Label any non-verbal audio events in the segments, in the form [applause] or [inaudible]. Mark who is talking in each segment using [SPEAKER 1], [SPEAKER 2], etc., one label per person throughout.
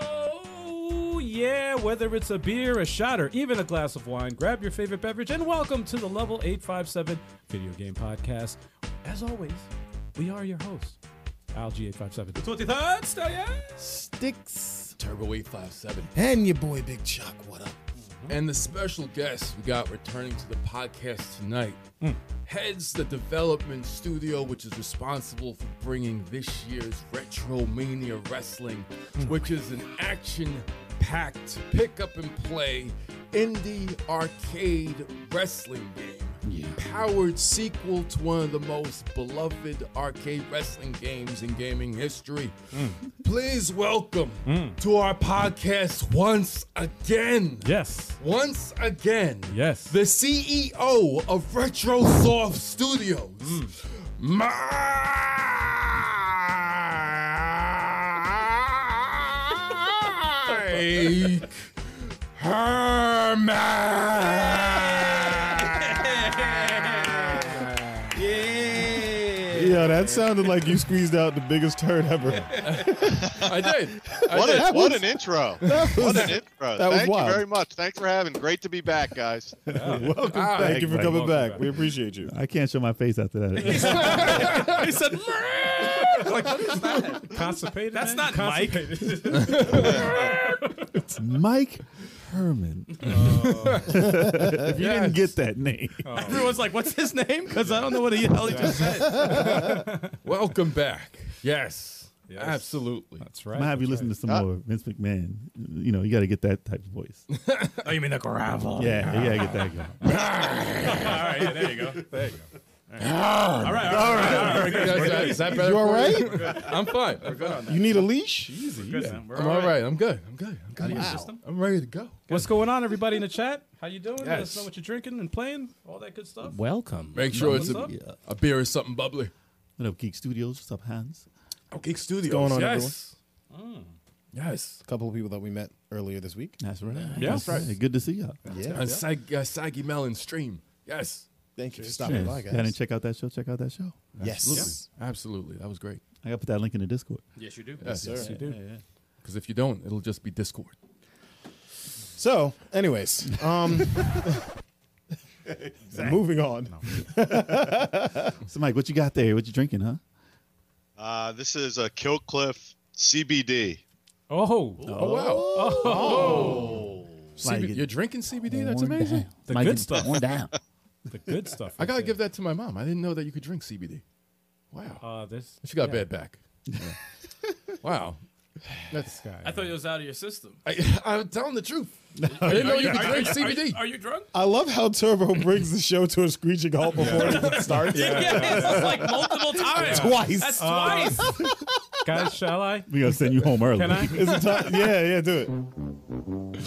[SPEAKER 1] Oh, yeah. Whether it's a beer, a shot, or even a glass of wine, grab your favorite beverage and welcome to the Level 857 Video Game Podcast. As always, we are your hosts, Al G857. The 23rd Stallion.
[SPEAKER 2] Sticks.
[SPEAKER 3] Turbo 857.
[SPEAKER 2] And your boy Big Chuck, what up?
[SPEAKER 3] Mm-hmm. And the special guest we got returning to the podcast tonight
[SPEAKER 2] Hmm.
[SPEAKER 3] heads the development studio, which is responsible for bringing this year's Retro Mania Wrestling,
[SPEAKER 2] Hmm.
[SPEAKER 3] which is an action packed pick up and play indie arcade wrestling game. Powered sequel to one of the most beloved arcade wrestling games in gaming history. Please welcome to our podcast once again.
[SPEAKER 4] [laughs]
[SPEAKER 1] Yes.
[SPEAKER 3] Once again,
[SPEAKER 1] Yes.
[SPEAKER 3] the CEO of RetroSoft Studios,
[SPEAKER 2] Mm.
[SPEAKER 3] Mike Herman.
[SPEAKER 2] Yeah, that sounded like you squeezed out the biggest turd ever.
[SPEAKER 3] [laughs] I did. I
[SPEAKER 5] What,
[SPEAKER 3] did.
[SPEAKER 5] a,
[SPEAKER 2] That
[SPEAKER 5] what
[SPEAKER 2] was-
[SPEAKER 5] an intro.
[SPEAKER 2] that
[SPEAKER 5] what
[SPEAKER 2] was-
[SPEAKER 5] an intro.
[SPEAKER 2] that was
[SPEAKER 5] Thank
[SPEAKER 2] wild.
[SPEAKER 5] you very much. Thanks for having. Great to be back, guys.
[SPEAKER 1] [laughs]
[SPEAKER 2] Welcome.
[SPEAKER 3] Ah,
[SPEAKER 2] Thank you for
[SPEAKER 6] everybody.
[SPEAKER 2] coming back. We appreciate you.
[SPEAKER 6] I can't show my face after that.
[SPEAKER 3] I said,
[SPEAKER 1] Constipated? That's not Constipated. Mike.
[SPEAKER 6] It's [laughs] Mike Herman. if you didn't get that name,
[SPEAKER 4] Everyone's like, "What's his name?" Because I don't know what the hell he just said.
[SPEAKER 3] welcome back. Yes, absolutely.
[SPEAKER 1] That's
[SPEAKER 6] I'm gonna
[SPEAKER 1] right.
[SPEAKER 6] have you listen to some more Vince McMahon. You know, you got to get that type of voice.
[SPEAKER 4] Oh, you mean the gravel?
[SPEAKER 6] Yeah, you got to get that going.
[SPEAKER 4] All right, yeah, there you go. There you go.
[SPEAKER 3] Is that- is that better?
[SPEAKER 2] You all
[SPEAKER 3] for
[SPEAKER 2] right?
[SPEAKER 3] I'm fine. I'm good.
[SPEAKER 2] You need a leash?
[SPEAKER 4] Good, then. We're
[SPEAKER 3] I'm all right. I'm good. I'm good. I'm good.
[SPEAKER 4] system?
[SPEAKER 3] I'm ready to go.
[SPEAKER 1] What's going on, everybody in the chat? How you doing? Let us
[SPEAKER 2] Yes.
[SPEAKER 1] know what you're drinking and playing. All that good stuff.
[SPEAKER 4] Welcome.
[SPEAKER 3] Make sure it's
[SPEAKER 1] What's
[SPEAKER 3] a, a beer or something bubbly.
[SPEAKER 6] What up, Geek Studios? What's up, Hans?
[SPEAKER 3] Geek Studios.
[SPEAKER 2] going on,
[SPEAKER 3] yes. Mm. Yes.
[SPEAKER 2] A couple of people that we met earlier this week.
[SPEAKER 6] That's right.
[SPEAKER 1] Yeah.
[SPEAKER 6] That's right. Good to see y'all.
[SPEAKER 2] Yeah.
[SPEAKER 3] On Sag- uh, Saggy Melon Stream. Yes.
[SPEAKER 2] Thank you for stopping by,
[SPEAKER 6] Go ahead and
[SPEAKER 2] guys.
[SPEAKER 6] check out that show. Check out that show.
[SPEAKER 2] Yes. Yes,
[SPEAKER 3] Absolutely. That was great.
[SPEAKER 6] I got to put that link in the Discord.
[SPEAKER 4] Yes, you do.
[SPEAKER 2] sir.
[SPEAKER 1] You do.
[SPEAKER 3] Because if you don't, it'll just be Discord.
[SPEAKER 2] So, anyways, um, moving on.
[SPEAKER 6] So, Mike, what you got there? What you drinking, huh?
[SPEAKER 5] Uh, this is a Killcliff CBD.
[SPEAKER 1] Oh,
[SPEAKER 3] Oh, wow. Oh. CB-
[SPEAKER 6] Like it-
[SPEAKER 3] you're drinking CBD? That's amazing.
[SPEAKER 1] The
[SPEAKER 6] Mike,
[SPEAKER 1] good
[SPEAKER 6] it's
[SPEAKER 1] stuff.
[SPEAKER 6] One down.
[SPEAKER 1] the good stuff.
[SPEAKER 3] I got to
[SPEAKER 1] right
[SPEAKER 3] give that to my mom. I didn't know that you could drink CBD. Wow.
[SPEAKER 1] there. Uh, this
[SPEAKER 3] she got
[SPEAKER 1] yeah.
[SPEAKER 3] bad back. wow. That's
[SPEAKER 4] I thought it was out of your system.
[SPEAKER 3] I, I'm telling the truth. I didn't know you could drink
[SPEAKER 4] Are you,
[SPEAKER 3] CBD.
[SPEAKER 4] are you drunk?
[SPEAKER 2] I love how Turbo brings the show to a screeching halt before it even starts.
[SPEAKER 4] [laughs] Yeah,
[SPEAKER 1] [laughs]
[SPEAKER 4] it's just like multiple
[SPEAKER 2] [laughs]
[SPEAKER 4] times.
[SPEAKER 2] Twice.
[SPEAKER 4] That's twice.
[SPEAKER 1] Uh, [laughs] Guys, shall I?
[SPEAKER 6] We gonna send you home early.
[SPEAKER 1] Can
[SPEAKER 6] [laughs]
[SPEAKER 1] I?
[SPEAKER 2] Is it time? Yeah, yeah, do it.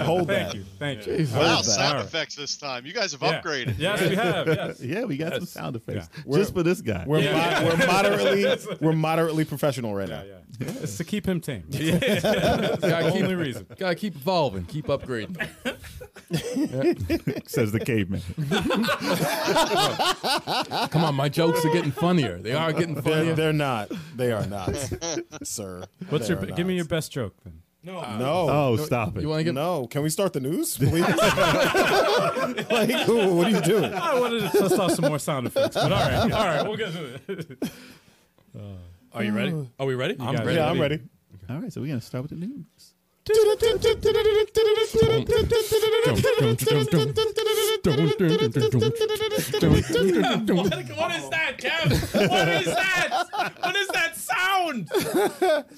[SPEAKER 2] Hold
[SPEAKER 1] Thank
[SPEAKER 2] that.
[SPEAKER 1] you. Thank you.
[SPEAKER 5] Wow,
[SPEAKER 6] Heard that.
[SPEAKER 5] sound
[SPEAKER 1] Alright.
[SPEAKER 5] effects this time. You guys have
[SPEAKER 1] Yeah.
[SPEAKER 5] upgraded.
[SPEAKER 1] Yes, we have.
[SPEAKER 4] [laughs]
[SPEAKER 1] Yes.
[SPEAKER 6] Yeah, we got some sound effects
[SPEAKER 2] We're-
[SPEAKER 6] just for this guy. [laughs]
[SPEAKER 2] We're, mo- we're moderately we're moderately professional right now.
[SPEAKER 1] Yeah, yeah. It's to keep him tame. That's
[SPEAKER 3] Gotta
[SPEAKER 1] [laughs] the
[SPEAKER 3] keep,
[SPEAKER 1] only reason.
[SPEAKER 3] gotta keep evolving, keep upgrading.
[SPEAKER 6] Says the caveman.
[SPEAKER 3] Come on, my jokes are getting funnier. They are getting funnier.
[SPEAKER 2] They're, they're not. They are not, sir.
[SPEAKER 1] What's
[SPEAKER 2] They
[SPEAKER 1] your?
[SPEAKER 2] are
[SPEAKER 1] Give me your
[SPEAKER 2] not.
[SPEAKER 1] best joke then.
[SPEAKER 2] No.
[SPEAKER 6] [laughs] Oh, stop it.
[SPEAKER 3] you want to get?
[SPEAKER 2] No. Can we start the news, please? [laughs] like, ooh, what are you doing?
[SPEAKER 1] I wanted to test off some more sound effects, but all right, all right, we'll get to
[SPEAKER 4] [laughs]
[SPEAKER 1] it.
[SPEAKER 4] Are you ready? Are we ready?
[SPEAKER 3] I'm
[SPEAKER 1] guys-
[SPEAKER 3] ready.
[SPEAKER 2] Yeah, I'm ready.
[SPEAKER 6] All right, so we're gonna start with the news.
[SPEAKER 4] what is that, Kev? What is that? What is
[SPEAKER 6] [laughs]
[SPEAKER 4] that sound?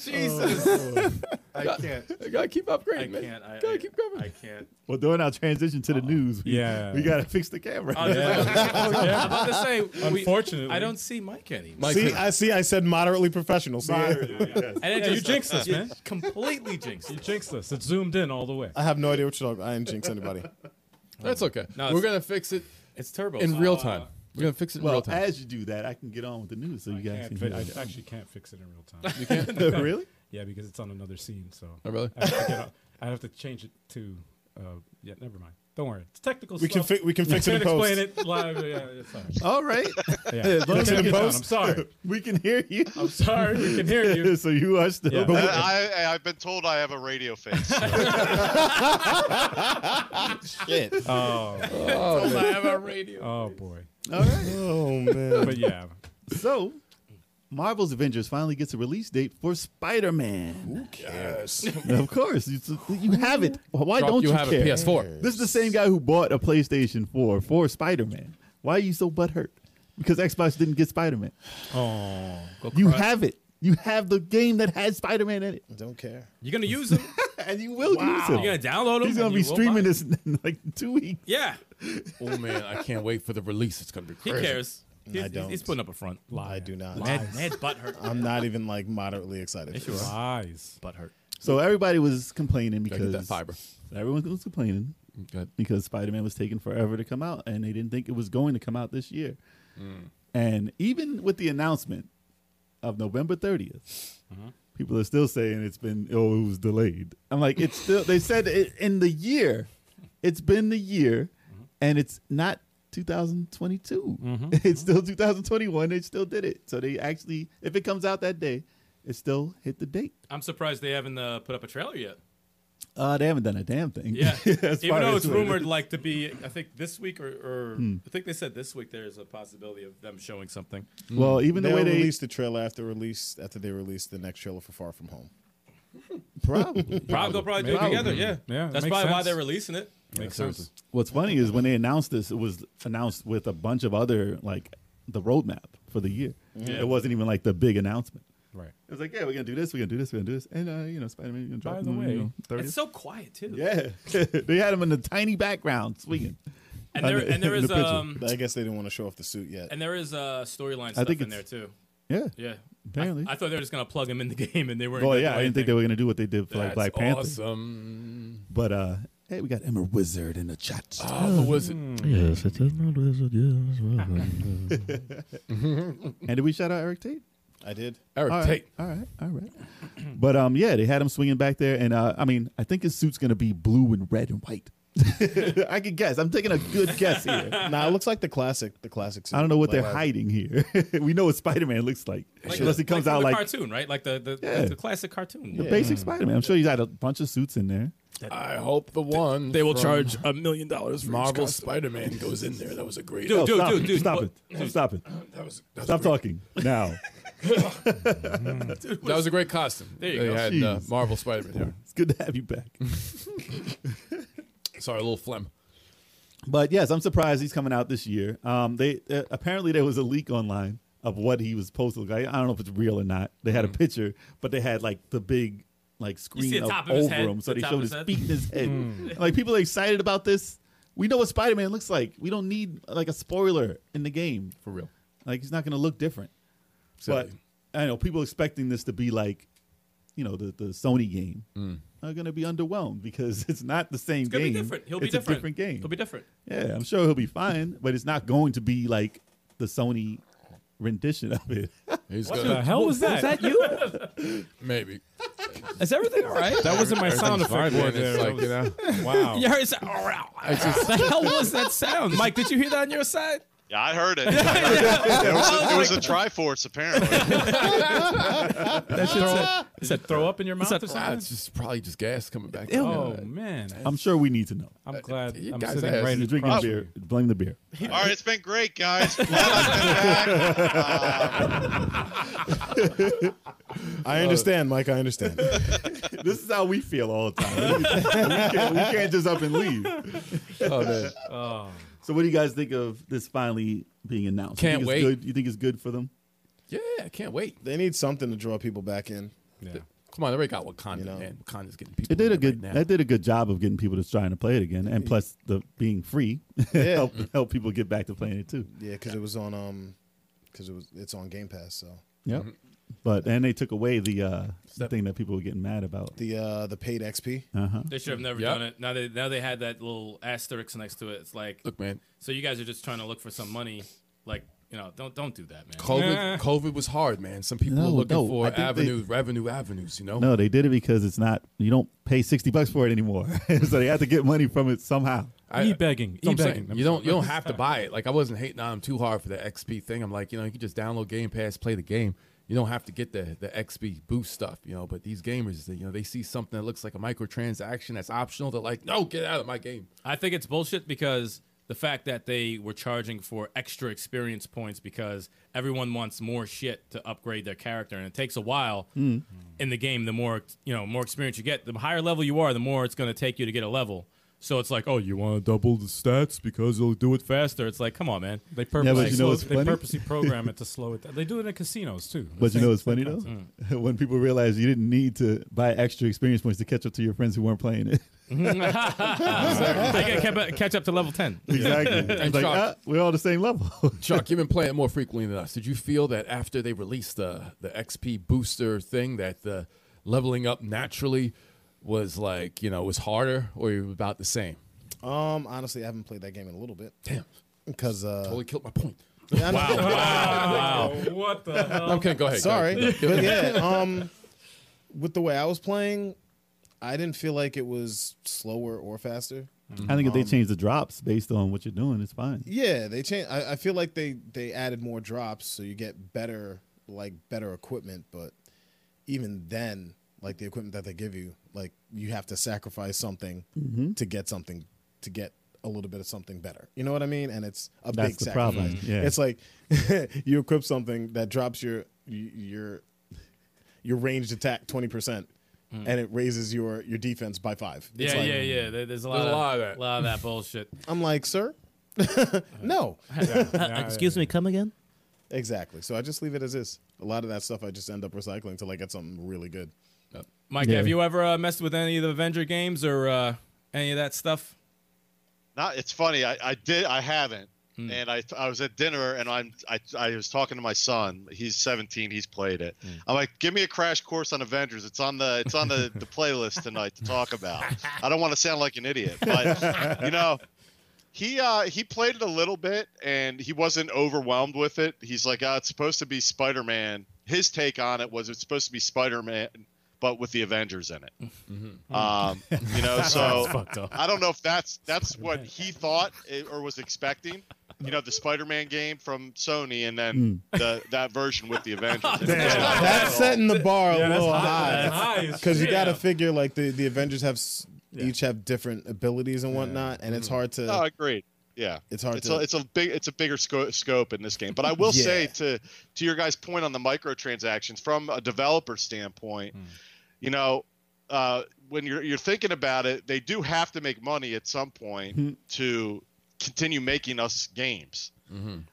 [SPEAKER 4] Jesus.
[SPEAKER 6] Oh,
[SPEAKER 5] I can't.
[SPEAKER 3] I gotta keep upgrading,
[SPEAKER 4] I
[SPEAKER 3] man.
[SPEAKER 4] can't. I,
[SPEAKER 3] gotta
[SPEAKER 4] I,
[SPEAKER 3] keep going.
[SPEAKER 4] I can't. Uh-uh.
[SPEAKER 6] Well, during our transition to the news, we,
[SPEAKER 1] Yeah.
[SPEAKER 6] we gotta fix the camera.
[SPEAKER 4] I was
[SPEAKER 1] Yeah.
[SPEAKER 4] about to say, we,
[SPEAKER 1] Unfortunately,
[SPEAKER 4] I don't see Mike anymore.
[SPEAKER 3] [laughs] Mike,
[SPEAKER 2] See, I see. I said moderately professional. See,
[SPEAKER 4] And it
[SPEAKER 1] Yeah, you jinxed us,
[SPEAKER 4] you
[SPEAKER 1] man.
[SPEAKER 4] Completely
[SPEAKER 6] [laughs]
[SPEAKER 4] jinxed.
[SPEAKER 1] You jinxed us. It's zoomed in all the way.
[SPEAKER 2] [laughs] I have no idea what you're talking about. I didn't jinx anybody.
[SPEAKER 3] that's okay.
[SPEAKER 4] No,
[SPEAKER 3] We're
[SPEAKER 4] it's- Uh,
[SPEAKER 3] gonna fix it
[SPEAKER 4] It's turbo.
[SPEAKER 3] in real time. We're gonna fix it in
[SPEAKER 6] well,
[SPEAKER 3] real time.
[SPEAKER 6] as you do that, I can get on with the news, so you
[SPEAKER 1] Can't
[SPEAKER 6] guys can
[SPEAKER 1] fi-
[SPEAKER 6] hear.
[SPEAKER 1] I
[SPEAKER 6] it.
[SPEAKER 1] actually can't fix it in real time.
[SPEAKER 3] You
[SPEAKER 1] [laughs]
[SPEAKER 3] can't.
[SPEAKER 2] [laughs]
[SPEAKER 6] really?
[SPEAKER 1] Yeah, because it's on another scene, so
[SPEAKER 3] Oh, really?
[SPEAKER 1] I have to, get on- I have to change it to. Uh, yeah, never mind. Don't worry. It's technical
[SPEAKER 2] We can
[SPEAKER 1] stuff.
[SPEAKER 2] fi- we can fix it in
[SPEAKER 1] Can't explain
[SPEAKER 2] post.
[SPEAKER 1] it live. Yeah, yeah,
[SPEAKER 2] [laughs]
[SPEAKER 1] sorry. [laughs]
[SPEAKER 6] All right.
[SPEAKER 1] Yeah.
[SPEAKER 6] As long as
[SPEAKER 1] Fix it
[SPEAKER 6] you
[SPEAKER 1] in
[SPEAKER 6] can-
[SPEAKER 1] post. I'm sorry.
[SPEAKER 6] We can hear you.
[SPEAKER 1] I'm sorry. We can hear you.
[SPEAKER 6] [laughs] so you are still.
[SPEAKER 1] Yeah.
[SPEAKER 5] I,
[SPEAKER 1] But
[SPEAKER 5] I, I've been told I have a radio
[SPEAKER 1] [laughs]
[SPEAKER 5] face.
[SPEAKER 2] Shit.
[SPEAKER 1] Oh,
[SPEAKER 4] Oh, I have a radio.
[SPEAKER 1] oh boy.
[SPEAKER 6] All right.
[SPEAKER 2] Oh man.
[SPEAKER 1] But yeah.
[SPEAKER 6] So, Marvel's Avengers finally gets a release date for Spider Man.
[SPEAKER 2] Yes.
[SPEAKER 6] Of course, you, you have it. Why
[SPEAKER 3] Drop,
[SPEAKER 6] don't you,
[SPEAKER 3] have
[SPEAKER 6] care?
[SPEAKER 3] a PS4.
[SPEAKER 6] This is the same guy who bought a PlayStation 4 for Spider Man. Why are you so butthurt? Because Xbox didn't get Spider Man.
[SPEAKER 1] Oh.
[SPEAKER 6] You have it. You have the game that has Spider Man in it,
[SPEAKER 2] Don't care.
[SPEAKER 4] You're
[SPEAKER 2] [laughs]
[SPEAKER 4] gonna use them.
[SPEAKER 6] and you will use it.
[SPEAKER 4] You're gonna download them.
[SPEAKER 6] He's gonna
[SPEAKER 4] and
[SPEAKER 6] be
[SPEAKER 4] you will
[SPEAKER 6] streaming
[SPEAKER 4] buy 'em?
[SPEAKER 6] this [laughs] in like two weeks.
[SPEAKER 4] Yeah,
[SPEAKER 3] Oh man, I can't wait for the release. It's gonna be
[SPEAKER 4] he
[SPEAKER 3] crazy.
[SPEAKER 4] cares. He's,
[SPEAKER 2] I
[SPEAKER 4] he's- he's
[SPEAKER 2] don't.
[SPEAKER 4] putting up a front.
[SPEAKER 2] I do not.
[SPEAKER 4] Ned, Ned's butt hurt.
[SPEAKER 2] I'm not even like moderately excited.
[SPEAKER 4] Yes,
[SPEAKER 2] for
[SPEAKER 4] you
[SPEAKER 2] this.
[SPEAKER 4] are.
[SPEAKER 1] Lies.
[SPEAKER 4] butt hurt.
[SPEAKER 6] So everybody was complaining
[SPEAKER 3] Gotta get
[SPEAKER 6] because
[SPEAKER 3] that fiber.
[SPEAKER 6] everyone was complaining
[SPEAKER 3] Good.
[SPEAKER 6] because Spider Man was taking forever to come out, and they didn't think it was going to come out this year.
[SPEAKER 3] Mm.
[SPEAKER 6] And even with the announcement of November 30th,
[SPEAKER 3] Mm-hmm.
[SPEAKER 6] people are still saying it's been oh it was delayed. I'm like it's still they said it, in the year, it's been the year,
[SPEAKER 3] Mm-hmm.
[SPEAKER 6] and it's not 2022. [laughs] It's still 2021. They still did it. So they actually, if it comes out that day, it still hit the date.
[SPEAKER 4] I'm surprised they haven't uh, put up a trailer
[SPEAKER 6] [laughs]
[SPEAKER 4] yet.
[SPEAKER 6] Uh, they haven't done a damn thing.
[SPEAKER 4] Yeah,
[SPEAKER 6] [laughs] As
[SPEAKER 4] even
[SPEAKER 6] far
[SPEAKER 4] though
[SPEAKER 6] as
[SPEAKER 4] it's
[SPEAKER 6] what it
[SPEAKER 4] rumored
[SPEAKER 6] is.
[SPEAKER 4] like to be, I think this week or, or
[SPEAKER 6] Hmm.
[SPEAKER 4] I think they said this week there's a possibility of them showing something.
[SPEAKER 6] Well, even the
[SPEAKER 2] They'll
[SPEAKER 6] way they
[SPEAKER 2] release the trailer after release after they release the next trailer for Far From Home.
[SPEAKER 6] [laughs] probably.
[SPEAKER 4] Probably they'll probably do it
[SPEAKER 1] Probably.
[SPEAKER 4] together. Yeah,
[SPEAKER 1] Yeah,
[SPEAKER 4] That's
[SPEAKER 1] makes
[SPEAKER 4] probably why
[SPEAKER 1] sense.
[SPEAKER 4] they're releasing it.
[SPEAKER 1] Makes
[SPEAKER 3] Yeah,
[SPEAKER 1] sense.
[SPEAKER 6] What's funny is when they announced this, it was announced with a bunch of other like the roadmap for the year. It wasn't even like the big announcement.
[SPEAKER 1] Right.
[SPEAKER 6] It was like, yeah, we're gonna do this, we're gonna do this, we're gonna do this, and uh, you know, Spider Man gonna drop.
[SPEAKER 1] By the
[SPEAKER 6] on, you
[SPEAKER 1] way-
[SPEAKER 6] know, 30th.
[SPEAKER 4] It's so quiet too.
[SPEAKER 6] yeah, [laughs] they had him in a tiny background
[SPEAKER 4] [laughs]
[SPEAKER 6] swinging.
[SPEAKER 4] and there and there
[SPEAKER 6] In
[SPEAKER 4] is
[SPEAKER 6] the picture.
[SPEAKER 4] um
[SPEAKER 2] But I guess they didn't want to show off the suit yet.
[SPEAKER 4] and there is uh storyline
[SPEAKER 6] I
[SPEAKER 4] stuff
[SPEAKER 6] think
[SPEAKER 4] in there
[SPEAKER 6] it's-
[SPEAKER 4] too.
[SPEAKER 6] Yeah.
[SPEAKER 4] Yeah,
[SPEAKER 6] Apparently.
[SPEAKER 4] I, I thought they were just gonna plug him in the [laughs] game, and they weren't.
[SPEAKER 6] Well,
[SPEAKER 4] gonna
[SPEAKER 6] yeah,
[SPEAKER 4] do
[SPEAKER 6] I didn't think they
[SPEAKER 4] anything.
[SPEAKER 6] were gonna do what they did for like
[SPEAKER 3] That's
[SPEAKER 6] Black Panther,
[SPEAKER 3] awesome.
[SPEAKER 6] but uh, hey, we got Emma Wizard in the chat.
[SPEAKER 4] uh,
[SPEAKER 3] Oh, the wizard.
[SPEAKER 6] Yes, it is not wizard. Yes, and did we shout out Eric Tate?
[SPEAKER 2] I did.
[SPEAKER 3] Eric
[SPEAKER 6] All right,
[SPEAKER 3] Tate.
[SPEAKER 6] All right, [clears throat] all right. But um, yeah, they had him swinging back there, and uh, I mean, I think his suit's gonna be blue and red and white. [laughs] I could guess. I'm taking a good guess here.
[SPEAKER 2] Nah, it looks like the classic. The classic. Suit.
[SPEAKER 6] I don't know what
[SPEAKER 2] Like,
[SPEAKER 6] they're hiding here. [laughs] we know what Spider-Man looks like,
[SPEAKER 4] Like
[SPEAKER 6] unless
[SPEAKER 4] the-
[SPEAKER 6] he comes
[SPEAKER 4] like
[SPEAKER 6] out
[SPEAKER 4] the
[SPEAKER 6] like
[SPEAKER 4] cartoon, right? Like the the,
[SPEAKER 6] Yeah.
[SPEAKER 4] like the classic cartoon.
[SPEAKER 6] the basic Spider-Man. I'm sure he's had a bunch of suits in there.
[SPEAKER 3] I hope the one
[SPEAKER 4] They will
[SPEAKER 3] from
[SPEAKER 4] charge a million dollars for
[SPEAKER 3] Marvel
[SPEAKER 4] Each
[SPEAKER 3] Spider-Man goes in there. That was a great.
[SPEAKER 4] Dude,
[SPEAKER 6] No,
[SPEAKER 4] dude,
[SPEAKER 6] Oh, stop
[SPEAKER 4] dude,
[SPEAKER 6] it.
[SPEAKER 4] dude,
[SPEAKER 6] stop
[SPEAKER 4] what-
[SPEAKER 6] it! Stop it!
[SPEAKER 3] that was that was
[SPEAKER 6] Stop
[SPEAKER 3] a great-
[SPEAKER 6] talking
[SPEAKER 4] [laughs]
[SPEAKER 6] now.
[SPEAKER 3] That was a great costume.
[SPEAKER 4] There you
[SPEAKER 3] they
[SPEAKER 4] go.
[SPEAKER 3] had uh,
[SPEAKER 6] Jeez.
[SPEAKER 3] Marvel Spider-Man.
[SPEAKER 6] It's good to have you back.
[SPEAKER 3] Yeah. Sorry, a little phlegm.
[SPEAKER 6] But yes, I'm surprised he's coming out this year. Um, they uh, apparently there was a leak online of what he was supposed to look like. I don't know if it's real or not. They
[SPEAKER 3] Mm.
[SPEAKER 6] had a picture, but they had like the big like
[SPEAKER 4] the
[SPEAKER 6] screen up
[SPEAKER 4] top of his
[SPEAKER 6] over
[SPEAKER 4] head,
[SPEAKER 6] him, so
[SPEAKER 4] the
[SPEAKER 6] they
[SPEAKER 4] top
[SPEAKER 6] showed
[SPEAKER 4] of
[SPEAKER 6] his
[SPEAKER 4] his head.
[SPEAKER 6] feet and his head.
[SPEAKER 3] Mm.
[SPEAKER 6] And, like people are excited about this. We know what Spider Man looks like. We don't need like a spoiler in the game.
[SPEAKER 3] For real.
[SPEAKER 6] Like he's not going to look different.
[SPEAKER 3] Exactly.
[SPEAKER 6] But I know people expecting this to be like, you know, the the Sony game
[SPEAKER 3] Mm.
[SPEAKER 6] are going to be underwhelmed because [laughs] it's not the same
[SPEAKER 4] It's gonna
[SPEAKER 6] game.
[SPEAKER 4] be different. He'll be
[SPEAKER 6] It's a
[SPEAKER 4] different.
[SPEAKER 6] different game.
[SPEAKER 4] He'll be different.
[SPEAKER 6] Yeah, I'm sure he'll be fine, but it's not going to be like the Sony rendition of it.
[SPEAKER 3] He's
[SPEAKER 1] What
[SPEAKER 3] gonna
[SPEAKER 1] the hell was that?
[SPEAKER 4] you?
[SPEAKER 3] maybe.
[SPEAKER 4] Is everything all right?
[SPEAKER 1] That wasn't my sound effect.
[SPEAKER 3] Everything's fine, man.
[SPEAKER 1] right there.
[SPEAKER 3] It's like you
[SPEAKER 1] [laughs]
[SPEAKER 3] know.
[SPEAKER 1] Wow.
[SPEAKER 4] You heard it sound-
[SPEAKER 1] [laughs]
[SPEAKER 4] the hell was that sound, Mike? Did you hear that on your side?
[SPEAKER 5] yeah, I
[SPEAKER 1] [laughs]
[SPEAKER 5] heard it. I heard it. There was, a, it was a
[SPEAKER 1] [laughs]
[SPEAKER 5] Triforce, apparently.
[SPEAKER 1] Is that throw up in your mouth
[SPEAKER 4] that-
[SPEAKER 1] or
[SPEAKER 3] Ah,
[SPEAKER 1] something?
[SPEAKER 3] it's just probably just gas coming back.
[SPEAKER 1] Oh
[SPEAKER 3] Yeah.
[SPEAKER 1] man,
[SPEAKER 6] I'm sure we need to know.
[SPEAKER 1] I'm glad
[SPEAKER 3] you
[SPEAKER 1] I'm
[SPEAKER 3] guys
[SPEAKER 1] sitting
[SPEAKER 3] asked.
[SPEAKER 1] right
[SPEAKER 6] You're
[SPEAKER 1] in
[SPEAKER 6] drinking
[SPEAKER 1] front of
[SPEAKER 6] beer. Blame the beer.
[SPEAKER 5] All right, it's been
[SPEAKER 1] [laughs]
[SPEAKER 5] great, guys. Glad I've been back.
[SPEAKER 2] I understand, Mike. I
[SPEAKER 6] [laughs]
[SPEAKER 2] understand. [laughs]
[SPEAKER 6] this is how we feel all the [laughs] time. we, can't, we can't just up and leave.
[SPEAKER 3] Oh, man.
[SPEAKER 1] you. Oh,
[SPEAKER 6] So, what do you guys think of this finally being announced?
[SPEAKER 3] Can't
[SPEAKER 6] you think
[SPEAKER 3] wait.
[SPEAKER 6] It's good? You think it's good for them?
[SPEAKER 3] Yeah, I can't wait.
[SPEAKER 2] they need something to draw people back in.
[SPEAKER 1] yeah.
[SPEAKER 3] Come on, they already got Wakanda,
[SPEAKER 2] You know.
[SPEAKER 3] man. Wakanda's getting people.
[SPEAKER 6] It did a
[SPEAKER 3] in there right
[SPEAKER 6] good.
[SPEAKER 3] now.
[SPEAKER 6] that did a good job of getting people to try and play it again, and plus the being free [laughs]
[SPEAKER 2] Yeah.
[SPEAKER 6] help help people get back to playing it too.
[SPEAKER 2] Yeah, because it was on um, because it was it's on Game Pass. So
[SPEAKER 6] Yep. But and they took away the uh,
[SPEAKER 3] Step.
[SPEAKER 6] thing that people were getting mad about.
[SPEAKER 2] the uh the paid XP.
[SPEAKER 6] Uh huh.
[SPEAKER 4] They should have never
[SPEAKER 3] Yeah.
[SPEAKER 4] done it. Now they now they had that little asterisk next to it. It's like,
[SPEAKER 3] Look, man.
[SPEAKER 4] so you guys are just trying to look for some money. Like, you know, don't don't do that, man.
[SPEAKER 3] COVID,
[SPEAKER 1] Nah.
[SPEAKER 3] COVID was hard, man. Some people
[SPEAKER 6] No,
[SPEAKER 3] are looking
[SPEAKER 6] no, I
[SPEAKER 3] for
[SPEAKER 6] think they-
[SPEAKER 3] avenues, revenue avenues. You know,
[SPEAKER 6] No, [laughs] they did it because it's not. You don't pay sixty bucks for it anymore, so they have to get money from it somehow.
[SPEAKER 3] I-
[SPEAKER 1] E-begging,
[SPEAKER 3] That's what I'm saying.
[SPEAKER 1] e-begging. I'm
[SPEAKER 3] You don't you don't have to buy it. Like I wasn't hating on them too hard for the XP thing. I'm like, you know, you can just download Game Pass, play the game. You don't have to get the the XP boost stuff, you know. But these gamers, they, you know, they see something that looks like a microtransaction that's optional. They're like, no, get out of my game.
[SPEAKER 4] I think it's bullshit because the fact that they were charging for extra experience points because everyone wants more shit to upgrade their character, and it takes a while
[SPEAKER 6] Hmm.
[SPEAKER 4] in the game. The more you know, more experience you get, the higher level you are, the more it's going to take you to get a level. So it's like, oh, you want to double the stats because it'll do it faster. It's like, come on, man.
[SPEAKER 1] They purposely,
[SPEAKER 6] you know
[SPEAKER 1] slow-
[SPEAKER 6] what's
[SPEAKER 1] they
[SPEAKER 6] funny? [laughs]
[SPEAKER 1] purposely program it to slow it down. They do it in casinos too.
[SPEAKER 6] But you know what's funny though? [laughs] when people realize you didn't need to buy extra experience points to catch up to your friends who weren't playing it.
[SPEAKER 4] Ah, I gotta keep up- catch up to level ten.
[SPEAKER 6] Exactly. It's like,
[SPEAKER 3] Chuck-
[SPEAKER 6] ah, we're all the same level. [laughs]
[SPEAKER 3] Chuck, you've been playing more frequently than us. Did you feel that after they released the the XP booster thing, that the leveling up naturally was like, you know, was harder or you were about the same?
[SPEAKER 2] Um, honestly, I haven't played that game in a little bit
[SPEAKER 3] Damn,
[SPEAKER 2] because uh,
[SPEAKER 3] totally killed my point.
[SPEAKER 2] yeah, I know.
[SPEAKER 1] what the hell?
[SPEAKER 3] Okay, go ahead. go
[SPEAKER 2] [laughs] Sorry,
[SPEAKER 3] ahead.
[SPEAKER 2] but yeah, um, with the way I was playing, I didn't feel like it was slower or faster.
[SPEAKER 6] I think if
[SPEAKER 5] Um,
[SPEAKER 6] they change the drops based on what you're doing, it's fine.
[SPEAKER 2] Yeah, they changed. I, I feel like they they added more drops, so you get better like better equipment. But even then, like the equipment that they give you, like you have to sacrifice something
[SPEAKER 6] Mm-hmm.
[SPEAKER 2] to get something to get a little bit of something better. You know what I mean? And it's a
[SPEAKER 6] That's
[SPEAKER 2] big
[SPEAKER 6] the
[SPEAKER 2] sacrifice.
[SPEAKER 6] problem, Mm-hmm. yeah.
[SPEAKER 2] It's like [laughs] you equip something that drops your your your ranged attack twenty percent, and it raises your your defense by five. It's
[SPEAKER 4] Mm. Yeah,
[SPEAKER 2] like,
[SPEAKER 4] yeah, yeah. There- There's a lot,
[SPEAKER 3] There's
[SPEAKER 4] of, a lot of that, bullshit.
[SPEAKER 2] I'm like, sir, [laughs] no.
[SPEAKER 7] Uh,
[SPEAKER 8] Excuse me, come again?
[SPEAKER 2] Exactly. So I just leave it as is. A lot of that stuff I just end up recycling until I get something really good.
[SPEAKER 4] Mike,
[SPEAKER 6] Yeah.
[SPEAKER 4] have you ever uh, messed with any of the Avenger games or uh, any of that stuff?
[SPEAKER 5] Not. It's funny. I, I did. I haven't. And I, I was at dinner and I'm I, I was talking to my son. He's 17. He's played it. I'm like, give me a crash course on Avengers. It's on the it's on the, the playlist tonight to talk about. I don't want to sound like an idiot, but you know, he uh, he played it a little bit and he wasn't overwhelmed with it. He's like, oh, it's supposed to be Spider Man. His take on it was it's supposed to be Spider Man, but with the Avengers in it.
[SPEAKER 2] Mm-hmm. [laughs]
[SPEAKER 5] Um, you know, so I don't know if that's that's what he thought eh, or was expecting. You know, the Spider-Man game from Sony, and then the that version with the
[SPEAKER 2] [laughs]
[SPEAKER 5] Avengers. And it's not bad at all.
[SPEAKER 2] That's setting the bar a little
[SPEAKER 1] That's
[SPEAKER 2] high
[SPEAKER 1] high as
[SPEAKER 2] because you
[SPEAKER 1] shit.
[SPEAKER 2] got to figure like the the Avengers have s each have different abilities and whatnot, and it's hard to.
[SPEAKER 5] No, agreed. Yeah,
[SPEAKER 2] It's hard
[SPEAKER 5] It's
[SPEAKER 2] to-
[SPEAKER 5] a, it's a big it's a bigger sco- scope in this game.
[SPEAKER 2] [laughs]
[SPEAKER 5] But I will
[SPEAKER 2] Yeah.
[SPEAKER 5] say to to your guys' point on the microtransactions from a developer standpoint,
[SPEAKER 2] Hmm.
[SPEAKER 5] you know, uh, when you're you're thinking about it, they do have to make money at some point
[SPEAKER 2] Hmm.
[SPEAKER 5] to continue making us games. Um,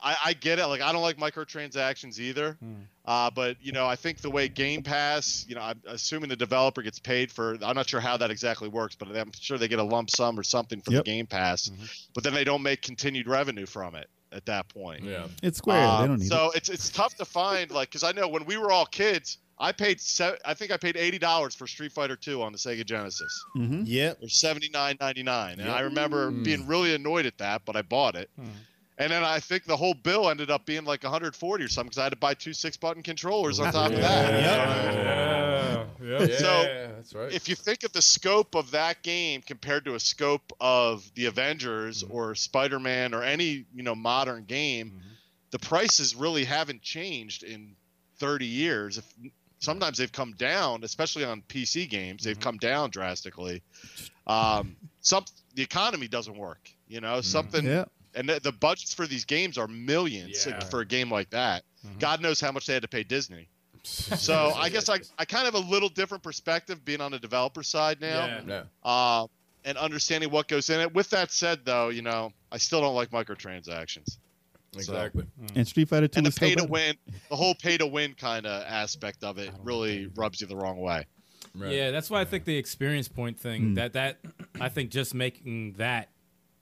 [SPEAKER 5] I, I get it. Like I don't like microtransactions either.
[SPEAKER 6] Hmm.
[SPEAKER 5] Uh, but you know, I think the way Game Pass, you know, I'm assuming the developer gets paid for. I'm not sure how that exactly works, but I'm sure they get a lump sum or something from
[SPEAKER 6] Yep. Mm-hmm.
[SPEAKER 5] the Game Pass. But then they don't make continued revenue from it at that
[SPEAKER 3] [laughs]
[SPEAKER 5] point.
[SPEAKER 3] Yeah.
[SPEAKER 6] It's square.
[SPEAKER 5] Um,
[SPEAKER 6] they don't need it.
[SPEAKER 5] so it's it's tough to find like because I know when we were all kids, I paid se- I think I paid eighty dollars for Street Fighter Two on the Sega Genesis
[SPEAKER 6] Mm-hmm.
[SPEAKER 2] Yep.
[SPEAKER 5] or seventy nine ninety nine, and I remember being really annoyed at that, but I bought it. And then I think the whole bill ended up being like 140 or something because I had to buy two six button controllers on top of that. You know what I mean?
[SPEAKER 1] Yeah. yeah.
[SPEAKER 3] Yeah,
[SPEAKER 5] So,
[SPEAKER 3] that's right.
[SPEAKER 5] if you think of the scope of that game compared to a scope of the Avengers or Spider-Man or any you know modern game, the prices really haven't changed in 30 years. If sometimes they've come down, especially on PC games, they've come down drastically. Um, some the economy doesn't work, you know, something.
[SPEAKER 6] Yeah.
[SPEAKER 5] And the, the budgets for these games are millions
[SPEAKER 4] Yeah.
[SPEAKER 5] for a game like that. God knows how much they had to pay Disney. So I guess I, I kind of have a little different perspective being on the developer side now
[SPEAKER 3] yeah.
[SPEAKER 5] uh, and understanding what goes in it. With that said, though, you know, I still don't like microtransactions.
[SPEAKER 3] Exactly.
[SPEAKER 6] And Street Fighter 2
[SPEAKER 5] mm. And the
[SPEAKER 6] is still
[SPEAKER 5] pay to
[SPEAKER 6] better.
[SPEAKER 5] win, the whole pay to win kind of aspect of it really rubs you the wrong way.
[SPEAKER 3] Right.
[SPEAKER 4] Yeah, that's why I think the experience point
[SPEAKER 6] Hmm.
[SPEAKER 4] thing that that I think just making that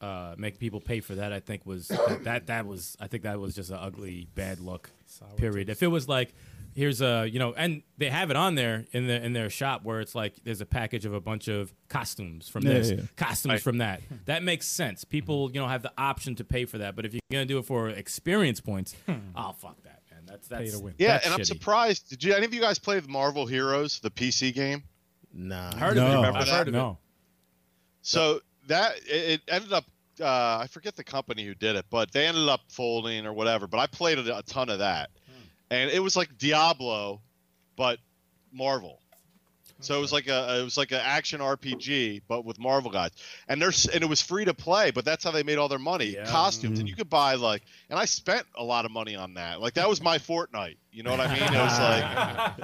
[SPEAKER 4] uh, make people pay for that I think was that, that was I think that was just an ugly bad look period. If it was like here's a you know and they have it on there in the in their shop where it's like there's a package of a bunch of costumes from
[SPEAKER 6] Yeah,
[SPEAKER 4] this
[SPEAKER 6] yeah, yeah.
[SPEAKER 4] costumes from that that makes sense people you know have the option to pay for that but if you're gonna do it for experience points oh fuck that man that's that's
[SPEAKER 1] Hmm. to win.
[SPEAKER 5] Yeah,
[SPEAKER 4] that's
[SPEAKER 5] and I'm
[SPEAKER 4] shitty.
[SPEAKER 5] surprised. Did you any of you guys play the Marvel Heroes, the PC game?
[SPEAKER 2] Nah.
[SPEAKER 4] Heard
[SPEAKER 6] No.
[SPEAKER 4] of it.
[SPEAKER 6] Remember
[SPEAKER 4] I've
[SPEAKER 5] that?
[SPEAKER 4] heard of it.
[SPEAKER 1] No.
[SPEAKER 5] So that it, it ended up. Uh, I forget the company who did it, but they ended up folding or whatever. But I played a, a ton of that, and it was like Diablo, but Marvel. So it was like a it was like an action RPG, but with Marvel guys, and there's and it was free to play, but that's how they made all their money,
[SPEAKER 4] Yeah.
[SPEAKER 5] costumes, and you could buy like, and I spent a lot of money on that. Like that was my Fortnite, you know what I mean? It was
[SPEAKER 2] [laughs]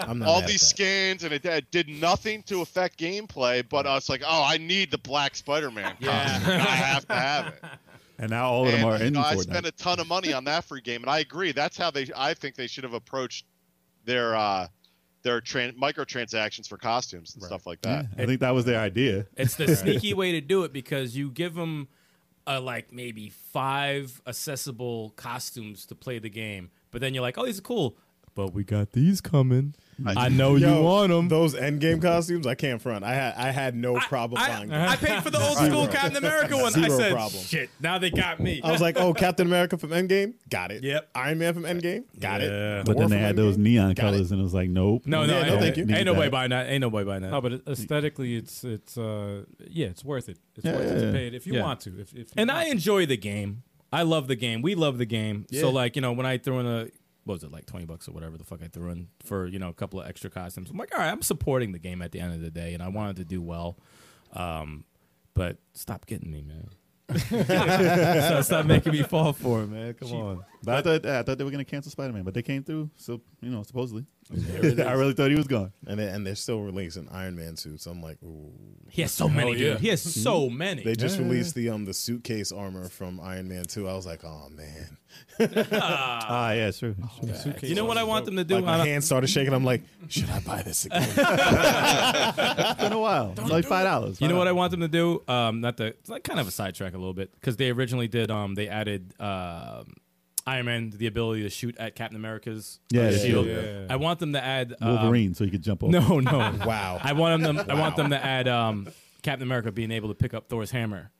[SPEAKER 5] like
[SPEAKER 2] I'm not
[SPEAKER 5] all
[SPEAKER 2] mad at
[SPEAKER 5] these
[SPEAKER 2] that.
[SPEAKER 5] skins, and it, it did nothing to affect gameplay, but I was like, oh, I need the Black Spider-Man costume,
[SPEAKER 4] Yeah.
[SPEAKER 5] I have to have it.
[SPEAKER 6] [laughs] And now all of them
[SPEAKER 5] And,
[SPEAKER 6] are
[SPEAKER 5] you
[SPEAKER 6] in
[SPEAKER 5] know, I
[SPEAKER 6] Fortnite.
[SPEAKER 5] spent a ton of money on that free game, and I agree. That's how they. I think they should have approached their uh, their tran- microtransactions for costumes and stuff like that.
[SPEAKER 6] I think that was their idea.
[SPEAKER 4] It's the sneaky way to do it because you give them uh, like maybe five accessible costumes to play the game, but then you're like, oh, these are cool. But we got these coming. I, know
[SPEAKER 2] Yo,
[SPEAKER 4] you want them.
[SPEAKER 2] Those Endgame costumes, I can't front. I had I had no problem buying them.
[SPEAKER 4] I, I paid for the old school
[SPEAKER 2] Zero.
[SPEAKER 4] Captain America one. I
[SPEAKER 2] Zero
[SPEAKER 4] said,
[SPEAKER 2] problem.
[SPEAKER 4] shit, now they got me. [laughs]
[SPEAKER 2] I was like, oh, Captain America from Endgame, got it.
[SPEAKER 4] Yep.
[SPEAKER 2] Iron Man from Endgame, got
[SPEAKER 4] Yeah.
[SPEAKER 2] it.
[SPEAKER 6] But then
[SPEAKER 2] Thor
[SPEAKER 6] they
[SPEAKER 2] from
[SPEAKER 6] had those
[SPEAKER 2] Endgame,
[SPEAKER 6] neon
[SPEAKER 2] got it.
[SPEAKER 6] colors, and it was like, nope.
[SPEAKER 4] no, no,
[SPEAKER 2] Yeah, no,
[SPEAKER 4] ain't,
[SPEAKER 2] thank you.
[SPEAKER 4] ain't nobody
[SPEAKER 6] Need that.
[SPEAKER 4] buying that. Ain't nobody buying that.
[SPEAKER 1] No, but aesthetically, it's it's uh yeah, it's worth it. It's
[SPEAKER 6] Yeah,
[SPEAKER 1] worth
[SPEAKER 6] yeah,
[SPEAKER 1] it
[SPEAKER 6] yeah.
[SPEAKER 1] to pay it if you
[SPEAKER 4] Yeah.
[SPEAKER 1] want to. If, if you
[SPEAKER 4] and
[SPEAKER 1] want
[SPEAKER 4] I
[SPEAKER 1] to. [laughs]
[SPEAKER 4] enjoy the game. I love the game. We love the game. So like you know, when I threw in a what was it like twenty bucks or whatever the fuck I threw in for you know a couple of extra costumes, I'm like, all right, I'm supporting the game at the end of the day, and I wanted to do well. Um, but stop getting me, man. so stop making me fall for it, man. Come on.
[SPEAKER 6] But I thought, I thought they were going to cancel Spider Man, but they came through. So, you know, supposedly. [laughs] I really thought he was gone.
[SPEAKER 2] And they, and they're still releasing Iron Man suits. I'm like, ooh.
[SPEAKER 4] He has so many.
[SPEAKER 3] Oh, yeah.
[SPEAKER 4] dude. He has so many.
[SPEAKER 2] Hmm? They just released the um the suitcase armor from Iron Man 2. I was like, oh man.
[SPEAKER 6] Ah, yeah, sure.
[SPEAKER 3] Oh,
[SPEAKER 4] you know what I want them to do?
[SPEAKER 2] Like my
[SPEAKER 4] I don't-
[SPEAKER 2] hands started shaking. I'm like, should I buy this again?
[SPEAKER 6] It's been a while. like five dollars.
[SPEAKER 4] You know what I
[SPEAKER 6] $5.
[SPEAKER 4] want them to do? Um, not the it's like kind of a sidetrack a little bit because they originally did. Um, they added um Iron Man the ability to shoot at Captain America's uh,
[SPEAKER 6] Yeah, yeah,
[SPEAKER 4] shield.
[SPEAKER 6] yeah,
[SPEAKER 1] yeah.
[SPEAKER 4] I want them to add um,
[SPEAKER 6] Wolverine, so you could jump off.
[SPEAKER 4] [laughs] No, no.
[SPEAKER 2] wow.
[SPEAKER 4] I want them. I want them to add um, Captain America being able to pick up Thor's hammer.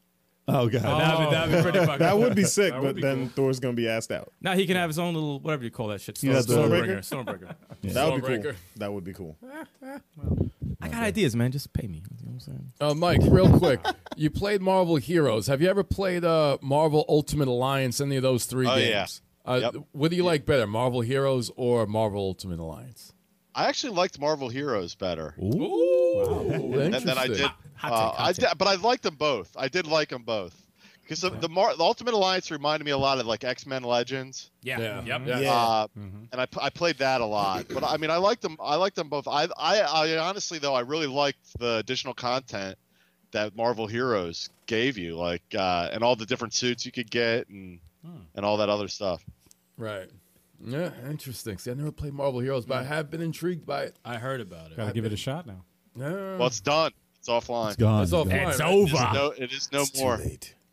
[SPEAKER 6] Oh god.
[SPEAKER 4] That'd, be, that'd be pretty fucking.
[SPEAKER 2] That
[SPEAKER 4] [laughs]
[SPEAKER 2] would be sick,
[SPEAKER 1] That would
[SPEAKER 2] but
[SPEAKER 1] be
[SPEAKER 2] then Thor's gonna be asked out.
[SPEAKER 4] now he can have his own little whatever you call that shit. Storm,
[SPEAKER 6] Yeah, the-
[SPEAKER 4] Stormbringer. Stormbringer.
[SPEAKER 2] That would be cool.
[SPEAKER 3] Stormbreaker.
[SPEAKER 2] That would be cool.
[SPEAKER 4] I got ideas, man. Just pay me. You know what I'm saying?
[SPEAKER 3] Uh, Mike, real quick,
[SPEAKER 5] [laughs]
[SPEAKER 3] you played Marvel Heroes. Have you ever played uh, Marvel Ultimate Alliance? Any of those three
[SPEAKER 5] Oh, yeah.
[SPEAKER 3] games? Uh,
[SPEAKER 5] Yep.
[SPEAKER 3] What do you like better, Marvel Heroes or Marvel Ultimate Alliance?
[SPEAKER 5] I actually liked Marvel Heroes better
[SPEAKER 3] Interesting.
[SPEAKER 5] than, than I did. uh, I did- but I liked them both. I did like them both because the, the, Mar- the Ultimate Alliance reminded me a lot of like X Men Legends.
[SPEAKER 4] Yeah.
[SPEAKER 3] Yeah.
[SPEAKER 4] Yep.
[SPEAKER 3] Yeah.
[SPEAKER 5] Uh,
[SPEAKER 6] Mm-hmm.
[SPEAKER 5] and I, p- I played that a lot. But I mean, I liked them. I liked them both. I, I I honestly though I really liked the additional content that Marvel Heroes gave you, like uh, and all the different suits you could get and
[SPEAKER 6] Hmm.
[SPEAKER 5] and all that other stuff.
[SPEAKER 3] Right. Yeah, interesting. See, I never played Marvel Heroes, but I have been intrigued by it.
[SPEAKER 4] I heard about it.
[SPEAKER 1] Gotta give it a shot now.
[SPEAKER 3] Yeah. [laughs]
[SPEAKER 5] Well, it's done. It's offline.
[SPEAKER 6] It's gone.
[SPEAKER 3] It's all
[SPEAKER 6] It's gone.
[SPEAKER 3] fine,
[SPEAKER 4] It's
[SPEAKER 3] right?
[SPEAKER 5] It is
[SPEAKER 4] over.
[SPEAKER 5] no, it is no more.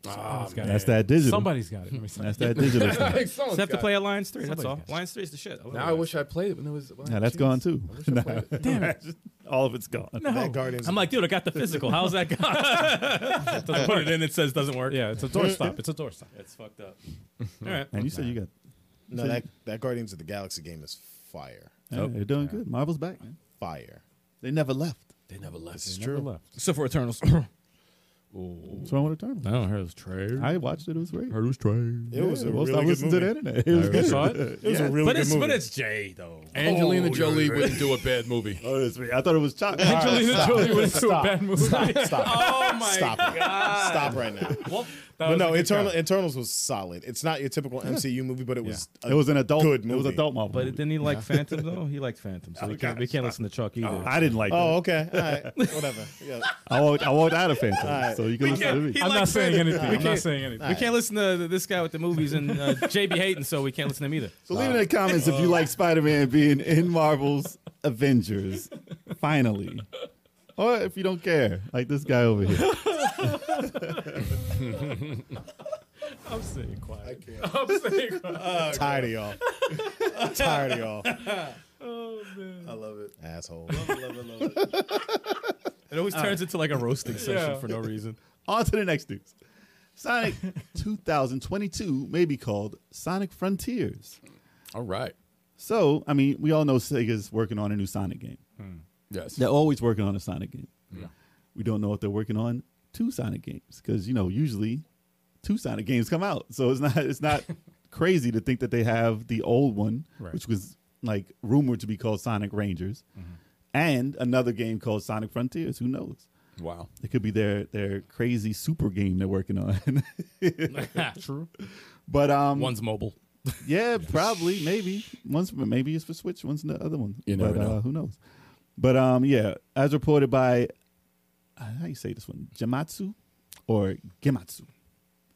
[SPEAKER 3] Ah,
[SPEAKER 1] It's got
[SPEAKER 6] That's that digital.
[SPEAKER 1] Somebody's got it. Let me see.
[SPEAKER 6] That's that digital. stuff.
[SPEAKER 3] man. Someone's
[SPEAKER 4] Just have to
[SPEAKER 3] got
[SPEAKER 4] play
[SPEAKER 3] it.
[SPEAKER 4] Alliance Three. That's all.
[SPEAKER 1] Somebody's got it.
[SPEAKER 4] Alliance Three is the shit. love
[SPEAKER 3] Now I
[SPEAKER 4] Alliance.
[SPEAKER 3] wiч I played it when it was. when I
[SPEAKER 6] Nah,
[SPEAKER 3] had
[SPEAKER 6] that's
[SPEAKER 3] a
[SPEAKER 6] gone
[SPEAKER 3] chance.
[SPEAKER 6] too.
[SPEAKER 3] I wish I
[SPEAKER 6] [laughs]
[SPEAKER 3] played it.
[SPEAKER 6] Damn it. all of it's gone.
[SPEAKER 2] That Guardians.
[SPEAKER 4] I'm like, dude, I got the physical. How's that gone? [laughs] I put it in. It says doesn't work.
[SPEAKER 1] Yeah, it's a doorstop. It's a doorstop.
[SPEAKER 4] it's fucked [laughs] up. All right.
[SPEAKER 6] And you said you got.
[SPEAKER 2] no, that, that Guardians of the Galaxy game is fire.
[SPEAKER 6] Yeah,
[SPEAKER 4] Oh.
[SPEAKER 6] You're doing good. Marvel's back, man.
[SPEAKER 2] Fire.
[SPEAKER 6] They never left.
[SPEAKER 3] They never left.
[SPEAKER 2] It's
[SPEAKER 1] Never
[SPEAKER 2] true.
[SPEAKER 1] left.
[SPEAKER 4] Except for Eternals. I
[SPEAKER 6] What's wrong with Eternal?
[SPEAKER 4] don't hear those trailers.
[SPEAKER 6] I watched it. It was great.
[SPEAKER 4] heard those trailers.
[SPEAKER 2] It was a
[SPEAKER 6] Yeah, well,
[SPEAKER 2] really
[SPEAKER 6] I
[SPEAKER 2] good
[SPEAKER 6] listened
[SPEAKER 2] movie.
[SPEAKER 6] to the internet. It was good.
[SPEAKER 1] saw it.
[SPEAKER 2] It was a really
[SPEAKER 4] But
[SPEAKER 2] good
[SPEAKER 4] it's
[SPEAKER 2] movie.
[SPEAKER 4] but it's Jay though. Oh,
[SPEAKER 3] Angelina Jolie wouldn't do a bad movie.
[SPEAKER 6] Oh, it's me. I thought it was Chop.
[SPEAKER 1] Angelina Jolie went into a bad movie.
[SPEAKER 4] [laughs] Oh my
[SPEAKER 2] Stop it. Stop right now.
[SPEAKER 4] Well,
[SPEAKER 2] But no, Eternal, Eternals was solid. It's not your typical MCU movie, but it was a
[SPEAKER 6] It was an adult.
[SPEAKER 2] Good
[SPEAKER 6] It was
[SPEAKER 2] movie.
[SPEAKER 6] adult Marvel.
[SPEAKER 4] But
[SPEAKER 6] movie.
[SPEAKER 4] didn't he like Phantom though? He liked Phantom, so we can't we can't listen to Chuck either.
[SPEAKER 6] I didn't like.
[SPEAKER 2] Oh,
[SPEAKER 6] Oh,
[SPEAKER 2] okay.
[SPEAKER 6] [laughs]
[SPEAKER 2] All right. Whatever. Yeah.
[SPEAKER 6] I walked, I walked out of Phantom,
[SPEAKER 2] right.
[SPEAKER 6] so you can listen to me.
[SPEAKER 1] I'm not
[SPEAKER 4] likes
[SPEAKER 1] saying
[SPEAKER 4] it.
[SPEAKER 1] anything.
[SPEAKER 4] We
[SPEAKER 1] I'm not
[SPEAKER 4] can't-
[SPEAKER 1] saying anything.
[SPEAKER 4] we can't listen to this guy with the movies and uh, [laughs] JB Hayden, so we can't listen to him either.
[SPEAKER 6] So leave in the comments if you like Spider-Man being in Marvel's Avengers, finally, or if you don't care, like this guy over [laughs] here.
[SPEAKER 1] I'm staying quiet.
[SPEAKER 2] Tired of y'all. Tired of y'all. Oh, [laughs] man. I love it. Asshole.
[SPEAKER 4] It always turns into like a [laughs] roasting session
[SPEAKER 1] Yeah.
[SPEAKER 4] for no reason.
[SPEAKER 6] On to the next news. [laughs] Sonic 2022 may be called Sonic Frontiers.
[SPEAKER 3] All right.
[SPEAKER 6] So, I mean, we all know Sega's working on a new Sonic game.
[SPEAKER 3] Yes.
[SPEAKER 6] They're always working on a Sonic game. We don't know what they're working on two Sonic games because you know usually two Sonic games come out, so it's not it's not crazy to think that they have the old one,
[SPEAKER 1] Right.
[SPEAKER 6] which was like rumored to be called Sonic Rangers, and another game called Sonic Frontiers. Who knows?
[SPEAKER 3] Wow.
[SPEAKER 6] It could be their their crazy super game they're working on. [laughs]
[SPEAKER 1] True.
[SPEAKER 6] but um,
[SPEAKER 4] One's mobile.
[SPEAKER 6] yeah, probably, maybe. One's maybe it's for Switch, one's the other one.
[SPEAKER 3] You
[SPEAKER 6] but,
[SPEAKER 3] never know.
[SPEAKER 6] Uh, who knows? But um, yeah, as reported by uh, how you say this one, Jamatsu or Gematsu.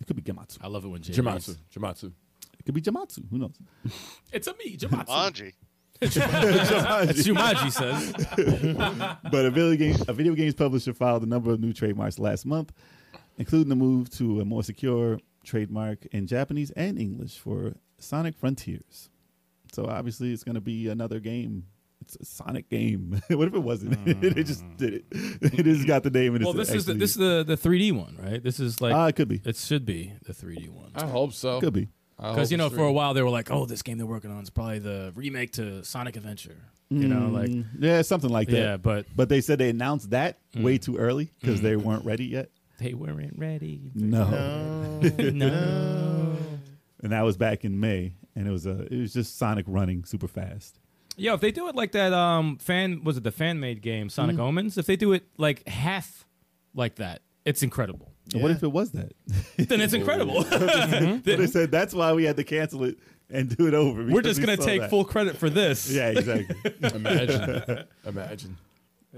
[SPEAKER 6] It could be Gematsu.
[SPEAKER 4] I love it when Jay.
[SPEAKER 3] Jamatsu. Jamatsu.
[SPEAKER 6] It could be Jamatsu. Who
[SPEAKER 3] [laughs]
[SPEAKER 6] knows?
[SPEAKER 4] It's a me, Jamatsu.
[SPEAKER 5] Manji.
[SPEAKER 4] That's Jumanji says.
[SPEAKER 6] but a video game a video games publisher filed a number of new trademarks last month, including the move to a more secure trademark in Japanese and English for Sonic Frontiers. So obviously, it's going to be another game. It's a Sonic game. [laughs] what if it wasn't? they just did it. [laughs] It just got the name. And
[SPEAKER 4] Well,
[SPEAKER 6] it's
[SPEAKER 4] this is the,
[SPEAKER 6] actually-
[SPEAKER 4] this is the the 3D one, right? This is like
[SPEAKER 6] Ah, it could be.
[SPEAKER 4] it should be the 3D one.
[SPEAKER 3] I hope so.
[SPEAKER 6] Could be.
[SPEAKER 4] Because you know, for a while they were like, "Oh, this game they're working on is probably the remake to Sonic Adventure." You know, like
[SPEAKER 6] Mm, yeah, something like that.
[SPEAKER 4] yeah, but Hmm.
[SPEAKER 6] But they said they announced that way too early because they weren't ready yet.
[SPEAKER 8] They weren't ready.
[SPEAKER 6] no.
[SPEAKER 4] [laughs]
[SPEAKER 8] No.
[SPEAKER 6] and that was back in May, and it was a it was just Sonic running super fast.
[SPEAKER 4] Yo, if they do it like that, um, fan was it the fan made game Sonic
[SPEAKER 6] Mm.
[SPEAKER 4] Omens? If they do it like half like that, it's
[SPEAKER 6] [laughs]
[SPEAKER 4] incredible.
[SPEAKER 6] So What if it was
[SPEAKER 4] [laughs]
[SPEAKER 6] that?
[SPEAKER 4] Then it's incredible.
[SPEAKER 6] But they said that's why we had to cancel it and do it over.
[SPEAKER 4] We're
[SPEAKER 6] because [laughs]
[SPEAKER 4] just
[SPEAKER 6] we
[SPEAKER 4] gonna
[SPEAKER 6] saw
[SPEAKER 4] take
[SPEAKER 6] that.
[SPEAKER 4] full credit for this.
[SPEAKER 6] [laughs] Yeah,
[SPEAKER 4] [laughs]
[SPEAKER 6] exactly. [laughs]
[SPEAKER 3] Imagine. Imagine.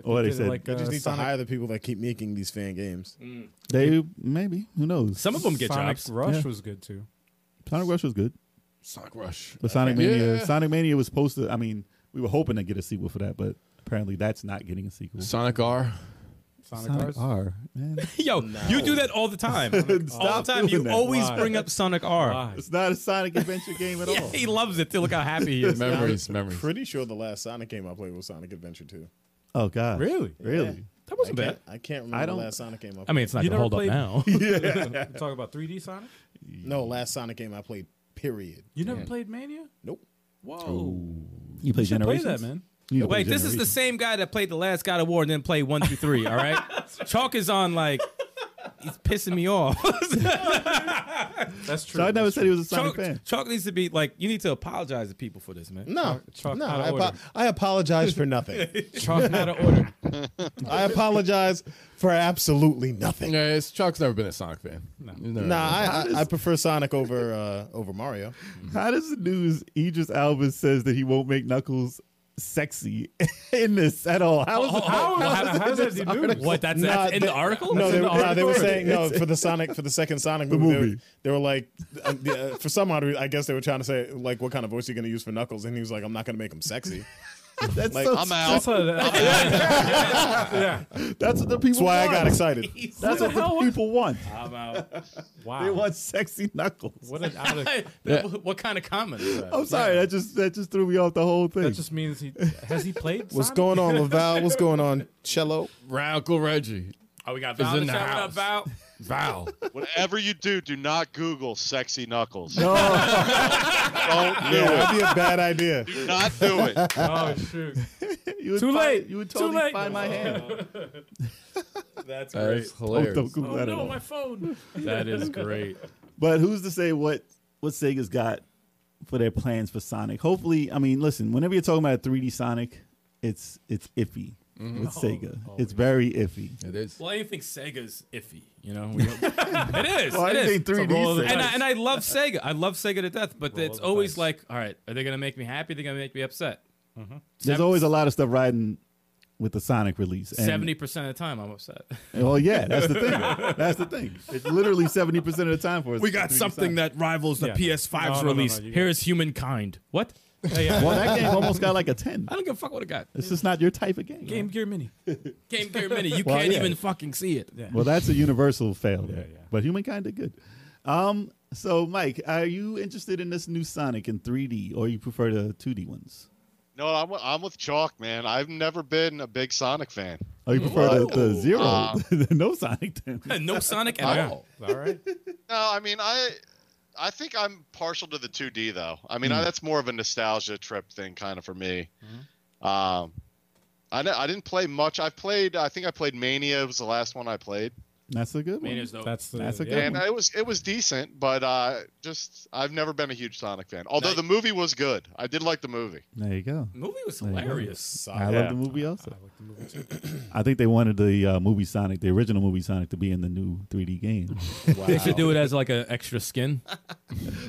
[SPEAKER 6] or they
[SPEAKER 1] did it
[SPEAKER 6] said
[SPEAKER 1] like,
[SPEAKER 2] I
[SPEAKER 1] uh,
[SPEAKER 2] just need
[SPEAKER 1] Sonic-
[SPEAKER 2] to hire the people that keep making these fan games.
[SPEAKER 6] they maybe who knows.
[SPEAKER 4] Some of them get
[SPEAKER 1] Sonic
[SPEAKER 4] jobs.
[SPEAKER 1] Rush
[SPEAKER 4] [laughs]
[SPEAKER 6] Yeah.
[SPEAKER 1] was good too.
[SPEAKER 6] Sonic Rush was good,
[SPEAKER 3] Sonic Rush.
[SPEAKER 4] Uh,
[SPEAKER 6] but Sonic Mania.
[SPEAKER 3] Yeah.
[SPEAKER 6] Sonic Mania was supposed to. I mean, we were hoping to get a sequel for that, but apparently that's not getting a sequel.
[SPEAKER 3] Sonic R.
[SPEAKER 1] Sonic,
[SPEAKER 6] Sonic
[SPEAKER 1] Cars.
[SPEAKER 6] R, man,
[SPEAKER 4] Yo, you do that all the time. all
[SPEAKER 6] [laughs] Stop
[SPEAKER 4] the time. You
[SPEAKER 6] doing that.
[SPEAKER 4] always
[SPEAKER 1] Why?
[SPEAKER 4] bring up Sonic R.
[SPEAKER 1] Why?
[SPEAKER 6] [laughs] it's not a Sonic adventure game at
[SPEAKER 4] [laughs] Yeah,
[SPEAKER 6] all.
[SPEAKER 4] he loves it. Too. Look how
[SPEAKER 3] [laughs]
[SPEAKER 4] happy he is.
[SPEAKER 3] Memories. Memories.
[SPEAKER 2] Pretty sure the last Sonic game I played was Sonic Adventure 2.
[SPEAKER 6] Oh God,
[SPEAKER 1] Really?
[SPEAKER 6] Really?
[SPEAKER 2] I
[SPEAKER 4] That wasn't bad.
[SPEAKER 2] can't, I can't remember
[SPEAKER 6] don't-
[SPEAKER 2] the last Sonic game I played.
[SPEAKER 4] I mean, it's not
[SPEAKER 1] You
[SPEAKER 4] gonna hold
[SPEAKER 1] never
[SPEAKER 4] up now.
[SPEAKER 1] [laughs] Talk about 3D Sonic.
[SPEAKER 2] no, last Sonic game I played, period.
[SPEAKER 1] You never played Mania?
[SPEAKER 2] Nope.
[SPEAKER 1] Whoa.
[SPEAKER 6] You play
[SPEAKER 1] Should play
[SPEAKER 6] Generations?
[SPEAKER 1] that, man.
[SPEAKER 6] You need to play
[SPEAKER 4] Wait, this is the
[SPEAKER 6] Generations.
[SPEAKER 4] same guy that played the last God of War and then played one through three. All right, Chalk is on like he's pissing me off.
[SPEAKER 1] That's true.
[SPEAKER 6] So I never
[SPEAKER 1] That's
[SPEAKER 6] said he was a Sonic
[SPEAKER 4] [laughs] Chalk,
[SPEAKER 6] fan.
[SPEAKER 4] Chalk needs to be like you need to apologize to people for this, man.
[SPEAKER 2] No,
[SPEAKER 1] Chalk
[SPEAKER 2] no,
[SPEAKER 1] out of
[SPEAKER 2] I,
[SPEAKER 1] order.
[SPEAKER 2] apo- I apologize for [laughs] nothing.
[SPEAKER 1] true. Chalk out of order.
[SPEAKER 2] I apologize for absolutely nothing.
[SPEAKER 3] Yeah, it's, Chuck's never been a Sonic fan. No.
[SPEAKER 2] Nah, I, I, I prefer Sonic over uh, over Mario.
[SPEAKER 1] Mm-hmm.
[SPEAKER 6] How does the news Idris Alba says that he won't make Knuckles sexy [laughs] in this at all? How is
[SPEAKER 1] How, how, how does that do news?
[SPEAKER 4] What? That's,
[SPEAKER 2] Nah,
[SPEAKER 4] that's in
[SPEAKER 2] they-
[SPEAKER 4] the article.
[SPEAKER 2] No,
[SPEAKER 4] That's
[SPEAKER 2] they,
[SPEAKER 4] in the
[SPEAKER 2] no, they were
[SPEAKER 6] article.
[SPEAKER 2] saying no for the Sonic for the second Sonic movie. They were,
[SPEAKER 6] movie.
[SPEAKER 2] they were like, uh, the- uh, for some odd reason, I guess they were trying to say like, what kind of voice are you going to use for Knuckles? And he was like, I'm not going to make him sexy.
[SPEAKER 6] that's,
[SPEAKER 2] Like,
[SPEAKER 6] so-
[SPEAKER 5] I'm
[SPEAKER 1] That's
[SPEAKER 5] out.
[SPEAKER 1] how that- yeah.
[SPEAKER 6] that's what the people
[SPEAKER 2] That's why I
[SPEAKER 6] want.
[SPEAKER 2] got excited.
[SPEAKER 6] That's what the people want.
[SPEAKER 4] I'm [laughs] out.
[SPEAKER 1] Wow.
[SPEAKER 6] They want sexy Knuckles.
[SPEAKER 1] What an out
[SPEAKER 4] [laughs]
[SPEAKER 1] of,
[SPEAKER 3] Yeah.
[SPEAKER 4] What kind of comment is that?
[SPEAKER 6] I'm sorry, that just that just threw me off the whole thing.
[SPEAKER 1] that just means he has he played.
[SPEAKER 2] What's
[SPEAKER 1] Sonic?
[SPEAKER 2] going on, Laval? What's going on, Cello?
[SPEAKER 3] Radical Reggie.
[SPEAKER 4] Oh, we got
[SPEAKER 3] It's
[SPEAKER 4] Val
[SPEAKER 3] in
[SPEAKER 4] to
[SPEAKER 3] the
[SPEAKER 4] shout out
[SPEAKER 3] house.
[SPEAKER 4] Val.
[SPEAKER 6] [laughs]
[SPEAKER 3] Val.
[SPEAKER 5] Whatever you do, do not Google sexy knuckles.
[SPEAKER 6] no,
[SPEAKER 5] [laughs] Don't do
[SPEAKER 2] Yeah,
[SPEAKER 5] it.
[SPEAKER 2] that'd be a bad idea.
[SPEAKER 5] Do not do it.
[SPEAKER 1] Oh shoot!
[SPEAKER 6] [laughs] you would
[SPEAKER 1] Too
[SPEAKER 6] find-
[SPEAKER 1] late.
[SPEAKER 6] You would
[SPEAKER 1] Too
[SPEAKER 6] totally
[SPEAKER 1] late. Oh,
[SPEAKER 6] find my hand.
[SPEAKER 4] That's
[SPEAKER 3] That is
[SPEAKER 6] Oh,
[SPEAKER 3] hilarious.
[SPEAKER 6] don't Google
[SPEAKER 1] Oh
[SPEAKER 6] that at
[SPEAKER 1] no,
[SPEAKER 6] all.
[SPEAKER 1] my phone.
[SPEAKER 4] That is great.
[SPEAKER 6] But who's to say what what Sega's got for their plans for Sonic? Hopefully, I mean, listen, whenever you're talking about a 3D Sonic, it's it's iffy
[SPEAKER 1] Mm-hmm.
[SPEAKER 6] with
[SPEAKER 1] Oh,
[SPEAKER 6] Sega. it's very iffy.
[SPEAKER 3] it is.
[SPEAKER 4] Well, I even think Sega's iffy. You know, We don't- it is.
[SPEAKER 6] Well, I
[SPEAKER 4] it is.
[SPEAKER 6] think 3D
[SPEAKER 1] roll of the
[SPEAKER 6] Sega-
[SPEAKER 4] and I, and I love Sega. I love Sega to death, but it's
[SPEAKER 1] the
[SPEAKER 4] always
[SPEAKER 1] dice.
[SPEAKER 4] like, all right, are they gonna make me happy? Are they gonna make me upset?
[SPEAKER 6] There's always a lot of stuff riding with the Sonic release. and-
[SPEAKER 4] Seventy percent of the time, I'm upset.
[SPEAKER 6] Well, yeah, that's the thing. That's the thing. It's literally seventy percent of the time for us.
[SPEAKER 4] that rivals the
[SPEAKER 1] Yeah. PS5's No, no, no, no, release. you
[SPEAKER 4] Here is humankind. What? Yeah, yeah.
[SPEAKER 6] Well, that game almost got like a ten.
[SPEAKER 4] I don't give a fuck what it got.
[SPEAKER 6] It's just not your type of game.
[SPEAKER 1] Game Gear Mini.
[SPEAKER 4] Game Gear Mini. You
[SPEAKER 6] Well,
[SPEAKER 4] can't
[SPEAKER 6] yeah.
[SPEAKER 4] even fucking see it.
[SPEAKER 6] Well, that's a universal fail. there.
[SPEAKER 1] yeah.
[SPEAKER 6] But humankind did good. Um, so Mike, are you interested in this new Sonic in 3D, or you prefer the 2D ones?
[SPEAKER 5] No, I'm, I'm with Chalk, man. I've never been a big Sonic fan.
[SPEAKER 6] Or you prefer the, the
[SPEAKER 5] Ooh,
[SPEAKER 6] zero, [laughs]
[SPEAKER 5] uh,
[SPEAKER 6] the no Sonic? [laughs] Then?
[SPEAKER 4] [laughs] no Sonic at
[SPEAKER 1] Yeah.
[SPEAKER 4] all.
[SPEAKER 1] All right.
[SPEAKER 5] No, I mean, I I think I'm partial to the 2D though. I
[SPEAKER 4] Hmm.
[SPEAKER 5] mean, I, that's more of a nostalgia trip thing, kind of for me.
[SPEAKER 4] Mm-hmm.
[SPEAKER 5] Um, I di- I didn't play much. I played. I think I played Mania. was the last one I played.
[SPEAKER 6] That's a good
[SPEAKER 4] I mean,
[SPEAKER 6] one.
[SPEAKER 4] there's no.
[SPEAKER 1] That's the,
[SPEAKER 6] That's a
[SPEAKER 1] yeah.
[SPEAKER 6] good
[SPEAKER 5] and
[SPEAKER 6] one.
[SPEAKER 5] it was it was decent, but uh, just I've never been a huge Sonic fan. Although
[SPEAKER 4] Nice.
[SPEAKER 5] the movie was good, I did like the movie.
[SPEAKER 6] There you go.
[SPEAKER 4] movie was
[SPEAKER 6] There you go.
[SPEAKER 4] hilarious.
[SPEAKER 6] I
[SPEAKER 2] Yeah.
[SPEAKER 6] love the movie also.
[SPEAKER 1] I like the movie too.
[SPEAKER 6] [clears throat] I think they wanted the uh, movie Sonic, the original movie Sonic, to be in the new 3D game.
[SPEAKER 4] [laughs] They should do it as like an extra skin.
[SPEAKER 6] [laughs]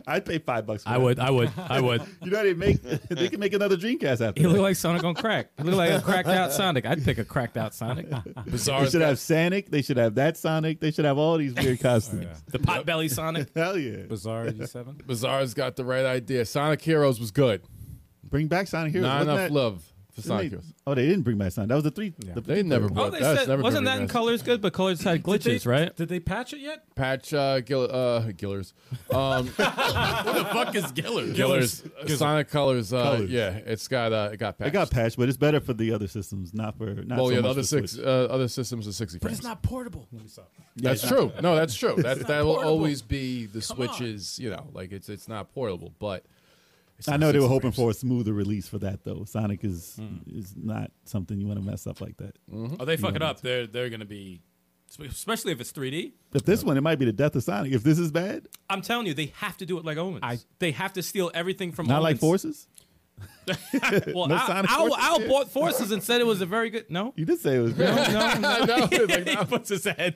[SPEAKER 6] I'd pay five bucks. For
[SPEAKER 4] I
[SPEAKER 6] that.
[SPEAKER 4] would. I would. I [laughs] would.
[SPEAKER 6] You know what they make? [laughs] they can make another Dreamcast after.
[SPEAKER 8] He
[SPEAKER 6] that.
[SPEAKER 8] looked like Sonic on crack. He looked like a cracked out Sonic. I'd pick a cracked out Sonic.
[SPEAKER 6] They
[SPEAKER 3] Bizarre.
[SPEAKER 6] should have Sonic. They should have that Sonic. They should have all these weird costumes.
[SPEAKER 1] yeah.
[SPEAKER 4] The potbelly Sonic. [laughs]
[SPEAKER 6] Hell yeah!
[SPEAKER 1] Bizarre 87.
[SPEAKER 3] Bizarre's got the right idea. Sonic Heroes was good.
[SPEAKER 6] Bring back Sonic Heroes.
[SPEAKER 3] Not
[SPEAKER 6] Wasn't
[SPEAKER 3] enough
[SPEAKER 6] that-
[SPEAKER 3] love for
[SPEAKER 6] didn't they-
[SPEAKER 3] Sonic Heroes.
[SPEAKER 6] oh, they didn't bring back Sonic. That was the three.
[SPEAKER 1] Yeah.
[SPEAKER 6] The,
[SPEAKER 3] They never
[SPEAKER 8] Oh,
[SPEAKER 3] brought
[SPEAKER 8] they
[SPEAKER 3] that. That's
[SPEAKER 8] said
[SPEAKER 3] never
[SPEAKER 8] wasn't
[SPEAKER 3] been
[SPEAKER 8] that in
[SPEAKER 3] remastered.
[SPEAKER 8] colors good, but colors had glitches,
[SPEAKER 1] they,
[SPEAKER 8] right?
[SPEAKER 1] Did they patch it yet?
[SPEAKER 3] Patch uh, Gill- uh, Gillers. Um,
[SPEAKER 4] Who the fuck is Giller?
[SPEAKER 3] Gillers. Sonic Colors. Uh,
[SPEAKER 6] Colors.
[SPEAKER 3] Yeah, it's got uh, it got patched.
[SPEAKER 6] it got patched, but it's better for the other systems, not for. Not
[SPEAKER 3] Well,
[SPEAKER 6] so
[SPEAKER 3] yeah,
[SPEAKER 6] much
[SPEAKER 3] the other
[SPEAKER 6] for
[SPEAKER 3] six
[SPEAKER 6] Switch.
[SPEAKER 3] uh, other systems are sixty.
[SPEAKER 1] But
[SPEAKER 3] frames.
[SPEAKER 1] it's not portable. Let me stop.
[SPEAKER 3] That's true. No, that's true. That that will
[SPEAKER 1] portable.
[SPEAKER 3] always be the
[SPEAKER 1] Come on.
[SPEAKER 3] Switches. You know, like it's it's not portable, but it's
[SPEAKER 6] I
[SPEAKER 3] not
[SPEAKER 6] know they were
[SPEAKER 3] 60
[SPEAKER 6] hoping
[SPEAKER 3] frames.
[SPEAKER 6] for a smoother release for that though. Sonic is is not something you want to mess up like that.
[SPEAKER 4] Oh, they fuck it
[SPEAKER 8] Mm-hmm.
[SPEAKER 4] up. They're they're gonna be, especially if it's 3D.
[SPEAKER 6] If this one, it might be the death of Sonic. If this is bad,
[SPEAKER 4] I'm telling you, they have to do it like Owens.
[SPEAKER 1] I-
[SPEAKER 4] they have to steal everything from
[SPEAKER 6] not
[SPEAKER 4] Owens.
[SPEAKER 6] like Forces.
[SPEAKER 4] Well,
[SPEAKER 6] No
[SPEAKER 4] Al,
[SPEAKER 6] Sonic
[SPEAKER 4] Al,
[SPEAKER 6] Forces,
[SPEAKER 4] Al
[SPEAKER 6] yeah.
[SPEAKER 4] bought forces and said it was a very good.
[SPEAKER 8] [laughs]
[SPEAKER 4] No,
[SPEAKER 6] You did say it was
[SPEAKER 4] [laughs]
[SPEAKER 6] bad.
[SPEAKER 3] I know. It's like,
[SPEAKER 4] he puts his head.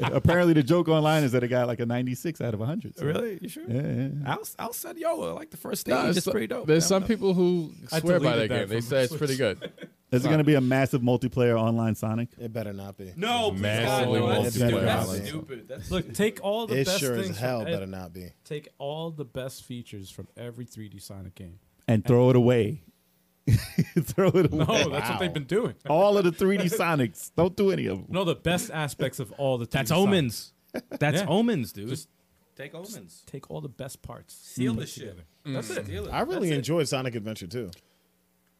[SPEAKER 6] Apparently, the joke online is that it got like a 96 out of 100. so-
[SPEAKER 8] Really? You sure?
[SPEAKER 6] Yeah, yeah, yeah.
[SPEAKER 8] Al, Al said, "Yo, I like the first stage.
[SPEAKER 3] nah,
[SPEAKER 8] it's
[SPEAKER 3] so-
[SPEAKER 8] pretty dope."
[SPEAKER 3] There's
[SPEAKER 8] That
[SPEAKER 3] some
[SPEAKER 8] was-
[SPEAKER 3] people who
[SPEAKER 1] I
[SPEAKER 3] swear by that
[SPEAKER 1] deleted that
[SPEAKER 3] game. They
[SPEAKER 1] from
[SPEAKER 3] say
[SPEAKER 1] my
[SPEAKER 3] it's pretty good.
[SPEAKER 6] Is it going to be a massive multiplayer online Sonic?
[SPEAKER 2] [laughs] It better not be.
[SPEAKER 4] no, please God,
[SPEAKER 3] Massively
[SPEAKER 4] no, that's
[SPEAKER 2] multiplayer
[SPEAKER 4] stupid. That's
[SPEAKER 2] online.
[SPEAKER 4] stupid. That's
[SPEAKER 1] Look, take all the
[SPEAKER 2] It
[SPEAKER 1] best
[SPEAKER 2] sure
[SPEAKER 1] things.
[SPEAKER 2] as hell
[SPEAKER 1] from,
[SPEAKER 2] better not be.
[SPEAKER 1] Take all the best features from every 3D Sonic game.
[SPEAKER 6] And throw it away. [laughs] throw it away.
[SPEAKER 1] No, that's what they've been doing.
[SPEAKER 6] All of the 3D Sonics. Don't do any of them.
[SPEAKER 1] No, the best aspects of all the 3D
[SPEAKER 4] that's
[SPEAKER 1] Sonic.
[SPEAKER 4] Omens. That's
[SPEAKER 1] Yeah.
[SPEAKER 4] Omens, dude.
[SPEAKER 1] Just-
[SPEAKER 4] take Omens.
[SPEAKER 1] Take all the best parts.
[SPEAKER 4] Steal
[SPEAKER 1] put
[SPEAKER 4] the
[SPEAKER 1] it
[SPEAKER 4] shit.
[SPEAKER 1] together.
[SPEAKER 4] That's it. Steal it.
[SPEAKER 2] I really enjoyed Sonic Adventure too.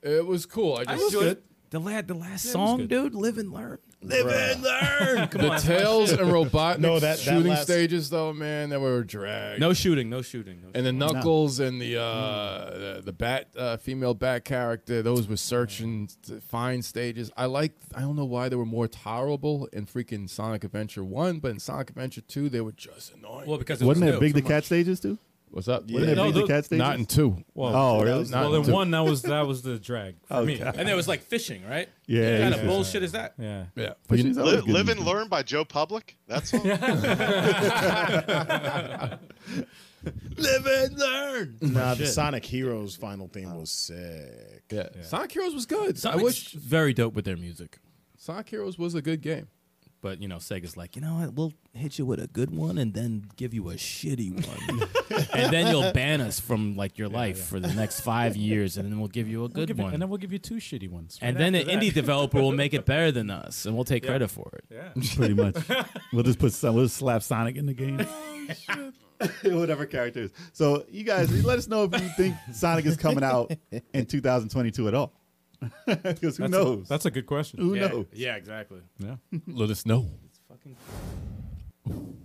[SPEAKER 3] It was cool. I
[SPEAKER 4] I
[SPEAKER 3] just
[SPEAKER 4] enjoyed-
[SPEAKER 8] the lad, the last song,
[SPEAKER 1] good.
[SPEAKER 8] dude. Live and learn.
[SPEAKER 4] Learn. Come
[SPEAKER 3] the
[SPEAKER 4] on.
[SPEAKER 3] tails and robotics
[SPEAKER 2] No, that- that
[SPEAKER 3] shooting
[SPEAKER 2] last-
[SPEAKER 3] stages though, man, they were dragged.
[SPEAKER 4] No shooting. No shooting. No shooting.
[SPEAKER 3] And the knuckles and the uh, the, the bat uh, female bat character, those were searching to find stages. I like. I don't know why they were more tolerable in freaking Sonic Adventure One, but in Sonic Adventure Two, they were just annoying.
[SPEAKER 4] well, because it
[SPEAKER 6] Wasn't
[SPEAKER 4] was
[SPEAKER 6] it
[SPEAKER 4] new.
[SPEAKER 6] Big the Cat stages too?
[SPEAKER 3] What's up?
[SPEAKER 6] Wasn't it
[SPEAKER 1] No,
[SPEAKER 6] Big
[SPEAKER 1] those-
[SPEAKER 6] the Cat stages?
[SPEAKER 3] Not in two.
[SPEAKER 6] oh, really?
[SPEAKER 3] not
[SPEAKER 1] Well, in
[SPEAKER 3] two.
[SPEAKER 1] one that was that was the drag for
[SPEAKER 6] Oh,
[SPEAKER 1] me.
[SPEAKER 6] God.
[SPEAKER 4] And there was like fishing, right?
[SPEAKER 6] Yeah,
[SPEAKER 4] What kind
[SPEAKER 6] yeah.
[SPEAKER 4] of bullshit is that?
[SPEAKER 1] Yeah.
[SPEAKER 3] Yeah,
[SPEAKER 6] But she's always
[SPEAKER 5] Li-
[SPEAKER 6] good
[SPEAKER 5] Live
[SPEAKER 6] in
[SPEAKER 5] and Learn by Joe Public.
[SPEAKER 4] [laughs]
[SPEAKER 5] That's all.
[SPEAKER 3] live and learn.
[SPEAKER 2] Nah, the Sonic Heroes final theme was sick.
[SPEAKER 3] Yeah. Sonic Heroes was good.
[SPEAKER 4] I
[SPEAKER 3] I wish
[SPEAKER 4] wish very dope with their music,
[SPEAKER 3] Sonic Heroes was a good game.
[SPEAKER 4] but you know, Sega's like, you know,
[SPEAKER 8] what? We'll hit you with a good one and then give you a shitty one.
[SPEAKER 1] [laughs]
[SPEAKER 4] and then you'll ban us from like your life for the next five years, and then we'll give you a
[SPEAKER 1] We'll
[SPEAKER 4] good
[SPEAKER 1] give you-
[SPEAKER 4] one.
[SPEAKER 1] and then we'll give you two shitty ones.
[SPEAKER 4] and
[SPEAKER 1] right
[SPEAKER 4] then an
[SPEAKER 1] after that. [laughs]
[SPEAKER 4] indie developer will make [laughs] it better than us, and we'll take credit for it.
[SPEAKER 1] Yeah.
[SPEAKER 6] pretty much. we'll just put some. We'll just slap Sonic in the game. [laughs] Whatever character is. So you guys, let us know if you think Sonic is coming out in 2022 at all. [laughs] Because
[SPEAKER 1] That's
[SPEAKER 6] who
[SPEAKER 1] a,
[SPEAKER 6] knows?
[SPEAKER 1] that's a good question.
[SPEAKER 6] who knows?
[SPEAKER 4] Yeah, exactly.
[SPEAKER 1] Yeah.
[SPEAKER 3] Let us know.
[SPEAKER 4] It's fucking.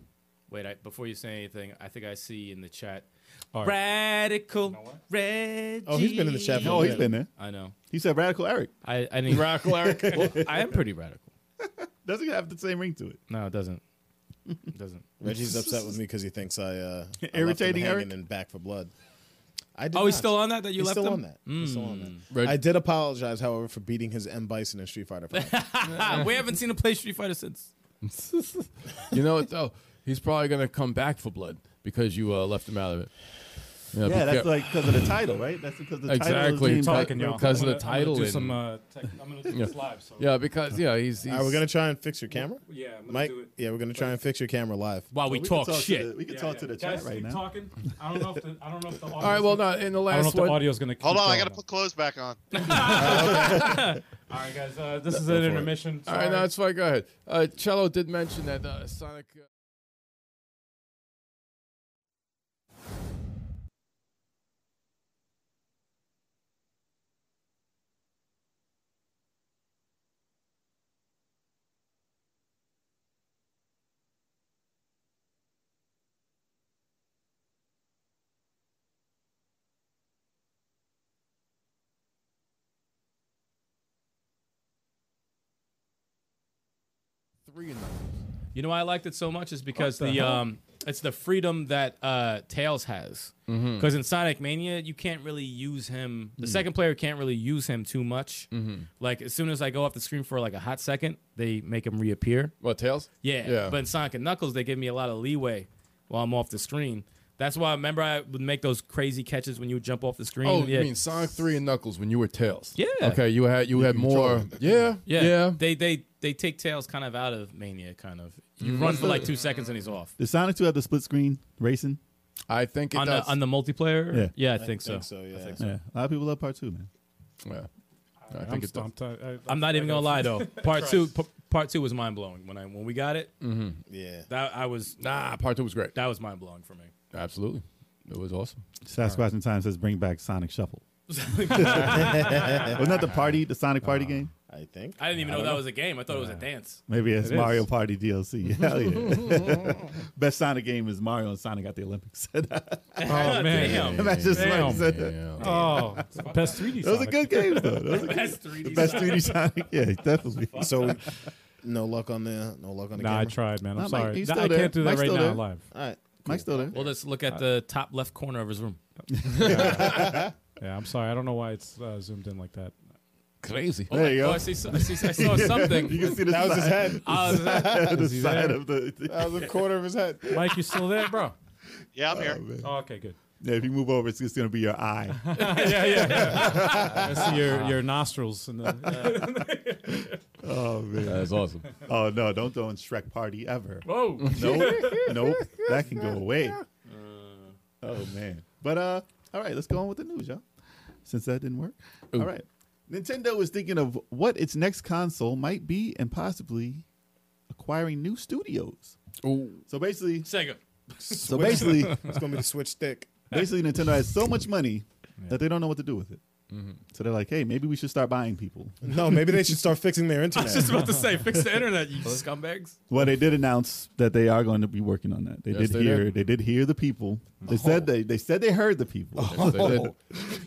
[SPEAKER 4] Wait, I, before you say anything, I think I see in the chat.
[SPEAKER 1] All right.
[SPEAKER 4] Radical Reggie.
[SPEAKER 2] Oh, he's been in the chat for
[SPEAKER 6] Oh, he's been there.
[SPEAKER 4] I know.
[SPEAKER 6] He said Radical Eric.
[SPEAKER 4] I I need [laughs] radical Eric. Well, I am pretty radical.
[SPEAKER 6] Doesn't have the same ring to it.
[SPEAKER 4] No, it doesn't. It [laughs] doesn't.
[SPEAKER 2] Reggie's upset with me because he thinks I uh I left him
[SPEAKER 6] Irritating
[SPEAKER 2] hanging
[SPEAKER 6] Eric?
[SPEAKER 2] and back for blood. I did
[SPEAKER 4] Oh, he's
[SPEAKER 2] not.
[SPEAKER 4] still on that. That you
[SPEAKER 2] he's
[SPEAKER 4] left
[SPEAKER 2] still
[SPEAKER 4] him.
[SPEAKER 2] on that. He's still on that.
[SPEAKER 3] Reg-
[SPEAKER 2] I did apologize, however, for beating his M Bison in Street Fighter. V.
[SPEAKER 4] Ah, we haven't seen him play Street Fighter since.
[SPEAKER 3] you know what though? He's probably gonna come back for blood because you uh, left him out of it. be
[SPEAKER 6] Yeah, that's
[SPEAKER 3] care-
[SPEAKER 6] like because of the title, right? That's because the title is
[SPEAKER 3] Exactly.
[SPEAKER 6] named
[SPEAKER 3] Talking,
[SPEAKER 6] Radical
[SPEAKER 3] y'all.
[SPEAKER 6] Eric.
[SPEAKER 3] Because of the
[SPEAKER 1] I'm gonna- I'm gonna
[SPEAKER 3] title
[SPEAKER 1] do
[SPEAKER 3] and-
[SPEAKER 1] some, uh, tech- I'm going to do this live. So.
[SPEAKER 3] Yeah, because yeah, he's. he's
[SPEAKER 2] All right, we're gonna try and fix your camera.
[SPEAKER 1] Yeah, I'm gonna
[SPEAKER 2] Mike.
[SPEAKER 1] do it.
[SPEAKER 2] Yeah, we're gonna try and fix your camera live.
[SPEAKER 4] While we,
[SPEAKER 6] We can
[SPEAKER 4] talk,
[SPEAKER 6] to
[SPEAKER 4] shit.
[SPEAKER 6] the- we can
[SPEAKER 1] Yeah,
[SPEAKER 6] talk
[SPEAKER 1] yeah.
[SPEAKER 6] to the
[SPEAKER 1] Guys,
[SPEAKER 6] chat right
[SPEAKER 1] keep
[SPEAKER 6] now.
[SPEAKER 1] talking. I don't know if the I don't know if the
[SPEAKER 3] all right. Well, no,
[SPEAKER 1] I
[SPEAKER 3] in the
[SPEAKER 1] don't know if
[SPEAKER 3] last
[SPEAKER 1] the
[SPEAKER 3] one.
[SPEAKER 1] audio's going to
[SPEAKER 5] Hold on,
[SPEAKER 1] [laughs]
[SPEAKER 5] I gotta put clothes back on.
[SPEAKER 1] All right, guys. Uh, this is an intermission.
[SPEAKER 3] all right,
[SPEAKER 1] Sorry.
[SPEAKER 3] no, it's fine. Go ahead. Uh, Cello did mention that uh, Sonic. Uh, three and numbers.
[SPEAKER 4] You know why I liked it so much is because
[SPEAKER 1] the
[SPEAKER 4] the,
[SPEAKER 1] hell?
[SPEAKER 4] um, it's the freedom that uh, Tails has. Because
[SPEAKER 3] Mm.
[SPEAKER 4] in Sonic Mania, you can't really use him. The second player can't really use him too much.
[SPEAKER 3] Mm-hmm.
[SPEAKER 4] Like as soon as I go off the screen for like a hot second, they make him reappear.
[SPEAKER 3] What tails?
[SPEAKER 4] Yeah. But in Sonic and Knuckles, they give me a lot of leeway while I'm off the screen. That's why I remember I would make those crazy catches when you would jump off the screen.
[SPEAKER 3] oh,
[SPEAKER 4] yeah.
[SPEAKER 3] you mean Sonic Three and Knuckles when you were tails?
[SPEAKER 4] Yeah.
[SPEAKER 3] Okay, you had you had more. Yeah, yeah,
[SPEAKER 4] yeah.
[SPEAKER 3] yeah.
[SPEAKER 4] They they they take Tails kind of out of Mania kind of. You
[SPEAKER 3] Mm-hmm.
[SPEAKER 4] run for like two seconds and he's off.
[SPEAKER 6] Does Sonic 2 have the split screen racing?
[SPEAKER 3] I think it
[SPEAKER 4] On
[SPEAKER 3] does.
[SPEAKER 4] the, on the multiplayer?
[SPEAKER 6] Yeah.
[SPEAKER 4] I, think, so.
[SPEAKER 2] think so, yeah.
[SPEAKER 6] Yeah. A lot of people love part two, man.
[SPEAKER 3] yeah. I
[SPEAKER 1] I'm
[SPEAKER 3] think it does.
[SPEAKER 1] stumped. I, I,
[SPEAKER 4] I'm not even gonna lie
[SPEAKER 3] [laughs]
[SPEAKER 4] though. Part two, p- part two was mind blowing when I when we got it.
[SPEAKER 3] Mm.
[SPEAKER 2] Yeah.
[SPEAKER 4] That I was
[SPEAKER 3] Nah, part two was great.
[SPEAKER 4] that was mind blowing for me.
[SPEAKER 3] Absolutely, it was awesome.
[SPEAKER 6] Sasquatch in Time says bring back Sonic Shuffle. [laughs] Wasn't that the party, the Sonic party game?
[SPEAKER 2] I think.
[SPEAKER 4] I didn't even know that was a game. I thought it was a dance.
[SPEAKER 6] Maybe it's
[SPEAKER 1] It is.
[SPEAKER 6] Mario Party
[SPEAKER 2] [laughs]
[SPEAKER 6] DLC. Hell yeah. [laughs] Best Sonic game is Mario and Sonic at the Olympics. [laughs]
[SPEAKER 4] [laughs]
[SPEAKER 1] Oh man.
[SPEAKER 4] Damn.
[SPEAKER 6] Imagine
[SPEAKER 1] Damn.
[SPEAKER 6] somebody said that.
[SPEAKER 3] Yeah.
[SPEAKER 1] Oh, best 3D.
[SPEAKER 6] Those are
[SPEAKER 1] Sonic.
[SPEAKER 6] good games though. Those are good.
[SPEAKER 4] That's 3D.
[SPEAKER 6] The
[SPEAKER 2] [laughs]
[SPEAKER 6] best 3D Sonic. Yeah, definitely.
[SPEAKER 2] So, we- no luck on the no luck on the.
[SPEAKER 1] Nah, I
[SPEAKER 2] camera?
[SPEAKER 1] tried, man. I'm
[SPEAKER 6] Nah, Mike,
[SPEAKER 1] sorry.
[SPEAKER 6] he's
[SPEAKER 1] Nah,
[SPEAKER 6] still
[SPEAKER 1] I
[SPEAKER 6] there.
[SPEAKER 1] can't do that
[SPEAKER 6] Mike's
[SPEAKER 1] right
[SPEAKER 6] still
[SPEAKER 1] now
[SPEAKER 6] there.
[SPEAKER 1] live.
[SPEAKER 2] All right.
[SPEAKER 6] Mike's still there.
[SPEAKER 4] We'll just look at the top left corner of his room.
[SPEAKER 1] Yeah, I'm sorry. I don't know why it's uh, zoomed in like that.
[SPEAKER 3] Crazy.
[SPEAKER 6] There you
[SPEAKER 4] Oh,
[SPEAKER 6] go.
[SPEAKER 4] I see. so- I, see I
[SPEAKER 6] [laughs]
[SPEAKER 4] saw something.
[SPEAKER 6] You can see [laughs] the
[SPEAKER 2] That was his
[SPEAKER 6] side,
[SPEAKER 2] head. Oh,
[SPEAKER 4] I was like,
[SPEAKER 6] the
[SPEAKER 1] Is he
[SPEAKER 6] side
[SPEAKER 1] there?
[SPEAKER 6] of the.
[SPEAKER 2] That was a quarter of his head.
[SPEAKER 1] Mike, you still there, bro?
[SPEAKER 5] Yeah, I'm here.
[SPEAKER 1] Oh, okay, good.
[SPEAKER 6] [laughs]
[SPEAKER 1] [laughs]
[SPEAKER 6] Yeah, if you move over, it's just gonna be your
[SPEAKER 2] [laughs]
[SPEAKER 6] eye.
[SPEAKER 1] yeah, yeah. I see your your nostrils. And
[SPEAKER 6] [laughs]
[SPEAKER 1] the,
[SPEAKER 6] Oh man.
[SPEAKER 3] That's awesome.
[SPEAKER 6] Oh no! Don't throw in Shrek Party ever.
[SPEAKER 1] whoa.
[SPEAKER 6] Nope. nope. That can go away. Oh man. But uh, all right, let's go on with the news, y'all. Since that didn't work. All right. Nintendo is thinking of what its next console might be and possibly acquiring new studios.
[SPEAKER 3] Ooh.
[SPEAKER 6] So basically,
[SPEAKER 4] Sega.
[SPEAKER 6] so basically,
[SPEAKER 2] It's gonna be the switch stick.
[SPEAKER 6] [laughs] basically Nintendo has so much money that they don't know what to do with it. So they're like, hey, maybe we should start buying people.
[SPEAKER 2] No, maybe they should start fixing their internet.
[SPEAKER 4] Just about to say, fix the internet, you scumbags.
[SPEAKER 6] Well, they did announce that they are going to be working on that. They
[SPEAKER 3] Yes,
[SPEAKER 6] did
[SPEAKER 3] they
[SPEAKER 6] hear.
[SPEAKER 3] did.
[SPEAKER 6] They did hear the people. They said they. They said they heard the people.
[SPEAKER 3] Yes, they did.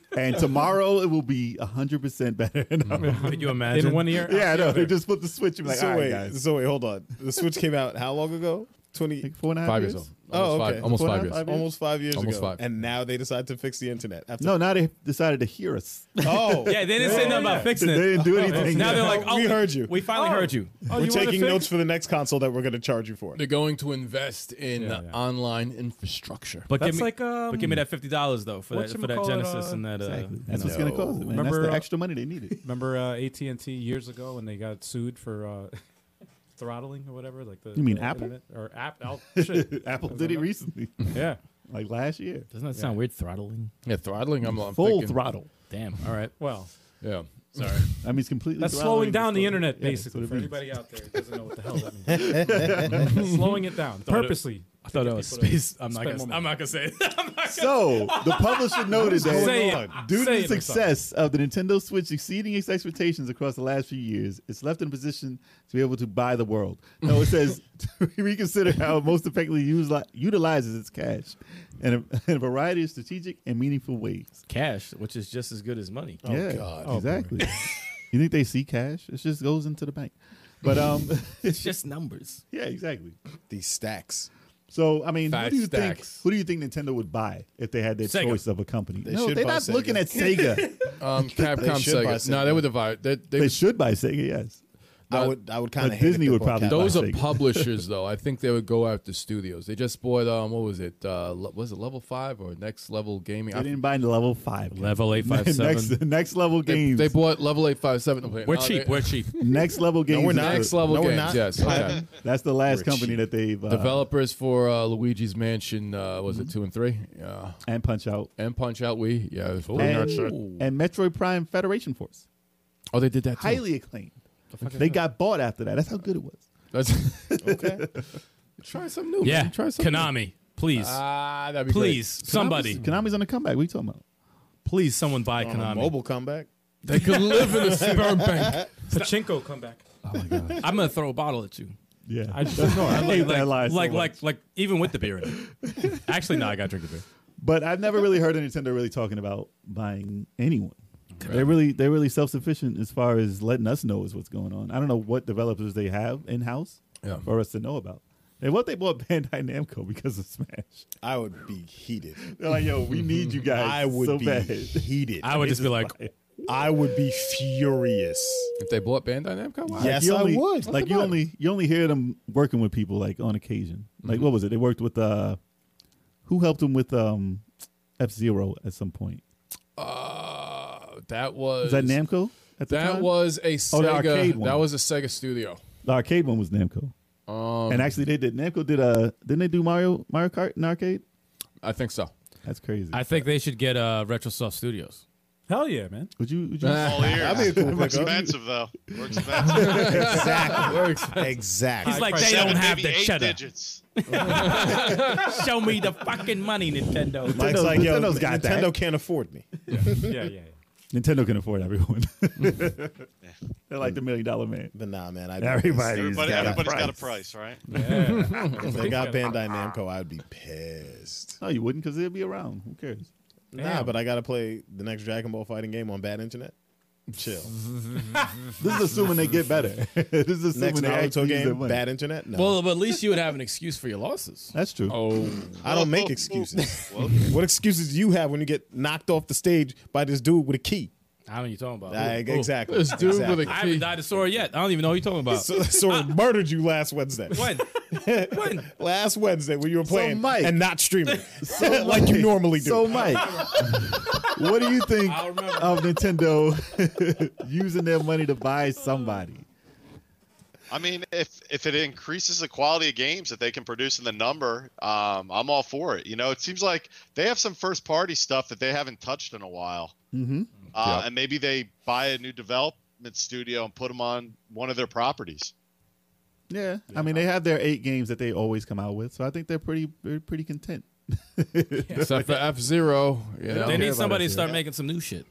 [SPEAKER 6] [laughs] and tomorrow it will be hundred percent better. [laughs]
[SPEAKER 4] Could you imagine?
[SPEAKER 1] In one ear?
[SPEAKER 6] yeah, no, they just flip the switch and be like,
[SPEAKER 2] so
[SPEAKER 6] all right,
[SPEAKER 2] wait,
[SPEAKER 6] guys,
[SPEAKER 2] so wait, hold on. The Switch came out how long ago? Twenty,
[SPEAKER 6] like four and a half
[SPEAKER 3] Five
[SPEAKER 6] years.
[SPEAKER 3] years old. Almost
[SPEAKER 2] Oh, okay.
[SPEAKER 3] Five, almost
[SPEAKER 6] Four
[SPEAKER 3] five
[SPEAKER 6] and a half,
[SPEAKER 3] years.
[SPEAKER 6] five
[SPEAKER 2] almost five years
[SPEAKER 3] Almost
[SPEAKER 2] ago,
[SPEAKER 3] five.
[SPEAKER 2] and now they decide to fix the internet. After
[SPEAKER 6] No, now they decided to hear us.
[SPEAKER 2] [laughs] oh,
[SPEAKER 4] Yeah, they didn't say nothing about fixing
[SPEAKER 6] they
[SPEAKER 4] it.
[SPEAKER 6] didn't do anything.
[SPEAKER 4] Now they're like,
[SPEAKER 2] We
[SPEAKER 4] oh,
[SPEAKER 2] heard you.
[SPEAKER 4] We finally
[SPEAKER 1] Oh.
[SPEAKER 4] heard you.
[SPEAKER 1] Oh,
[SPEAKER 2] we're
[SPEAKER 1] you wanna
[SPEAKER 2] taking
[SPEAKER 1] fix-
[SPEAKER 2] notes for the next console that we're going to charge you for.
[SPEAKER 3] They're going to invest in uh,
[SPEAKER 1] Yeah, yeah.
[SPEAKER 3] online infrastructure.
[SPEAKER 4] But give
[SPEAKER 1] That's
[SPEAKER 4] me,
[SPEAKER 1] like um,
[SPEAKER 4] but give me that fifty dollars though for that for that
[SPEAKER 1] whatchamacallit,
[SPEAKER 4] Genesis
[SPEAKER 1] uh,
[SPEAKER 4] and that. Uh,
[SPEAKER 6] That's what's gonna cause it, man.
[SPEAKER 1] Remember,
[SPEAKER 6] That's the
[SPEAKER 1] uh,
[SPEAKER 6] extra money they needed.
[SPEAKER 1] Remember uh, AT and T years ago when they got sued for uh, [laughs] throttling or whatever? Like the
[SPEAKER 6] You mean
[SPEAKER 1] the
[SPEAKER 6] Apple?
[SPEAKER 1] internet- or app? Oh,
[SPEAKER 6] [laughs]
[SPEAKER 1] shit.
[SPEAKER 6] Apple did it recently, [laughs]
[SPEAKER 1] yeah.
[SPEAKER 6] like last year.
[SPEAKER 4] Doesn't that sound weird? Throttling.
[SPEAKER 3] yeah, throttling. I'm, I'm
[SPEAKER 6] Full
[SPEAKER 3] thinking-
[SPEAKER 6] throttle.
[SPEAKER 4] Damn. All right.
[SPEAKER 1] Well,
[SPEAKER 3] Yeah.
[SPEAKER 4] Sorry.
[SPEAKER 6] I mean, it's completely.
[SPEAKER 1] that's
[SPEAKER 6] throttling
[SPEAKER 1] slowing down the
[SPEAKER 6] story.
[SPEAKER 1] internet
[SPEAKER 6] Yeah, that's
[SPEAKER 1] basically
[SPEAKER 6] what it
[SPEAKER 1] for
[SPEAKER 6] means.
[SPEAKER 1] anybody out there who doesn't know what the hell that means. slowing it down purposely.
[SPEAKER 4] I thought that was
[SPEAKER 1] people to
[SPEAKER 4] space. I'm not.
[SPEAKER 1] spend
[SPEAKER 4] Gonna,
[SPEAKER 1] more
[SPEAKER 4] I'm not gonna say it. I'm not gonna.
[SPEAKER 6] So the publisher noted that
[SPEAKER 1] Say it. Say
[SPEAKER 6] Due to
[SPEAKER 1] it,
[SPEAKER 6] the
[SPEAKER 1] I'm sorry.
[SPEAKER 6] success of the Nintendo Switch exceeding its expectations across the last few years, it's left in a position to be able to buy the world. No, it says [laughs] to reconsider how it most effectively use, utilizes its cash in a, [laughs] in a variety of strategic and meaningful ways.
[SPEAKER 4] Cash, which is just as good as money.
[SPEAKER 6] yeah,
[SPEAKER 3] God.
[SPEAKER 6] exactly. you think they see cash? It just goes into the bank. But um,
[SPEAKER 8] It's just numbers.
[SPEAKER 6] [laughs] yeah, exactly.
[SPEAKER 2] These stacks.
[SPEAKER 6] So I mean,
[SPEAKER 3] Fat
[SPEAKER 6] who do you
[SPEAKER 3] stacks.
[SPEAKER 6] think who do you they think Nintendo would buy if they had their
[SPEAKER 4] Sega.
[SPEAKER 6] choice of a company? no,
[SPEAKER 2] should
[SPEAKER 6] they're
[SPEAKER 2] buy
[SPEAKER 6] not
[SPEAKER 2] Sega.
[SPEAKER 6] looking at Sega.
[SPEAKER 3] Um, Capcom,
[SPEAKER 2] should buy
[SPEAKER 3] Sega. No, they
[SPEAKER 2] Sega.
[SPEAKER 3] would divide. They, they,
[SPEAKER 6] they should buy Sega. Yes.
[SPEAKER 2] I would, I would kind
[SPEAKER 6] but
[SPEAKER 2] of.
[SPEAKER 6] Disney would probably buy
[SPEAKER 3] those are
[SPEAKER 6] Sega.
[SPEAKER 3] publishers, though. I think they would go after studios. They just bought um, what was it? Uh, le- was it Level Five or Next Level Gaming?
[SPEAKER 6] They
[SPEAKER 3] I-
[SPEAKER 6] didn't buy the level five.
[SPEAKER 4] Level
[SPEAKER 6] [laughs]
[SPEAKER 4] eight five
[SPEAKER 6] next,
[SPEAKER 4] seven.
[SPEAKER 6] next level
[SPEAKER 3] they,
[SPEAKER 6] games.
[SPEAKER 3] they bought Level Eight Five Seven.
[SPEAKER 4] We're cheap. We're cheap.
[SPEAKER 6] next level games.
[SPEAKER 2] we're
[SPEAKER 6] is
[SPEAKER 2] not.
[SPEAKER 6] the-
[SPEAKER 3] Next Level
[SPEAKER 2] No, we're
[SPEAKER 3] Games.
[SPEAKER 2] not.
[SPEAKER 3] Yes.
[SPEAKER 6] [laughs]
[SPEAKER 3] Okay.
[SPEAKER 6] That's the last
[SPEAKER 2] We're
[SPEAKER 6] company that they've uh,
[SPEAKER 3] Developers for uh, Luigi's Mansion. Uh, was
[SPEAKER 6] Mm-hmm.
[SPEAKER 3] it two and three? Yeah.
[SPEAKER 6] and Punch Out
[SPEAKER 3] And Punch Out. We. Yeah. it was pretty
[SPEAKER 6] and,
[SPEAKER 3] much it.
[SPEAKER 6] and Metroid Prime Federation Force.
[SPEAKER 3] Oh, they did that too.
[SPEAKER 6] Highly acclaimed. They got bought after that. That's how good it was.
[SPEAKER 3] That's, [laughs]
[SPEAKER 2] Okay.
[SPEAKER 3] try something new.
[SPEAKER 4] Yeah.
[SPEAKER 3] Man. Try something.
[SPEAKER 4] Konami, please,
[SPEAKER 3] Ah, that'd be great.
[SPEAKER 4] please, somebody,
[SPEAKER 6] Konami's, Konami's on the comeback. What are you talking about?
[SPEAKER 4] please, someone buy
[SPEAKER 2] On a
[SPEAKER 4] Konami.
[SPEAKER 2] mobile comeback.
[SPEAKER 3] They could live
[SPEAKER 4] [laughs]
[SPEAKER 3] in a sperm bank.
[SPEAKER 1] Pachinko, come back.
[SPEAKER 4] I'm gonna throw a bottle at you.
[SPEAKER 6] Yeah.
[SPEAKER 1] I
[SPEAKER 6] [laughs]
[SPEAKER 1] just ignore.
[SPEAKER 6] I
[SPEAKER 4] [laughs]
[SPEAKER 1] it.
[SPEAKER 6] hate that lie.
[SPEAKER 4] Like,
[SPEAKER 6] so
[SPEAKER 4] like,
[SPEAKER 6] much.
[SPEAKER 4] like, like, even with the beer in it. Actually, no, I gotta drink the beer.
[SPEAKER 6] But I've never really heard of Nintendo really talking about buying anyone. They're really they're really self sufficient as far as letting us know is what's going on. I don't know what developers they have in house.
[SPEAKER 3] Yeah.
[SPEAKER 6] for us to know about. And what if they bought Bandai Namco because of Smash? [laughs]
[SPEAKER 2] I would be heated.
[SPEAKER 6] They're like, yo, we need you guys
[SPEAKER 2] I would
[SPEAKER 6] so
[SPEAKER 2] be
[SPEAKER 6] bad.
[SPEAKER 2] heated.
[SPEAKER 4] I would just be like,
[SPEAKER 2] I would be furious.
[SPEAKER 3] If they bought Bandai Namco, why?
[SPEAKER 2] Yeah. Yes,
[SPEAKER 6] you
[SPEAKER 2] I
[SPEAKER 6] only,
[SPEAKER 2] would.
[SPEAKER 6] Like
[SPEAKER 2] [laughs] What
[SPEAKER 6] you
[SPEAKER 2] about
[SPEAKER 6] only you only hear them working with people like on occasion. Like
[SPEAKER 2] Mm-hmm.
[SPEAKER 6] what was it? They worked with uh, who helped them with um, F Zero at some point.
[SPEAKER 3] Uh, that was
[SPEAKER 6] Was that Namco? At the
[SPEAKER 3] That
[SPEAKER 6] time?
[SPEAKER 3] was a
[SPEAKER 6] Oh, the
[SPEAKER 3] Sega.
[SPEAKER 6] arcade one.
[SPEAKER 3] that was a Sega Studio.
[SPEAKER 6] the arcade one was Namco.
[SPEAKER 3] Um,
[SPEAKER 6] and actually, they did. Namco did uh didn't they do Mario Mario Kart in arcade?
[SPEAKER 3] I think so.
[SPEAKER 6] That's crazy.
[SPEAKER 4] I think they should get uh, RetroSoft Studios.
[SPEAKER 1] Hell yeah, man.
[SPEAKER 6] would you? Would you
[SPEAKER 5] All ears.
[SPEAKER 2] That'd be a cool
[SPEAKER 5] We're
[SPEAKER 2] pickup.
[SPEAKER 5] expensive though. We're [laughs] expensive.
[SPEAKER 2] Exactly. exactly.
[SPEAKER 4] He's like,
[SPEAKER 5] Price
[SPEAKER 4] they
[SPEAKER 5] seven,
[SPEAKER 4] don't have
[SPEAKER 5] maybe
[SPEAKER 4] the
[SPEAKER 5] eight
[SPEAKER 4] cheddar.
[SPEAKER 5] digits.
[SPEAKER 4] Show me the fucking money, Nintendo.
[SPEAKER 2] Mike's
[SPEAKER 6] Nintendo-
[SPEAKER 2] like, yo,
[SPEAKER 6] Nintendo's got
[SPEAKER 2] Nintendo
[SPEAKER 6] that.
[SPEAKER 2] can't afford me.
[SPEAKER 1] Yeah, yeah. yeah.
[SPEAKER 6] Nintendo can afford everyone. [laughs] They're like the million dollar man.
[SPEAKER 2] But nah, man, I
[SPEAKER 6] Everybody.
[SPEAKER 5] Mm. Everybody,
[SPEAKER 6] got a
[SPEAKER 5] everybody's got a
[SPEAKER 6] price.
[SPEAKER 5] price, right?
[SPEAKER 2] If they got Bandai Namco, I'd be pissed.
[SPEAKER 6] No, you wouldn't, because they'd be around. Who cares?
[SPEAKER 2] Nah, but I gotta play the next Dragon Ball fighting game on bad internet.
[SPEAKER 6] [laughs]
[SPEAKER 2] Chill.
[SPEAKER 6] This is assuming they get better. [laughs] this is assuming
[SPEAKER 2] next
[SPEAKER 6] they actually
[SPEAKER 2] Naruto
[SPEAKER 6] use their
[SPEAKER 2] game,
[SPEAKER 6] money.
[SPEAKER 2] bad internet. No,
[SPEAKER 4] Well, but at least you would have an excuse for your losses.
[SPEAKER 6] That's true.
[SPEAKER 3] Oh,
[SPEAKER 2] I don't make excuses.
[SPEAKER 3] [laughs]
[SPEAKER 2] what excuses do you have when you get knocked off the stage by this dude with a key?
[SPEAKER 4] I don't know what you're talking about.
[SPEAKER 2] I-
[SPEAKER 4] Ooh.
[SPEAKER 2] exactly.
[SPEAKER 3] Oh, this dude
[SPEAKER 2] exactly.
[SPEAKER 3] with a
[SPEAKER 4] I haven't
[SPEAKER 3] key.
[SPEAKER 4] died a sore yet. I don't even know what you're
[SPEAKER 6] [laughs]
[SPEAKER 4] talking about.
[SPEAKER 2] So, so it murdered you last Wednesday.
[SPEAKER 4] when? when?
[SPEAKER 2] Last Wednesday when you were playing
[SPEAKER 6] Mike-
[SPEAKER 2] and not streaming
[SPEAKER 6] [laughs]
[SPEAKER 2] [laughs] like you normally do.
[SPEAKER 6] So, Mike, what do you
[SPEAKER 2] [laughs]
[SPEAKER 6] think
[SPEAKER 4] I'll remember.
[SPEAKER 6] of Nintendo [laughs] using their money to buy somebody?
[SPEAKER 5] I mean, if if it increases the quality of games that they can produce in the number, um, I'm all for it. You know, it seems like they have some first party stuff that they haven't touched in a while, mm-hmm. uh, and maybe they buy a new development studio and put them on one of their properties.
[SPEAKER 6] Yeah, I mean they have their eight games that they always come out with, so I think they're pretty they're pretty content.
[SPEAKER 3] Except for F Zero, you know.
[SPEAKER 4] They
[SPEAKER 6] care
[SPEAKER 4] need
[SPEAKER 6] about
[SPEAKER 4] somebody
[SPEAKER 6] it,
[SPEAKER 4] to start
[SPEAKER 5] yeah.
[SPEAKER 4] making some new shit.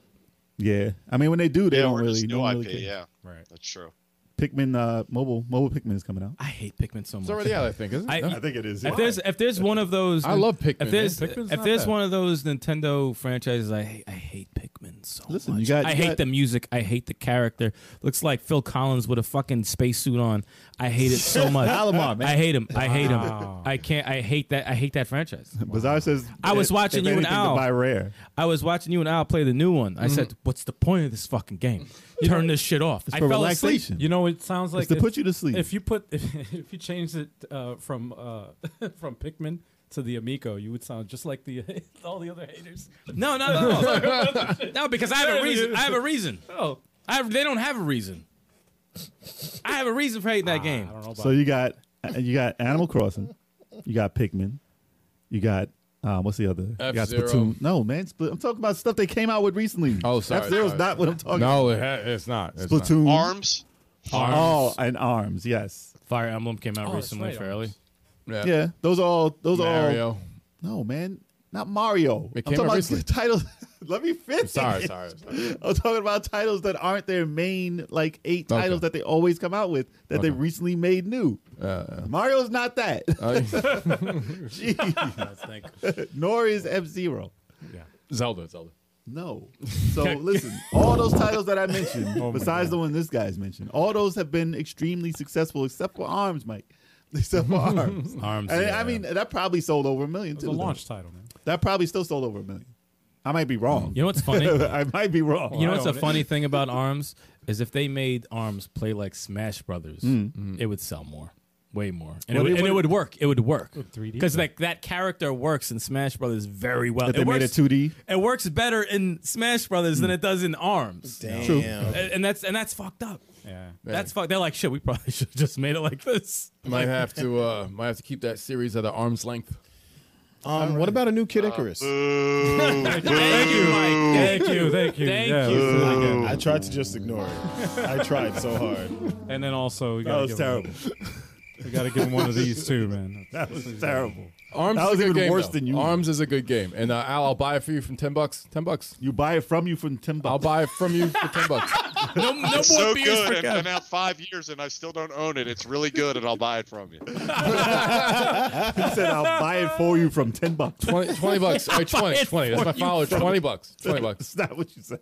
[SPEAKER 6] Yeah, I mean when they do, they
[SPEAKER 5] yeah,
[SPEAKER 6] don't
[SPEAKER 5] or
[SPEAKER 6] really,
[SPEAKER 5] just
[SPEAKER 6] they
[SPEAKER 5] new
[SPEAKER 6] don't
[SPEAKER 5] IP.
[SPEAKER 6] really care.
[SPEAKER 5] yeah,
[SPEAKER 4] Right.
[SPEAKER 5] that's true.
[SPEAKER 6] Pikmin uh, mobile mobile Pikmin is coming out.
[SPEAKER 4] I hate Pikmin so much.
[SPEAKER 3] It's already out, I think, isn't it?
[SPEAKER 4] I-
[SPEAKER 3] No?
[SPEAKER 4] I
[SPEAKER 6] think it is.
[SPEAKER 4] If there's if there's one of those,
[SPEAKER 3] I love Pikmin,
[SPEAKER 4] If there's
[SPEAKER 1] man. Pikmin's
[SPEAKER 4] if
[SPEAKER 1] not
[SPEAKER 4] there's
[SPEAKER 1] bad.
[SPEAKER 4] one of those Nintendo franchises, I hate, I hate Pikmin so
[SPEAKER 6] Listen, you
[SPEAKER 4] much.
[SPEAKER 6] got-
[SPEAKER 4] I
[SPEAKER 6] you
[SPEAKER 4] hate
[SPEAKER 6] got-
[SPEAKER 4] the music. I hate the character. Looks like Phil Collins with a fucking spacesuit on. I hate it so
[SPEAKER 6] [laughs]
[SPEAKER 4] much.
[SPEAKER 6] Alamar, man.
[SPEAKER 4] I hate him. I hate
[SPEAKER 1] Wow.
[SPEAKER 4] him. I can't. I hate that. I hate that
[SPEAKER 6] [laughs]
[SPEAKER 4] franchise.
[SPEAKER 6] Bizarre says
[SPEAKER 4] I was
[SPEAKER 6] if-
[SPEAKER 4] watching
[SPEAKER 6] if
[SPEAKER 4] you and
[SPEAKER 6] anything, to
[SPEAKER 4] Al.
[SPEAKER 6] buy rare.
[SPEAKER 4] I was watching you and Al play the new one.
[SPEAKER 6] Mm-hmm.
[SPEAKER 4] I said, "What's the point of this fucking game? Turn this shit off." I
[SPEAKER 6] for
[SPEAKER 4] fell
[SPEAKER 6] relaxation.
[SPEAKER 4] asleep.
[SPEAKER 1] You know, it sounds like
[SPEAKER 6] It's to
[SPEAKER 1] if-
[SPEAKER 6] put you to sleep.
[SPEAKER 1] If you put [laughs] if, if you changed it uh, from uh, [laughs] from Pikmin to the Amico, you would sound just like the [laughs] all the other haters.
[SPEAKER 4] No, no, no,
[SPEAKER 1] [laughs]
[SPEAKER 4] no. no, because I have a reason. I have a reason.
[SPEAKER 1] Oh,
[SPEAKER 4] I have, they don't have a reason. I have a reason for hating that game.
[SPEAKER 1] I don't know about
[SPEAKER 6] So you got you got Animal Crossing, you got Pikmin, you got um, what's the other? You got
[SPEAKER 3] F-Zero.
[SPEAKER 6] Splatoon. No man, Spl- I'm talking about stuff they came out with recently.
[SPEAKER 3] Oh, sorry,
[SPEAKER 6] F Zero's
[SPEAKER 3] sorry.
[SPEAKER 6] not what I'm talking. about.
[SPEAKER 3] no, it ha- it's not. It's not.
[SPEAKER 6] Splatoon.
[SPEAKER 5] Arms.
[SPEAKER 6] Oh, and arms. Yes.
[SPEAKER 4] Fire Emblem came out
[SPEAKER 1] Oh, that's
[SPEAKER 4] recently
[SPEAKER 1] right,
[SPEAKER 4] fairly.
[SPEAKER 3] Yeah.
[SPEAKER 6] Yeah. Those are all. Those are all.
[SPEAKER 3] Mario.
[SPEAKER 6] No man, not Mario.
[SPEAKER 3] It
[SPEAKER 6] I'm
[SPEAKER 3] came
[SPEAKER 6] talking
[SPEAKER 3] out
[SPEAKER 6] about
[SPEAKER 3] recently.
[SPEAKER 6] [laughs] titles. Let me finish.
[SPEAKER 3] Sorry, [laughs] sorry. sorry.
[SPEAKER 6] [laughs] I'm talking about titles that aren't their main like eight
[SPEAKER 3] Okay.
[SPEAKER 6] titles that they always come out with that they
[SPEAKER 3] Okay.
[SPEAKER 6] recently made new.
[SPEAKER 3] Uh,
[SPEAKER 6] Mario's
[SPEAKER 3] [laughs]
[SPEAKER 6] not that,
[SPEAKER 3] uh,
[SPEAKER 6] [laughs] Jeez. nor is F Zero.
[SPEAKER 3] Zelda, Zelda.
[SPEAKER 6] No. So [laughs] listen, all those titles that I
[SPEAKER 3] [laughs]
[SPEAKER 6] mentioned,
[SPEAKER 3] Oh,
[SPEAKER 6] besides the one this guy's mentioned, all those have been extremely successful except for Arms, Mike. [laughs]
[SPEAKER 3] [laughs]
[SPEAKER 6] Except for Arms.
[SPEAKER 4] Arms,
[SPEAKER 6] And
[SPEAKER 4] yeah.
[SPEAKER 6] I mean, that probably sold over a million
[SPEAKER 1] it's a
[SPEAKER 6] too. though.
[SPEAKER 1] launch title, man.
[SPEAKER 6] That probably still sold over a million. I might be wrong.
[SPEAKER 4] You know
[SPEAKER 6] [laughs]
[SPEAKER 4] what's funny? you
[SPEAKER 6] I might be wrong.
[SPEAKER 4] know what's a funny thing about Arms is if they made Arms play like Smash Brothers, it would sell more, way more, and,
[SPEAKER 6] Hmm. Well, they
[SPEAKER 4] it, would, and it
[SPEAKER 6] would-
[SPEAKER 4] would work. It would work
[SPEAKER 1] 3D,
[SPEAKER 4] because like that character works in Smash Brothers very well.
[SPEAKER 6] If they
[SPEAKER 4] it
[SPEAKER 6] made
[SPEAKER 4] works,
[SPEAKER 6] it Hmm. 2D.
[SPEAKER 4] It works better in Smash Brothers than it does in Arms.
[SPEAKER 2] Damn.
[SPEAKER 6] True.
[SPEAKER 4] And and that's and that's fucked up.
[SPEAKER 1] Yeah.
[SPEAKER 4] That's fucked. They're like, shit. We probably [laughs] should have just made it like this.
[SPEAKER 3] Might have to uh, might have to keep that series at an arm's length.
[SPEAKER 2] Um, what about a new Kid Icarus?
[SPEAKER 4] Thank you, Mike.
[SPEAKER 1] Thank you, thank you.
[SPEAKER 4] Thank
[SPEAKER 1] yeah,
[SPEAKER 4] you.
[SPEAKER 1] it was really good.
[SPEAKER 2] I tried to just ignore it. I tried so hard.
[SPEAKER 1] And then also, we
[SPEAKER 6] That
[SPEAKER 1] gotta
[SPEAKER 6] was
[SPEAKER 1] give him,
[SPEAKER 6] terrible.
[SPEAKER 1] we gotta give him one of these too, man.
[SPEAKER 6] That was terrible.
[SPEAKER 3] Arms
[SPEAKER 6] That
[SPEAKER 3] is
[SPEAKER 6] was
[SPEAKER 3] a good
[SPEAKER 6] even
[SPEAKER 3] game,
[SPEAKER 6] worse
[SPEAKER 3] though.
[SPEAKER 6] than you.
[SPEAKER 3] Arms is a good game, and uh, Al, I'll buy it for you from ten bucks. Ten bucks.
[SPEAKER 6] You buy it from you from 10 bucks.
[SPEAKER 3] I'll buy it from you for ten
[SPEAKER 6] [laughs]
[SPEAKER 3] bucks.
[SPEAKER 4] No, no more
[SPEAKER 5] So
[SPEAKER 4] beers
[SPEAKER 5] good.
[SPEAKER 4] for
[SPEAKER 5] It's
[SPEAKER 4] Kev.
[SPEAKER 5] been out five years, and I still don't own it. It's really good, and I'll buy it from you.
[SPEAKER 6] He said, I'll buy it for you from 10
[SPEAKER 4] [laughs]
[SPEAKER 6] bucks. [laughs]
[SPEAKER 3] 20, 20 bucks. All right, 20,
[SPEAKER 4] it
[SPEAKER 3] 20. That's
[SPEAKER 4] for
[SPEAKER 3] my
[SPEAKER 4] you,
[SPEAKER 3] follower.
[SPEAKER 6] bro.
[SPEAKER 3] 20 bucks. 20 bucks.
[SPEAKER 6] That's not what you said.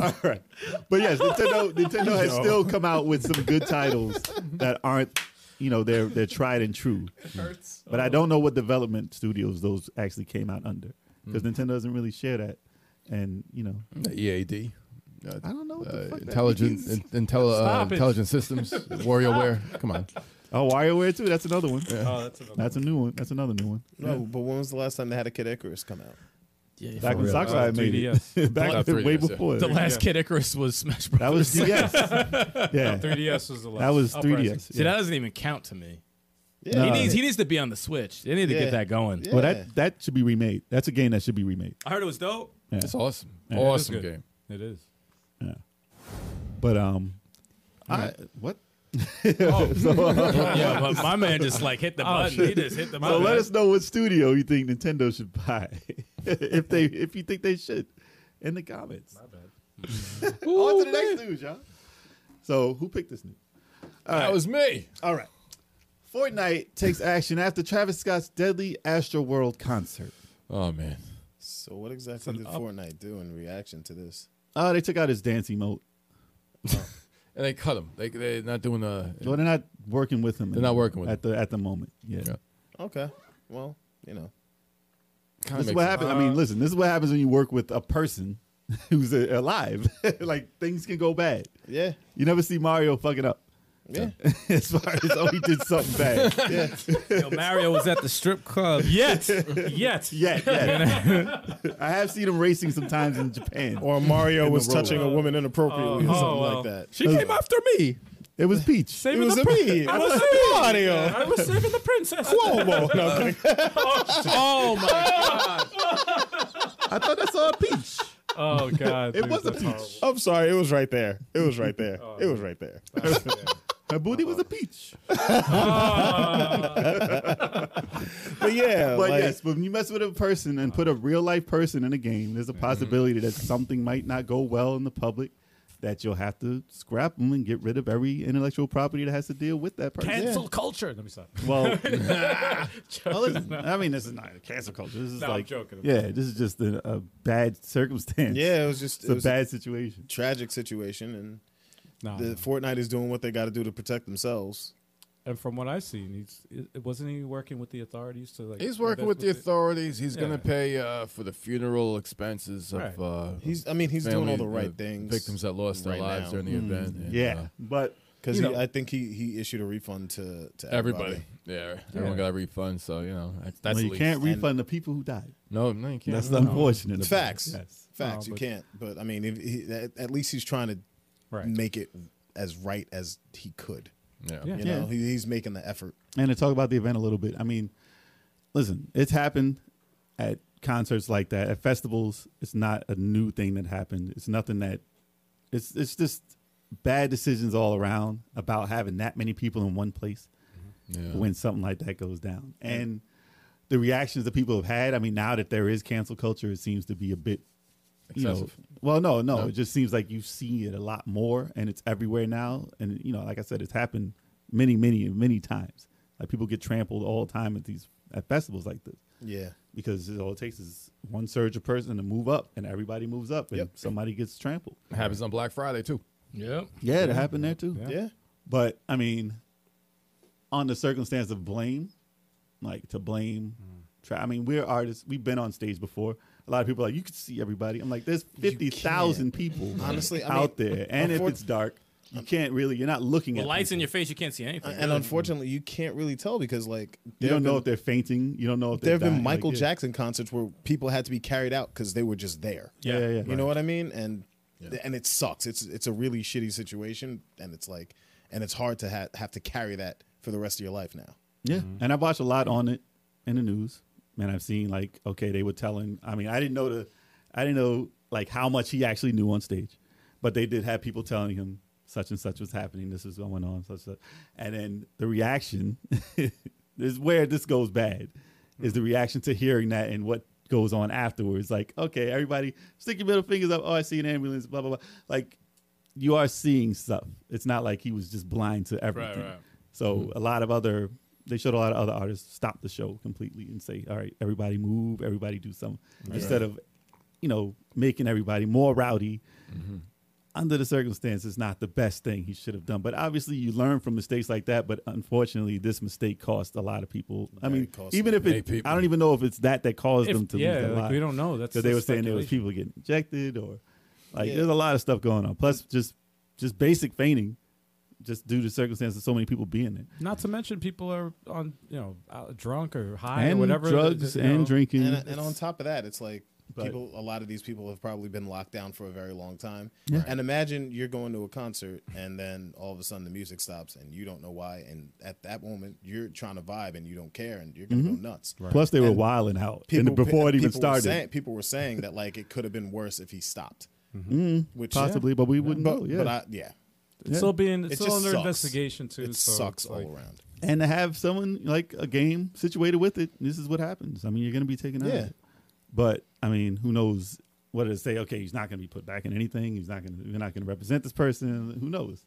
[SPEAKER 6] All right. But yes, Nintendo Nintendo has still come out with some good titles that aren't you know they're they're tried and true.
[SPEAKER 3] hurts.
[SPEAKER 6] But I don't know what development studios those actually came out under because
[SPEAKER 4] Mm.
[SPEAKER 6] Nintendo doesn't really share that. And you know,
[SPEAKER 3] EAD. E Uh,
[SPEAKER 6] I don't know what the fuck that
[SPEAKER 3] intelligent,
[SPEAKER 6] means.
[SPEAKER 3] in, intelli- uh,
[SPEAKER 1] Stop it.
[SPEAKER 3] intelligent
[SPEAKER 6] [laughs]
[SPEAKER 3] systems, WarioWare. Come on,
[SPEAKER 6] oh, WarioWare too. That's another one.
[SPEAKER 1] Oh, that's another.
[SPEAKER 6] That's a new one. That's another new one.
[SPEAKER 2] No, but when was the last time they had a Kid Icarus come out?
[SPEAKER 8] Yeah,
[SPEAKER 6] Back
[SPEAKER 8] for
[SPEAKER 6] when [laughs]
[SPEAKER 8] real.
[SPEAKER 6] Sakurai made it.
[SPEAKER 1] 3DS.
[SPEAKER 6] [laughs] Back
[SPEAKER 3] Oh,
[SPEAKER 6] way
[SPEAKER 3] 3DS, yeah.
[SPEAKER 6] before.
[SPEAKER 4] The last Kid Icarus was Smash Bros.
[SPEAKER 6] that was DS. [laughs] yeah.
[SPEAKER 1] 3DS was the last.
[SPEAKER 6] That was
[SPEAKER 1] Uprising.
[SPEAKER 6] 3DS.
[SPEAKER 4] See, that doesn't even count to me.
[SPEAKER 2] Yeah.
[SPEAKER 6] Nah.
[SPEAKER 4] He needs he needs to be on the Switch. They need to
[SPEAKER 2] Yeah.
[SPEAKER 4] get that going.
[SPEAKER 2] Yeah.
[SPEAKER 6] Well, that that should be remade. That's a game that should be remade.
[SPEAKER 1] I heard it was dope.
[SPEAKER 6] Yeah.
[SPEAKER 3] it's awesome,
[SPEAKER 6] Yeah, it is
[SPEAKER 3] awesome
[SPEAKER 1] good.
[SPEAKER 3] game.
[SPEAKER 1] It is.
[SPEAKER 6] But um, I, [laughs] what? Oh. [laughs]
[SPEAKER 4] yeah, but my man just like hit the
[SPEAKER 1] Oh,
[SPEAKER 4] button. He just hit the
[SPEAKER 6] So
[SPEAKER 4] button.
[SPEAKER 6] let us know what studio you think Nintendo should buy, [laughs] if they if you think they should, in the comments. My [laughs] bad. On to the next news, y'all. So who picked this news?
[SPEAKER 3] That was me.
[SPEAKER 6] All right, Fortnite takes action after Travis Scott's deadly Astro World concert.
[SPEAKER 3] Oh man,
[SPEAKER 2] So what exactly did Fortnite do in reaction to this?
[SPEAKER 6] Oh, they took out his dance emote.
[SPEAKER 3] and they cut him. They they're not doing uh, a.
[SPEAKER 6] Well, they're not working with him.
[SPEAKER 3] They're not working with
[SPEAKER 6] at the at the moment. Yeah.
[SPEAKER 3] Yeah.
[SPEAKER 2] Okay, well, you know,
[SPEAKER 3] Kind
[SPEAKER 6] This is what happens. I mean, listen, this is what happens when you work with a person [laughs] who's uh, alive. [laughs] like things can go bad.
[SPEAKER 2] [laughs] yeah,
[SPEAKER 6] You never see Mario fucking up. [laughs]
[SPEAKER 2] yeah.
[SPEAKER 6] as far as oh he did something bad.
[SPEAKER 8] Yo, Mario was at the strip club.
[SPEAKER 1] Yet, yet.
[SPEAKER 3] [laughs]
[SPEAKER 6] Yeah, yeah. [laughs] I have seen him racing sometimes in Japan.
[SPEAKER 2] Or Mario was
[SPEAKER 6] road.
[SPEAKER 2] touching a woman inappropriately
[SPEAKER 1] Oh,
[SPEAKER 2] or something
[SPEAKER 1] oh, well.
[SPEAKER 2] like that.
[SPEAKER 8] She came after me.
[SPEAKER 6] It was Peach.
[SPEAKER 2] It
[SPEAKER 1] Saving
[SPEAKER 2] was
[SPEAKER 1] the
[SPEAKER 2] a [laughs] me. It
[SPEAKER 1] I
[SPEAKER 2] was
[SPEAKER 1] was
[SPEAKER 2] a Mario.
[SPEAKER 1] I was saving the princess.
[SPEAKER 2] Whoa, whoa, [laughs] no, I'm kidding.
[SPEAKER 4] oh my!
[SPEAKER 6] I thought I saw a Peach.
[SPEAKER 1] Oh god.
[SPEAKER 6] [laughs] It
[SPEAKER 1] dude,
[SPEAKER 6] was a
[SPEAKER 1] that's
[SPEAKER 6] [laughs] Peach.
[SPEAKER 2] I'm sorry. It was right there. It was right there. It was right [laughs] there.
[SPEAKER 1] horrible.
[SPEAKER 6] Her booty was a peach.
[SPEAKER 2] But yeah,
[SPEAKER 6] But
[SPEAKER 2] like,
[SPEAKER 6] yes, when you mess with a person and put a real life person in a game, there's a possibility that something might not go well in the public. That you'll have to scrap them and get rid of every intellectual property that has to deal with that person.
[SPEAKER 1] Cancel culture. Let me stop. [laughs]
[SPEAKER 6] Well, [laughs] well, listen, I mean, this is not cancel culture. This is
[SPEAKER 1] No, I'm
[SPEAKER 6] like,
[SPEAKER 1] joking.
[SPEAKER 6] yeah, this is just a, a bad circumstance.
[SPEAKER 2] yeah, it was
[SPEAKER 6] [laughs]
[SPEAKER 2] just
[SPEAKER 6] it's
[SPEAKER 2] it
[SPEAKER 6] a
[SPEAKER 2] was
[SPEAKER 6] bad situation.
[SPEAKER 2] a tragic situation, and
[SPEAKER 1] Nah.
[SPEAKER 2] the Fortnite is doing what they got to do to protect themselves.
[SPEAKER 1] and from what I've seen, he's it- wasn't he working with the authorities to like.
[SPEAKER 3] he's working with the authorities. He's
[SPEAKER 1] Yeah.
[SPEAKER 3] gonna pay uh, for the funeral expenses of.
[SPEAKER 1] Right.
[SPEAKER 3] Uh,
[SPEAKER 2] He's, I mean, he's doing all
[SPEAKER 3] family,
[SPEAKER 2] the right
[SPEAKER 3] uh,
[SPEAKER 2] things.
[SPEAKER 3] Victims that lost their
[SPEAKER 2] right
[SPEAKER 3] lives
[SPEAKER 2] now.
[SPEAKER 3] during the event. and,
[SPEAKER 6] Yeah,
[SPEAKER 3] uh,
[SPEAKER 6] but
[SPEAKER 2] because
[SPEAKER 6] you know,
[SPEAKER 2] I think he he issued a refund to to
[SPEAKER 3] everybody. Yeah, everyone got a refund. So you know that's, that's
[SPEAKER 6] well,
[SPEAKER 3] the
[SPEAKER 6] you can't
[SPEAKER 3] least.
[SPEAKER 6] refund the people who died.
[SPEAKER 3] No, no, you can't.
[SPEAKER 6] That's
[SPEAKER 3] No.
[SPEAKER 6] unfortunate.
[SPEAKER 2] It's facts.
[SPEAKER 6] Yes.
[SPEAKER 2] Facts.
[SPEAKER 1] No,
[SPEAKER 2] you
[SPEAKER 1] but-
[SPEAKER 2] can't. But I mean, if he, at, at least he's trying to
[SPEAKER 1] Right.
[SPEAKER 2] make it as right as he could.
[SPEAKER 3] Yeah.
[SPEAKER 1] Yeah.
[SPEAKER 2] You know, he, he's making the effort.
[SPEAKER 6] And to talk about the event a little bit, I mean, listen, it's happened at concerts like that, at festivals. It's not a new thing that happened. It's nothing that it's it's just bad decisions all around about having that many people in one place
[SPEAKER 3] Yeah.
[SPEAKER 6] when something like that goes down. And the reactions that people have had, I mean, now that there is cancel culture, it seems to be a bit you know,
[SPEAKER 3] Excessive.
[SPEAKER 6] well, no, no, It just seems like you see it a lot more, and it's everywhere now. And you know, like I said, it's happened many, many, many times. Like people get trampled all the time at these at festivals like this
[SPEAKER 2] Yeah.
[SPEAKER 6] because all it takes is one surge of person to move up, and everybody moves up, and
[SPEAKER 2] Yep.
[SPEAKER 6] somebody gets trampled.
[SPEAKER 3] It happens on Black Friday too.
[SPEAKER 4] Yep.
[SPEAKER 6] Yeah, it happened there too.
[SPEAKER 1] Yeah.
[SPEAKER 2] Yeah.
[SPEAKER 6] But I mean, on the circumstance of blame, like to blame.
[SPEAKER 2] Mm.
[SPEAKER 6] Try, I mean, we're artists. We've been on stage before. A lot of people are like you can see everybody. I'm like, there's fifty thousand people
[SPEAKER 2] [laughs] Honestly, I mean,
[SPEAKER 6] out there, and if
[SPEAKER 2] unfor-
[SPEAKER 6] it's dark, you can't really. You're not looking
[SPEAKER 4] With
[SPEAKER 6] at
[SPEAKER 4] lights in
[SPEAKER 6] people.
[SPEAKER 4] your face, you can't see anything.
[SPEAKER 2] And unfortunately, you can't really tell because like
[SPEAKER 6] You don't know
[SPEAKER 2] been-
[SPEAKER 6] if they're fainting. You don't know if
[SPEAKER 2] there
[SPEAKER 6] they're
[SPEAKER 2] have
[SPEAKER 6] dying,
[SPEAKER 2] been
[SPEAKER 6] like,
[SPEAKER 2] Michael
[SPEAKER 6] yeah.
[SPEAKER 2] Jackson concerts where people had to be carried out because they were just there.
[SPEAKER 6] Yeah, yeah, yeah.
[SPEAKER 2] You know what I mean? And and it sucks. It's it's a really shitty situation, and it's like, and it's hard to ha- have to carry that for the rest of your life now.
[SPEAKER 6] Yeah, and I watched a lot on it in the news, and I've seen like okay, they were telling. I mean, I didn't know the, I didn't know like how much he actually knew on stage, but they did have people telling him such and such was happening, this is going on, such such, and then the reaction [laughs] is where this goes bad, is the reaction to hearing that and what goes on afterwards. Like okay, everybody, stick your middle fingers up. Oh, I see an ambulance. Blah blah blah. Like you are seeing stuff. It's not like he was just blind to everything.
[SPEAKER 4] right.
[SPEAKER 6] So a lot of other they showed a lot of other artists stop the show completely and say, "All right, everybody move, everybody do something," instead of you know making everybody more rowdy. under the circumstances, not the best thing he should have done. But obviously, you learn from mistakes like that. But unfortunately, this mistake cost a lot of people. I mean,
[SPEAKER 2] cost
[SPEAKER 6] even if
[SPEAKER 3] many
[SPEAKER 6] it,
[SPEAKER 3] people.
[SPEAKER 6] I don't even know if it's that that caused
[SPEAKER 1] If-
[SPEAKER 6] them to lose
[SPEAKER 1] yeah,
[SPEAKER 6] their
[SPEAKER 1] like,
[SPEAKER 6] lives.
[SPEAKER 1] we don't know. That's-
[SPEAKER 6] because they were
[SPEAKER 1] that's
[SPEAKER 6] saying there was
[SPEAKER 1] speculation.
[SPEAKER 6] people getting injected or like there's a lot of stuff going on. Plus, just just basic fainting, just due to circumstances, so many people being there.
[SPEAKER 1] Not to mention people are on, you know, out drunk or high
[SPEAKER 6] and
[SPEAKER 1] or whatever.
[SPEAKER 6] drugs
[SPEAKER 1] you know.
[SPEAKER 6] and drinking.
[SPEAKER 2] And, uh, and on top of that, it's like
[SPEAKER 6] But-
[SPEAKER 2] people. A lot of these people have probably been locked down for a very long time.
[SPEAKER 6] Yeah.
[SPEAKER 2] And imagine you're going to a concert, and then all of a sudden the music stops, and you don't know why. And at that moment, you're trying to vibe, and you don't care, and you're gonna go nuts.
[SPEAKER 6] Plus, they were
[SPEAKER 2] And
[SPEAKER 6] wilding out Mm-hmm. and before it even
[SPEAKER 2] people were
[SPEAKER 6] started,
[SPEAKER 2] saying, people were saying that like it could have been worse if he stopped.
[SPEAKER 1] Mm-hmm.
[SPEAKER 2] Which
[SPEAKER 6] Mm-hmm. possibly, but we wouldn't
[SPEAKER 2] but,
[SPEAKER 6] know. Yeah,
[SPEAKER 2] but I, yeah,
[SPEAKER 1] It's still being, it's
[SPEAKER 2] It
[SPEAKER 1] still
[SPEAKER 2] just
[SPEAKER 1] under
[SPEAKER 2] sucks.
[SPEAKER 1] investigation too.
[SPEAKER 2] it
[SPEAKER 1] so
[SPEAKER 2] sucks
[SPEAKER 1] it's
[SPEAKER 2] all
[SPEAKER 1] like-
[SPEAKER 2] around.
[SPEAKER 6] and to have someone like a game situated with it, this is what happens. I mean, you're going to be taken out. of
[SPEAKER 2] Yeah.
[SPEAKER 6] it. But I mean, who knows what it say? Okay, he's not going to be put back in anything. He's not going. to You're not going to represent this person. Who knows?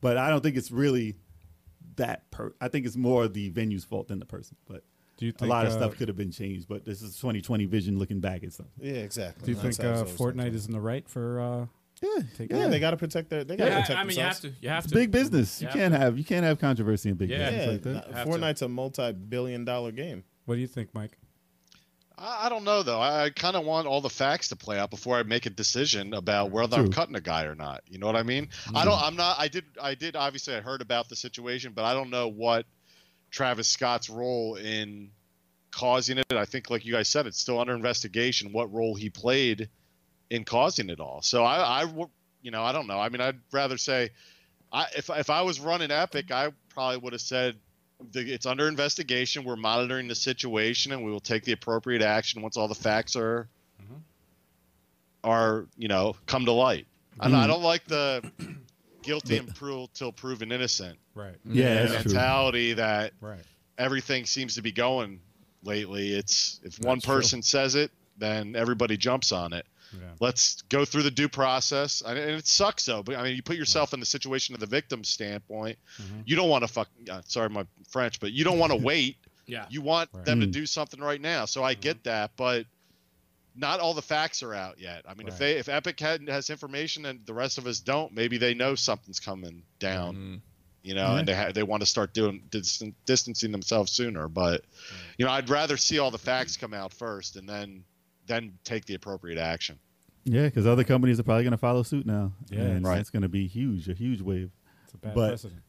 [SPEAKER 6] But I don't think it's really that. Per- I think it's more the venue's fault than the person. But
[SPEAKER 1] Do you
[SPEAKER 6] a
[SPEAKER 1] think,
[SPEAKER 6] lot of
[SPEAKER 1] uh,
[SPEAKER 6] stuff could have been changed. But this is 2020 vision looking back at stuff.
[SPEAKER 2] Yeah, exactly.
[SPEAKER 1] Do you
[SPEAKER 2] That's
[SPEAKER 1] think uh,
[SPEAKER 2] how it's always
[SPEAKER 1] Fortnite
[SPEAKER 2] been.
[SPEAKER 1] is in the right for? Uh,
[SPEAKER 6] Yeah,
[SPEAKER 1] Take-
[SPEAKER 2] Yeah,
[SPEAKER 6] yeah.
[SPEAKER 2] they got to protect their. They got to
[SPEAKER 4] Yeah,
[SPEAKER 2] protect
[SPEAKER 4] I mean, you have
[SPEAKER 2] themselves.
[SPEAKER 4] to. You have to.
[SPEAKER 6] big business. You
[SPEAKER 4] Yeah.
[SPEAKER 6] can't have you can't have controversy in big
[SPEAKER 4] Yeah.
[SPEAKER 6] business
[SPEAKER 2] Yeah,
[SPEAKER 6] like that.
[SPEAKER 2] not-
[SPEAKER 4] Have to.
[SPEAKER 2] Fortnite's a multi-billion dollar game.
[SPEAKER 1] what do you think, Mike?
[SPEAKER 5] I, I don't know though. I, I kind of want all the facts to play out before I make a decision about whether I'm
[SPEAKER 6] True.
[SPEAKER 5] cutting a guy or not. You know what I mean? I don't. I'm not. I did. I did. Obviously, I heard about the situation, but I don't know what Travis Scott's role in causing it. I think, like you guys said, it's still under investigation. What role he played in causing it all? So I, I w- you know, I don't know. I mean, I'd rather say, I if if I was running Epic, I probably would have said the, it's under investigation. We're monitoring the situation, and we will take the appropriate action once all the facts are are you know come to light. I
[SPEAKER 6] Mm-hmm.
[SPEAKER 5] don't I don't like the [clears throat] guilty until till proven innocent
[SPEAKER 1] Right,
[SPEAKER 6] Yeah, that's true.
[SPEAKER 5] mentality that
[SPEAKER 1] right.
[SPEAKER 5] everything seems to be going lately. It's if one person says it, then everybody jumps on it.
[SPEAKER 1] Yeah.
[SPEAKER 5] Let's go through the due process, and and it sucks though. But I mean, you put yourself in the situation of the victim's standpoint.
[SPEAKER 1] Mm-hmm.
[SPEAKER 5] You don't want to fuck. Uh, sorry, my French, but you
[SPEAKER 1] [laughs]
[SPEAKER 5] don't want to wait.
[SPEAKER 4] Yeah.
[SPEAKER 5] You want them to do something right now. So I
[SPEAKER 1] Mm-hmm.
[SPEAKER 5] get that, but not all the facts are out yet. I mean, if
[SPEAKER 1] Right.
[SPEAKER 5] they if Epic had, has information and the rest of us don't, maybe they know something's coming down. You know, and they ha- they want to start doing distan- distancing themselves sooner. But you know, I'd rather see all the facts come out first and then then take the appropriate action.
[SPEAKER 6] Yeah, because other companies are probably going to follow suit now.
[SPEAKER 1] Yeah.
[SPEAKER 6] and
[SPEAKER 5] Right.
[SPEAKER 6] that's going to be huge, a huge wave.
[SPEAKER 1] It's a bad
[SPEAKER 6] But-
[SPEAKER 1] precedent.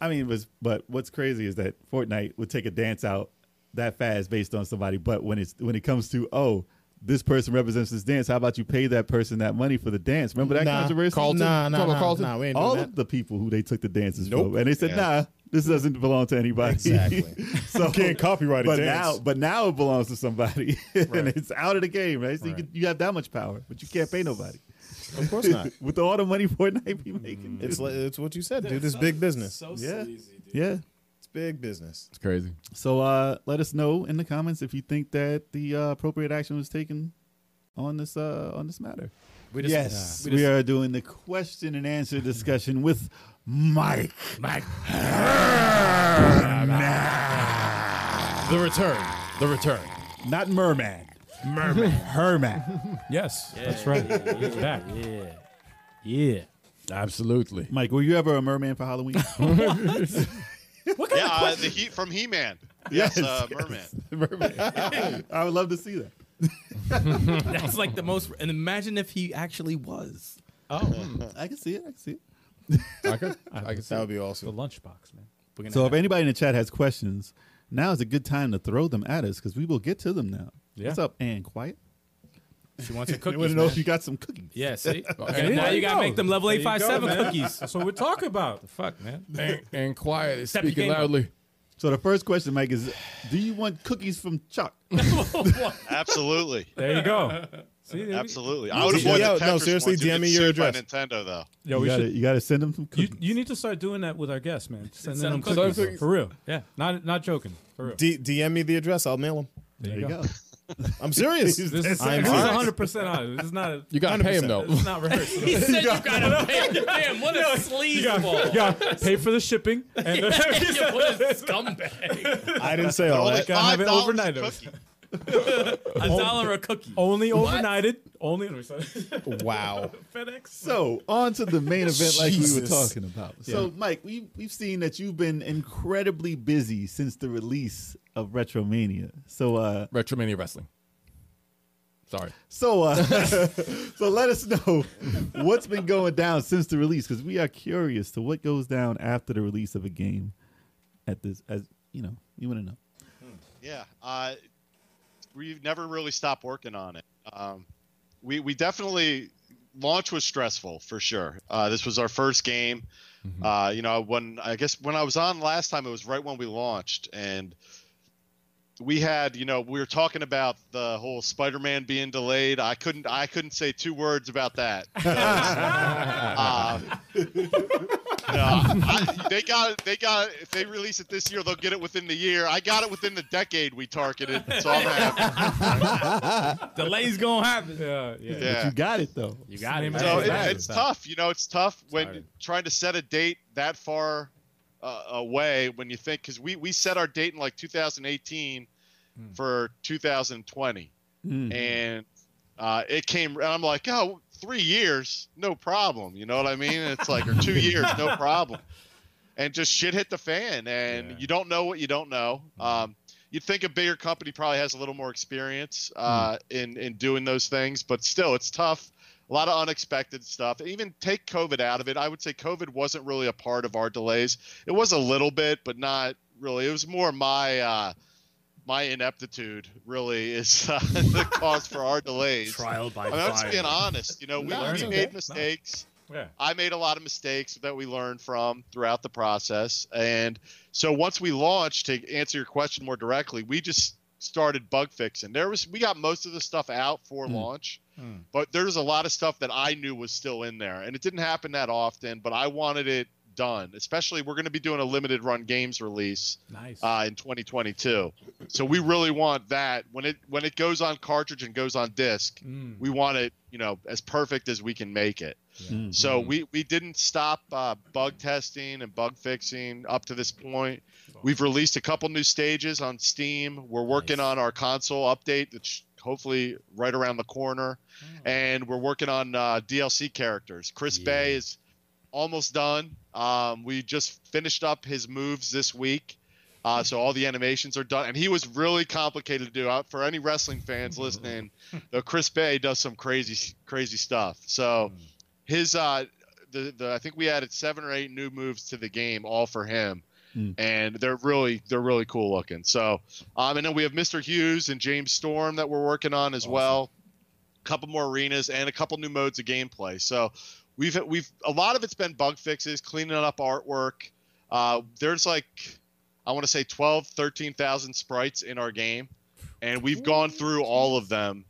[SPEAKER 6] I mean, it was but what's crazy is that Fortnite would take a dance out that fast based on somebody, but when it's when it comes to oh, this person represents this dance, how about you pay that person that money for the dance? Remember that controversy?
[SPEAKER 2] Nah, nah,
[SPEAKER 6] Talking about
[SPEAKER 2] nah,
[SPEAKER 6] Carlton?
[SPEAKER 2] nah, we ain't doing
[SPEAKER 6] All
[SPEAKER 2] that.
[SPEAKER 6] of the people who they took the dances
[SPEAKER 2] Nope.
[SPEAKER 6] from, and they said,
[SPEAKER 5] Yeah.
[SPEAKER 6] nah, this doesn't belong to anybody. [laughs]
[SPEAKER 2] Exactly.
[SPEAKER 6] so
[SPEAKER 2] Can't copyright a
[SPEAKER 6] but
[SPEAKER 2] dance.
[SPEAKER 6] now, but now it belongs to somebody, [laughs] and it's out of the game, right? So you,
[SPEAKER 1] Right.
[SPEAKER 6] could, you have that much power, but you can't pay nobody.
[SPEAKER 2] Of course not.
[SPEAKER 6] With all the money [laughs] Fortnite be making,
[SPEAKER 2] [laughs] It's li- it's what you said, dude. It's big business.
[SPEAKER 6] yeah, yeah.
[SPEAKER 2] It's big business.
[SPEAKER 3] It's crazy.
[SPEAKER 6] So uh, let us know in the comments if you think that the uh, appropriate action was taken on this uh, on this matter.
[SPEAKER 4] We just-
[SPEAKER 6] yes,
[SPEAKER 4] we
[SPEAKER 6] we,
[SPEAKER 4] just-
[SPEAKER 6] are doing the question and answer discussion with Mike. Mike,
[SPEAKER 4] The return. The return.
[SPEAKER 6] not Merman. Merman, [laughs] Herman.
[SPEAKER 1] Yes, that's right. It's back.
[SPEAKER 8] Yeah.
[SPEAKER 4] [laughs]
[SPEAKER 8] Yeah.
[SPEAKER 3] Absolutely.
[SPEAKER 2] [laughs]
[SPEAKER 6] Mike, were you ever a merman for Halloween?
[SPEAKER 5] Yeah, uh, the heat from He
[SPEAKER 2] [laughs]
[SPEAKER 5] Man. Yes, uh, Merman.
[SPEAKER 6] merman. I would love to see that.
[SPEAKER 8] That's like the most. And imagine if he actually was.
[SPEAKER 6] I can see it. I can see it.
[SPEAKER 3] I can, I can see
[SPEAKER 2] That would
[SPEAKER 3] it.
[SPEAKER 2] be
[SPEAKER 1] The
[SPEAKER 2] awesome.
[SPEAKER 1] lunchbox, man.
[SPEAKER 8] We're gonna
[SPEAKER 6] So if
[SPEAKER 8] have-
[SPEAKER 6] anybody in the chat has questions, now is a good time to throw them at us because we will get to them now.
[SPEAKER 1] Yeah.
[SPEAKER 6] What's up, Ann? Quiet.
[SPEAKER 4] she wants her
[SPEAKER 6] I want
[SPEAKER 4] cookies.
[SPEAKER 6] to know
[SPEAKER 4] man.
[SPEAKER 6] if you got some cookies.
[SPEAKER 4] Yeah, see? Okay,
[SPEAKER 1] There
[SPEAKER 4] now
[SPEAKER 1] you
[SPEAKER 4] you got
[SPEAKER 1] go.
[SPEAKER 4] to make them level
[SPEAKER 1] There you go,
[SPEAKER 4] 857
[SPEAKER 1] man.
[SPEAKER 4] cookies.
[SPEAKER 1] That's what we're talking about. The fuck, man.
[SPEAKER 3] And, and quiet is
[SPEAKER 4] Step your
[SPEAKER 3] speaking
[SPEAKER 4] game up.
[SPEAKER 3] loudly.
[SPEAKER 6] So the first question, Mike, is do you want cookies from Chuck?
[SPEAKER 2] [laughs]
[SPEAKER 5] Absolutely,
[SPEAKER 1] There you go. See, there you-
[SPEAKER 5] absolutely. I would avoid
[SPEAKER 2] Yo,
[SPEAKER 5] the Tetris
[SPEAKER 2] no, seriously,
[SPEAKER 5] ones. You
[SPEAKER 2] DM
[SPEAKER 5] get
[SPEAKER 2] me your
[SPEAKER 5] sued by
[SPEAKER 2] address.
[SPEAKER 5] Nintendo though.
[SPEAKER 1] Yo,
[SPEAKER 6] you,
[SPEAKER 1] we
[SPEAKER 6] gotta,
[SPEAKER 1] should.
[SPEAKER 6] you gotta send them some
[SPEAKER 1] You,
[SPEAKER 6] cookies.
[SPEAKER 1] you need to start doing that with our guests, man. Sending
[SPEAKER 4] Send
[SPEAKER 1] them
[SPEAKER 4] them
[SPEAKER 1] cookies,
[SPEAKER 3] cookies.
[SPEAKER 1] for real. Yeah, not not joking. For real.
[SPEAKER 2] D- DM me the address. I'll mail them.
[SPEAKER 6] there you go. [laughs]
[SPEAKER 2] I'm serious.
[SPEAKER 1] This is,
[SPEAKER 2] I'm
[SPEAKER 1] this is
[SPEAKER 2] serious.
[SPEAKER 4] [laughs]
[SPEAKER 1] 100% honest. This is not. A,
[SPEAKER 3] You got to pay him, though.
[SPEAKER 1] It's not rehearsed.
[SPEAKER 4] He said you got to
[SPEAKER 7] [laughs]
[SPEAKER 4] pay him. Damn, what a sleazeball.
[SPEAKER 1] yeah, pay for the
[SPEAKER 4] [laughs]
[SPEAKER 1] shipping. And
[SPEAKER 4] Yeah, what a
[SPEAKER 1] [laughs]
[SPEAKER 4] scumbag.
[SPEAKER 2] I didn't say all
[SPEAKER 5] Only
[SPEAKER 2] that.
[SPEAKER 1] gotta have it
[SPEAKER 5] $5
[SPEAKER 1] overnight, though.
[SPEAKER 5] cookie.
[SPEAKER 4] a dollar a cookie.
[SPEAKER 1] Only overnighted. Only
[SPEAKER 2] Wow.
[SPEAKER 1] FedEx.
[SPEAKER 6] So on to the main event, like we were
[SPEAKER 2] Jesus.
[SPEAKER 6] talking about. So, Mike, we we've seen that you've been incredibly busy since the release of Retromania. So, uh,
[SPEAKER 3] [laughs]
[SPEAKER 4] Retromania Wrestling. Sorry.
[SPEAKER 6] so, uh, [laughs] so let us know what's been going down since the release, because we are curious to what goes down after the release of a game. At this, as you know, you want to know.
[SPEAKER 5] Yeah, uh, we've never really stopped working on it. Um, we we definitely launch was stressful for sure. Uh, this was our first game. Uh, you know, when I guess when I was on last time, it was right when we launched, and we had you know we were talking about the whole Spider-Man being delayed. I couldn't I couldn't say two words about that. Uh, no, I, they got it. They got it. If they release it this year, they'll get it within the year. I got it within the decade we targeted, so I'm happy.
[SPEAKER 4] [laughs] Delay's gonna happen.
[SPEAKER 1] Yeah, yeah.
[SPEAKER 6] But
[SPEAKER 5] Yeah.
[SPEAKER 6] you got it though.
[SPEAKER 4] You got it, man.
[SPEAKER 5] So it,
[SPEAKER 1] Exactly.
[SPEAKER 5] it's tough. You know, it's tough when trying to set a date that far uh, away when you think because we we set our date in like 2018 for 2020, and uh, it came. And I'm like, oh, three years, no problem. You know what I mean? It's like or two years, no problem. And just shit hit the fan, and
[SPEAKER 1] Yeah.
[SPEAKER 5] you don't know what you don't know. Um, you'd think a bigger company probably has a little more experience uh, in in doing those things, but still, it's tough. A lot of unexpected stuff. Even take COVID out of it, I would say COVID wasn't really a part of our delays. It was a little bit, but not really. It was more my uh, my ineptitude really is uh, [laughs] the cause for our delays.
[SPEAKER 4] Trial by
[SPEAKER 5] I mean, I'm just being honest. You know, we,
[SPEAKER 1] No, it's
[SPEAKER 5] we
[SPEAKER 1] okay.
[SPEAKER 5] made mistakes.
[SPEAKER 1] Yeah.
[SPEAKER 5] I made a lot of mistakes that we learned from throughout the process. And so once we launched, to answer your question more directly, we just started bug fixing. There was we got most of the stuff out for
[SPEAKER 4] Hmm.
[SPEAKER 5] launch, but there's a lot of stuff that I knew was still in there. And it didn't happen that often, but I wanted it done. Especially we're going to be doing a limited run games release
[SPEAKER 1] Nice.
[SPEAKER 5] uh, in 2022. So we really want that when it when it goes on cartridge and goes on disc,
[SPEAKER 1] Mm.
[SPEAKER 5] we want it you know as perfect as we can make it.
[SPEAKER 6] Mm.
[SPEAKER 5] So we we didn't stop uh, bug testing and bug fixing up to this point. We've released a couple new stages on Steam. We're working on our console update that's hopefully right around the corner, and we're working on uh, DLC characters. Chris Bay is almost done. Um, we just finished up his moves this week. Uh, so all the animations are done, and he was really complicated to do. Uh, for any wrestling fans listening, though Chris Bay does some crazy, crazy stuff. So his, uh, the, the I think we added seven or eight new moves to the game, all for him,
[SPEAKER 6] Mm.
[SPEAKER 5] and they're really, they're really cool looking. So, um, and then we have Mr. Hughes and James Storm that we're working on as well, a couple more arenas and a couple new modes of gameplay. So we've we've a lot of it's been bug fixes, cleaning up artwork. Uh, there's like I want to say 12, 13,000 sprites in our game, and we've gone through all of them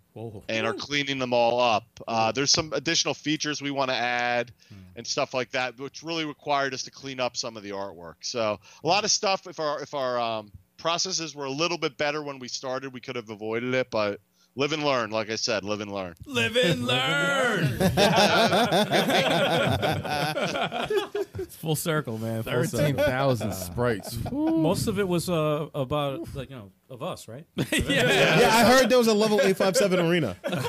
[SPEAKER 5] and are cleaning them all up. Uh, there's some additional features we want to add
[SPEAKER 2] Hmm.
[SPEAKER 5] and stuff like that, which really required us to clean up some of the artwork. So a lot of stuff. If our if our um, processes were a little bit better when we started, we could have avoided it, but. Live and learn, like I said, live and learn.
[SPEAKER 4] Live and learn.
[SPEAKER 8] Full circle, man. Full
[SPEAKER 4] Thirteen
[SPEAKER 8] circle.
[SPEAKER 4] thousand sprites.
[SPEAKER 1] Most of it was uh, about like you know of us, right?
[SPEAKER 2] Yeah, I heard there was a level 857 arena.
[SPEAKER 6] You heard
[SPEAKER 2] Oh,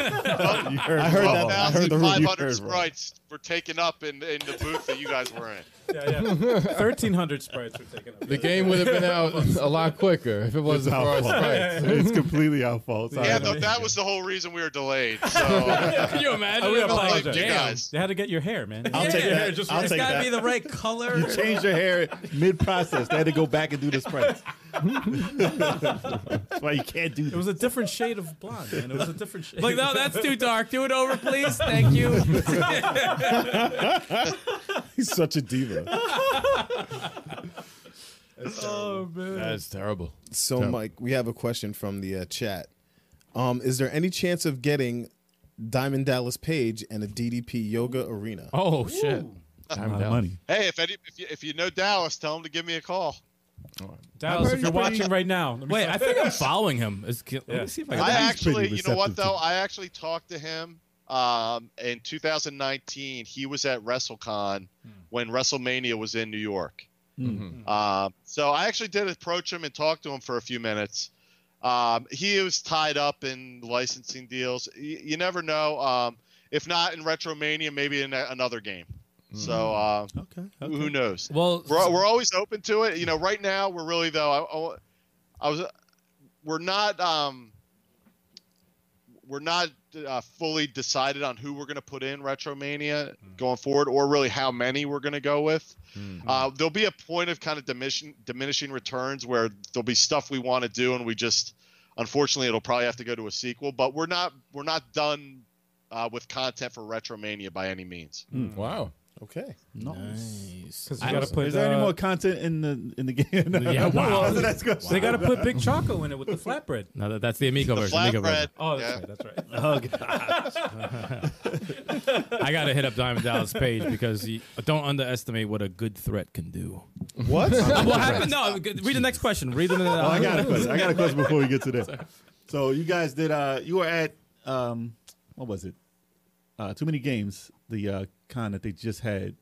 [SPEAKER 2] I heard that. I heard the rumor.
[SPEAKER 5] 1,500
[SPEAKER 2] You heard wrong.
[SPEAKER 5] sprites were taken up in, in the booth that you guys were
[SPEAKER 2] [laughs]
[SPEAKER 5] in.
[SPEAKER 1] [laughs] Yeah, yeah. Thirteen hundred sprites were taken up.
[SPEAKER 3] The game would have been out a lot quicker if it wasn't for our
[SPEAKER 6] our
[SPEAKER 3] sprites.
[SPEAKER 6] it's completely our fault. Sorry.
[SPEAKER 5] Yeah, though that was the whole reason we were
[SPEAKER 2] [laughs]
[SPEAKER 5] delayed. So
[SPEAKER 4] Can you imagine?
[SPEAKER 1] Oh, we
[SPEAKER 4] if, like,
[SPEAKER 1] apologize.
[SPEAKER 5] you guys.
[SPEAKER 1] They had to get your hair, man.
[SPEAKER 2] I'll take
[SPEAKER 8] Yeah,
[SPEAKER 2] that.
[SPEAKER 8] just-
[SPEAKER 2] I'll
[SPEAKER 8] it's
[SPEAKER 2] take
[SPEAKER 8] gotta
[SPEAKER 2] that.
[SPEAKER 8] be the right color.
[SPEAKER 6] You changed your hair mid process. They had to go back and do the sprites. That's why you can't do
[SPEAKER 1] It was a different shade of blonde, man. It was a different shade.
[SPEAKER 8] Like, no, that's too dark. Do it over, please. Thank you.
[SPEAKER 2] [laughs] He's such a diva.
[SPEAKER 1] oh man.
[SPEAKER 3] That's terrible.
[SPEAKER 2] So, Mike, we have a question from the uh, chat. Um, is there any chance of getting Diamond Dallas Page and a DDP Yoga Arena?
[SPEAKER 4] Oh shit.
[SPEAKER 6] A lot of money.
[SPEAKER 5] hey, if any, if you, if you know Dallas, tell him to give me a call.
[SPEAKER 1] Dallas, if
[SPEAKER 6] Pretty-
[SPEAKER 1] you're
[SPEAKER 6] pretty-
[SPEAKER 1] watching right now, let me
[SPEAKER 4] Wait,
[SPEAKER 1] find-
[SPEAKER 4] I think
[SPEAKER 1] [laughs]
[SPEAKER 4] I'm following him. Is- can- Let
[SPEAKER 1] Yeah.
[SPEAKER 4] me see if I
[SPEAKER 5] I,
[SPEAKER 4] can.
[SPEAKER 6] he's
[SPEAKER 5] actually,
[SPEAKER 6] pretty
[SPEAKER 5] you know what
[SPEAKER 6] receptive
[SPEAKER 5] though,
[SPEAKER 6] to-
[SPEAKER 5] I actually talked to him um, in 2019. He was at WrestleCon when WrestleMania was in New
[SPEAKER 6] Hmm.
[SPEAKER 5] York. Um, so I actually did approach him and talk to him for a few minutes. Um, he was tied up in licensing deals. You, you never know. Um, if not in Retromania, maybe in a, another game. So uh,
[SPEAKER 6] Hmm. Okay.
[SPEAKER 5] who- who knows?
[SPEAKER 4] Well,
[SPEAKER 5] we're, we're always open to it. You know, right now we're really though. I, I, I was, we're not, um, we're not uh, fully decided on who we're going to put in Retromania going forward, or really how many we're going to go with. Uh, there'll be a point of kind of diminishing diminishing returns where there'll be stuff we want to do, and we just, unfortunately, it'll probably have to go to a sequel. But we're not we're not done uh, with content for Retromania by any means.
[SPEAKER 3] Wow.
[SPEAKER 2] Okay.
[SPEAKER 6] Nice.
[SPEAKER 1] Because you got to put.
[SPEAKER 6] Is there any
[SPEAKER 1] uh,
[SPEAKER 6] more content in the in the game? [laughs]
[SPEAKER 4] Yeah, wow.
[SPEAKER 6] That's the next question.
[SPEAKER 1] They got to put Big Choco in it with the flatbread.
[SPEAKER 4] no, that, that's the Amigo
[SPEAKER 5] The
[SPEAKER 4] version. Amigo
[SPEAKER 5] flatbread.
[SPEAKER 4] version.
[SPEAKER 1] Oh, that's
[SPEAKER 5] yeah.
[SPEAKER 1] right. That's right.
[SPEAKER 4] I gotta hit up Diamond Dallas Page because you, don't underestimate what a good threat can do.
[SPEAKER 2] What?
[SPEAKER 4] [laughs] What happened? No, read the next question. Read the.
[SPEAKER 6] Oh, I got a question. I got a question before we [laughs] get to this. So you guys did. Uh, you were at um, what was it? Uh, too many games. The uh, con that they just had,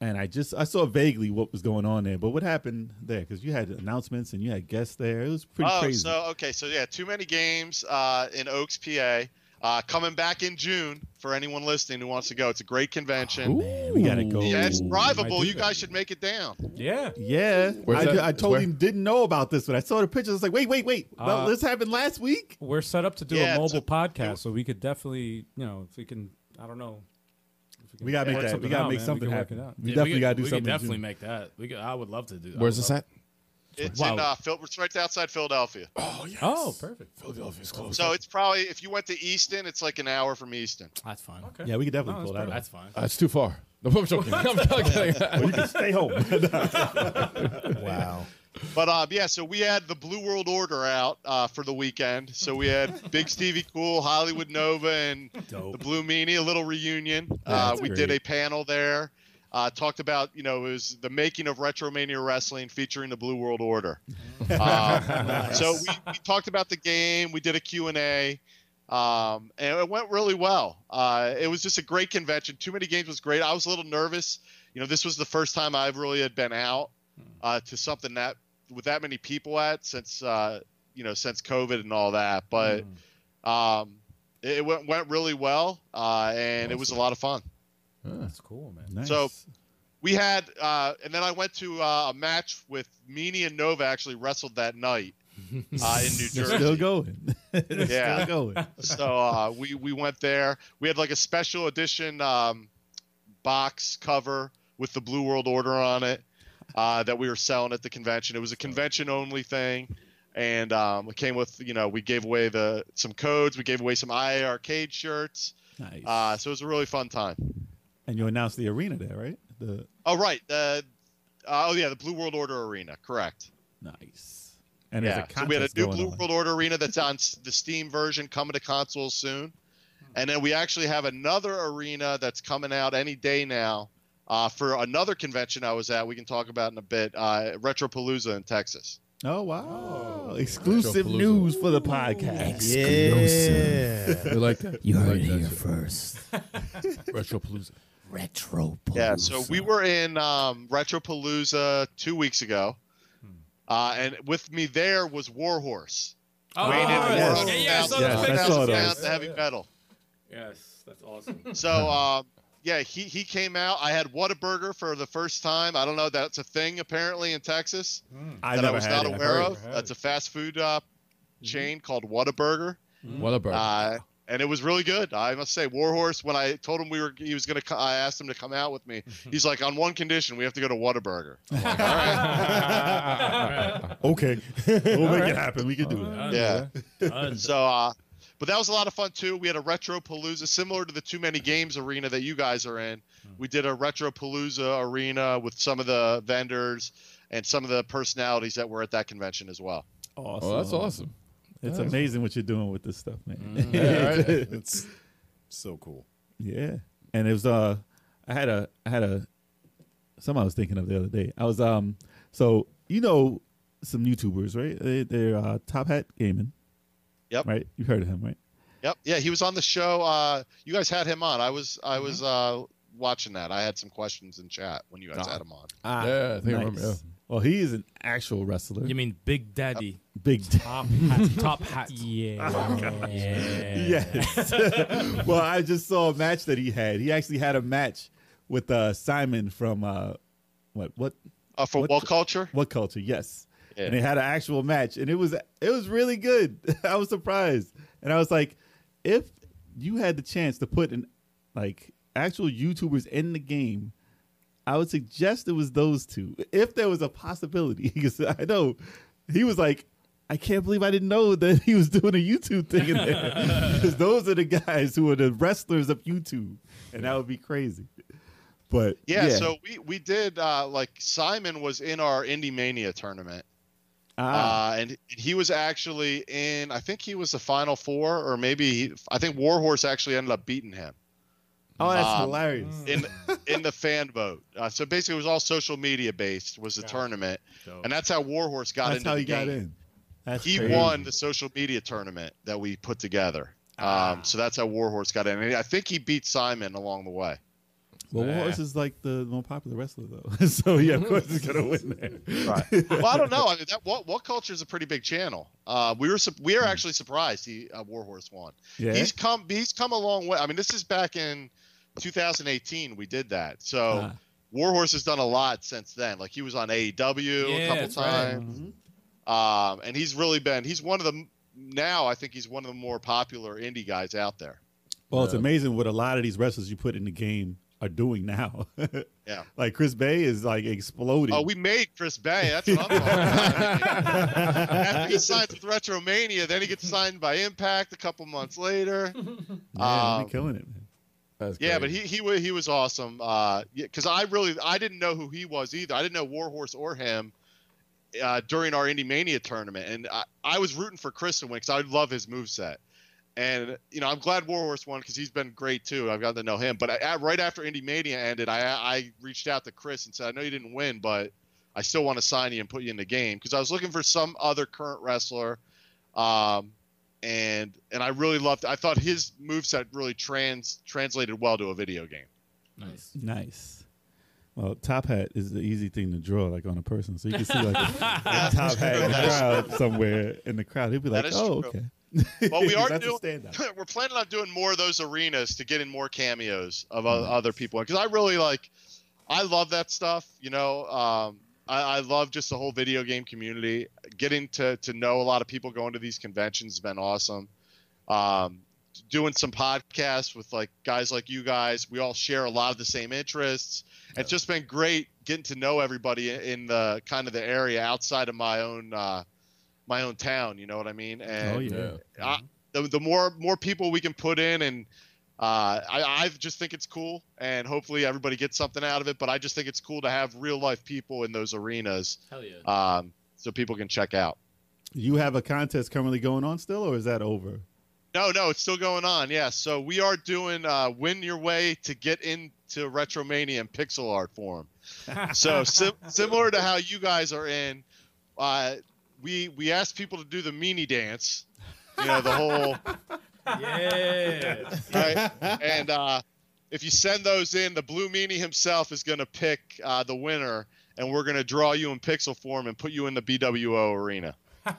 [SPEAKER 6] and I just I saw vaguely what was going on there. But what happened there? Because you had announcements and you had guests there. It was pretty
[SPEAKER 5] oh,
[SPEAKER 6] crazy.
[SPEAKER 5] so okay, so yeah, too many games uh, in Oaks, PA. Uh, coming back in June for anyone listening who wants to go. It's a great convention.
[SPEAKER 6] Man, we gotta go.
[SPEAKER 5] yeah, it's drivable.
[SPEAKER 1] do
[SPEAKER 5] You guys should make it down.
[SPEAKER 1] Yeah.
[SPEAKER 6] Yeah,
[SPEAKER 3] Where's
[SPEAKER 6] I,
[SPEAKER 3] that?
[SPEAKER 6] I told
[SPEAKER 3] Where?
[SPEAKER 6] him didn't know about this one. I saw the pictures. I was like, wait, wait, wait. well,
[SPEAKER 1] Uh,
[SPEAKER 6] this happened last week.
[SPEAKER 1] We're set up to do
[SPEAKER 5] Yeah,
[SPEAKER 1] a
[SPEAKER 5] it's
[SPEAKER 1] mobile
[SPEAKER 5] a-
[SPEAKER 1] podcast, so we could definitely, you know, if we can, I don't know. if
[SPEAKER 6] We gotta
[SPEAKER 1] work
[SPEAKER 6] make that. We
[SPEAKER 1] something
[SPEAKER 6] gotta
[SPEAKER 1] out,
[SPEAKER 6] make
[SPEAKER 1] man. We can
[SPEAKER 6] something
[SPEAKER 1] work
[SPEAKER 6] happen.
[SPEAKER 1] it out.
[SPEAKER 6] We definitely gotta do
[SPEAKER 4] we
[SPEAKER 6] something.
[SPEAKER 4] Could
[SPEAKER 6] in
[SPEAKER 4] definitely
[SPEAKER 6] June.
[SPEAKER 4] make that. We could, I would love to do. I
[SPEAKER 8] Where's
[SPEAKER 4] would
[SPEAKER 8] this
[SPEAKER 4] love-
[SPEAKER 8] at?
[SPEAKER 5] It's
[SPEAKER 4] Wow.
[SPEAKER 5] in uh, Phil- it's right outside Philadelphia.
[SPEAKER 1] Oh, perfect.
[SPEAKER 3] Philadelphia's close.
[SPEAKER 5] So it's probably if you went to Easton, it's like an hour from Easton.
[SPEAKER 4] That's fine.
[SPEAKER 1] Okay.
[SPEAKER 6] Yeah, we could definitely
[SPEAKER 1] No,
[SPEAKER 6] pull
[SPEAKER 1] that's
[SPEAKER 6] that off.
[SPEAKER 4] That's
[SPEAKER 3] Uh,
[SPEAKER 4] fine.
[SPEAKER 3] it's too far. No, I'm joking.
[SPEAKER 8] [laughs]
[SPEAKER 3] I'm joking.
[SPEAKER 6] Well, you can stay home.
[SPEAKER 5] [laughs]
[SPEAKER 2] wow.
[SPEAKER 5] But um, yeah, so we had the Blue World Order out uh, for the weekend. So we had Big Stevie Cool, Hollywood Nova, and the Blue Meanie, a little reunion. uh, we did a panel there. Uh, talked about you know it was the making of Retromania Wrestling featuring the Blue World Order. um, so we, we talked about the game. We did a Q and A. Um, and it went really well. Uh, it was just a great convention. Too many games was great. I was a little nervous. You know, this was the first time I've really had been out uh, to something that with that many people at since uh, you know since COVID and all that. But
[SPEAKER 6] Mm.
[SPEAKER 5] um, it, it went went really well, uh, and it was a lot of fun.
[SPEAKER 1] That's cool, man.
[SPEAKER 6] Nice.
[SPEAKER 5] So- We had, uh, and then I went to uh, a match with Meanie and Nova. Actually, wrestled that night
[SPEAKER 6] [laughs]
[SPEAKER 5] uh, in New
[SPEAKER 6] They're still
[SPEAKER 5] Jersey.
[SPEAKER 6] going. [laughs] They're
[SPEAKER 5] Yeah.
[SPEAKER 6] still going.
[SPEAKER 5] [laughs] So uh, we we went there. We had like a special edition um, box cover with the Blue World Order on it uh, that we were selling at the convention. It was a convention only thing, and um, it came with you know we gave away the some codes. We gave away some IA arcade shirts.
[SPEAKER 6] Nice.
[SPEAKER 5] Uh, so it was a really fun time.
[SPEAKER 6] and you announced the arena there, right? The
[SPEAKER 5] Oh right, uh, uh, oh yeah, the Blue World Order Arena, correct.
[SPEAKER 6] nice. And
[SPEAKER 5] Yeah,
[SPEAKER 6] there's a
[SPEAKER 5] so we had a
[SPEAKER 6] contest
[SPEAKER 5] new
[SPEAKER 6] going
[SPEAKER 5] Blue
[SPEAKER 6] on.
[SPEAKER 5] World Order Arena that's on s- the Steam version coming to consoles soon,
[SPEAKER 4] Hmm.
[SPEAKER 5] and then we actually have another arena that's coming out any day now uh, for another convention I was at. We can talk about in a bit. Uh, Retropalooza in Texas.
[SPEAKER 6] Oh wow! Exclusive
[SPEAKER 3] Retropalooza.
[SPEAKER 6] news for the podcast.
[SPEAKER 2] Yeah.
[SPEAKER 3] we like that.
[SPEAKER 8] You
[SPEAKER 3] We
[SPEAKER 8] heard
[SPEAKER 3] like
[SPEAKER 8] it here
[SPEAKER 3] that.
[SPEAKER 8] first.
[SPEAKER 3] Retro Palooza.
[SPEAKER 8] Retro.
[SPEAKER 5] Yeah, so we were in um, Retropalooza two weeks ago,
[SPEAKER 6] Hmm.
[SPEAKER 5] uh, and with me there was Warhorse.
[SPEAKER 4] Oh,
[SPEAKER 5] Wayne and
[SPEAKER 6] yes.
[SPEAKER 5] Warhorse,
[SPEAKER 4] yeah, yeah, I saw
[SPEAKER 6] Yes,
[SPEAKER 4] those
[SPEAKER 6] I
[SPEAKER 4] pictures.
[SPEAKER 6] saw
[SPEAKER 5] 1,000
[SPEAKER 6] those.
[SPEAKER 5] pounds of heavy metal.
[SPEAKER 4] Yes, that's awesome.
[SPEAKER 6] [laughs]
[SPEAKER 5] So um, yeah, he he came out. I had Whataburger for the first time. I don't know that's a thing apparently in Texas
[SPEAKER 6] I
[SPEAKER 5] that I
[SPEAKER 6] never
[SPEAKER 5] was
[SPEAKER 6] had
[SPEAKER 5] not
[SPEAKER 6] it. Mm-hmm.
[SPEAKER 5] aware
[SPEAKER 1] heard,
[SPEAKER 5] of.
[SPEAKER 1] I heard.
[SPEAKER 5] That's a fast food uh, chain called Whataburger.
[SPEAKER 3] What a bird.
[SPEAKER 5] Uh, and it was really good. I must say, Warhorse. When I told him we were, he was gonna. co- I asked him to come out
[SPEAKER 6] [laughs]
[SPEAKER 5] with me. He's like, on one condition, we have to go to Whataburger.
[SPEAKER 6] Okay, [laughs] we'll make it happen. We can do it.
[SPEAKER 5] Yeah. [laughs] so, uh, but that was a lot of fun too. We had a retro palooza similar to the Too Many Games arena that you guys are in. We did a retro palooza arena with some of the vendors and some of the personalities that were at that convention as well.
[SPEAKER 6] Awesome.
[SPEAKER 3] Oh, that's
[SPEAKER 5] [laughs]
[SPEAKER 3] awesome. Mm-hmm.
[SPEAKER 6] It's amazing what you're doing with this stuff, man.
[SPEAKER 3] Yeah, right.
[SPEAKER 2] It's so cool.
[SPEAKER 6] [laughs] Yeah, and it was uh, I had a I had a something I was thinking of the other day. I was um, so you know some YouTubers, right? They, they're uh, Top Hat Gaming.
[SPEAKER 5] Yep.
[SPEAKER 6] Right, you've heard of him, right?
[SPEAKER 5] Yep. Yeah, he was on the show. Uh, you guys had him on. I was I was uh, watching that. I had some questions in chat when you guys had him on.
[SPEAKER 6] Ah,
[SPEAKER 3] Yeah, I think I remember, yeah.
[SPEAKER 6] Well, he is an actual wrestler.
[SPEAKER 4] You mean Big Daddy?
[SPEAKER 6] Big
[SPEAKER 4] Top hat. Top hat.
[SPEAKER 8] Yeah.
[SPEAKER 4] Yeah.
[SPEAKER 6] [laughs] Yes. [laughs] well, I just saw a match that he had. He actually had a match with uh, Simon from uh, what what
[SPEAKER 5] Uh, for
[SPEAKER 6] What
[SPEAKER 5] what
[SPEAKER 6] the-
[SPEAKER 5] culture?
[SPEAKER 6] what culture? Yes.
[SPEAKER 5] Yeah.
[SPEAKER 6] And they had an actual match, and it was it was really good. [laughs] I was surprised, and I was like, if you had the chance to put an like actual YouTubers in the game, I would suggest it was those two, if there was a possibility. [laughs] Because I know he was like, I can't believe I didn't know that [laughs] he was doing a YouTube thing in there.
[SPEAKER 5] [laughs]
[SPEAKER 6] Because those are the guys who are the wrestlers of YouTube, and that would be crazy. But
[SPEAKER 5] Yeah, So we we did uh, like Simon was in our Indie Mania tournament.
[SPEAKER 6] Ah,
[SPEAKER 5] Uh, and he was actually in. I think he was the final four, or maybe he, I think Warhorse actually ended up beating him
[SPEAKER 6] oh, that's
[SPEAKER 5] um,
[SPEAKER 6] hilarious.
[SPEAKER 5] in
[SPEAKER 6] Hmm.
[SPEAKER 5] in the fan vote. Uh, so basically, it was all social media based. Was the tournament,
[SPEAKER 4] Dope.
[SPEAKER 5] and that's how Warhorse got
[SPEAKER 6] That's
[SPEAKER 5] into
[SPEAKER 6] how
[SPEAKER 5] the
[SPEAKER 6] he got
[SPEAKER 5] game.
[SPEAKER 6] in. That's
[SPEAKER 5] He
[SPEAKER 6] crazy.
[SPEAKER 5] won the social media tournament that we put together.
[SPEAKER 6] Ah.
[SPEAKER 5] Um, so that's how Warhorse got in. And I think he beat Simon along the way.
[SPEAKER 6] Well,
[SPEAKER 4] Nah.
[SPEAKER 6] Walrus is like the more popular wrestler, though. [laughs] so yeah, of course he's gonna win
[SPEAKER 3] [laughs]
[SPEAKER 6] there.
[SPEAKER 5] well, I don't know. I mean, that what what culture is a pretty big channel. Uh, we were sup- we are actually surprised he uh, Warhorse won.
[SPEAKER 6] Yeah.
[SPEAKER 5] He's come he's come a long way. I mean, this is back in 2018 we did that. So
[SPEAKER 6] Ah.
[SPEAKER 5] Warhorse has done a lot since then. Like he was on AEW
[SPEAKER 4] Yeah,
[SPEAKER 5] a couple
[SPEAKER 4] that's right.
[SPEAKER 5] times. Um, and he's really been he's one of the now I think he's one of the more popular indie guys out there.
[SPEAKER 6] Well, it's amazing what a lot of these wrestlers you put in the game are doing now. [laughs]
[SPEAKER 5] Yeah.
[SPEAKER 6] like Chris Bay is like exploding.
[SPEAKER 5] Oh, we made Chris Bay. That's what I'm talking about. After he signed with Retromania, then he gets signed by Impact a couple months later.
[SPEAKER 6] man, we
[SPEAKER 5] um,
[SPEAKER 6] killing it. Man.
[SPEAKER 3] That's
[SPEAKER 5] Yeah, but
[SPEAKER 3] great.
[SPEAKER 5] he he was he was awesome. Uh, because I really I didn't know who he was either. I didn't know Warhorse or him. Uh, during our Indie Mania tournament, and I, I was rooting for Chris to win because I love his moveset. And you know, I'm glad Warhorse won because he's been great too. I've gotten to know him. But I, at- right after Indie Mania ended, I I reached out to Chris and said, I know you didn't win, but I still want to sign you and put you in the game because I was looking for some other current wrestler. Um, and and I really loved. I thought his moveset really trans translated well to a video
[SPEAKER 6] [laughs]
[SPEAKER 5] game.
[SPEAKER 4] Nice.
[SPEAKER 6] Nice. Well, top hat is the easy thing to draw, like on a person, so you can see
[SPEAKER 5] [laughs]
[SPEAKER 6] like a, a top hat in the crowd somewhere in the crowd. He'll be like,
[SPEAKER 5] That is
[SPEAKER 6] "Oh,
[SPEAKER 5] true.
[SPEAKER 6] okay."
[SPEAKER 5] Well, we are
[SPEAKER 6] That's a
[SPEAKER 5] doing.
[SPEAKER 6] standout.
[SPEAKER 5] [laughs] we're planning on doing more of those arenas to get in more cameos of o- other people because I really like. I love that stuff. You know, um, I, I love just the whole video game community. Getting to to know a lot of people going to these conventions has been awesome. Um, doing some podcasts with like guys like you guys, we all share a lot of the same interests. It's just been great getting to know everybody in- in the kind of the area outside of my own uh, my own town. You know what I mean? And
[SPEAKER 6] Oh yeah.
[SPEAKER 3] Yeah.
[SPEAKER 5] I,
[SPEAKER 4] Mm-hmm.
[SPEAKER 5] the, the more more people we can put in and uh, I, I just think it's cool and hopefully everybody gets something out of it but i just think it's cool to have real life people in those arenas
[SPEAKER 4] Hell yeah.
[SPEAKER 5] um, so people can check out
[SPEAKER 6] You have a contest currently going on still, or is that over?
[SPEAKER 5] no no it's still going on yeah so we are doing uh, win your way to get into retromania and pixel art
[SPEAKER 4] [laughs]
[SPEAKER 5] form so sim- similar to how you guys are in uh, we we asked people to do the meanie dance you know the whole
[SPEAKER 4] [laughs] Yeah.
[SPEAKER 5] right? and uh, if you send those in, the blue meanie himself is going to pick uh, the winner, and we're going to draw you in pixel form and put you in the BWO arena.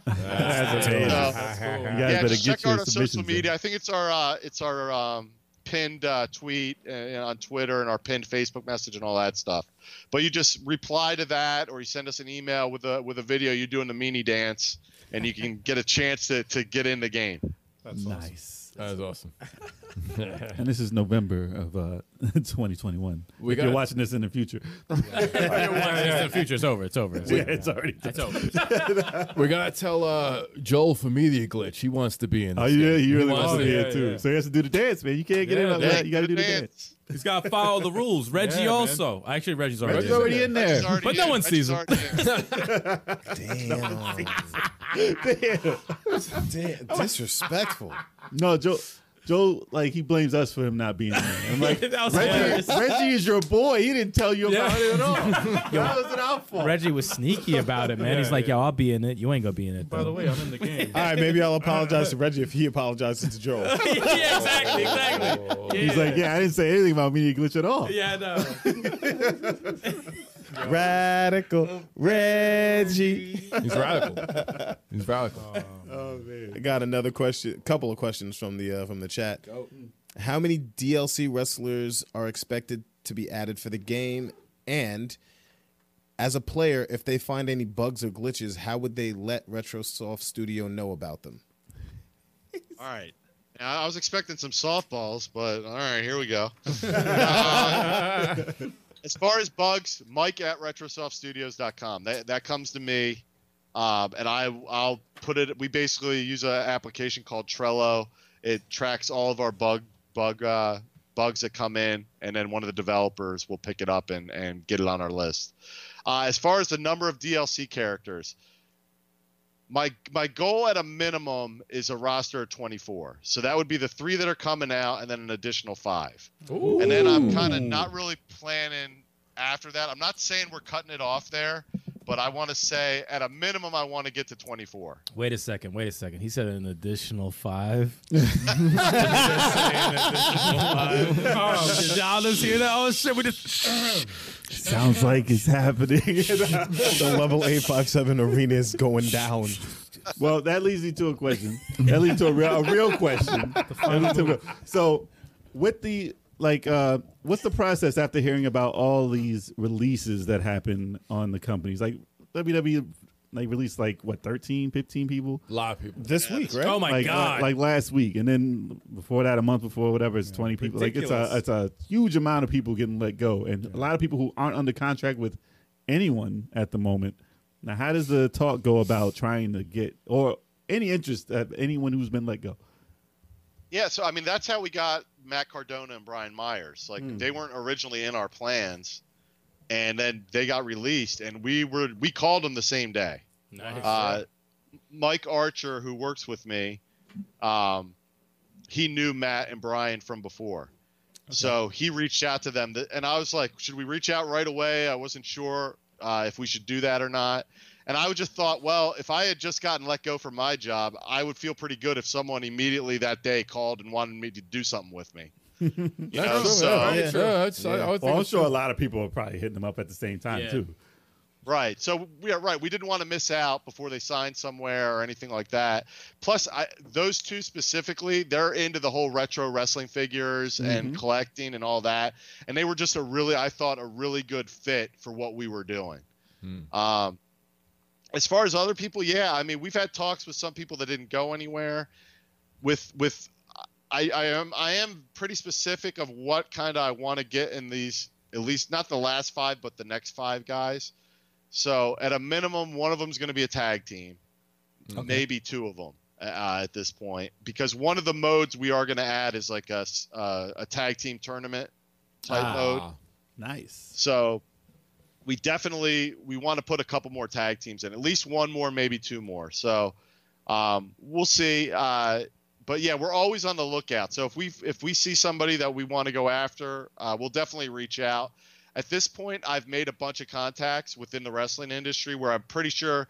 [SPEAKER 6] That's amazing.
[SPEAKER 5] So, uh,
[SPEAKER 4] That's cool.
[SPEAKER 6] You guys
[SPEAKER 5] yeah,
[SPEAKER 6] better
[SPEAKER 5] just
[SPEAKER 6] get
[SPEAKER 5] check
[SPEAKER 6] your
[SPEAKER 5] out our social
[SPEAKER 6] submissions in.
[SPEAKER 5] media. I think it's our uh, it's our um, pinned uh, tweet uh, on Twitter and our pinned Facebook message and all that stuff. But you just reply to that, or you send us an email with a with a video you doing the meanie dance, and you can get a chance to to get in the game.
[SPEAKER 6] nice.
[SPEAKER 3] that is awesome.
[SPEAKER 6] And this is November of uh, [laughs] 2021.
[SPEAKER 3] We
[SPEAKER 6] if you're
[SPEAKER 3] got-
[SPEAKER 6] watching this in the future.
[SPEAKER 4] The future's over. It's over. It's
[SPEAKER 6] yeah,
[SPEAKER 4] over.
[SPEAKER 6] it's already done.
[SPEAKER 4] It's over.
[SPEAKER 3] We gotta tell uh, Joel for media glitch. He wants to be in. This
[SPEAKER 6] Oh, yeah, he really
[SPEAKER 4] wants
[SPEAKER 6] wants to
[SPEAKER 4] to-
[SPEAKER 6] be
[SPEAKER 4] yeah,
[SPEAKER 6] here, too.
[SPEAKER 4] yeah.
[SPEAKER 6] So he has to do the dance, man. You can't get
[SPEAKER 4] Yeah,
[SPEAKER 6] in like
[SPEAKER 4] yeah,
[SPEAKER 6] that. You got to do the
[SPEAKER 5] Dance.
[SPEAKER 6] dance.
[SPEAKER 4] He's got to follow the rules. Reggie
[SPEAKER 3] man.
[SPEAKER 4] also. Actually, Reggie's already.
[SPEAKER 6] Reggie's
[SPEAKER 4] in.
[SPEAKER 6] already in there.
[SPEAKER 5] It's already
[SPEAKER 4] But no
[SPEAKER 5] in.
[SPEAKER 4] one
[SPEAKER 5] It's
[SPEAKER 4] sees him.
[SPEAKER 5] already
[SPEAKER 6] [laughs]
[SPEAKER 5] in.
[SPEAKER 2] Damn.
[SPEAKER 6] Damn.
[SPEAKER 5] [laughs]
[SPEAKER 2] Damn. Disrespectful.
[SPEAKER 6] No, Joe. Joe, like he blames us for him not being there. I'm [laughs] like,
[SPEAKER 4] That was
[SPEAKER 6] Reggie,
[SPEAKER 4] hilarious.
[SPEAKER 6] Reggie is your boy. He didn't tell you
[SPEAKER 4] Yeah.
[SPEAKER 6] about it at [laughs] all. that wasn't our fault.
[SPEAKER 8] Reggie was sneaky about it, man. He's like, yo, I'll be in it. You ain't gonna be in it.
[SPEAKER 1] By
[SPEAKER 8] though."
[SPEAKER 1] the way, I'm in the
[SPEAKER 2] [laughs]
[SPEAKER 1] game.
[SPEAKER 2] All right, maybe I'll apologize to Reggie if he apologizes to Joel.
[SPEAKER 4] [laughs]
[SPEAKER 5] [laughs]
[SPEAKER 4] yeah, exactly, exactly.
[SPEAKER 6] He's like, yeah, I didn't say anything about media glitch at all.
[SPEAKER 4] Yeah, I know.
[SPEAKER 2] Radical Reggie.
[SPEAKER 3] He's radical. He's radical.
[SPEAKER 6] [laughs]
[SPEAKER 2] I got another question, couple of questions from the uh, from the chat. How many DLC wrestlers are expected to be added for the game? And as a player, if they find any bugs or glitches, how would they let RetroSoft Studio know about them?
[SPEAKER 5] All right. Now, I was expecting some softballs, but all right, here
[SPEAKER 6] [laughs]
[SPEAKER 5] we go. uh, as far as bugs, Mike at RetrosoftStudios.com. That that comes to me, um, and I I'll put it. We basically use an application called Trello. It tracks all of our bug bug uh, bugs that come in, and then one of the developers will pick it up and and get it on our list. Uh, as far as the number of DLC characters, my my goal at a minimum is a roster of 24 so that would be the three that are coming out and then an additional five and then i'm kind of not really planning after that i'm not saying we're cutting it off there but i want to say at a minimum i want to get to 24
[SPEAKER 4] Wait a second. Wait a second. He said an additional [laughs] five.
[SPEAKER 1] Oh, shit.
[SPEAKER 4] Y'all just hear that? Oh shit! We just.
[SPEAKER 6] Sounds like it's happening. [laughs]
[SPEAKER 2] the level 857 arena is going down.
[SPEAKER 6] well, that leads me to a question. That leads to a real, a real question. That leads to a real- so, with the like, uh, what's the process after hearing about all these releases that happen on the companies? Like WWE, like released like what 13, 15 people
[SPEAKER 3] A lot of people.
[SPEAKER 2] This week, right?
[SPEAKER 4] Oh my
[SPEAKER 6] like,
[SPEAKER 4] god!
[SPEAKER 6] like like last week, and then before that, a month before, whatever, it's twenty people. Like it's a it's a huge amount of people getting let go, and a lot of people who aren't under contract with anyone at the moment. Now, how does the talk go about trying to get or any interest of anyone who's been let go?
[SPEAKER 5] Yeah, so I mean that's how we got Matt Cardona and Brian Myers. Like they weren't originally in our plans, and then they got released, and we were we called them the same day.
[SPEAKER 4] nice.
[SPEAKER 5] Uh, Mike Archer, who works with me, um, he knew Matt and Brian from before. So he reached out to them, th- and I was like, "Should we reach out right away?" I wasn't sure uh, if we should do that or not, and I would just thought, well, if I had just gotten let go from my job, I would feel pretty good if someone immediately that day called and wanted me to do something with me. You know, so-
[SPEAKER 3] yeah, that's, I, I would think
[SPEAKER 6] Well, I'm
[SPEAKER 3] it's
[SPEAKER 6] sure
[SPEAKER 3] true.
[SPEAKER 6] a lot of people are probably hitting them up at the same time
[SPEAKER 4] Yeah.
[SPEAKER 6] too.
[SPEAKER 5] Right. So yeah, right. We didn't want to miss out before they signed somewhere or anything like that. Plus, I, those two specifically, they're into the whole retro wrestling figures and collecting and all that, and they were just a really, I thought, a really good fit for what we were doing. Um, as far as other people, yeah, I mean, we've had talks with some people that didn't go anywhere. With with, I, I am I am pretty specific of what kind I want to get in these. At least not the last five, but the next five guys. So at a minimum, one of them's going to be a tag team, maybe two of them uh, at this point, because one of the modes we are going to add is like a s- uh, a tag team tournament type mode.
[SPEAKER 3] Ah.
[SPEAKER 6] Nice.
[SPEAKER 5] So we definitely we want to put a couple more tag teams in, at least one more, maybe two more. So um, we'll see. Uh, but yeah, we're always on the lookout. So if we if we see somebody that we want to go after, uh, we'll definitely reach out. At this point, I've made a bunch of contacts within the wrestling industry where I'm pretty sure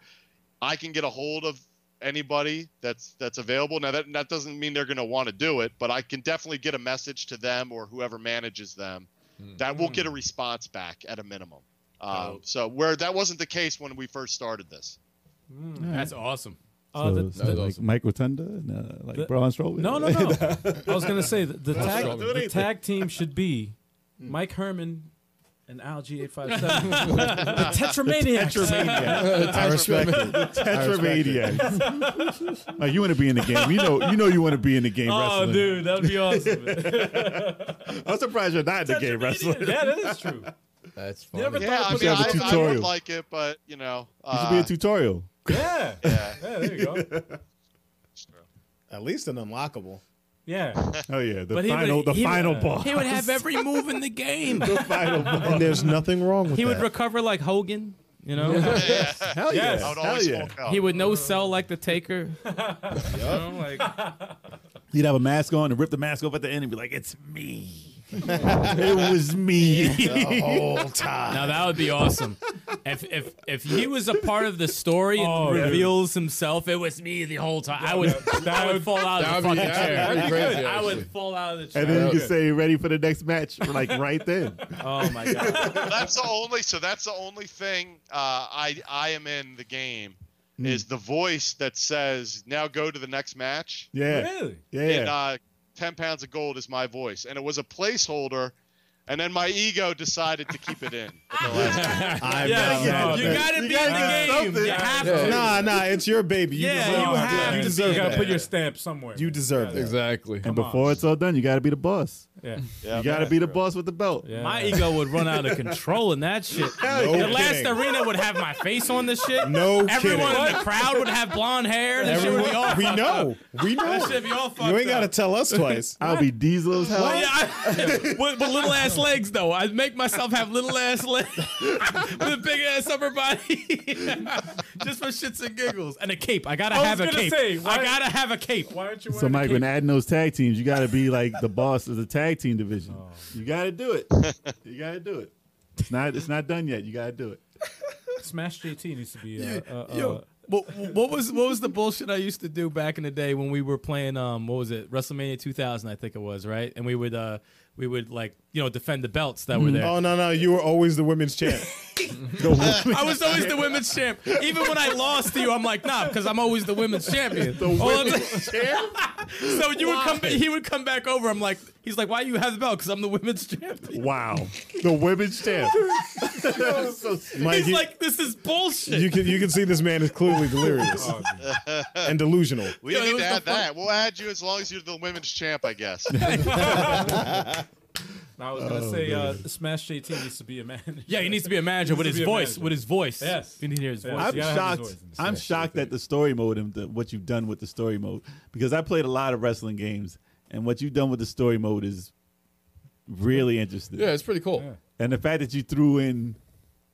[SPEAKER 5] I can get a hold of anybody that's that's available. Now that that doesn't mean they're going to want to do it, but I can definitely get a message to them or whoever manages them that will
[SPEAKER 4] Hmm.
[SPEAKER 5] get a response back at a minimum. Um, so where that wasn't the case when we first started this.
[SPEAKER 4] That's awesome.
[SPEAKER 1] Uh, the-
[SPEAKER 6] so, so
[SPEAKER 3] was
[SPEAKER 6] like
[SPEAKER 3] awesome.
[SPEAKER 6] Mike Rotunda and uh, like
[SPEAKER 1] The-
[SPEAKER 6] Braun Strowman.
[SPEAKER 1] No, no, no. I was gonna say the, the, tag,
[SPEAKER 3] Strowman.
[SPEAKER 1] the tag team should be Mike Herman and Al G eight five seven. The Tetramaniacs.
[SPEAKER 3] [laughs]
[SPEAKER 6] [laughs]
[SPEAKER 2] I respect it.
[SPEAKER 6] Tetramaniacs. [laughs] like you want to be in the game. You know, you know, you want to be in the game.
[SPEAKER 1] Oh,
[SPEAKER 6] wrestling.
[SPEAKER 1] dude, that would be awesome.
[SPEAKER 6] I'm surprised you're not in the game wrestling.
[SPEAKER 1] yeah, that is true.
[SPEAKER 3] That's funny.
[SPEAKER 1] You ever
[SPEAKER 5] Yeah, I
[SPEAKER 1] thought
[SPEAKER 5] mean,
[SPEAKER 6] have a
[SPEAKER 1] about
[SPEAKER 5] I, I would
[SPEAKER 6] tutorial.
[SPEAKER 5] like it, but you know,
[SPEAKER 6] It should
[SPEAKER 5] uh,
[SPEAKER 6] be a tutorial. [laughs]
[SPEAKER 1] yeah. yeah, there you go.
[SPEAKER 2] At least an unlockable.
[SPEAKER 1] Yeah,
[SPEAKER 6] Oh yeah, the
[SPEAKER 1] But he would-
[SPEAKER 6] final, the
[SPEAKER 1] he would-
[SPEAKER 6] final boss.
[SPEAKER 8] He would have every move in the game.
[SPEAKER 6] [laughs] the
[SPEAKER 1] [laughs]
[SPEAKER 6] final boss.
[SPEAKER 2] And there's nothing wrong with
[SPEAKER 8] He would
[SPEAKER 2] that.
[SPEAKER 8] recover like Hogan, you know.
[SPEAKER 6] Hell
[SPEAKER 1] Yes.
[SPEAKER 6] yeah,
[SPEAKER 5] I would
[SPEAKER 6] hell
[SPEAKER 5] always
[SPEAKER 6] yeah.
[SPEAKER 5] walk out.
[SPEAKER 8] he would no sell like the Taker. You know, like,
[SPEAKER 6] He'd have a mask on and rip the mask off at the end and be like, "It's [laughs] me. it was me."
[SPEAKER 2] the whole
[SPEAKER 6] [laughs]
[SPEAKER 2] time.
[SPEAKER 4] Now that would Oh, be awesome. If if if he was a part of the story and
[SPEAKER 1] Oh, dude.
[SPEAKER 4] reveals himself, it was me the whole time. I would I would fall out
[SPEAKER 3] That
[SPEAKER 4] of the
[SPEAKER 3] would be,
[SPEAKER 4] fucking
[SPEAKER 3] that would be
[SPEAKER 4] chair.
[SPEAKER 3] crazy.
[SPEAKER 4] I
[SPEAKER 3] actually.
[SPEAKER 4] would fall out of the chair.
[SPEAKER 6] And then you
[SPEAKER 3] Okay.
[SPEAKER 6] can say ready for the next match, like right [laughs] then.
[SPEAKER 4] oh my god!
[SPEAKER 5] that's the only so that's the only thing uh, I I am in the game
[SPEAKER 6] Hmm.
[SPEAKER 5] is the voice that says now go to the next match.
[SPEAKER 6] Yeah,
[SPEAKER 1] Really?
[SPEAKER 5] And
[SPEAKER 6] yeah.
[SPEAKER 5] uh, ten pounds of gold is my voice, and it was a placeholder, and then my ego decided to keep
[SPEAKER 6] [laughs]
[SPEAKER 5] it in. at the last minute.
[SPEAKER 2] I'm
[SPEAKER 4] Yeah,
[SPEAKER 2] not mad at
[SPEAKER 4] you,
[SPEAKER 2] that.
[SPEAKER 4] gotta
[SPEAKER 6] gotta do
[SPEAKER 4] be in the game.
[SPEAKER 6] something.
[SPEAKER 4] You have
[SPEAKER 3] Yeah.
[SPEAKER 4] to.
[SPEAKER 2] Nah, nah, it's your baby. You
[SPEAKER 4] Yeah,
[SPEAKER 2] deserve
[SPEAKER 4] you
[SPEAKER 2] that.
[SPEAKER 4] have
[SPEAKER 1] Oh, You
[SPEAKER 4] to
[SPEAKER 1] deserve.
[SPEAKER 4] be
[SPEAKER 1] You gotta
[SPEAKER 4] there.
[SPEAKER 1] put your stamp somewhere.
[SPEAKER 2] You deserve that.
[SPEAKER 3] Exactly.
[SPEAKER 6] And
[SPEAKER 1] Come on.
[SPEAKER 6] before it's all done, you got to be the boss.
[SPEAKER 1] yeah.
[SPEAKER 5] Yeah,
[SPEAKER 6] You got to
[SPEAKER 5] man.
[SPEAKER 6] be the boss with the belt.
[SPEAKER 1] Yeah.
[SPEAKER 4] My ego would run out of control in that shit.
[SPEAKER 2] No
[SPEAKER 4] the last
[SPEAKER 2] kidding.
[SPEAKER 4] arena would have my face on the shit.
[SPEAKER 2] No
[SPEAKER 4] Everyone
[SPEAKER 2] kidding.
[SPEAKER 4] in the crowd would have blonde hair. That shit would be all
[SPEAKER 2] Everyone, we know. We
[SPEAKER 4] That
[SPEAKER 2] know.
[SPEAKER 4] shit be all fucked
[SPEAKER 2] You ain't got to
[SPEAKER 4] up.
[SPEAKER 2] tell us twice.
[SPEAKER 6] I'll be Diesel as hell.
[SPEAKER 4] Well, Oh, yeah, I- [laughs] with, with little ass legs though. I'd make myself have little ass legs [laughs] with a big ass upper body, [laughs] just for shits and giggles, and a cape. I gotta
[SPEAKER 1] was
[SPEAKER 4] have a
[SPEAKER 1] gonna
[SPEAKER 4] cape.
[SPEAKER 1] say, why-
[SPEAKER 4] I gotta have a cape.
[SPEAKER 1] Why aren't you wearing
[SPEAKER 6] So,
[SPEAKER 1] a
[SPEAKER 6] Mike, when
[SPEAKER 1] cape?
[SPEAKER 6] adding those tag teams, you got to be like the boss of the tag team division.
[SPEAKER 1] Oh.
[SPEAKER 6] You got to do it. You got to do it. It's not. It's not done yet. You got to do it.
[SPEAKER 1] Smash JT needs to be. Uh, uh, uh,
[SPEAKER 8] Yo, what, what was what was the bullshit I used to do back in the day when we were playing um what was it WrestleMania 2000 I think it was right and we would uh we would like you know defend the belts that were
[SPEAKER 4] Mm.
[SPEAKER 8] there.
[SPEAKER 2] Oh no, no, you were always the women's champ.
[SPEAKER 4] I was always the women's champ. Even when I lost to you, I'm like, nah, because I'm always the women's champion. All I'm- [laughs] so you would come, ba- he would come back over. I'm like, he's like, why you have the belt? Because I'm the women's champion.
[SPEAKER 6] Wow, the women's
[SPEAKER 2] [laughs]
[SPEAKER 6] champ.
[SPEAKER 2] Mike,
[SPEAKER 4] He's
[SPEAKER 2] you,
[SPEAKER 4] like, this is bullshit.
[SPEAKER 2] you can you can see this man is clearly delirious and delusional.
[SPEAKER 5] We
[SPEAKER 4] Yo, it
[SPEAKER 5] need
[SPEAKER 4] was
[SPEAKER 5] to
[SPEAKER 4] the
[SPEAKER 5] add
[SPEAKER 4] fun-
[SPEAKER 5] that. We'll add you as long as you're the women's champ, I
[SPEAKER 6] [laughs]
[SPEAKER 5] guess.
[SPEAKER 1] I was gonna say uh, Smash JT needs to be a man.
[SPEAKER 4] Oh, [laughs] yeah, he needs to be a manager with
[SPEAKER 1] needs
[SPEAKER 4] his
[SPEAKER 1] to be a
[SPEAKER 4] voice.
[SPEAKER 1] manager.
[SPEAKER 4] With his voice.
[SPEAKER 1] Yes.
[SPEAKER 4] You need to hear his
[SPEAKER 1] Yeah.
[SPEAKER 4] voice.
[SPEAKER 6] I'm
[SPEAKER 1] You gotta have his
[SPEAKER 6] shocked.
[SPEAKER 1] voice in the
[SPEAKER 6] I'm
[SPEAKER 1] Smash
[SPEAKER 6] shocked at the story mode and the, what you've done with the story mode because I played a lot of wrestling games and what you've done with the story mode is really interesting.
[SPEAKER 3] Yeah, it's pretty cool.
[SPEAKER 6] And the fact that you threw in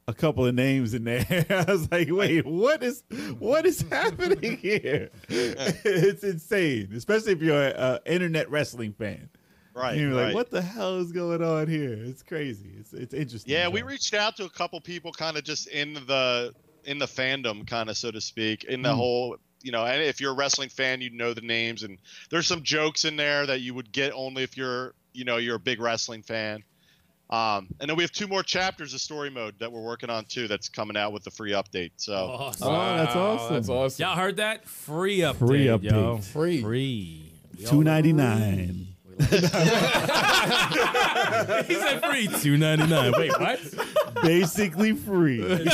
[SPEAKER 6] a couple of names in there, [laughs] I was like, wait, what is what is happening here? [laughs] it's insane, especially if you're an internet wrestling fan.
[SPEAKER 5] Right.
[SPEAKER 6] You're like,
[SPEAKER 5] right.
[SPEAKER 6] what the hell is going on here? It's crazy. It's it's interesting.
[SPEAKER 5] Yeah, we
[SPEAKER 6] So-
[SPEAKER 5] reached out to a couple people, kind of just in the in the fandom, kind of so to speak, in
[SPEAKER 6] Hmm.
[SPEAKER 5] the whole. You know, and if you're a wrestling fan, you know the names, and there's some jokes in there that you would get only if you're, you know, you're a big wrestling fan. Um, and then we have two more chapters of story mode that we're working on too. That's coming out with the free update. So
[SPEAKER 4] Awesome.
[SPEAKER 6] Oh, that's awesome.
[SPEAKER 3] That's awesome.
[SPEAKER 4] Y'all heard that? Free update.
[SPEAKER 6] Free
[SPEAKER 4] Yo.
[SPEAKER 6] update.
[SPEAKER 3] Free.
[SPEAKER 4] Free.
[SPEAKER 6] Two ninety nine.
[SPEAKER 4] He said free. Two ninety nine. Wait, what?
[SPEAKER 6] basically [laughs] free.
[SPEAKER 3] That's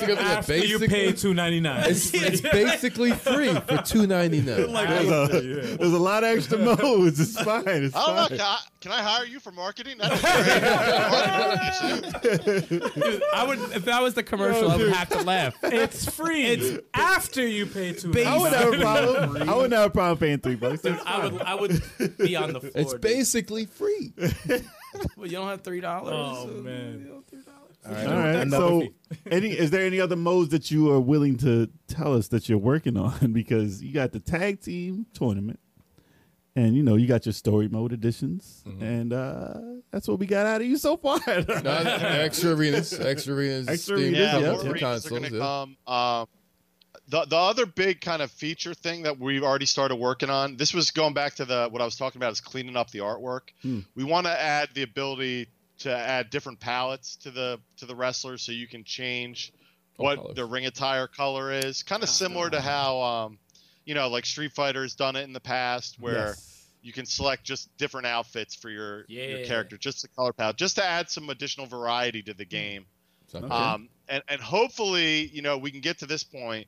[SPEAKER 3] gonna be a
[SPEAKER 1] After you
[SPEAKER 3] basic.
[SPEAKER 1] pay two ninety
[SPEAKER 4] [laughs]
[SPEAKER 1] nine.
[SPEAKER 3] [laughs] it's,
[SPEAKER 1] [laughs]
[SPEAKER 3] it's basically free for two ninety nine.
[SPEAKER 6] there's, a, there's a lot of extra modes. It's fine. It's
[SPEAKER 5] I don't know.
[SPEAKER 6] fine.
[SPEAKER 5] Can I, can I hire you for marketing? That'd be great. Marketing,
[SPEAKER 4] I would if that was the commercial, I would have to laugh.
[SPEAKER 1] It's free. It's after you pay two.
[SPEAKER 6] I wouldn't have a problem. I wouldn't have a problem paying three bucks. That's
[SPEAKER 4] [laughs] I would I would be on the floor.
[SPEAKER 3] It's
[SPEAKER 4] dude.
[SPEAKER 3] basically free.
[SPEAKER 8] Well, you don't have three dollars.
[SPEAKER 1] Oh man.
[SPEAKER 6] fine. All right. So, any is there any other modes that you are willing to tell us that you're working on? [laughs] Because you got the tag team tournament, and you know you got your story mode editions,
[SPEAKER 5] Mm-hmm.
[SPEAKER 6] and uh, that's what we got out of you so far. [laughs]
[SPEAKER 3] Not extra arenas, extra arenas,
[SPEAKER 6] Extra
[SPEAKER 3] Steam,
[SPEAKER 6] arenas,
[SPEAKER 5] yeah,
[SPEAKER 6] Yeah,
[SPEAKER 5] more
[SPEAKER 6] yeah.
[SPEAKER 5] reasons
[SPEAKER 3] consoles,
[SPEAKER 5] are going to
[SPEAKER 3] yeah.
[SPEAKER 5] come. Um, the the other big kind of feature thing that we've already started working on. This was going back to the what I was talking about is cleaning up the artwork. We want to add the ability to add different palettes to the to the wrestlers, so you can change
[SPEAKER 3] Oh,
[SPEAKER 5] what
[SPEAKER 3] colours.
[SPEAKER 5] the ring attire color is. Kind of similar to how um, you know, like Street Fighter has done it in the past, where you can select just different outfits for your, your
[SPEAKER 4] Yeah.
[SPEAKER 5] character, just the color palette, just to add some additional variety to the game.
[SPEAKER 3] Something.
[SPEAKER 5] Um, and, and hopefully, you know, we can get to this point.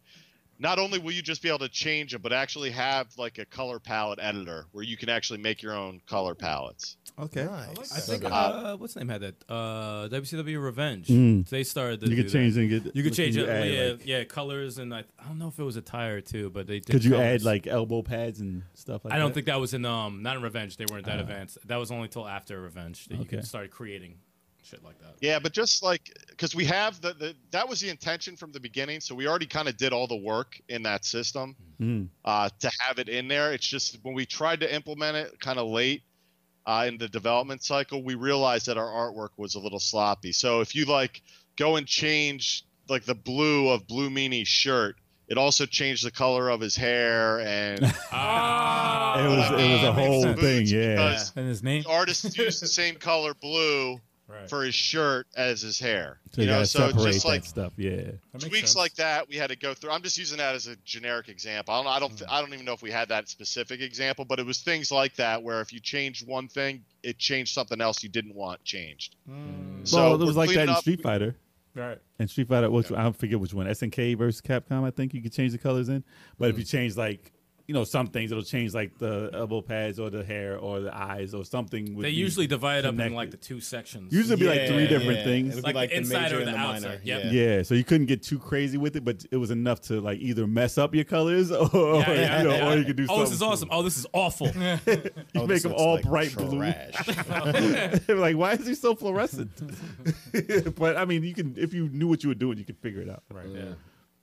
[SPEAKER 5] Not only will you just be able to change them, but actually have like a color palette editor where you can actually make your own color palettes.
[SPEAKER 6] okay.
[SPEAKER 1] Nice.
[SPEAKER 4] I think
[SPEAKER 5] Okay.
[SPEAKER 4] uh, what's the name had that? Uh, WCW Revenge.
[SPEAKER 6] Mm.
[SPEAKER 4] They started. To
[SPEAKER 6] You
[SPEAKER 4] do
[SPEAKER 6] could change
[SPEAKER 4] That.
[SPEAKER 6] and get.
[SPEAKER 4] You could change it.
[SPEAKER 6] add,
[SPEAKER 4] yeah,
[SPEAKER 6] like-
[SPEAKER 4] yeah, colors and I, I don't know if it was attire too, but they did
[SPEAKER 6] could you add
[SPEAKER 4] colors.
[SPEAKER 6] like elbow pads and stuff like that?
[SPEAKER 4] I don't think that was in um not in Revenge. They weren't that advanced. That was only till after Revenge that you
[SPEAKER 6] Uh-huh. Okay.
[SPEAKER 4] could start creating shit like
[SPEAKER 1] [laughs]
[SPEAKER 4] that.
[SPEAKER 5] Yeah, but just like because we have the, the that was the intention from the beginning, so we already kind of did all the work in that
[SPEAKER 6] Hmm.
[SPEAKER 5] system uh, to have it in there. It's just when we tried to implement it kind of late, uh, in the development cycle, we realized that our artwork was a little sloppy. So if you like go and change like the blue of Blue Meanie's shirt, it also changed the color of his hair and
[SPEAKER 6] [laughs]
[SPEAKER 4] Ah!
[SPEAKER 6] it was it was a
[SPEAKER 5] Makes
[SPEAKER 6] whole
[SPEAKER 5] sense.
[SPEAKER 6] thing. Yeah,
[SPEAKER 5] Because-
[SPEAKER 1] And his name.
[SPEAKER 5] artists use the same color blue
[SPEAKER 1] Right.
[SPEAKER 5] for his shirt as his hair.
[SPEAKER 6] so
[SPEAKER 5] you
[SPEAKER 6] you
[SPEAKER 5] know,
[SPEAKER 6] gotta
[SPEAKER 5] so it's
[SPEAKER 6] separate
[SPEAKER 5] just
[SPEAKER 6] that
[SPEAKER 5] like
[SPEAKER 6] stuff. Yeah,
[SPEAKER 1] That makes
[SPEAKER 5] tweaks
[SPEAKER 1] sense.
[SPEAKER 5] like that we had to go through. I'm just using that as a generic example. I don't I don't I don't even know if we had that specific example, but it was things like that where if you changed one thing, it changed something else you didn't want changed. So
[SPEAKER 6] well, it
[SPEAKER 5] we're
[SPEAKER 6] was like that
[SPEAKER 5] cleaning
[SPEAKER 6] in
[SPEAKER 5] up-
[SPEAKER 6] Street Fighter.
[SPEAKER 1] Right.
[SPEAKER 6] And Street Fighter, which I forget which one, SNK versus Capcom. I think you could change the colors in, but
[SPEAKER 4] Mm-hmm.
[SPEAKER 6] if you change like you know some things, it'll change like the elbow pads or the hair or the eyes or something. would
[SPEAKER 4] They
[SPEAKER 6] be
[SPEAKER 4] usually divide up in like the
[SPEAKER 6] connected.
[SPEAKER 4] two sections.
[SPEAKER 6] usually it'd be
[SPEAKER 2] Yeah,
[SPEAKER 6] like three different
[SPEAKER 2] yeah.
[SPEAKER 6] things.
[SPEAKER 2] It'll be
[SPEAKER 4] Like the inside or
[SPEAKER 2] major and
[SPEAKER 4] the outside. Yep.
[SPEAKER 6] yeah. so you couldn't get too crazy with it, but it was enough to like either mess up your colors [laughs] or
[SPEAKER 4] yeah,
[SPEAKER 6] you know,
[SPEAKER 4] yeah.
[SPEAKER 6] or you could do something.
[SPEAKER 4] oh, this is
[SPEAKER 6] cool.
[SPEAKER 4] awesome. Oh, this is
[SPEAKER 1] [laughs]
[SPEAKER 4] awful.
[SPEAKER 6] You
[SPEAKER 2] Oh,
[SPEAKER 6] make
[SPEAKER 2] this
[SPEAKER 6] them
[SPEAKER 2] looks
[SPEAKER 6] all
[SPEAKER 2] like
[SPEAKER 6] bright blue.
[SPEAKER 2] trash.
[SPEAKER 6] [laughs] They're like, why is he so fluorescent? [laughs] but I mean, you can if you knew what you were doing, you could figure it out.
[SPEAKER 4] Right. Yeah.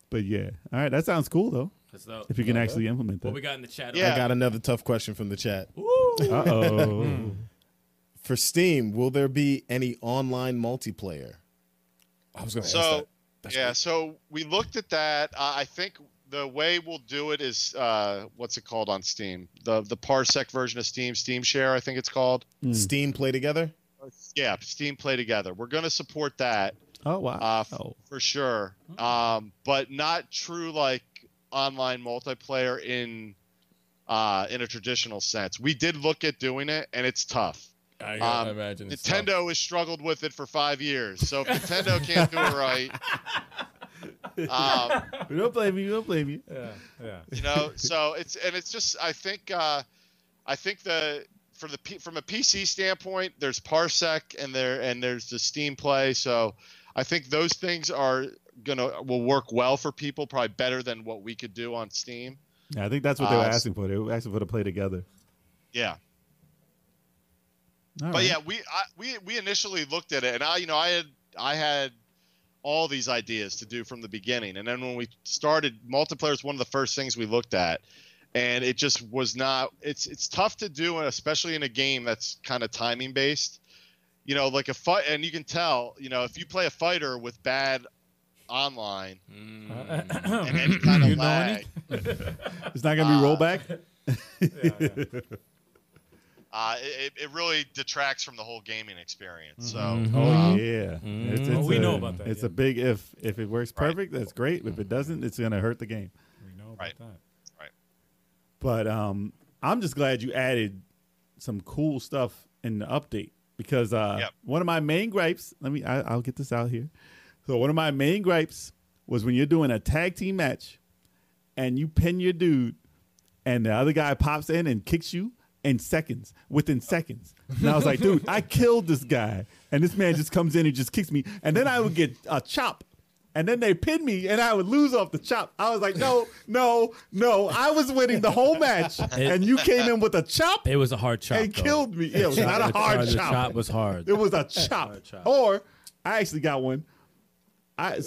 [SPEAKER 6] But yeah, all right, that sounds cool though.
[SPEAKER 4] That's dope.
[SPEAKER 6] If you can actually implement
[SPEAKER 4] What we
[SPEAKER 6] that.
[SPEAKER 4] got in the chat?
[SPEAKER 5] Yeah.
[SPEAKER 2] I got another tough question from the chat.
[SPEAKER 6] Uh oh.
[SPEAKER 2] For Steam, will there be any online multiplayer?
[SPEAKER 3] I was gonna ask
[SPEAKER 5] So
[SPEAKER 3] that. That's
[SPEAKER 5] yeah, so we looked at that. Uh, I think the way we'll do it is uh, what's it called on Steam? The the Parsec version of Steam, Steam Share, I think it's called.
[SPEAKER 2] Steam play together?
[SPEAKER 5] Yeah, Steam Play Together. We're gonna support that.
[SPEAKER 6] Oh wow.
[SPEAKER 5] uh, f- for sure.
[SPEAKER 3] Hmm.
[SPEAKER 5] Um, but not true like online multiplayer in uh, in a traditional sense. We did look at doing it, and it's tough.
[SPEAKER 3] I gotta
[SPEAKER 5] um,
[SPEAKER 3] imagine it's tough.
[SPEAKER 5] Nintendo has struggled with it for five years, so if Nintendo can't do it right,
[SPEAKER 3] [laughs]
[SPEAKER 5] um,
[SPEAKER 6] we don't blame you. We don't blame you.
[SPEAKER 1] Yeah. Yeah.
[SPEAKER 5] you know. So it's and it's just I think uh, I think the for the P- from a PC standpoint, there's Parsec and there and there's the Steam Play. So I think those things are gonna will work well for people, probably better than what we could do on Steam.
[SPEAKER 6] Yeah, I think that's what they
[SPEAKER 5] Uh,
[SPEAKER 6] were
[SPEAKER 5] s-
[SPEAKER 6] asking for. They were asking for to play together.
[SPEAKER 5] Yeah.
[SPEAKER 6] All
[SPEAKER 5] but
[SPEAKER 6] right.
[SPEAKER 5] yeah, we I, we we initially looked at it, and I you know I had I had all these ideas to do from the beginning, and then when we started, multiplayer is one of the first things we looked at, and it just was not. It's it's tough to do, and especially in a game that's kind of timing based. You know, like a fight, and you can tell. You know, if you play a fighter with bad online
[SPEAKER 1] Mm-hmm.
[SPEAKER 6] Mm-hmm.
[SPEAKER 5] and any
[SPEAKER 6] [clears throat]
[SPEAKER 5] kind of lag,
[SPEAKER 6] it's not gonna be
[SPEAKER 4] [laughs] Uh-huh.
[SPEAKER 6] rollback.
[SPEAKER 5] uh, it, it really detracts from the whole gaming experience. So. um,
[SPEAKER 6] Oh yeah,
[SPEAKER 4] Mm.
[SPEAKER 6] it's,
[SPEAKER 1] Oh,
[SPEAKER 6] it's
[SPEAKER 1] we
[SPEAKER 6] a-
[SPEAKER 1] know about that,
[SPEAKER 6] It's
[SPEAKER 1] yeah.
[SPEAKER 6] a big if. If it works perfect, that's great. If it doesn't, it's gonna hurt the game.
[SPEAKER 1] [laughs] We know about
[SPEAKER 5] Right.
[SPEAKER 1] that.
[SPEAKER 6] But um, I'm just glad you added some cool stuff in the update because uh,
[SPEAKER 5] Yep.
[SPEAKER 6] one of my main gripes. Let me. I, I'll get this out here. So one of my main gripes was when you're doing a tag team match, and you pin your dude, and the other guy pops in and kicks you in seconds, within seconds. And I was like, dude, I killed this guy, and this man just comes in and just kicks me, and then I would get a chop. And then they pinned me, and I would lose off the chop. I was like, "No, no, no! I was winning the whole match, and you came in with a chop
[SPEAKER 8] It was a hard chop.
[SPEAKER 6] and
[SPEAKER 8] though.
[SPEAKER 6] killed me. Yeah, it was
[SPEAKER 8] Chop-
[SPEAKER 6] not a
[SPEAKER 8] the
[SPEAKER 6] hard
[SPEAKER 8] The
[SPEAKER 6] chop.
[SPEAKER 8] chop was hard. [laughs]
[SPEAKER 6] It was a chop.
[SPEAKER 8] chop.
[SPEAKER 6] Or I actually got one. I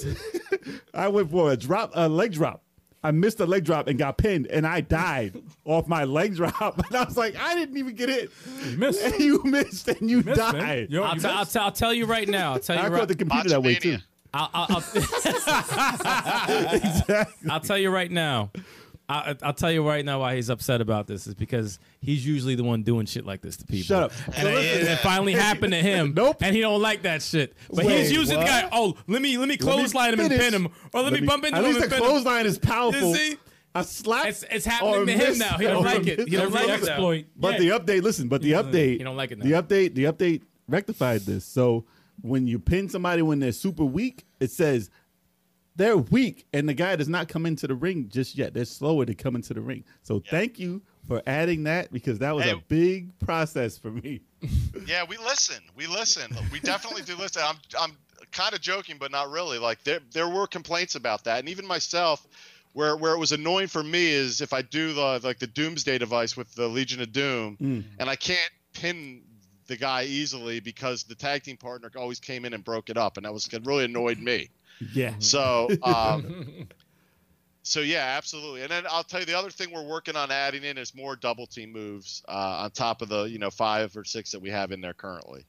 [SPEAKER 6] [laughs] I went for a drop, a leg drop. I missed a leg drop and got pinned, and
[SPEAKER 8] [laughs]
[SPEAKER 6] I died off my leg drop. [laughs] And I was like, I didn't even get hit.
[SPEAKER 1] You missed.
[SPEAKER 6] And you [laughs] missed, and you,
[SPEAKER 1] missed, man.
[SPEAKER 6] died.
[SPEAKER 1] Yo,
[SPEAKER 8] I'll,
[SPEAKER 1] you
[SPEAKER 8] t- I'll,
[SPEAKER 1] missed.
[SPEAKER 8] t- I'll tell you right now. I'll tell
[SPEAKER 6] I
[SPEAKER 8] you
[SPEAKER 6] caught
[SPEAKER 8] right.
[SPEAKER 6] the computer that way too.
[SPEAKER 5] Botchmania.
[SPEAKER 8] I'll, I'll,
[SPEAKER 6] [laughs]
[SPEAKER 8] I'll- I'll tell you right now. I, I'll tell you right now why he's upset about this is because he's usually the one doing shit like this to people.
[SPEAKER 6] Shut up.
[SPEAKER 8] And, I- and it finally happened to him.
[SPEAKER 6] [laughs] Nope.
[SPEAKER 8] And he don't like that shit. But
[SPEAKER 6] Wait,
[SPEAKER 8] he's using the guy. Oh, let me let me clothesline him and
[SPEAKER 6] finish.
[SPEAKER 8] pin him, or let, me, bump into
[SPEAKER 6] At
[SPEAKER 8] him
[SPEAKER 6] least
[SPEAKER 8] and
[SPEAKER 6] the
[SPEAKER 8] pin him.
[SPEAKER 6] clothesline is powerful.
[SPEAKER 8] You see?
[SPEAKER 6] A slap.
[SPEAKER 8] It's- it's happening
[SPEAKER 6] or
[SPEAKER 8] to him
[SPEAKER 6] miss
[SPEAKER 8] now. He don't
[SPEAKER 6] or
[SPEAKER 8] like it.
[SPEAKER 6] miss.
[SPEAKER 8] He don't
[SPEAKER 1] Every
[SPEAKER 8] like it now.
[SPEAKER 1] exploit.
[SPEAKER 6] But the update, listen, but the update,
[SPEAKER 8] You don't like it now.
[SPEAKER 6] The update, the update rectified this. So when you pin somebody when they're super weak, it says they're weak and the guy does not come into the ring just yet. They're slower to come into the ring. So thank you for adding that because that was a
[SPEAKER 5] Hey.
[SPEAKER 6] big process for me.
[SPEAKER 5] Yeah, we listen. We listen. We definitely do listen. I'm I'm kind of joking, but not really. Like there there were complaints about that, and even myself, where where it was annoying for me is if I do the like the Doomsday device with the Legion of Doom, and I can't pin the guy easily because the tag team partner always came
[SPEAKER 6] [laughs]
[SPEAKER 5] Mm-hmm. in and broke it up, and that was it really annoyed me.
[SPEAKER 6] Yeah.
[SPEAKER 5] So, um, So yeah, absolutely. And then I'll tell you the other thing we're working on adding in is more double team moves uh, on top of the you know five or six that we have in
[SPEAKER 6] [laughs]
[SPEAKER 5] there currently.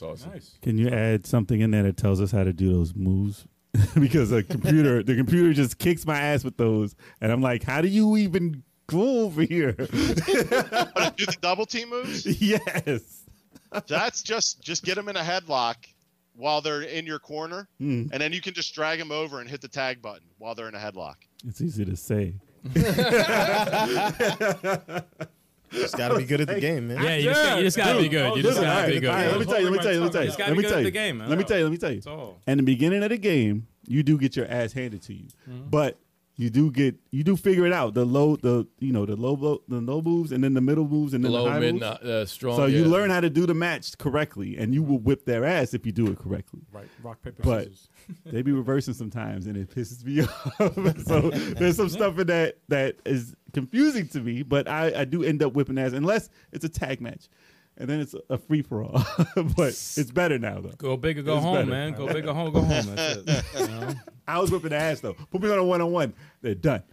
[SPEAKER 3] awesome.
[SPEAKER 1] Nice.
[SPEAKER 6] Can you add something in there that tells us how to do those moves? [laughs] because a computer, the computer just kicks my ass with those, and I'm like, how do you even go over here? [laughs]
[SPEAKER 5] But do the double team moves?
[SPEAKER 6] yes.
[SPEAKER 5] That's just just get them in a headlock while they're in your corner,
[SPEAKER 6] Hmm.
[SPEAKER 5] and then you can just drag them over and hit the tag button while they're in a headlock.
[SPEAKER 6] It's easy to say.
[SPEAKER 2] Just got to be good at the game, man.
[SPEAKER 4] Yeah, you just, you just gotta be good. You just
[SPEAKER 6] Listen, all
[SPEAKER 4] gotta
[SPEAKER 6] right,
[SPEAKER 4] be good.
[SPEAKER 6] all right, let me tell you, let me tell you, let me tell you,
[SPEAKER 4] Just gotta
[SPEAKER 6] let me
[SPEAKER 4] be good
[SPEAKER 6] tell
[SPEAKER 4] at the
[SPEAKER 6] you,
[SPEAKER 4] game, man.
[SPEAKER 6] let me tell you, let me tell you.
[SPEAKER 4] all.
[SPEAKER 6] And the beginning of the game, you do get your ass handed to you,
[SPEAKER 4] Mm-hmm.
[SPEAKER 6] but you do get, you do figure it out. The low, the you know, the low, blow, the low moves, and then the middle moves, and then
[SPEAKER 3] Low,
[SPEAKER 6] the high
[SPEAKER 3] mid,
[SPEAKER 6] moves.
[SPEAKER 3] not- uh, strong.
[SPEAKER 6] So you
[SPEAKER 3] yeah.
[SPEAKER 6] learn how to do the match correctly, and you will whip their ass if you do it correctly.
[SPEAKER 1] Right. Rock paper
[SPEAKER 6] But-
[SPEAKER 1] scissors.
[SPEAKER 6] They be reversing sometimes, and it pisses me [laughs] off. so there's some stuff in that that is confusing to me, but I, I do end up whipping ass unless it's a tag match, and then it's a free for all. [laughs] but it's better now though.
[SPEAKER 4] Go big or go
[SPEAKER 6] It's
[SPEAKER 4] home,
[SPEAKER 6] better.
[SPEAKER 4] man. Go big or home, go
[SPEAKER 6] [laughs]
[SPEAKER 4] home. That's it. You, know?
[SPEAKER 6] I was whipping ass though. Put me on a one on one. They're done.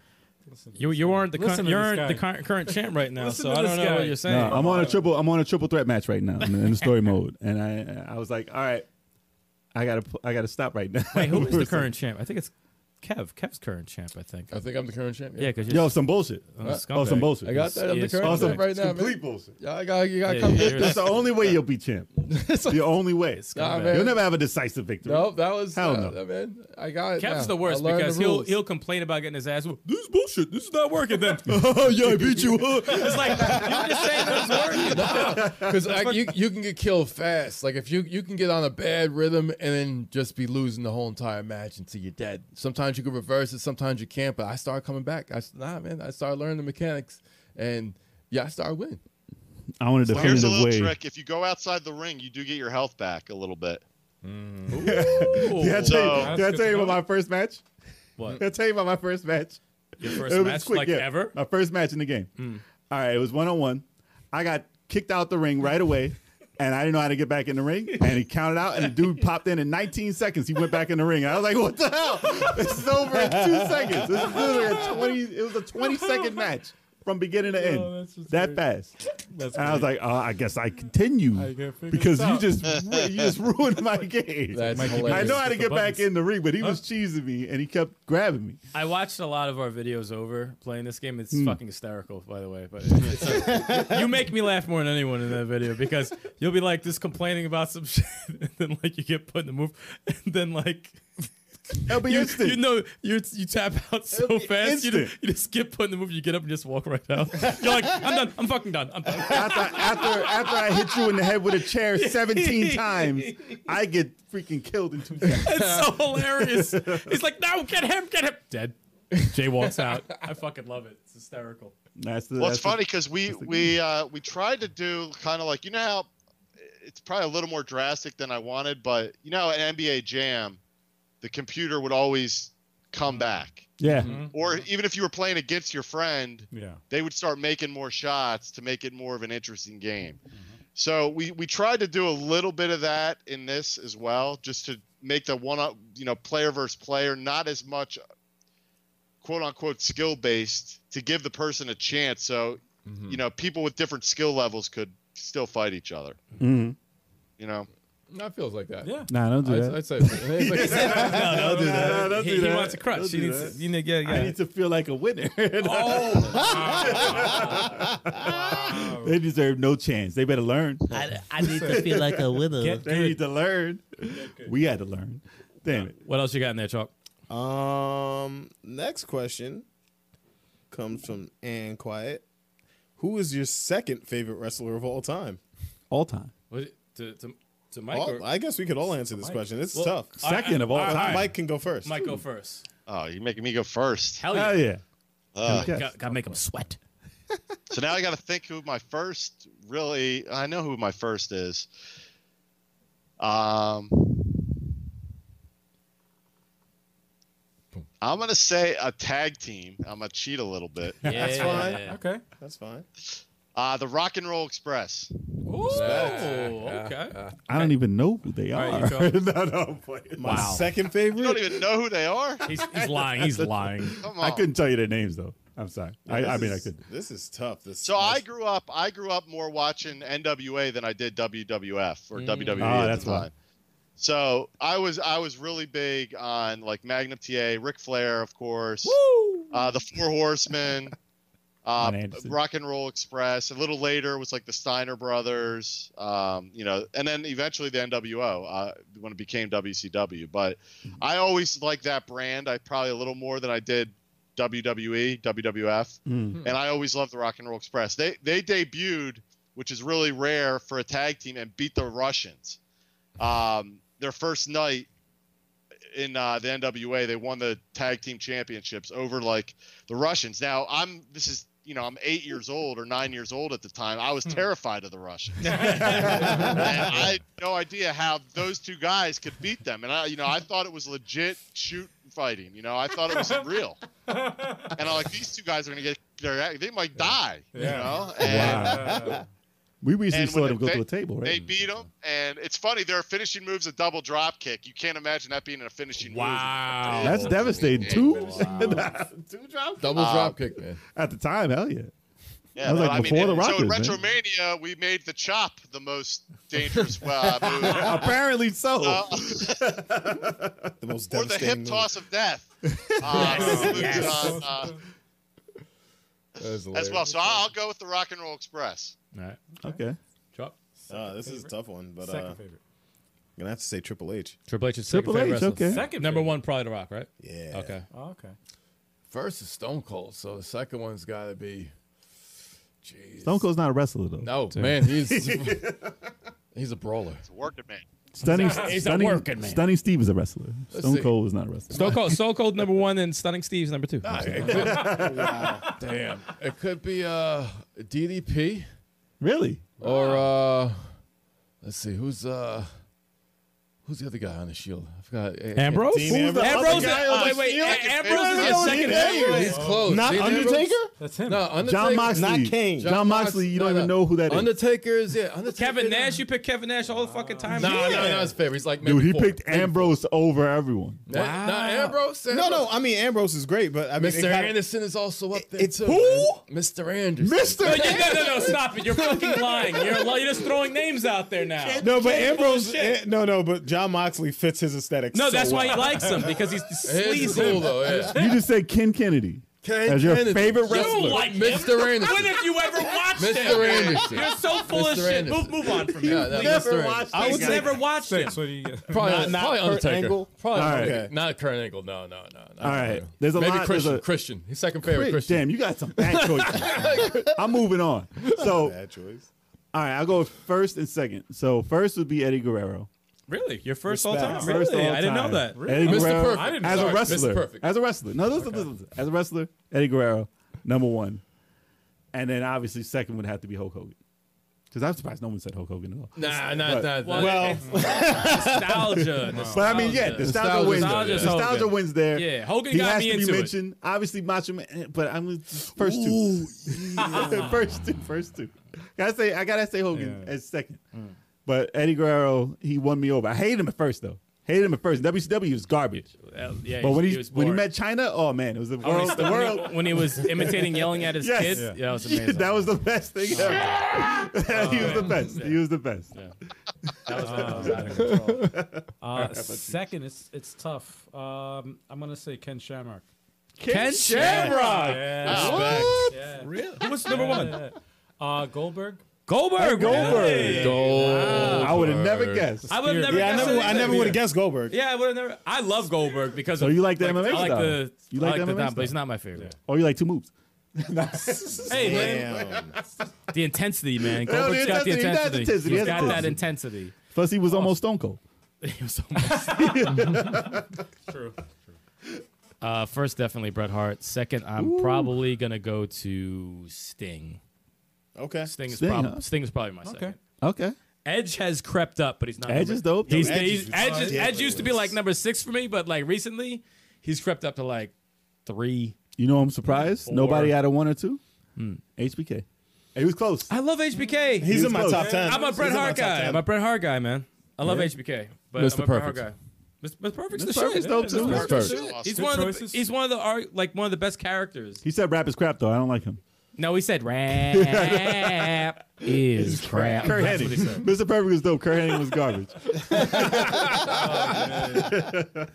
[SPEAKER 4] you, you aren't the
[SPEAKER 1] Listen
[SPEAKER 4] current
[SPEAKER 1] to
[SPEAKER 4] you
[SPEAKER 1] this
[SPEAKER 4] aren't the
[SPEAKER 1] guy.
[SPEAKER 4] current, current champ right now,
[SPEAKER 1] Listen
[SPEAKER 4] so
[SPEAKER 1] to
[SPEAKER 4] I
[SPEAKER 1] this
[SPEAKER 4] don't know
[SPEAKER 1] guy.
[SPEAKER 4] what you're saying.
[SPEAKER 6] No, I'm on a triple. I'm on a triple threat match right now in the, in the story
[SPEAKER 4] [laughs]
[SPEAKER 6] mode, and I I was like, all right, I gotta pu- I gotta stop right now.
[SPEAKER 4] Wait, who
[SPEAKER 6] [laughs]
[SPEAKER 4] is the current champ? I think it's Kev. Kev's current champ, I think.
[SPEAKER 3] I think I'm the current champ.
[SPEAKER 4] Yeah, because [laughs]
[SPEAKER 6] Yo, some bullshit.
[SPEAKER 4] I'm a
[SPEAKER 6] Oh, some
[SPEAKER 4] scumbag.
[SPEAKER 6] bullshit.
[SPEAKER 3] I got that. I'm
[SPEAKER 4] Yeah,
[SPEAKER 3] the
[SPEAKER 4] it's
[SPEAKER 3] current
[SPEAKER 6] awesome.
[SPEAKER 3] champ right
[SPEAKER 6] It's
[SPEAKER 3] now,
[SPEAKER 6] complete
[SPEAKER 3] man.
[SPEAKER 6] bullshit.
[SPEAKER 3] Yeah, I got. You got to
[SPEAKER 4] Yeah,
[SPEAKER 3] come.
[SPEAKER 4] you're-
[SPEAKER 6] That's the [laughs] only way you'll
[SPEAKER 3] [laughs]
[SPEAKER 6] be champ. the only way.
[SPEAKER 3] Nah, man.
[SPEAKER 6] You'll never have a decisive victory.
[SPEAKER 3] No, that was
[SPEAKER 6] Hell
[SPEAKER 3] uh,
[SPEAKER 6] no.
[SPEAKER 3] man. I got it. now.
[SPEAKER 4] Kev's the
[SPEAKER 3] I
[SPEAKER 4] worst
[SPEAKER 3] learned
[SPEAKER 4] because
[SPEAKER 3] the
[SPEAKER 4] he'll
[SPEAKER 3] rules.
[SPEAKER 4] he'll complain about getting his ass. whooped. This is bullshit. This is not
[SPEAKER 6] [laughs]
[SPEAKER 4] working. Then
[SPEAKER 6] yeah, I beat you. huh?
[SPEAKER 4] it's like you were just saying that it's working.
[SPEAKER 3] Because like, you, you can get killed fast. Like if you you can get on a bad rhythm and then just be losing the whole entire match until you're dead. Sometimes you can reverse it, sometimes you can't. But I start coming back. I s- nah, man. I start learning the mechanics, and yeah, I start winning.
[SPEAKER 6] I want a
[SPEAKER 5] Well, here's a
[SPEAKER 6] definitive
[SPEAKER 5] little
[SPEAKER 6] way.
[SPEAKER 5] trick: if you go outside the ring, you do get your health back a little bit.
[SPEAKER 6] Did I tell you,
[SPEAKER 5] So-
[SPEAKER 6] did I tell you about my first match?
[SPEAKER 4] What?
[SPEAKER 6] Did I tell you about my first match?
[SPEAKER 4] Your first
[SPEAKER 6] It was
[SPEAKER 4] match, like
[SPEAKER 6] yeah.
[SPEAKER 4] ever. Hmm.
[SPEAKER 6] My first match in the game. All right, it was one on one. I got kicked out the ring right away, [laughs] and I didn't know how to get back in the ring. And he counted out, and the dude popped in in 19 seconds. He went back in the ring. And I was like, "What the hell? This is over in
[SPEAKER 4] [laughs]
[SPEAKER 6] two seconds. This is literally a 20. It was a 20 second match from beginning
[SPEAKER 4] [laughs]
[SPEAKER 6] to end.
[SPEAKER 1] that's just
[SPEAKER 6] that
[SPEAKER 1] great.
[SPEAKER 6] fast."
[SPEAKER 1] That's
[SPEAKER 6] And I was like, "Oh, I guess I continue
[SPEAKER 1] gotta figure
[SPEAKER 6] because
[SPEAKER 1] this
[SPEAKER 6] you
[SPEAKER 1] out."
[SPEAKER 6] just
[SPEAKER 4] [laughs]
[SPEAKER 6] you just ruined my game."
[SPEAKER 3] That's
[SPEAKER 1] Mikey,
[SPEAKER 6] I
[SPEAKER 3] hilarious.
[SPEAKER 6] know how to
[SPEAKER 4] With the
[SPEAKER 6] get back
[SPEAKER 4] buttons.
[SPEAKER 6] in the ring, but he was cheesing me, and he kept grabbing me.
[SPEAKER 4] I watched a lot of our videos over playing this game. It's
[SPEAKER 6] Hmm.
[SPEAKER 4] fucking hysterical, by the way. But it's, [laughs] it's- you make me laugh more than anyone in that video because you'll be like just complaining about some [laughs] shit, and then like you get put in the move, and then like
[SPEAKER 6] It'll be
[SPEAKER 4] you,
[SPEAKER 6] instant.
[SPEAKER 4] you know you you tap out so
[SPEAKER 6] It'll be
[SPEAKER 4] fast, you,
[SPEAKER 6] instant.
[SPEAKER 4] you just get put in the move, you get up and just walk right out. You're like, I'm done. I'm fucking done.
[SPEAKER 6] [laughs]
[SPEAKER 4] I'm done.
[SPEAKER 6] after, after after I hit you in the head with a chair 17 times, I get freaking killed in two seconds.
[SPEAKER 4] It's so hilarious. He's like, no, get him, get him. Dead. Jay walks out. I fucking love it. It's hysterical.
[SPEAKER 6] That's the,
[SPEAKER 5] Well, it's
[SPEAKER 6] that's the-
[SPEAKER 5] funny because we
[SPEAKER 6] the
[SPEAKER 5] we uh, we tried to do kind of like you know how it's probably a little more drastic than I wanted, but you know, at NBA Jam, the computer would always come back,
[SPEAKER 6] yeah,
[SPEAKER 5] or even if you were playing against your friend,
[SPEAKER 1] yeah.
[SPEAKER 5] they would start making more shots to make it more of an interesting game. So we we tried to do a little bit of that in this as well, just to make the one up, you know, player versus player, not as much quote unquote skill based to give the person a chance. So you know, people with different skill levels could still fight each other.
[SPEAKER 6] Mhm.
[SPEAKER 5] You know,
[SPEAKER 3] That feels like that.
[SPEAKER 1] Yeah.
[SPEAKER 6] Nah, don't do
[SPEAKER 3] I'd,
[SPEAKER 6] that.
[SPEAKER 3] I'd say [laughs] it's like-
[SPEAKER 6] don't do that. Don't
[SPEAKER 4] he,
[SPEAKER 6] do
[SPEAKER 4] he
[SPEAKER 6] that.
[SPEAKER 4] wants a
[SPEAKER 6] Don't
[SPEAKER 4] crush. He
[SPEAKER 6] do
[SPEAKER 4] needs,
[SPEAKER 6] that.
[SPEAKER 4] to- you need, yeah, yeah.
[SPEAKER 6] I need to feel like a winner. [laughs] [laughs] they deserve no chance. They better learn.
[SPEAKER 7] I, I need to feel like a winner.
[SPEAKER 6] They need to learn. We had to learn. Damn it.
[SPEAKER 4] What else you got in there, Chalk?
[SPEAKER 2] Um, next question comes from Ann Quiet. Who is your second favorite wrestler of all time?
[SPEAKER 6] All time.
[SPEAKER 4] Was it to, to, to Mike
[SPEAKER 6] Oh,
[SPEAKER 2] All,
[SPEAKER 4] or
[SPEAKER 2] I guess we could all answer this question. This is
[SPEAKER 4] Well,
[SPEAKER 2] tough.
[SPEAKER 4] I-
[SPEAKER 6] Second of all
[SPEAKER 4] I- I-
[SPEAKER 6] time.
[SPEAKER 2] Mike can go first.
[SPEAKER 4] Mike go first?
[SPEAKER 5] oh, you're making me go first.
[SPEAKER 4] Hell yeah.
[SPEAKER 6] Hell yeah.
[SPEAKER 5] Uh,
[SPEAKER 6] Yes.
[SPEAKER 4] Got, gotta make him sweat.
[SPEAKER 5] So now I got to think who my first really. I know who my first is. Um, I'm gonna say a tag team. I'm gonna cheat a little bit.
[SPEAKER 4] Yeah. That's fine.
[SPEAKER 1] Okay.
[SPEAKER 2] That's fine.
[SPEAKER 5] Uh, the Rock and Roll Express.
[SPEAKER 4] Ooh, okay.
[SPEAKER 6] I don't even know who they
[SPEAKER 4] All
[SPEAKER 6] are. [laughs]
[SPEAKER 4] right, you go.
[SPEAKER 6] no, no, I'm playing.
[SPEAKER 2] My
[SPEAKER 4] Wow.
[SPEAKER 2] second
[SPEAKER 5] You [laughs] don't
[SPEAKER 2] favorite.
[SPEAKER 5] even know who they are.
[SPEAKER 4] He's, he's
[SPEAKER 6] [laughs]
[SPEAKER 4] lying. He's lying.
[SPEAKER 5] Come on.
[SPEAKER 6] I couldn't tell you their names though. I'm sorry. I,
[SPEAKER 2] This
[SPEAKER 6] I mean, I
[SPEAKER 2] is-
[SPEAKER 6] could.
[SPEAKER 2] This is tough. This
[SPEAKER 5] So I grew up. I grew up more watching NWA than I did WWF or WWE.
[SPEAKER 6] Ah,
[SPEAKER 5] at
[SPEAKER 6] that's
[SPEAKER 5] the
[SPEAKER 6] why.
[SPEAKER 5] time. So I was I was really big on like Magnum TA, Ric Flair, of course, Uh, the Four Horsemen, uh,
[SPEAKER 6] Ron Anderson.
[SPEAKER 5] Rock and Roll Express. A little later was like the Steiner Brothers, um, you know, and then eventually the NWO uh, when it became WCW. But I always liked that brand. I probably a little more than I did E, WWE, WWF
[SPEAKER 6] Mm.
[SPEAKER 5] and I always loved the Rock and Roll Express. They they debuted, which is really rare for a tag team, and beat the Russians. Um, their first night in uh, the NWA, they won the tag team championships over like the Russians. Now I'm this is you know I'm eight years old or nine years old at the time. I was
[SPEAKER 1] Hmm.
[SPEAKER 5] terrified of
[SPEAKER 1] [laughs]
[SPEAKER 5] the Russians. and I had no idea how those two guys could beat them, and I you know I thought it was legit shoot fighting. You know I thought it was real and I'm like, these two guys are gonna get their they might die, you
[SPEAKER 1] Yeah.
[SPEAKER 5] know. And
[SPEAKER 6] We recently
[SPEAKER 5] and
[SPEAKER 6] saw
[SPEAKER 5] when
[SPEAKER 6] them go
[SPEAKER 5] they-
[SPEAKER 6] to a table, right?
[SPEAKER 5] they beat them, and it's funny. Their finishing move's a double drop kick. You can't imagine that being a finishing
[SPEAKER 4] Wow.
[SPEAKER 5] move.
[SPEAKER 6] That's devastating. Two two drops
[SPEAKER 3] Double
[SPEAKER 5] Um,
[SPEAKER 3] drop kick, man.
[SPEAKER 6] at the time. Hell yeah.
[SPEAKER 5] Yeah,
[SPEAKER 6] That was
[SPEAKER 5] but
[SPEAKER 6] like before the
[SPEAKER 5] so in
[SPEAKER 6] Rockers, man.
[SPEAKER 5] Retromania, we made the chop the most
[SPEAKER 6] [laughs]
[SPEAKER 5] dangerous uh, move,
[SPEAKER 6] Apparently so.
[SPEAKER 5] Uh,
[SPEAKER 2] the most
[SPEAKER 5] or the
[SPEAKER 2] devastating
[SPEAKER 5] hip
[SPEAKER 2] move.
[SPEAKER 5] toss of death.
[SPEAKER 6] [laughs]
[SPEAKER 5] Uh, was on, uh,
[SPEAKER 3] That's
[SPEAKER 5] as well, so I'll go with the Rock and Roll Express.
[SPEAKER 4] All right.
[SPEAKER 6] okay.
[SPEAKER 4] Chop.
[SPEAKER 2] Uh, this is a tough one, but uh,
[SPEAKER 1] Second
[SPEAKER 2] I'm
[SPEAKER 1] favorite.
[SPEAKER 2] gonna have to say Triple H.
[SPEAKER 4] Triple H is second
[SPEAKER 6] Triple H.
[SPEAKER 4] favorite wrestler.
[SPEAKER 6] Okay.
[SPEAKER 1] Second
[SPEAKER 4] Number
[SPEAKER 1] favorite.
[SPEAKER 4] one, probably The Rock, right?
[SPEAKER 2] Yeah.
[SPEAKER 4] Okay.
[SPEAKER 1] Oh, okay.
[SPEAKER 3] First is Stone Cold, so the second one's got to be. Jeez.
[SPEAKER 6] Stone Cold's not a wrestler though.
[SPEAKER 3] No, man,
[SPEAKER 6] [laughs]
[SPEAKER 3] he's [laughs] he's a brawler.
[SPEAKER 5] It's a working man.
[SPEAKER 6] Stunning.
[SPEAKER 4] He's a
[SPEAKER 6] stunning,
[SPEAKER 4] working man.
[SPEAKER 6] Stunning Steve is a wrestler. Stone
[SPEAKER 3] see.
[SPEAKER 6] Cold is not a wrestler.
[SPEAKER 4] Stone Cold, Stone Cold number one, and Stunning Steve's number two.
[SPEAKER 3] Damn, it could be uh DDP
[SPEAKER 6] Really?
[SPEAKER 3] or uh let's see who's uh who's the other guy on the Shield. I forgot. Eh,
[SPEAKER 4] Ambrose?
[SPEAKER 2] Dean Ambrose.
[SPEAKER 4] Ambrose? Oh,
[SPEAKER 2] Other guy on
[SPEAKER 4] Wait,
[SPEAKER 2] the
[SPEAKER 4] wait.
[SPEAKER 2] field?
[SPEAKER 4] A- Ambrose is your
[SPEAKER 2] Ambrose.
[SPEAKER 4] second
[SPEAKER 2] Dean
[SPEAKER 3] Hey,
[SPEAKER 4] favorite.
[SPEAKER 3] He's close.
[SPEAKER 2] Not
[SPEAKER 3] Dean Ambrose?
[SPEAKER 2] Undertaker.
[SPEAKER 1] That's him.
[SPEAKER 3] No, Undertaker.
[SPEAKER 6] John Moxley.
[SPEAKER 2] Not Kane.
[SPEAKER 6] John, Moxley. You don't
[SPEAKER 3] no,
[SPEAKER 6] even
[SPEAKER 3] no.
[SPEAKER 6] know who that is.
[SPEAKER 3] Undertaker is yeah. Undertaker.
[SPEAKER 4] Kevin Nash, you pick Kevin Nash all the fucking time.
[SPEAKER 3] No, no, no, his favorite. He's like
[SPEAKER 6] Dude,
[SPEAKER 3] maybe
[SPEAKER 6] he
[SPEAKER 3] four.
[SPEAKER 6] picked Ambrose over everyone.
[SPEAKER 3] Nah, nah, Ambrose.
[SPEAKER 2] No,
[SPEAKER 3] Ambrose.
[SPEAKER 2] no. I mean Ambrose is great, but I mean it
[SPEAKER 3] Mr.
[SPEAKER 2] kinda-
[SPEAKER 3] Anderson is also up there
[SPEAKER 2] It's
[SPEAKER 3] too.
[SPEAKER 2] who?
[SPEAKER 3] man. Mr. Anderson.
[SPEAKER 4] No, you- no, no, no, stop it. You're fucking lying. You're, li- you're just throwing names out there now.
[SPEAKER 2] No, but Ambrose.
[SPEAKER 4] shit.
[SPEAKER 2] eh, No, no, but John Moxley fits his aesthetic.
[SPEAKER 4] No,
[SPEAKER 2] so
[SPEAKER 4] that's
[SPEAKER 2] well.
[SPEAKER 4] why he likes him, because he's
[SPEAKER 3] It's
[SPEAKER 4] sleazy.
[SPEAKER 3] cool though. Yeah.
[SPEAKER 6] You just said Ken Kennedy
[SPEAKER 3] Ken
[SPEAKER 6] as your
[SPEAKER 3] Kennedy.
[SPEAKER 6] favorite
[SPEAKER 3] You
[SPEAKER 4] You don't
[SPEAKER 6] wrestler.
[SPEAKER 4] like him.
[SPEAKER 3] Mr. Anderson.
[SPEAKER 4] When have you ever watched him?
[SPEAKER 3] Mr. Anderson.
[SPEAKER 4] You're so full of
[SPEAKER 3] Mr.
[SPEAKER 4] shit. Move,
[SPEAKER 3] Anderson.
[SPEAKER 4] move on from
[SPEAKER 3] Yeah,
[SPEAKER 4] here.
[SPEAKER 3] that
[SPEAKER 4] please.
[SPEAKER 3] Mr. Anderson.
[SPEAKER 2] I
[SPEAKER 4] He's
[SPEAKER 2] would say
[SPEAKER 4] never watched him.
[SPEAKER 1] Six. What do you get?
[SPEAKER 3] Probably
[SPEAKER 2] Not- not
[SPEAKER 3] probably
[SPEAKER 2] Kurt
[SPEAKER 3] Undertaker.
[SPEAKER 2] Angle?
[SPEAKER 3] Probably
[SPEAKER 6] All right.
[SPEAKER 3] Undertaker.
[SPEAKER 2] Okay.
[SPEAKER 3] not Kurt Angle. No, no, no. no
[SPEAKER 6] All right.
[SPEAKER 3] no.
[SPEAKER 6] There's a
[SPEAKER 3] Maybe
[SPEAKER 6] lot- there's
[SPEAKER 3] Christian.
[SPEAKER 6] a-
[SPEAKER 3] Christian. His second favorite
[SPEAKER 6] Great.
[SPEAKER 3] Christian.
[SPEAKER 6] Damn, you got some bad choices. I'm moving on. So,
[SPEAKER 2] Bad choice.
[SPEAKER 6] all right, I'll go with first and second. So, first would be Eddie Guerrero.
[SPEAKER 4] Really? Your first all
[SPEAKER 2] Respect.
[SPEAKER 4] time?
[SPEAKER 6] First
[SPEAKER 4] Really?
[SPEAKER 6] all
[SPEAKER 4] I didn't know
[SPEAKER 6] time.
[SPEAKER 4] that.
[SPEAKER 6] Eddie
[SPEAKER 3] Mr.
[SPEAKER 6] Guerrero
[SPEAKER 3] Perfect. I didn't-
[SPEAKER 6] as
[SPEAKER 3] sorry,
[SPEAKER 6] a
[SPEAKER 3] Mr.
[SPEAKER 6] wrestler.
[SPEAKER 3] Perfect.
[SPEAKER 6] As a wrestler. No, listen, listen, listen. As a wrestler, Eddie Guerrero, number one. And then obviously second would have to be Hulk Hogan. Because I'm surprised no one said Hulk Hogan at all.
[SPEAKER 3] Nah, nah, nah. nah.
[SPEAKER 4] Well, [laughs] nostalgia.
[SPEAKER 6] But I mean, yeah, the nostalgia
[SPEAKER 3] Nostalgia.
[SPEAKER 6] wins.
[SPEAKER 4] Nostalgia is
[SPEAKER 6] Nostalgia,
[SPEAKER 4] Hogan.
[SPEAKER 6] wins there.
[SPEAKER 4] Yeah, Hogan
[SPEAKER 6] he
[SPEAKER 4] got
[SPEAKER 6] has
[SPEAKER 4] me
[SPEAKER 6] to be
[SPEAKER 4] into it.
[SPEAKER 6] mentioned. Obviously, Macho Man, eh, but I'm gonna- first [laughs] two. first two, first two. Gotta say, I gotta say Hogan
[SPEAKER 1] Yeah.
[SPEAKER 6] as second.
[SPEAKER 2] Hmm.
[SPEAKER 6] But Eddie Guerrero, he won me over. I hated him at first though. Hated him at first. WCW was garbage.
[SPEAKER 4] yeah,
[SPEAKER 6] But when he,
[SPEAKER 4] was
[SPEAKER 6] when he
[SPEAKER 4] bored.
[SPEAKER 6] met China, oh man, it was the
[SPEAKER 4] Oh,
[SPEAKER 6] world.
[SPEAKER 4] he's- [laughs]
[SPEAKER 6] the world.
[SPEAKER 4] when he, when he was imitating yelling at
[SPEAKER 6] [laughs]
[SPEAKER 4] his
[SPEAKER 6] Yes.
[SPEAKER 4] kids.
[SPEAKER 6] Yeah.
[SPEAKER 4] Yeah, that was Oh, amazing.
[SPEAKER 6] that was the best thing ever. [laughs] he was the best. He was the best.
[SPEAKER 1] Uh, second, it's it's tough. Um, I'm gonna say Ken Shamrock.
[SPEAKER 4] Ken Shamrock.
[SPEAKER 1] Yeah.
[SPEAKER 4] Yeah.
[SPEAKER 1] Who was number one? Uh, Goldberg.
[SPEAKER 4] Goldberg. really?
[SPEAKER 6] I would have never guessed.
[SPEAKER 4] I would have never.
[SPEAKER 2] Yeah, I
[SPEAKER 4] guessed
[SPEAKER 2] never, I
[SPEAKER 4] anything.
[SPEAKER 2] never would have guessed Goldberg.
[SPEAKER 4] Yeah, I would have never. I love Goldberg because.
[SPEAKER 6] So
[SPEAKER 4] of-
[SPEAKER 6] you like the MMA
[SPEAKER 4] I like
[SPEAKER 6] style?
[SPEAKER 4] the.
[SPEAKER 6] You
[SPEAKER 4] I
[SPEAKER 6] like
[SPEAKER 4] like
[SPEAKER 6] the
[SPEAKER 4] the,
[SPEAKER 6] MMA
[SPEAKER 4] down, but
[SPEAKER 6] style?
[SPEAKER 4] he's not my favorite.
[SPEAKER 6] Oh, you like two moves.
[SPEAKER 4] Hey, man,
[SPEAKER 2] Damn.
[SPEAKER 4] the intensity, man.
[SPEAKER 6] No, the
[SPEAKER 4] Goldberg's got the
[SPEAKER 6] intensity, he has
[SPEAKER 4] intensity.
[SPEAKER 6] intensity, he
[SPEAKER 4] He's
[SPEAKER 6] has
[SPEAKER 4] got that intensity.
[SPEAKER 6] Plus, he was almost Stone Cold.
[SPEAKER 4] It was almost true. Uh, first, definitely Bret Hart. Second, I'm probably gonna go to Sting.
[SPEAKER 2] Okay.
[SPEAKER 4] Sting is
[SPEAKER 6] Sting,
[SPEAKER 4] probably
[SPEAKER 6] huh?
[SPEAKER 4] Sting is probably my
[SPEAKER 1] Okay.
[SPEAKER 4] second.
[SPEAKER 6] Okay.
[SPEAKER 4] Edge has crept up, but he's not.
[SPEAKER 6] Edge
[SPEAKER 4] number-
[SPEAKER 6] is dope.
[SPEAKER 4] He's,
[SPEAKER 2] Edge
[SPEAKER 4] he's-
[SPEAKER 2] is
[SPEAKER 4] Edge, is, Edge
[SPEAKER 2] ridiculous.
[SPEAKER 4] used to be like number six for me, but like recently, he's crept up to like three.
[SPEAKER 6] you know, I'm surprised.
[SPEAKER 4] Four.
[SPEAKER 6] Nobody out of one or two. HBK. It was close.
[SPEAKER 8] I love HBK.
[SPEAKER 2] He's,
[SPEAKER 6] He's
[SPEAKER 2] in my
[SPEAKER 6] close.
[SPEAKER 2] top ten.
[SPEAKER 8] I'm a Bret
[SPEAKER 2] He's in my
[SPEAKER 8] Hart
[SPEAKER 2] top
[SPEAKER 8] guy.
[SPEAKER 2] 10.
[SPEAKER 8] I'm a Bret Hart guy, man. I love HBK, but
[SPEAKER 4] Mr.
[SPEAKER 8] I'm a Bret Hart guy.
[SPEAKER 4] Perfect.
[SPEAKER 8] Mr. Mr. Perfect's the
[SPEAKER 6] Mr. Perfect's
[SPEAKER 8] shit.
[SPEAKER 6] dope, too.
[SPEAKER 8] Mr.
[SPEAKER 6] Mr.
[SPEAKER 8] Perfect's the
[SPEAKER 6] Perfect.
[SPEAKER 8] shit.
[SPEAKER 5] Awesome.
[SPEAKER 8] He's
[SPEAKER 1] Good
[SPEAKER 8] one of the
[SPEAKER 1] choices.
[SPEAKER 8] he's one of the ar- like one of the best characters.
[SPEAKER 6] He said rap is crap though. I don't like him.
[SPEAKER 8] No, he said [laughs] rap is crap.
[SPEAKER 6] Kurt Hennig. Mr. Perfect was dope. Kurt Hennig was garbage. [laughs] that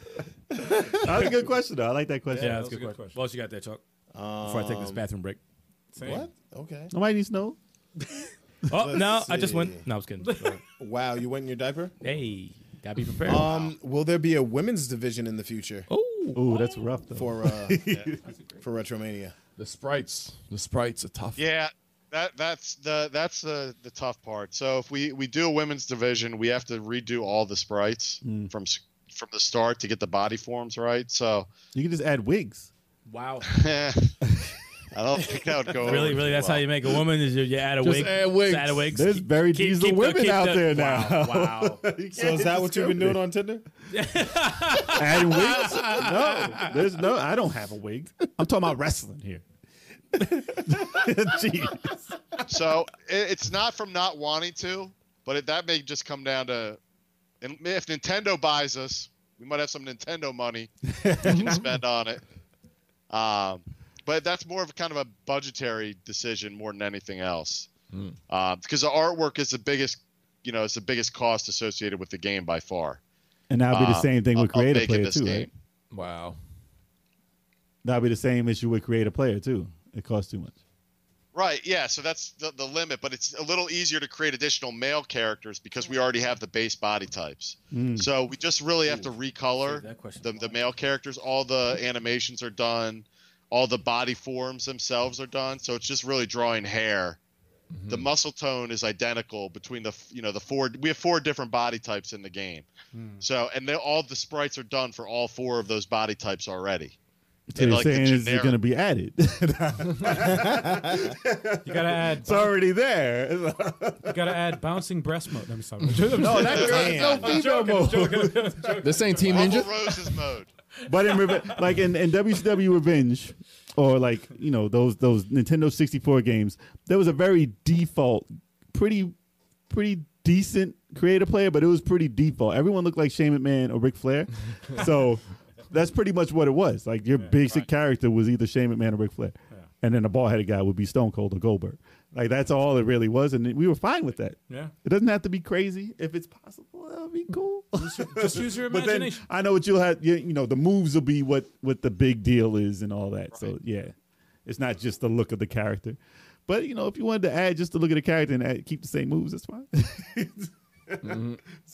[SPEAKER 6] was a good question though. I like that question.
[SPEAKER 8] Yeah,
[SPEAKER 1] was
[SPEAKER 8] that's
[SPEAKER 1] a
[SPEAKER 8] a good
[SPEAKER 1] good
[SPEAKER 8] question.
[SPEAKER 1] question.
[SPEAKER 8] What else you got there, Chuck? Before I take this bathroom break.
[SPEAKER 1] Same.
[SPEAKER 2] What? Okay.
[SPEAKER 6] Nobody needs to know.
[SPEAKER 8] Oh no, I just
[SPEAKER 2] see.
[SPEAKER 8] went. No, I was kidding.
[SPEAKER 2] Wow, you went in your diaper.
[SPEAKER 8] hey, gotta be prepared.
[SPEAKER 2] Um, will there be a women's division in the future
[SPEAKER 8] oh,
[SPEAKER 6] Ooh, that's rough though.
[SPEAKER 2] for
[SPEAKER 6] [laughs]
[SPEAKER 2] uh, for Retromania?
[SPEAKER 3] The sprites. The sprites are tough.
[SPEAKER 5] Yeah, that that's the that's the the tough part. So if we we do a women's division, we have to redo all the sprites
[SPEAKER 8] Hmm.
[SPEAKER 5] from s- from the start to get the body forms right. So [laughs]
[SPEAKER 6] You can just add wigs.
[SPEAKER 8] wow.
[SPEAKER 5] eh, I don't think that would
[SPEAKER 8] [laughs]
[SPEAKER 5] go
[SPEAKER 8] Really, really,
[SPEAKER 5] over too
[SPEAKER 8] that's
[SPEAKER 5] well.
[SPEAKER 8] how you make a woman is you, you add a
[SPEAKER 3] Just
[SPEAKER 8] wig.
[SPEAKER 3] add wigs.
[SPEAKER 8] Just add a wig.
[SPEAKER 6] There's very diesel women out there now.
[SPEAKER 8] Wow. wow.
[SPEAKER 2] So is that what you've been doing on Tinder?
[SPEAKER 6] Adding
[SPEAKER 5] [laughs]
[SPEAKER 6] wigs? No, there's no. I don't have a wig. I'm talking about wrestling here. [laughs] Jeez.
[SPEAKER 5] So it, it's not from not wanting to, but it, that may just come down to, and if Nintendo buys us, we might have some Nintendo money
[SPEAKER 6] [laughs]
[SPEAKER 5] we can spend on it. Um, but that's more of a kind of a budgetary decision more than anything else, Uh, because the artwork is the biggest, you know, it's the biggest cost associated with the game by far.
[SPEAKER 6] And that'll be the
[SPEAKER 5] Uh,
[SPEAKER 6] same thing with
[SPEAKER 5] of- of
[SPEAKER 6] creative
[SPEAKER 5] making
[SPEAKER 6] player
[SPEAKER 5] this
[SPEAKER 6] too.
[SPEAKER 5] game.
[SPEAKER 6] Right?
[SPEAKER 3] Wow.
[SPEAKER 6] That'll be the same issue with creative player too. It costs too much.
[SPEAKER 5] Right, yeah, so that's the, the limit, but it's a little easier to create additional male characters because we already have the base body types. So we just really have to recolor
[SPEAKER 8] that question
[SPEAKER 5] the, the male characters. All the animations are done, all the body forms themselves are done. So it's just really drawing hair. The
[SPEAKER 8] Mm-hmm.
[SPEAKER 5] muscle tone is identical between the you know the four. We have four different body types in the game. So and they, all the sprites are done for all four of those body types already.
[SPEAKER 6] So
[SPEAKER 5] And,
[SPEAKER 6] you're
[SPEAKER 5] like, the
[SPEAKER 6] saying is it
[SPEAKER 5] generic-
[SPEAKER 6] going to be added? [laughs]
[SPEAKER 1] You gotta add.
[SPEAKER 6] it's already there. [laughs]
[SPEAKER 1] You gotta add bouncing breast mode. Let me stop. no,
[SPEAKER 6] Oh, [laughs] that girl is no female mode.
[SPEAKER 3] This ain't Team
[SPEAKER 5] All
[SPEAKER 3] Ninja.
[SPEAKER 5] roses mode.
[SPEAKER 6] But in Reve- like in, in WCW Revenge, or like you know those those Nintendo sixty four games, there was a very default, pretty pretty decent creative player, but it was pretty default. Everyone looked like Shane McMahon or Ric Flair, so that's pretty much what it was. Like your basic character was either Shane McMahon or Ric Flair, and then the bald headed guy would be Stone Cold or Goldberg. Like that's all it really was, and we were fine with that.
[SPEAKER 1] Yeah.
[SPEAKER 6] It doesn't have to be crazy. If it's possible, that would be cool.
[SPEAKER 1] Just use your
[SPEAKER 6] But then
[SPEAKER 1] imagination.
[SPEAKER 6] I know what you'll have. You, you know, the moves will be what what the big deal is and all that. So yeah, it's not just the look of the character. But you know, if you wanted to add just the look of the character and add, keep the same moves, that's fine. Let's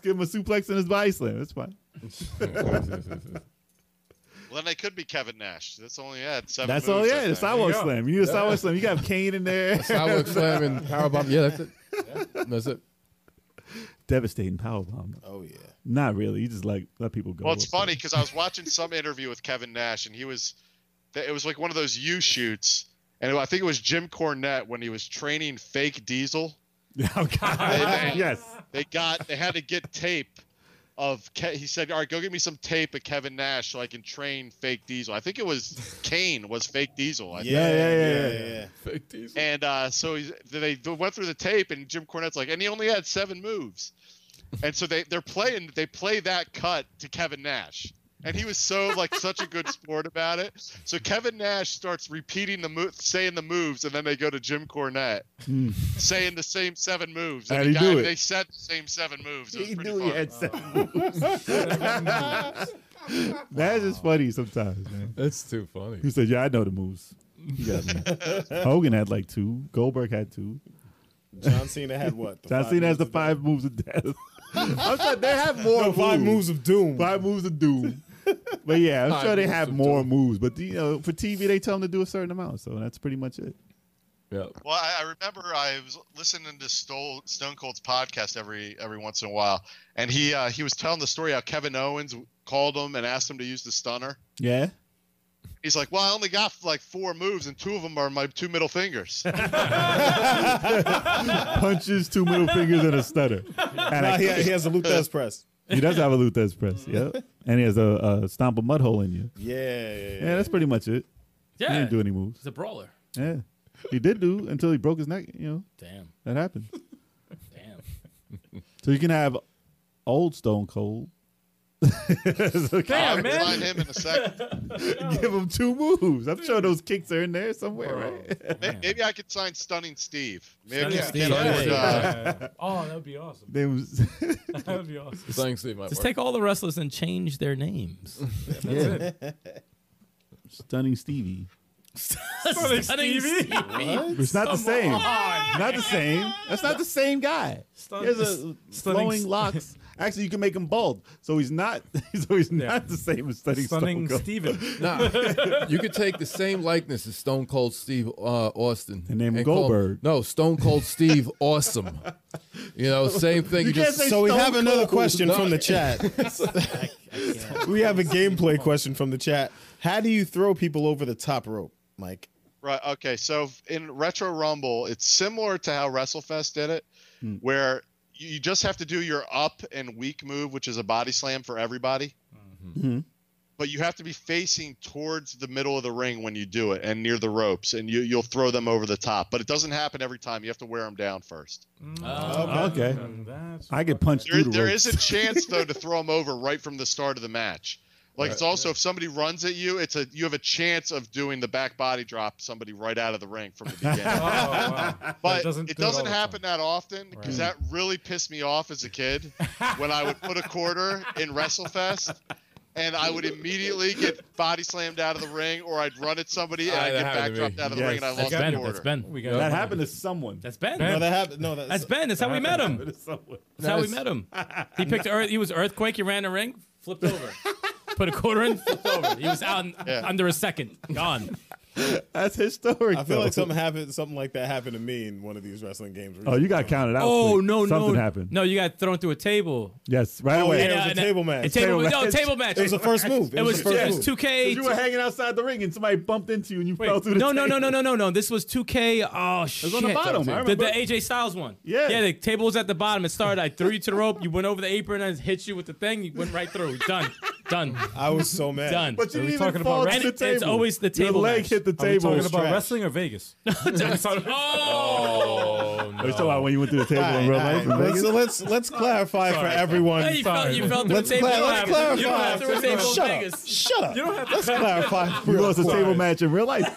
[SPEAKER 6] give him a suplex and his body slam. That's fine.
[SPEAKER 5] Well, then they could be Kevin Nash. That's only had seven.
[SPEAKER 6] That's
[SPEAKER 5] moves
[SPEAKER 6] all.
[SPEAKER 5] that
[SPEAKER 6] Yeah, the
[SPEAKER 5] night.
[SPEAKER 6] sidewalk
[SPEAKER 1] go.
[SPEAKER 6] slam. You need a sidewalk slam. You got Kane in there.
[SPEAKER 3] Sidewalk slam and powerbomb. Yeah, that's it. That's it.
[SPEAKER 6] [laughs] Devastating powerbomb.
[SPEAKER 2] Oh yeah.
[SPEAKER 6] Not really. You just like let people go.
[SPEAKER 5] Well, it's
[SPEAKER 6] with it.
[SPEAKER 5] funny because I was watching some interview with Kevin Nash, and he was, it was like one of those U shoots, and I think it was Jim Cornette when he was training fake Diesel.
[SPEAKER 6] [laughs] oh God. yes.
[SPEAKER 5] They got, they had to get tape of. Ke- he said, "All right, go get me some tape of Kevin Nash so I can train fake Diesel." I think it was Kane was fake Diesel. I think.
[SPEAKER 6] Yeah, yeah, yeah, yeah.
[SPEAKER 3] Fake diesel.
[SPEAKER 5] And uh, so he's, they went through the tape, and Jim Cornette's like, and he only had seven moves. And so they they're playing they play that cut to Kevin Nash, and he was so like such a good sport about it. So Kevin Nash starts repeating the move, saying the moves, and then they go to Jim Cornette saying the same seven moves.
[SPEAKER 6] How'd
[SPEAKER 5] the
[SPEAKER 6] Hmm. he do it?
[SPEAKER 5] They said the same seven moves. It was
[SPEAKER 6] He
[SPEAKER 5] pretty
[SPEAKER 6] knew he
[SPEAKER 5] funny.
[SPEAKER 6] had seven [laughs] moves. That is funny sometimes, man.
[SPEAKER 3] That's too funny.
[SPEAKER 6] He said, "Yeah, I know the moves." You got
[SPEAKER 2] [laughs]
[SPEAKER 6] me. Hogan had like two. Goldberg had two.
[SPEAKER 2] John Cena had what? The
[SPEAKER 6] John
[SPEAKER 2] five
[SPEAKER 6] Cena has the
[SPEAKER 2] moves
[SPEAKER 6] five moves of death.
[SPEAKER 2] [laughs]
[SPEAKER 6] I'm sorry, they have more
[SPEAKER 2] of- No,
[SPEAKER 6] moves.
[SPEAKER 2] five moves of doom.
[SPEAKER 6] Five moves of doom. But yeah, I'm
[SPEAKER 3] Five
[SPEAKER 6] sure they
[SPEAKER 3] moves
[SPEAKER 6] have
[SPEAKER 3] of
[SPEAKER 6] more
[SPEAKER 3] doom.
[SPEAKER 6] moves. But you know, for TV, they tell them to do a certain amount, so that's pretty much it.
[SPEAKER 3] Yeah.
[SPEAKER 5] Well, I, I remember I was listening to Stole, Stone Cold's podcast every every once in a while, and he uh, he was telling the story how Kevin Owens called him and asked him to use the stunner.
[SPEAKER 6] Yeah.
[SPEAKER 5] He's like, "Well, I only got like four moves, and two of them are my two middle
[SPEAKER 4] [laughs]
[SPEAKER 5] fingers."
[SPEAKER 6] Punches, two middle fingers, and a stutter. And
[SPEAKER 2] Nah,
[SPEAKER 6] a
[SPEAKER 2] Ah, he, he has a Luthes press.
[SPEAKER 6] He does have a Luthes press, yep. And he has a, a stomp a mud hole in you.
[SPEAKER 2] Yeah, yeah, yeah.
[SPEAKER 6] Yeah, that's pretty much it. He
[SPEAKER 8] Yeah,
[SPEAKER 6] didn't do any moves.
[SPEAKER 8] he's a brawler.
[SPEAKER 6] Yeah. he did do until he broke his neck. You know
[SPEAKER 4] Damn.
[SPEAKER 6] that happened.
[SPEAKER 4] Damn.
[SPEAKER 6] So you can have old Stone Cold. [laughs] So
[SPEAKER 5] I'll headline him in a
[SPEAKER 4] [laughs]
[SPEAKER 5] second.
[SPEAKER 6] give him two moves. I'm sure those kicks are in there somewhere, right?
[SPEAKER 5] May- Maybe I could sign Stunning Steve. Maybe
[SPEAKER 4] Stunning
[SPEAKER 5] I
[SPEAKER 4] Steve,
[SPEAKER 5] can afford,
[SPEAKER 4] yeah.
[SPEAKER 5] uh,
[SPEAKER 1] Oh, that would be awesome.
[SPEAKER 6] They was [laughs]
[SPEAKER 1] That would be awesome.
[SPEAKER 3] Slang Steve might
[SPEAKER 4] Just
[SPEAKER 3] work.
[SPEAKER 4] take all the wrestlers and change their names.
[SPEAKER 6] yeah. Stunning Stevie.
[SPEAKER 4] Stunning Stevie.
[SPEAKER 6] It's not the same. Not the same. That's not the same guy.
[SPEAKER 1] Stun-
[SPEAKER 6] he has
[SPEAKER 1] st-
[SPEAKER 6] a
[SPEAKER 1] stunning
[SPEAKER 6] flowing
[SPEAKER 1] st-
[SPEAKER 6] locks. Actually, you can make him bald, so he's not. [laughs] So he's
[SPEAKER 1] Yeah.
[SPEAKER 6] not the same as Stunning,
[SPEAKER 1] Stunning
[SPEAKER 6] Stone Cold.
[SPEAKER 1] Steven.
[SPEAKER 3] Nah, you could take the same likeness as Stone Cold Steve uh, Austin
[SPEAKER 6] And name him
[SPEAKER 3] call-
[SPEAKER 6] Goldberg.
[SPEAKER 3] no, Stone Cold Steve Awesome. You know, same thing.
[SPEAKER 6] You can't
[SPEAKER 3] just
[SPEAKER 6] say
[SPEAKER 2] So we
[SPEAKER 6] Stone
[SPEAKER 2] have another
[SPEAKER 6] Cold.
[SPEAKER 2] question
[SPEAKER 3] No.
[SPEAKER 2] from
[SPEAKER 6] [laughs]
[SPEAKER 2] the chat. we have a gameplay question from the chat. How do you throw people over the top rope, Mike?
[SPEAKER 5] Right. Okay. So in Retro Rumble, it's similar to how WrestleFest did it, where you you just have to do your up and weak move, which is a body slam for everybody. But you have to be facing towards the middle of the ring when you do it and near the ropes, and you, you'll throw them over the top. But it doesn't happen every time. You have to wear them down first.
[SPEAKER 6] Okay.
[SPEAKER 1] Mm. Oh, That's
[SPEAKER 6] I get punched
[SPEAKER 5] There,
[SPEAKER 6] through the
[SPEAKER 5] there
[SPEAKER 6] ropes.
[SPEAKER 5] is a chance, though, to throw them over right from the start of the match. Like it's also if somebody runs at you, it's a you have a chance of doing the back body drop somebody right out of the ring from the
[SPEAKER 1] [laughs]
[SPEAKER 5] beginning.
[SPEAKER 1] oh, wow.
[SPEAKER 5] [laughs] But
[SPEAKER 1] it
[SPEAKER 5] it
[SPEAKER 1] doesn't
[SPEAKER 5] doesn't,
[SPEAKER 1] do it all the
[SPEAKER 5] happen that often because that really pissed me off as a kid when I would put a quarter in WrestleFest and I would immediately get body slammed out of the ring or I'd run at somebody and
[SPEAKER 3] Ah,
[SPEAKER 5] I'd
[SPEAKER 3] that
[SPEAKER 5] get
[SPEAKER 3] happened
[SPEAKER 5] back
[SPEAKER 3] to
[SPEAKER 5] dropped
[SPEAKER 3] me.
[SPEAKER 5] out of the ring and I
[SPEAKER 4] That's
[SPEAKER 5] lost the
[SPEAKER 4] Ben.
[SPEAKER 5] quarter.
[SPEAKER 4] That's Ben.
[SPEAKER 1] We got
[SPEAKER 6] that happened to someone. [laughs]
[SPEAKER 4] That's Ben.
[SPEAKER 2] No, that happened. No, that's,
[SPEAKER 4] That's Ben. That's how we met him.
[SPEAKER 6] to someone.
[SPEAKER 4] That's how we met him. He picked earth. He was earthquake. He ran a ring, flipped over, put a quarter in, flipped over. He was out in,
[SPEAKER 5] Yeah.
[SPEAKER 4] under a second, gone.
[SPEAKER 6] That's historic.
[SPEAKER 2] I feel
[SPEAKER 6] though. [laughs]
[SPEAKER 2] like something happened. Something like that happened to me in one of these wrestling games.
[SPEAKER 6] Oh, you got counted out.
[SPEAKER 4] Oh
[SPEAKER 6] quick.
[SPEAKER 4] no, no,
[SPEAKER 6] Something happened.
[SPEAKER 4] No, you got thrown through a table.
[SPEAKER 6] Yes, right
[SPEAKER 2] Oh,
[SPEAKER 6] away.
[SPEAKER 2] yeah. it was a table match.
[SPEAKER 4] A table,
[SPEAKER 6] Table
[SPEAKER 4] No,
[SPEAKER 6] match.
[SPEAKER 4] table match.
[SPEAKER 2] It was the first move. It,
[SPEAKER 4] It was,
[SPEAKER 2] the first
[SPEAKER 4] it was
[SPEAKER 2] move.
[SPEAKER 4] 2K.
[SPEAKER 6] You were hanging outside the ring and somebody bumped into you and you fell
[SPEAKER 4] Wait,
[SPEAKER 6] through the
[SPEAKER 4] no,
[SPEAKER 6] table.
[SPEAKER 4] no, no, no, no, no, no. This was 2K. Oh shit!
[SPEAKER 6] on the bottom, I
[SPEAKER 4] The,
[SPEAKER 6] remember.
[SPEAKER 4] the AJ Styles one.
[SPEAKER 6] Yeah.
[SPEAKER 4] yeah. The table was at the bottom. It started. I threw you to the rope. You went over the apron and I hit you with the thing. You went right through. Done. Done.
[SPEAKER 2] I was
[SPEAKER 4] [laughs]
[SPEAKER 2] so mad.
[SPEAKER 4] Done.
[SPEAKER 6] But you
[SPEAKER 1] Are
[SPEAKER 6] didn't
[SPEAKER 1] we
[SPEAKER 6] even
[SPEAKER 1] talking
[SPEAKER 6] fall
[SPEAKER 1] about
[SPEAKER 6] to
[SPEAKER 4] wrestling?
[SPEAKER 6] the
[SPEAKER 4] And it's
[SPEAKER 6] table.
[SPEAKER 4] always the
[SPEAKER 6] Your
[SPEAKER 4] table
[SPEAKER 6] leg
[SPEAKER 4] match.
[SPEAKER 6] hit the
[SPEAKER 1] Are we
[SPEAKER 6] table.
[SPEAKER 1] talking about
[SPEAKER 2] trash.
[SPEAKER 1] wrestling or Vegas?
[SPEAKER 4] oh.
[SPEAKER 6] Are you talking about when you went through the table
[SPEAKER 2] All right,
[SPEAKER 6] in real
[SPEAKER 2] all
[SPEAKER 6] life?
[SPEAKER 2] right.
[SPEAKER 6] in
[SPEAKER 2] Let's,
[SPEAKER 6] Vegas?
[SPEAKER 2] let's let's clarify for everyone.
[SPEAKER 4] Hey, you, fell, you fell through
[SPEAKER 2] Let's,
[SPEAKER 4] the table.
[SPEAKER 2] cla-
[SPEAKER 4] You don't
[SPEAKER 2] let's clarify.
[SPEAKER 4] have- You don't have to table in
[SPEAKER 2] Shut up.
[SPEAKER 4] Vegas.
[SPEAKER 2] Shut up. let's clarify.
[SPEAKER 6] You
[SPEAKER 2] real
[SPEAKER 6] lost a
[SPEAKER 2] quick.
[SPEAKER 6] table match in real life.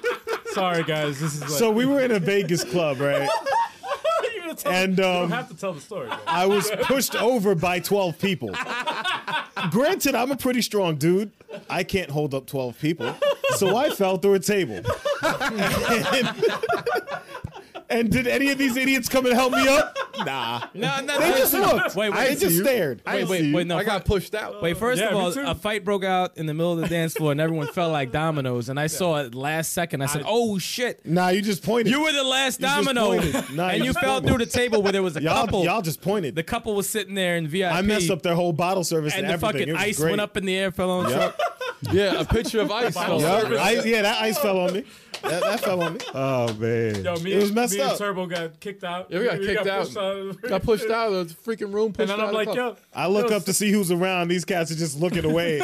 [SPEAKER 1] [laughs] Sorry, guys. This is like,
[SPEAKER 2] So we were in a Vegas club, right?
[SPEAKER 1] [laughs] you don't have to tell-
[SPEAKER 2] And
[SPEAKER 1] you
[SPEAKER 2] um,
[SPEAKER 1] don't have to tell the story. guys.
[SPEAKER 2] I was pushed over by 12 people. Granted, I'm a pretty strong dude. I can't hold up 12 people. So I fell through a table. and, and did any of these idiots come and help me up? Nah.
[SPEAKER 4] No, no,
[SPEAKER 2] They
[SPEAKER 4] no.
[SPEAKER 2] just looked.
[SPEAKER 4] Wait,
[SPEAKER 2] they
[SPEAKER 4] wait,
[SPEAKER 2] just stared.
[SPEAKER 4] wait,
[SPEAKER 6] see
[SPEAKER 4] wait,
[SPEAKER 6] you.
[SPEAKER 4] wait. No,
[SPEAKER 3] I got pushed out.
[SPEAKER 2] Uh,
[SPEAKER 4] Wait, first
[SPEAKER 1] Yeah,
[SPEAKER 4] of
[SPEAKER 1] me
[SPEAKER 4] all,
[SPEAKER 1] too.
[SPEAKER 4] a fight broke out in the middle of the dance floor, and everyone fell like dominoes. And I saw it last second. I said, "Oh shit!"
[SPEAKER 2] Nah, you just pointed.
[SPEAKER 4] You were the last
[SPEAKER 2] You just
[SPEAKER 4] domino,
[SPEAKER 2] pointed. Nah,
[SPEAKER 4] and
[SPEAKER 2] you
[SPEAKER 4] you
[SPEAKER 2] just
[SPEAKER 4] fell
[SPEAKER 2] pointed.
[SPEAKER 4] through the table where there was a couple.
[SPEAKER 2] y'all, y'all just pointed.
[SPEAKER 4] the couple was sitting there in VIP.
[SPEAKER 2] I messed up their whole bottle service and,
[SPEAKER 4] and the
[SPEAKER 2] everything. It
[SPEAKER 4] fucking
[SPEAKER 2] was
[SPEAKER 4] ice
[SPEAKER 2] great.
[SPEAKER 4] went up in the air, fell on. the truck.
[SPEAKER 3] Yeah, a picture of ice. fell
[SPEAKER 2] Yeah,
[SPEAKER 3] over.
[SPEAKER 2] I- yeah, that ice fell on me. That, that fell on me.
[SPEAKER 6] Oh, man.
[SPEAKER 1] Yo, me,
[SPEAKER 2] It was
[SPEAKER 1] and-
[SPEAKER 2] messed
[SPEAKER 1] me
[SPEAKER 2] up.
[SPEAKER 1] and Turbo got kicked out.
[SPEAKER 3] Yeah, we got kicked
[SPEAKER 1] pushed
[SPEAKER 3] out. Got pushed out of the freaking room. Pushed
[SPEAKER 1] And then I'm
[SPEAKER 3] out of the
[SPEAKER 1] like, yo,
[SPEAKER 3] club.
[SPEAKER 2] I look up to see who's around. These cats are just looking [laughs] away.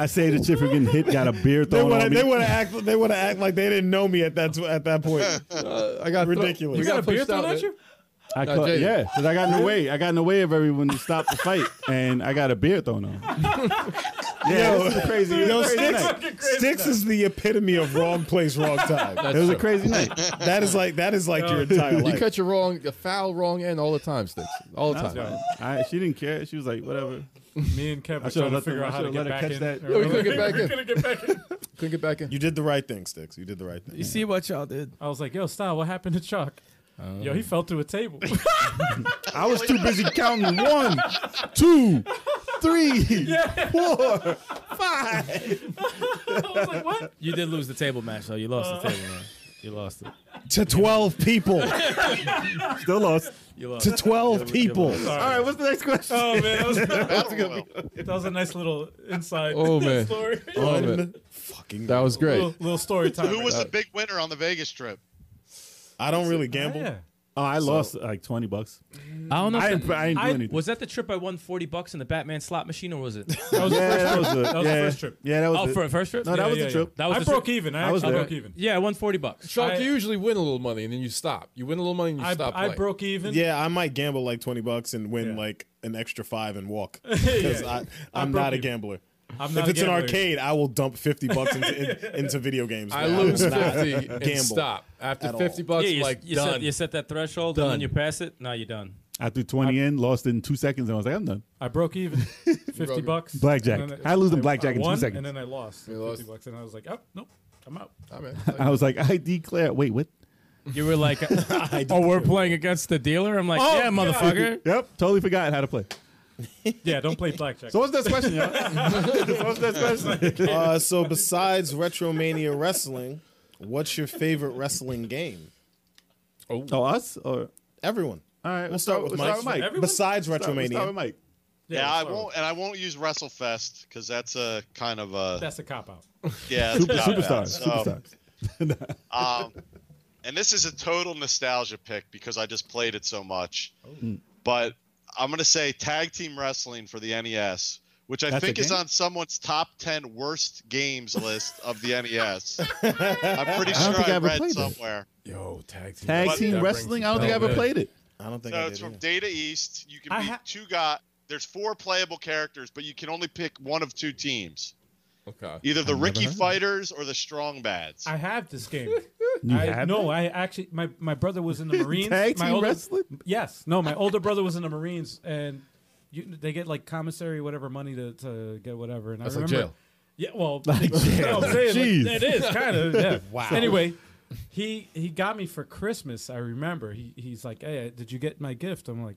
[SPEAKER 6] I say the chick from getting hit got a beer
[SPEAKER 2] They
[SPEAKER 6] thrown
[SPEAKER 2] want
[SPEAKER 6] at
[SPEAKER 2] to.
[SPEAKER 6] me.
[SPEAKER 2] They want to act. They want to act like they didn't know me at that at
[SPEAKER 3] [laughs]
[SPEAKER 2] that point.
[SPEAKER 3] Uh, I got
[SPEAKER 2] Ridiculous.
[SPEAKER 3] We
[SPEAKER 2] You got
[SPEAKER 3] got,
[SPEAKER 1] a beer
[SPEAKER 3] pushed
[SPEAKER 1] thrown
[SPEAKER 3] out.
[SPEAKER 1] at
[SPEAKER 3] man.
[SPEAKER 1] you?
[SPEAKER 6] I
[SPEAKER 3] No,
[SPEAKER 6] caught-
[SPEAKER 3] Jay.
[SPEAKER 6] yeah, because I got in the way. I got in the way of everyone to stop the fight, and I got a beer thrown [laughs] on. yeah, it was a crazy, it
[SPEAKER 2] Yo,
[SPEAKER 6] was a crazy
[SPEAKER 2] Sticks,
[SPEAKER 6] night.
[SPEAKER 2] Sticks is the epitome of wrong place, wrong [laughs] time.
[SPEAKER 6] It was a crazy night.
[SPEAKER 2] That is like that is like your entire
[SPEAKER 3] You
[SPEAKER 2] life.
[SPEAKER 3] catch a wrong, a foul wrong end all the time, sticks. All the time.
[SPEAKER 6] I, she didn't care. She was like, whatever.
[SPEAKER 1] me and Kevin
[SPEAKER 6] I
[SPEAKER 1] were trying
[SPEAKER 6] should've
[SPEAKER 1] to
[SPEAKER 6] let them-
[SPEAKER 1] figure
[SPEAKER 6] I
[SPEAKER 1] out how to
[SPEAKER 6] should've
[SPEAKER 1] get
[SPEAKER 6] let her
[SPEAKER 1] back
[SPEAKER 6] catch
[SPEAKER 1] in.
[SPEAKER 6] that.
[SPEAKER 1] Or
[SPEAKER 6] Yeah,
[SPEAKER 3] we
[SPEAKER 1] we
[SPEAKER 3] couldn't get back
[SPEAKER 1] were
[SPEAKER 3] in.
[SPEAKER 1] gonna get back in.
[SPEAKER 3] Couldn't get back in.
[SPEAKER 2] You did the right thing, Sticks. You did the right thing.
[SPEAKER 4] You see what y'all did?
[SPEAKER 1] I was like, yo, style, what happened to Chuck? Yo, he fell through a table. [laughs]
[SPEAKER 6] I was too busy counting one, two, three, four, five.
[SPEAKER 1] I was like, what?
[SPEAKER 4] You did lose the table match, though. You lost the table match. You lost it.
[SPEAKER 2] To twelve [laughs] people.
[SPEAKER 6] Still lost.
[SPEAKER 4] You lost.
[SPEAKER 2] To twelve people.
[SPEAKER 6] All right, what's the next question?
[SPEAKER 1] Oh man, that was, [laughs] that
[SPEAKER 5] That's gonna be-
[SPEAKER 1] was a nice little inside [laughs]
[SPEAKER 3] Oh, man.
[SPEAKER 1] story.
[SPEAKER 3] Oh, man.
[SPEAKER 2] Fucking.
[SPEAKER 3] That was great.
[SPEAKER 1] little, little story time.
[SPEAKER 5] Who was
[SPEAKER 1] right
[SPEAKER 5] the big winner on the Vegas trip?
[SPEAKER 2] I don't really gamble.
[SPEAKER 1] there.
[SPEAKER 6] Oh, I lost like twenty bucks.
[SPEAKER 8] I don't know.
[SPEAKER 6] I
[SPEAKER 8] if
[SPEAKER 6] didn't,
[SPEAKER 8] that,
[SPEAKER 6] I didn't do
[SPEAKER 1] I-
[SPEAKER 6] anything.
[SPEAKER 8] was that the trip I won forty bucks in the Batman slot machine, or was
[SPEAKER 2] [laughs]
[SPEAKER 8] it?
[SPEAKER 1] That was
[SPEAKER 6] yeah,
[SPEAKER 1] the first
[SPEAKER 6] that was,
[SPEAKER 1] trip.
[SPEAKER 6] the,
[SPEAKER 1] That was
[SPEAKER 6] yeah.
[SPEAKER 1] the first trip.
[SPEAKER 6] Yeah, that was
[SPEAKER 8] oh,
[SPEAKER 6] the,
[SPEAKER 8] for a first trip?
[SPEAKER 6] No, that
[SPEAKER 1] Yeah,
[SPEAKER 6] was
[SPEAKER 1] yeah,
[SPEAKER 6] the
[SPEAKER 1] yeah.
[SPEAKER 6] trip.
[SPEAKER 8] That was
[SPEAKER 1] I
[SPEAKER 8] the
[SPEAKER 1] broke
[SPEAKER 8] trip.
[SPEAKER 1] even. I,
[SPEAKER 6] I was
[SPEAKER 1] actually
[SPEAKER 6] there.
[SPEAKER 1] broke even.
[SPEAKER 8] Yeah, I won forty bucks.
[SPEAKER 3] Chuck,
[SPEAKER 1] I-
[SPEAKER 3] you usually win a little money and then you stop. You win a little money and you
[SPEAKER 1] I,
[SPEAKER 3] stop.
[SPEAKER 1] I
[SPEAKER 3] playing.
[SPEAKER 1] broke even.
[SPEAKER 2] Yeah, I might gamble like twenty bucks and win
[SPEAKER 1] Yeah.
[SPEAKER 2] like an extra five and walk
[SPEAKER 1] [laughs]
[SPEAKER 2] because
[SPEAKER 1] Yeah. I
[SPEAKER 2] I I'm
[SPEAKER 1] broke
[SPEAKER 2] not a
[SPEAKER 1] even.
[SPEAKER 2] gambler.
[SPEAKER 1] I'm not
[SPEAKER 2] if
[SPEAKER 1] a
[SPEAKER 2] it's an
[SPEAKER 1] gambler.
[SPEAKER 2] arcade, I will dump fifty bucks into,
[SPEAKER 1] [laughs]
[SPEAKER 2] in, into video games.
[SPEAKER 3] I
[SPEAKER 2] man.
[SPEAKER 3] lose
[SPEAKER 2] will not
[SPEAKER 3] fifty and
[SPEAKER 2] gamble.
[SPEAKER 3] stop after
[SPEAKER 2] at all.
[SPEAKER 3] fifty bucks.
[SPEAKER 8] yeah, you,
[SPEAKER 3] Oh, like
[SPEAKER 8] you
[SPEAKER 3] done.
[SPEAKER 8] set you set that threshold and
[SPEAKER 3] Done.
[SPEAKER 8] then you pass it. Now you're done.
[SPEAKER 6] I threw twenty in, lost in two seconds, and I was like, I'm done.
[SPEAKER 1] I broke
[SPEAKER 3] [laughs]
[SPEAKER 1] even. Fifty
[SPEAKER 3] broke-
[SPEAKER 1] bucks.
[SPEAKER 6] Blackjack.
[SPEAKER 1] And then
[SPEAKER 6] I lose in
[SPEAKER 1] I
[SPEAKER 6] blackjack in
[SPEAKER 1] won,
[SPEAKER 6] two seconds.
[SPEAKER 1] And then I lost.
[SPEAKER 3] You
[SPEAKER 1] Fifty
[SPEAKER 3] lost.
[SPEAKER 1] bucks, and I was like, oh nope, I'm
[SPEAKER 3] [laughs]
[SPEAKER 1] out.
[SPEAKER 3] I mean,
[SPEAKER 6] I was like, I declare. Wait, what?
[SPEAKER 8] You were like, [laughs] "Oh, we're playing against the dealer." I'm like,
[SPEAKER 1] Oh,
[SPEAKER 8] "Yeah,
[SPEAKER 1] God.
[SPEAKER 6] [laughs]
[SPEAKER 8] motherfucker."
[SPEAKER 6] Yep, totally forgot how to play.
[SPEAKER 1] Yeah, don't play blackjack.
[SPEAKER 6] So what's that question, y'all? [laughs] what's that question?
[SPEAKER 2] Uh, so besides Retromania Wrestling, what's your favorite wrestling game?
[SPEAKER 6] Oh, us or
[SPEAKER 2] Everyone.
[SPEAKER 6] all right?
[SPEAKER 2] We'll start with
[SPEAKER 6] we'll
[SPEAKER 2] Mike.
[SPEAKER 6] Mike.
[SPEAKER 1] Everyone?
[SPEAKER 2] Besides
[SPEAKER 6] We'll start- we'll
[SPEAKER 2] Retromania,
[SPEAKER 6] start with Mike.
[SPEAKER 5] Yeah,
[SPEAKER 1] Yeah,
[SPEAKER 5] I
[SPEAKER 1] so-
[SPEAKER 5] won't, and I won't use WrestleFest because that's a kind of a
[SPEAKER 1] That's a cop out.
[SPEAKER 5] yeah, it's
[SPEAKER 6] Super,
[SPEAKER 5] got that.
[SPEAKER 6] superstars.
[SPEAKER 5] So,
[SPEAKER 6] superstars.
[SPEAKER 5] Um, and this is a total nostalgia pick because I just played it so much.
[SPEAKER 2] Oh.
[SPEAKER 6] Hmm.
[SPEAKER 5] But I'm gonna say tag team wrestling for the NES, which I
[SPEAKER 6] That's a
[SPEAKER 5] think is
[SPEAKER 6] game?
[SPEAKER 5] on someone's top ten worst games list of the
[SPEAKER 2] [laughs]
[SPEAKER 5] NES. I'm pretty
[SPEAKER 6] I don't
[SPEAKER 5] sure
[SPEAKER 6] think I
[SPEAKER 5] I,
[SPEAKER 6] ever
[SPEAKER 5] read
[SPEAKER 6] played it.
[SPEAKER 5] somewhere.
[SPEAKER 3] yo, tag team,
[SPEAKER 6] Tag
[SPEAKER 5] But-
[SPEAKER 6] team
[SPEAKER 5] That
[SPEAKER 6] wrestling. I don't think I
[SPEAKER 3] Oh,
[SPEAKER 6] ever played it.
[SPEAKER 2] I don't think
[SPEAKER 5] So
[SPEAKER 2] I
[SPEAKER 5] it's
[SPEAKER 2] did
[SPEAKER 5] from
[SPEAKER 2] either.
[SPEAKER 5] Data East. You can
[SPEAKER 1] I
[SPEAKER 5] be
[SPEAKER 1] ha-
[SPEAKER 5] two guy. There's four playable characters, but you can only pick one of two teams,
[SPEAKER 3] Okay,
[SPEAKER 5] either the
[SPEAKER 6] I've never
[SPEAKER 5] Ricky
[SPEAKER 6] heard of it.
[SPEAKER 5] Fighters or the Strong Bads.
[SPEAKER 1] I have this
[SPEAKER 3] [laughs]
[SPEAKER 1] game.
[SPEAKER 6] You
[SPEAKER 1] I,
[SPEAKER 6] have
[SPEAKER 1] no, I actually my, my brother was
[SPEAKER 6] [laughs]
[SPEAKER 1] in the Marines.
[SPEAKER 6] Tag
[SPEAKER 1] my
[SPEAKER 6] team
[SPEAKER 1] older,
[SPEAKER 6] wrestling?
[SPEAKER 1] Yes. No,
[SPEAKER 6] [laughs]
[SPEAKER 1] my older brother was in the Marines, and you, they get like commissary, whatever money to, to get whatever. And
[SPEAKER 3] that's
[SPEAKER 1] I
[SPEAKER 3] like
[SPEAKER 1] remember,
[SPEAKER 3] jail.
[SPEAKER 1] Yeah.
[SPEAKER 6] [laughs]
[SPEAKER 1] Well, you know what I'm saying, like, it
[SPEAKER 6] Jeez.
[SPEAKER 1] is kind of. Yeah. [laughs] wow. Anyway, he he got me for Christmas. I remember. He he's like, hey, did you get my gift? I'm like,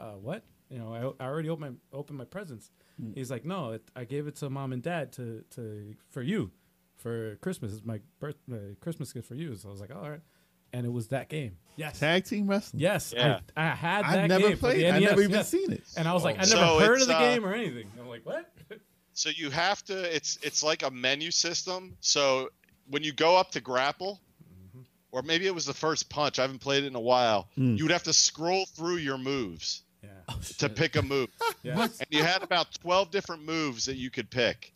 [SPEAKER 1] uh, what? You know, I, I already opened my opened my presents.
[SPEAKER 6] Mm.
[SPEAKER 1] He's like, no, it, I gave it to mom and dad to to for you for Christmas. It's my birth uh, Christmas gift for you. So I was like, all right. And it was that game. Yes.
[SPEAKER 6] Tag team wrestling.
[SPEAKER 1] Yes.
[SPEAKER 5] Yeah.
[SPEAKER 1] I, I had that
[SPEAKER 6] I've never
[SPEAKER 1] game for the E
[SPEAKER 6] played. it. I've
[SPEAKER 1] NES,
[SPEAKER 6] never even
[SPEAKER 1] yes.
[SPEAKER 6] seen it.
[SPEAKER 1] And I was like, I never
[SPEAKER 5] So
[SPEAKER 1] heard
[SPEAKER 5] it's,
[SPEAKER 1] of the
[SPEAKER 5] uh,
[SPEAKER 1] game or anything. I'm like,
[SPEAKER 6] [laughs]
[SPEAKER 1] what?
[SPEAKER 5] So you have to. It's it's like a menu system. So when you go up to grapple, or maybe it was the first punch. I haven't played it in a while. You would have to scroll through your moves
[SPEAKER 1] Yeah.
[SPEAKER 5] to pick a move,
[SPEAKER 1] [laughs] Yes.
[SPEAKER 5] and you had about twelve different moves that you could pick.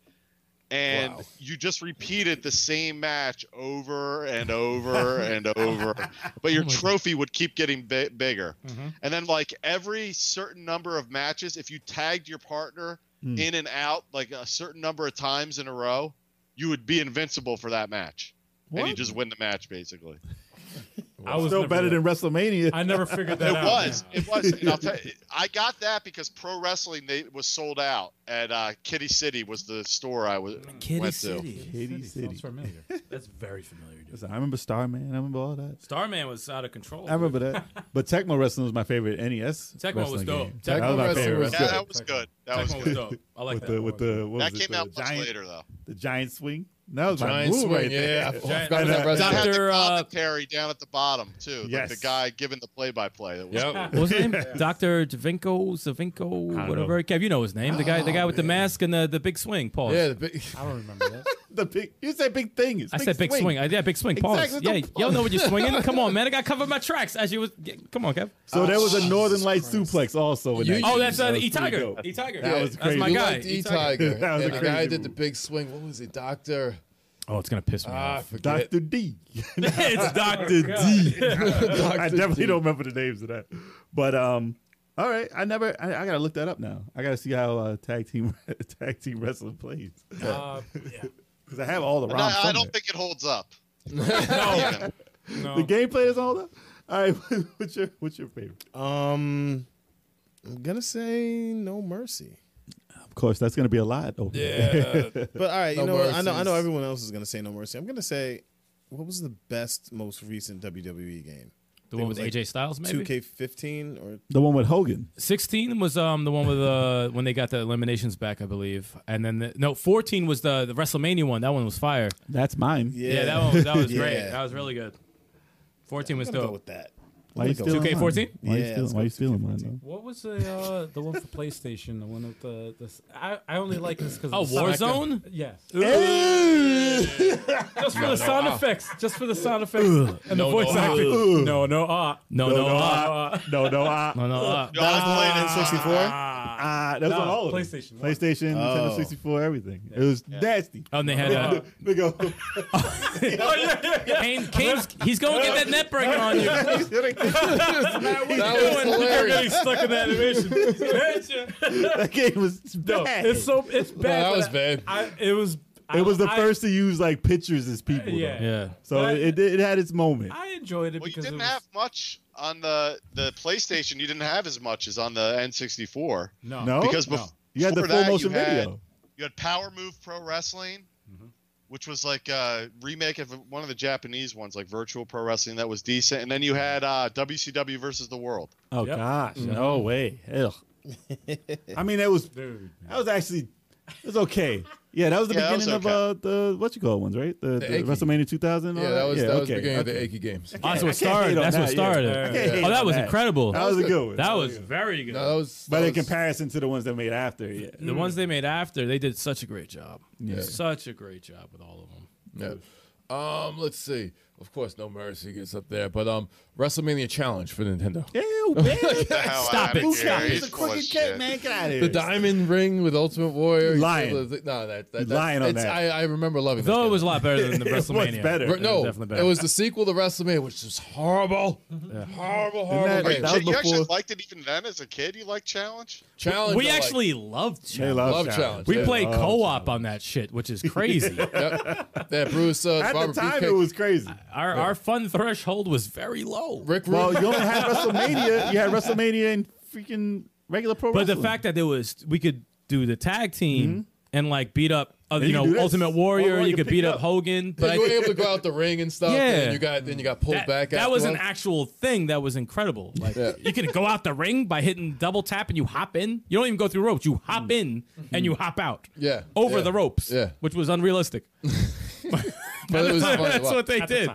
[SPEAKER 5] And
[SPEAKER 3] Wow.
[SPEAKER 5] you just repeated the same match over and over and over, but your trophy would keep getting bi- bigger. And then, like every certain number of matches, if you tagged your partner in and out like a certain number of times in a row, you would be invincible for that match. And you
[SPEAKER 6] What?
[SPEAKER 5] just win the match, basically.
[SPEAKER 1] I was
[SPEAKER 6] Still
[SPEAKER 1] never
[SPEAKER 6] better
[SPEAKER 1] there.
[SPEAKER 6] than WrestleMania.
[SPEAKER 1] I never figured that
[SPEAKER 5] it
[SPEAKER 1] out.
[SPEAKER 5] was. It was. And I'll tell you, I got that because pro wrestling they was sold out at uh, Kitty City was the store I was
[SPEAKER 7] Kitty
[SPEAKER 5] went [laughs]
[SPEAKER 7] City.
[SPEAKER 6] Kitty
[SPEAKER 1] Sounds
[SPEAKER 6] City. [laughs]
[SPEAKER 1] familiar.
[SPEAKER 8] That's very familiar. Dude.
[SPEAKER 6] Listen, I remember Starman. I remember all that.
[SPEAKER 8] Starman was out of control.
[SPEAKER 6] I
[SPEAKER 8] [laughs]
[SPEAKER 6] remember that. But Tecmo Wrestling was my favorite NES.
[SPEAKER 8] Tecmo
[SPEAKER 6] wrestling
[SPEAKER 8] was dope.
[SPEAKER 6] game.
[SPEAKER 3] Tecmo
[SPEAKER 6] that was my
[SPEAKER 3] Wrestling
[SPEAKER 6] favorite.
[SPEAKER 3] was
[SPEAKER 5] to. Yeah,
[SPEAKER 6] wrestling
[SPEAKER 3] good.
[SPEAKER 5] that was good. That was
[SPEAKER 8] Tecmo was
[SPEAKER 5] good.
[SPEAKER 8] dope. I like
[SPEAKER 6] With
[SPEAKER 8] that.
[SPEAKER 6] the with the what
[SPEAKER 5] That
[SPEAKER 6] was it,
[SPEAKER 5] came out
[SPEAKER 6] the
[SPEAKER 5] much
[SPEAKER 6] giant,
[SPEAKER 5] later though.
[SPEAKER 6] The giant swing. That was my
[SPEAKER 3] Giant
[SPEAKER 6] move
[SPEAKER 3] swing,
[SPEAKER 6] right there.
[SPEAKER 3] yeah. I forgot
[SPEAKER 8] Giant-
[SPEAKER 3] about that
[SPEAKER 8] Doctor-
[SPEAKER 5] That
[SPEAKER 3] wrestling.
[SPEAKER 5] had
[SPEAKER 8] Doctor,
[SPEAKER 5] the
[SPEAKER 8] uh,
[SPEAKER 5] commentary down at the bottom too. Like
[SPEAKER 6] Yes.
[SPEAKER 5] the guy giving the play by play. That was
[SPEAKER 3] Yep.
[SPEAKER 8] [laughs] What was his name? Doctor Javinko, Savinko, whatever. Kev, you know his name. The guy, the guy with the mask and the, the big swing. Pause.
[SPEAKER 3] Yeah, the big,
[SPEAKER 1] I don't remember that.
[SPEAKER 6] The big. You said big thing. It's
[SPEAKER 8] I said big swing. I, yeah, big swing. Pause.
[SPEAKER 6] Exactly,
[SPEAKER 8] Yeah,
[SPEAKER 6] don't-
[SPEAKER 8] y'all know when you're swinging. Come on, man. I got to cover my tracks. As you was, yeah, come on, Kev.
[SPEAKER 6] So there was a Northern Light suplex also. In
[SPEAKER 3] You-
[SPEAKER 6] that
[SPEAKER 8] Oh,
[SPEAKER 6] game.
[SPEAKER 8] that's
[SPEAKER 6] That
[SPEAKER 8] uh,
[SPEAKER 6] was
[SPEAKER 8] E
[SPEAKER 6] pretty
[SPEAKER 8] Tiger.
[SPEAKER 6] dope.
[SPEAKER 8] E Tiger.
[SPEAKER 6] That was
[SPEAKER 8] That's my
[SPEAKER 6] crazy.
[SPEAKER 3] you
[SPEAKER 8] guy.
[SPEAKER 3] liked E
[SPEAKER 8] E-Tiger.
[SPEAKER 3] Tiger.
[SPEAKER 6] That was
[SPEAKER 3] and
[SPEAKER 6] a
[SPEAKER 3] the guy
[SPEAKER 6] crazy
[SPEAKER 3] did the
[SPEAKER 6] move.
[SPEAKER 3] big swing. What was it, Doctor?
[SPEAKER 8] Oh, it's gonna piss
[SPEAKER 1] Uh,
[SPEAKER 8] me
[SPEAKER 3] Ah, I
[SPEAKER 8] off.
[SPEAKER 3] forget.
[SPEAKER 6] Doctor D.
[SPEAKER 8] it's Doctor.
[SPEAKER 6] Doctor
[SPEAKER 1] Oh
[SPEAKER 6] D. [laughs]
[SPEAKER 1] [laughs]
[SPEAKER 6] I definitely don't remember the names of that. But um, all right, I never. I, I gotta look that up now. I gotta see how uh, tag team [laughs] tag team wrestling plays
[SPEAKER 1] [laughs] Uh, yeah.
[SPEAKER 6] because I have all the
[SPEAKER 5] No,
[SPEAKER 6] ROMs.
[SPEAKER 5] I
[SPEAKER 6] somewhere.
[SPEAKER 5] don't think it holds up.
[SPEAKER 1] No, no.
[SPEAKER 6] the gameplay is all that. All right, [laughs] what's your what's your favorite?
[SPEAKER 2] Um, I'm gonna say No Mercy.
[SPEAKER 6] Of course, that's gonna be a lot.
[SPEAKER 3] Yeah,
[SPEAKER 2] But all right, you
[SPEAKER 3] No
[SPEAKER 2] know what? I know I know
[SPEAKER 3] Mercies.
[SPEAKER 2] everyone else is gonna say No Mercy. I'm gonna say, what was the best most recent WWE game?
[SPEAKER 8] The one with AJ Styles, maybe.
[SPEAKER 2] Two K fifteen or
[SPEAKER 6] The one with Hogan.
[SPEAKER 8] 16 was um the one with
[SPEAKER 4] [laughs]
[SPEAKER 8] uh when they got the eliminations back, I believe, and then the, no 14 was the the WrestleMania one. That one was fire.
[SPEAKER 6] That's mine. [laughs]
[SPEAKER 8] Yeah, that one that was
[SPEAKER 2] Yeah.
[SPEAKER 8] great. That was really good. 14 was
[SPEAKER 2] I'm gonna go
[SPEAKER 8] dope.
[SPEAKER 2] with that.
[SPEAKER 6] Why you stealing?
[SPEAKER 4] 2K14?
[SPEAKER 6] mine? Why you
[SPEAKER 2] Yeah,
[SPEAKER 6] stealing?
[SPEAKER 2] let's
[SPEAKER 6] Why
[SPEAKER 2] go
[SPEAKER 6] you stealing mine? though?
[SPEAKER 1] What was the uh, the one for PlayStation? The one with the, the s- I, I only like this because
[SPEAKER 4] Oh, Warzone?
[SPEAKER 1] Yes,
[SPEAKER 6] [laughs]
[SPEAKER 1] just for the sound effects, just for the sound effects and the
[SPEAKER 4] No,
[SPEAKER 1] voice
[SPEAKER 4] no,
[SPEAKER 1] acting. No, no, ah,
[SPEAKER 4] No, no, uh,
[SPEAKER 1] ah.
[SPEAKER 6] No,
[SPEAKER 1] [laughs]
[SPEAKER 6] no, I,
[SPEAKER 4] no, no, uh,
[SPEAKER 5] Yo, I was playing it.
[SPEAKER 6] I, that was
[SPEAKER 1] No,
[SPEAKER 6] on all of them.
[SPEAKER 1] PlayStation one.
[SPEAKER 6] PlayStation, Nintendo
[SPEAKER 5] Oh.
[SPEAKER 6] 64, everything. It was nasty.
[SPEAKER 4] Oh, and they had
[SPEAKER 6] [laughs]
[SPEAKER 4] uh,
[SPEAKER 6] They go, they
[SPEAKER 1] Oh,
[SPEAKER 6] [laughs]
[SPEAKER 4] Kane, Kane's, he's going to get that net breaker on you.
[SPEAKER 3] That was hilarious.
[SPEAKER 1] Getting stuck in the animation.
[SPEAKER 6] that game was
[SPEAKER 1] No,
[SPEAKER 6] bad.
[SPEAKER 1] it's so it's bad.
[SPEAKER 3] that
[SPEAKER 1] but
[SPEAKER 3] was
[SPEAKER 1] I-
[SPEAKER 3] bad.
[SPEAKER 1] I, it was. I-
[SPEAKER 6] it was the
[SPEAKER 1] I-
[SPEAKER 6] first to use like pictures as people. though.
[SPEAKER 1] Yeah.
[SPEAKER 4] Yeah.
[SPEAKER 6] So
[SPEAKER 1] But-
[SPEAKER 6] it, it had its moment.
[SPEAKER 1] I enjoyed it
[SPEAKER 5] Well, you
[SPEAKER 1] because
[SPEAKER 5] didn't
[SPEAKER 1] it was,
[SPEAKER 5] have much on the the PlayStation. You didn't have as much as on the N64
[SPEAKER 1] no.
[SPEAKER 6] no,
[SPEAKER 5] because bef-
[SPEAKER 6] Oh, No. you had the
[SPEAKER 5] before
[SPEAKER 6] full
[SPEAKER 5] that,
[SPEAKER 6] motion
[SPEAKER 5] you had-
[SPEAKER 6] video.
[SPEAKER 5] you had Power Move Pro Wrestling, which was like a remake of one of the Japanese ones, like Virtual Pro Wrestling, that was decent. And then you had uh, WCW versus
[SPEAKER 6] [laughs]
[SPEAKER 5] the World.
[SPEAKER 6] Oh
[SPEAKER 1] Yep.
[SPEAKER 6] gosh, no way. Ugh. I mean, that was
[SPEAKER 1] Dude.
[SPEAKER 6] that was actually it was okay. Yeah, that was the
[SPEAKER 5] Yeah, that was
[SPEAKER 6] beginning
[SPEAKER 5] okay.
[SPEAKER 6] of uh, the what you call it ones, right? The, the
[SPEAKER 3] Aki.
[SPEAKER 6] WrestleMania 2000.
[SPEAKER 3] Yeah, that was that was
[SPEAKER 6] okay.
[SPEAKER 3] the beginning
[SPEAKER 6] okay.
[SPEAKER 3] of the Aki games.
[SPEAKER 4] Oh, that's
[SPEAKER 6] I
[SPEAKER 4] what
[SPEAKER 6] can't
[SPEAKER 4] started.
[SPEAKER 6] hate on
[SPEAKER 4] That's what
[SPEAKER 6] that, yeah.
[SPEAKER 4] started.
[SPEAKER 6] I can't hate
[SPEAKER 4] Oh, that
[SPEAKER 6] on
[SPEAKER 4] was
[SPEAKER 6] that.
[SPEAKER 4] incredible.
[SPEAKER 6] That was a good one.
[SPEAKER 4] That was very good.
[SPEAKER 3] No, that was
[SPEAKER 6] but
[SPEAKER 3] that
[SPEAKER 6] in
[SPEAKER 3] was-
[SPEAKER 6] comparison to the ones that made after, yeah.
[SPEAKER 4] the ones they made after, they did such a great job.
[SPEAKER 6] Yeah.
[SPEAKER 4] Such a great job with all of them.
[SPEAKER 3] Yeah. Um, let's see. Of course, No Mercy gets up there, but um, WrestleMania Challenge for Nintendo.
[SPEAKER 6] Ew, man.
[SPEAKER 5] Get the hell out
[SPEAKER 4] Stop
[SPEAKER 5] of
[SPEAKER 4] it.
[SPEAKER 5] here.
[SPEAKER 6] Stop.
[SPEAKER 5] He's
[SPEAKER 6] It's a
[SPEAKER 5] full of
[SPEAKER 6] crooked
[SPEAKER 5] shit.
[SPEAKER 6] cat, man. Get out of here.
[SPEAKER 3] The Diamond Ring with Ultimate Warrior.
[SPEAKER 6] You're lying.
[SPEAKER 3] No, that, that
[SPEAKER 6] You're
[SPEAKER 3] that's,
[SPEAKER 6] lying on
[SPEAKER 3] it's-
[SPEAKER 6] that.
[SPEAKER 3] I, I remember loving that.
[SPEAKER 4] Though it
[SPEAKER 3] game.
[SPEAKER 4] was a lot better than
[SPEAKER 6] [laughs]
[SPEAKER 4] the
[SPEAKER 6] It was
[SPEAKER 4] WrestleMania.
[SPEAKER 6] better.
[SPEAKER 4] It was
[SPEAKER 3] no,
[SPEAKER 4] definitely better.
[SPEAKER 3] it was the sequel to WrestleMania, which was horrible, horrible, horrible.
[SPEAKER 6] that-
[SPEAKER 3] game.
[SPEAKER 6] that
[SPEAKER 5] You,
[SPEAKER 6] was
[SPEAKER 5] you actually
[SPEAKER 6] before-
[SPEAKER 5] liked it even then as a kid? You liked Challenge?
[SPEAKER 3] Challenge.
[SPEAKER 4] we
[SPEAKER 3] I liked.
[SPEAKER 4] actually loved
[SPEAKER 6] They
[SPEAKER 4] Challenge.
[SPEAKER 6] love,
[SPEAKER 3] Love
[SPEAKER 6] challenge.
[SPEAKER 3] challenge.
[SPEAKER 4] we
[SPEAKER 3] Yeah.
[SPEAKER 4] played
[SPEAKER 6] Oh,
[SPEAKER 4] co-op on that shit, which
[SPEAKER 6] [laughs]
[SPEAKER 4] is crazy.
[SPEAKER 3] Yep. that Bruce uh,
[SPEAKER 6] At
[SPEAKER 3] Barber
[SPEAKER 6] the time,
[SPEAKER 3] Beefcake.
[SPEAKER 6] it was crazy.
[SPEAKER 4] our our fun threshold was very low.
[SPEAKER 3] Rick Rude.
[SPEAKER 6] Well, Oh, you only had WrestleMania. You had WrestleMania and freaking regular pro
[SPEAKER 4] But the
[SPEAKER 6] wrestling.
[SPEAKER 4] fact that there was we could do the tag team and like beat up other,
[SPEAKER 6] Yeah, Mm-hmm. you
[SPEAKER 4] you
[SPEAKER 6] can
[SPEAKER 4] know
[SPEAKER 6] do this.
[SPEAKER 4] Ultimate Warrior,
[SPEAKER 6] Well,
[SPEAKER 4] you
[SPEAKER 6] you
[SPEAKER 4] could
[SPEAKER 6] pick
[SPEAKER 4] beat up,
[SPEAKER 6] up.
[SPEAKER 4] Hogan. But
[SPEAKER 3] yeah,
[SPEAKER 4] I
[SPEAKER 3] you were
[SPEAKER 4] think
[SPEAKER 3] able to go out the ring and stuff.
[SPEAKER 4] Yeah.
[SPEAKER 3] and then you got then you got pulled
[SPEAKER 4] that,
[SPEAKER 3] back.
[SPEAKER 4] that was an
[SPEAKER 3] afterwards.
[SPEAKER 4] actual thing that was incredible. Like you could go out the ring by hitting double tap and you hop in. You don't even go through ropes. You hop in and you hop out.
[SPEAKER 3] Mm. Mm-hmm. Yeah,
[SPEAKER 4] Over
[SPEAKER 3] yeah,
[SPEAKER 4] the ropes.
[SPEAKER 3] yeah.
[SPEAKER 4] which was unrealistic.
[SPEAKER 3] But
[SPEAKER 4] [laughs]
[SPEAKER 3] it was fun to
[SPEAKER 4] That's
[SPEAKER 3] watch.
[SPEAKER 4] what they did.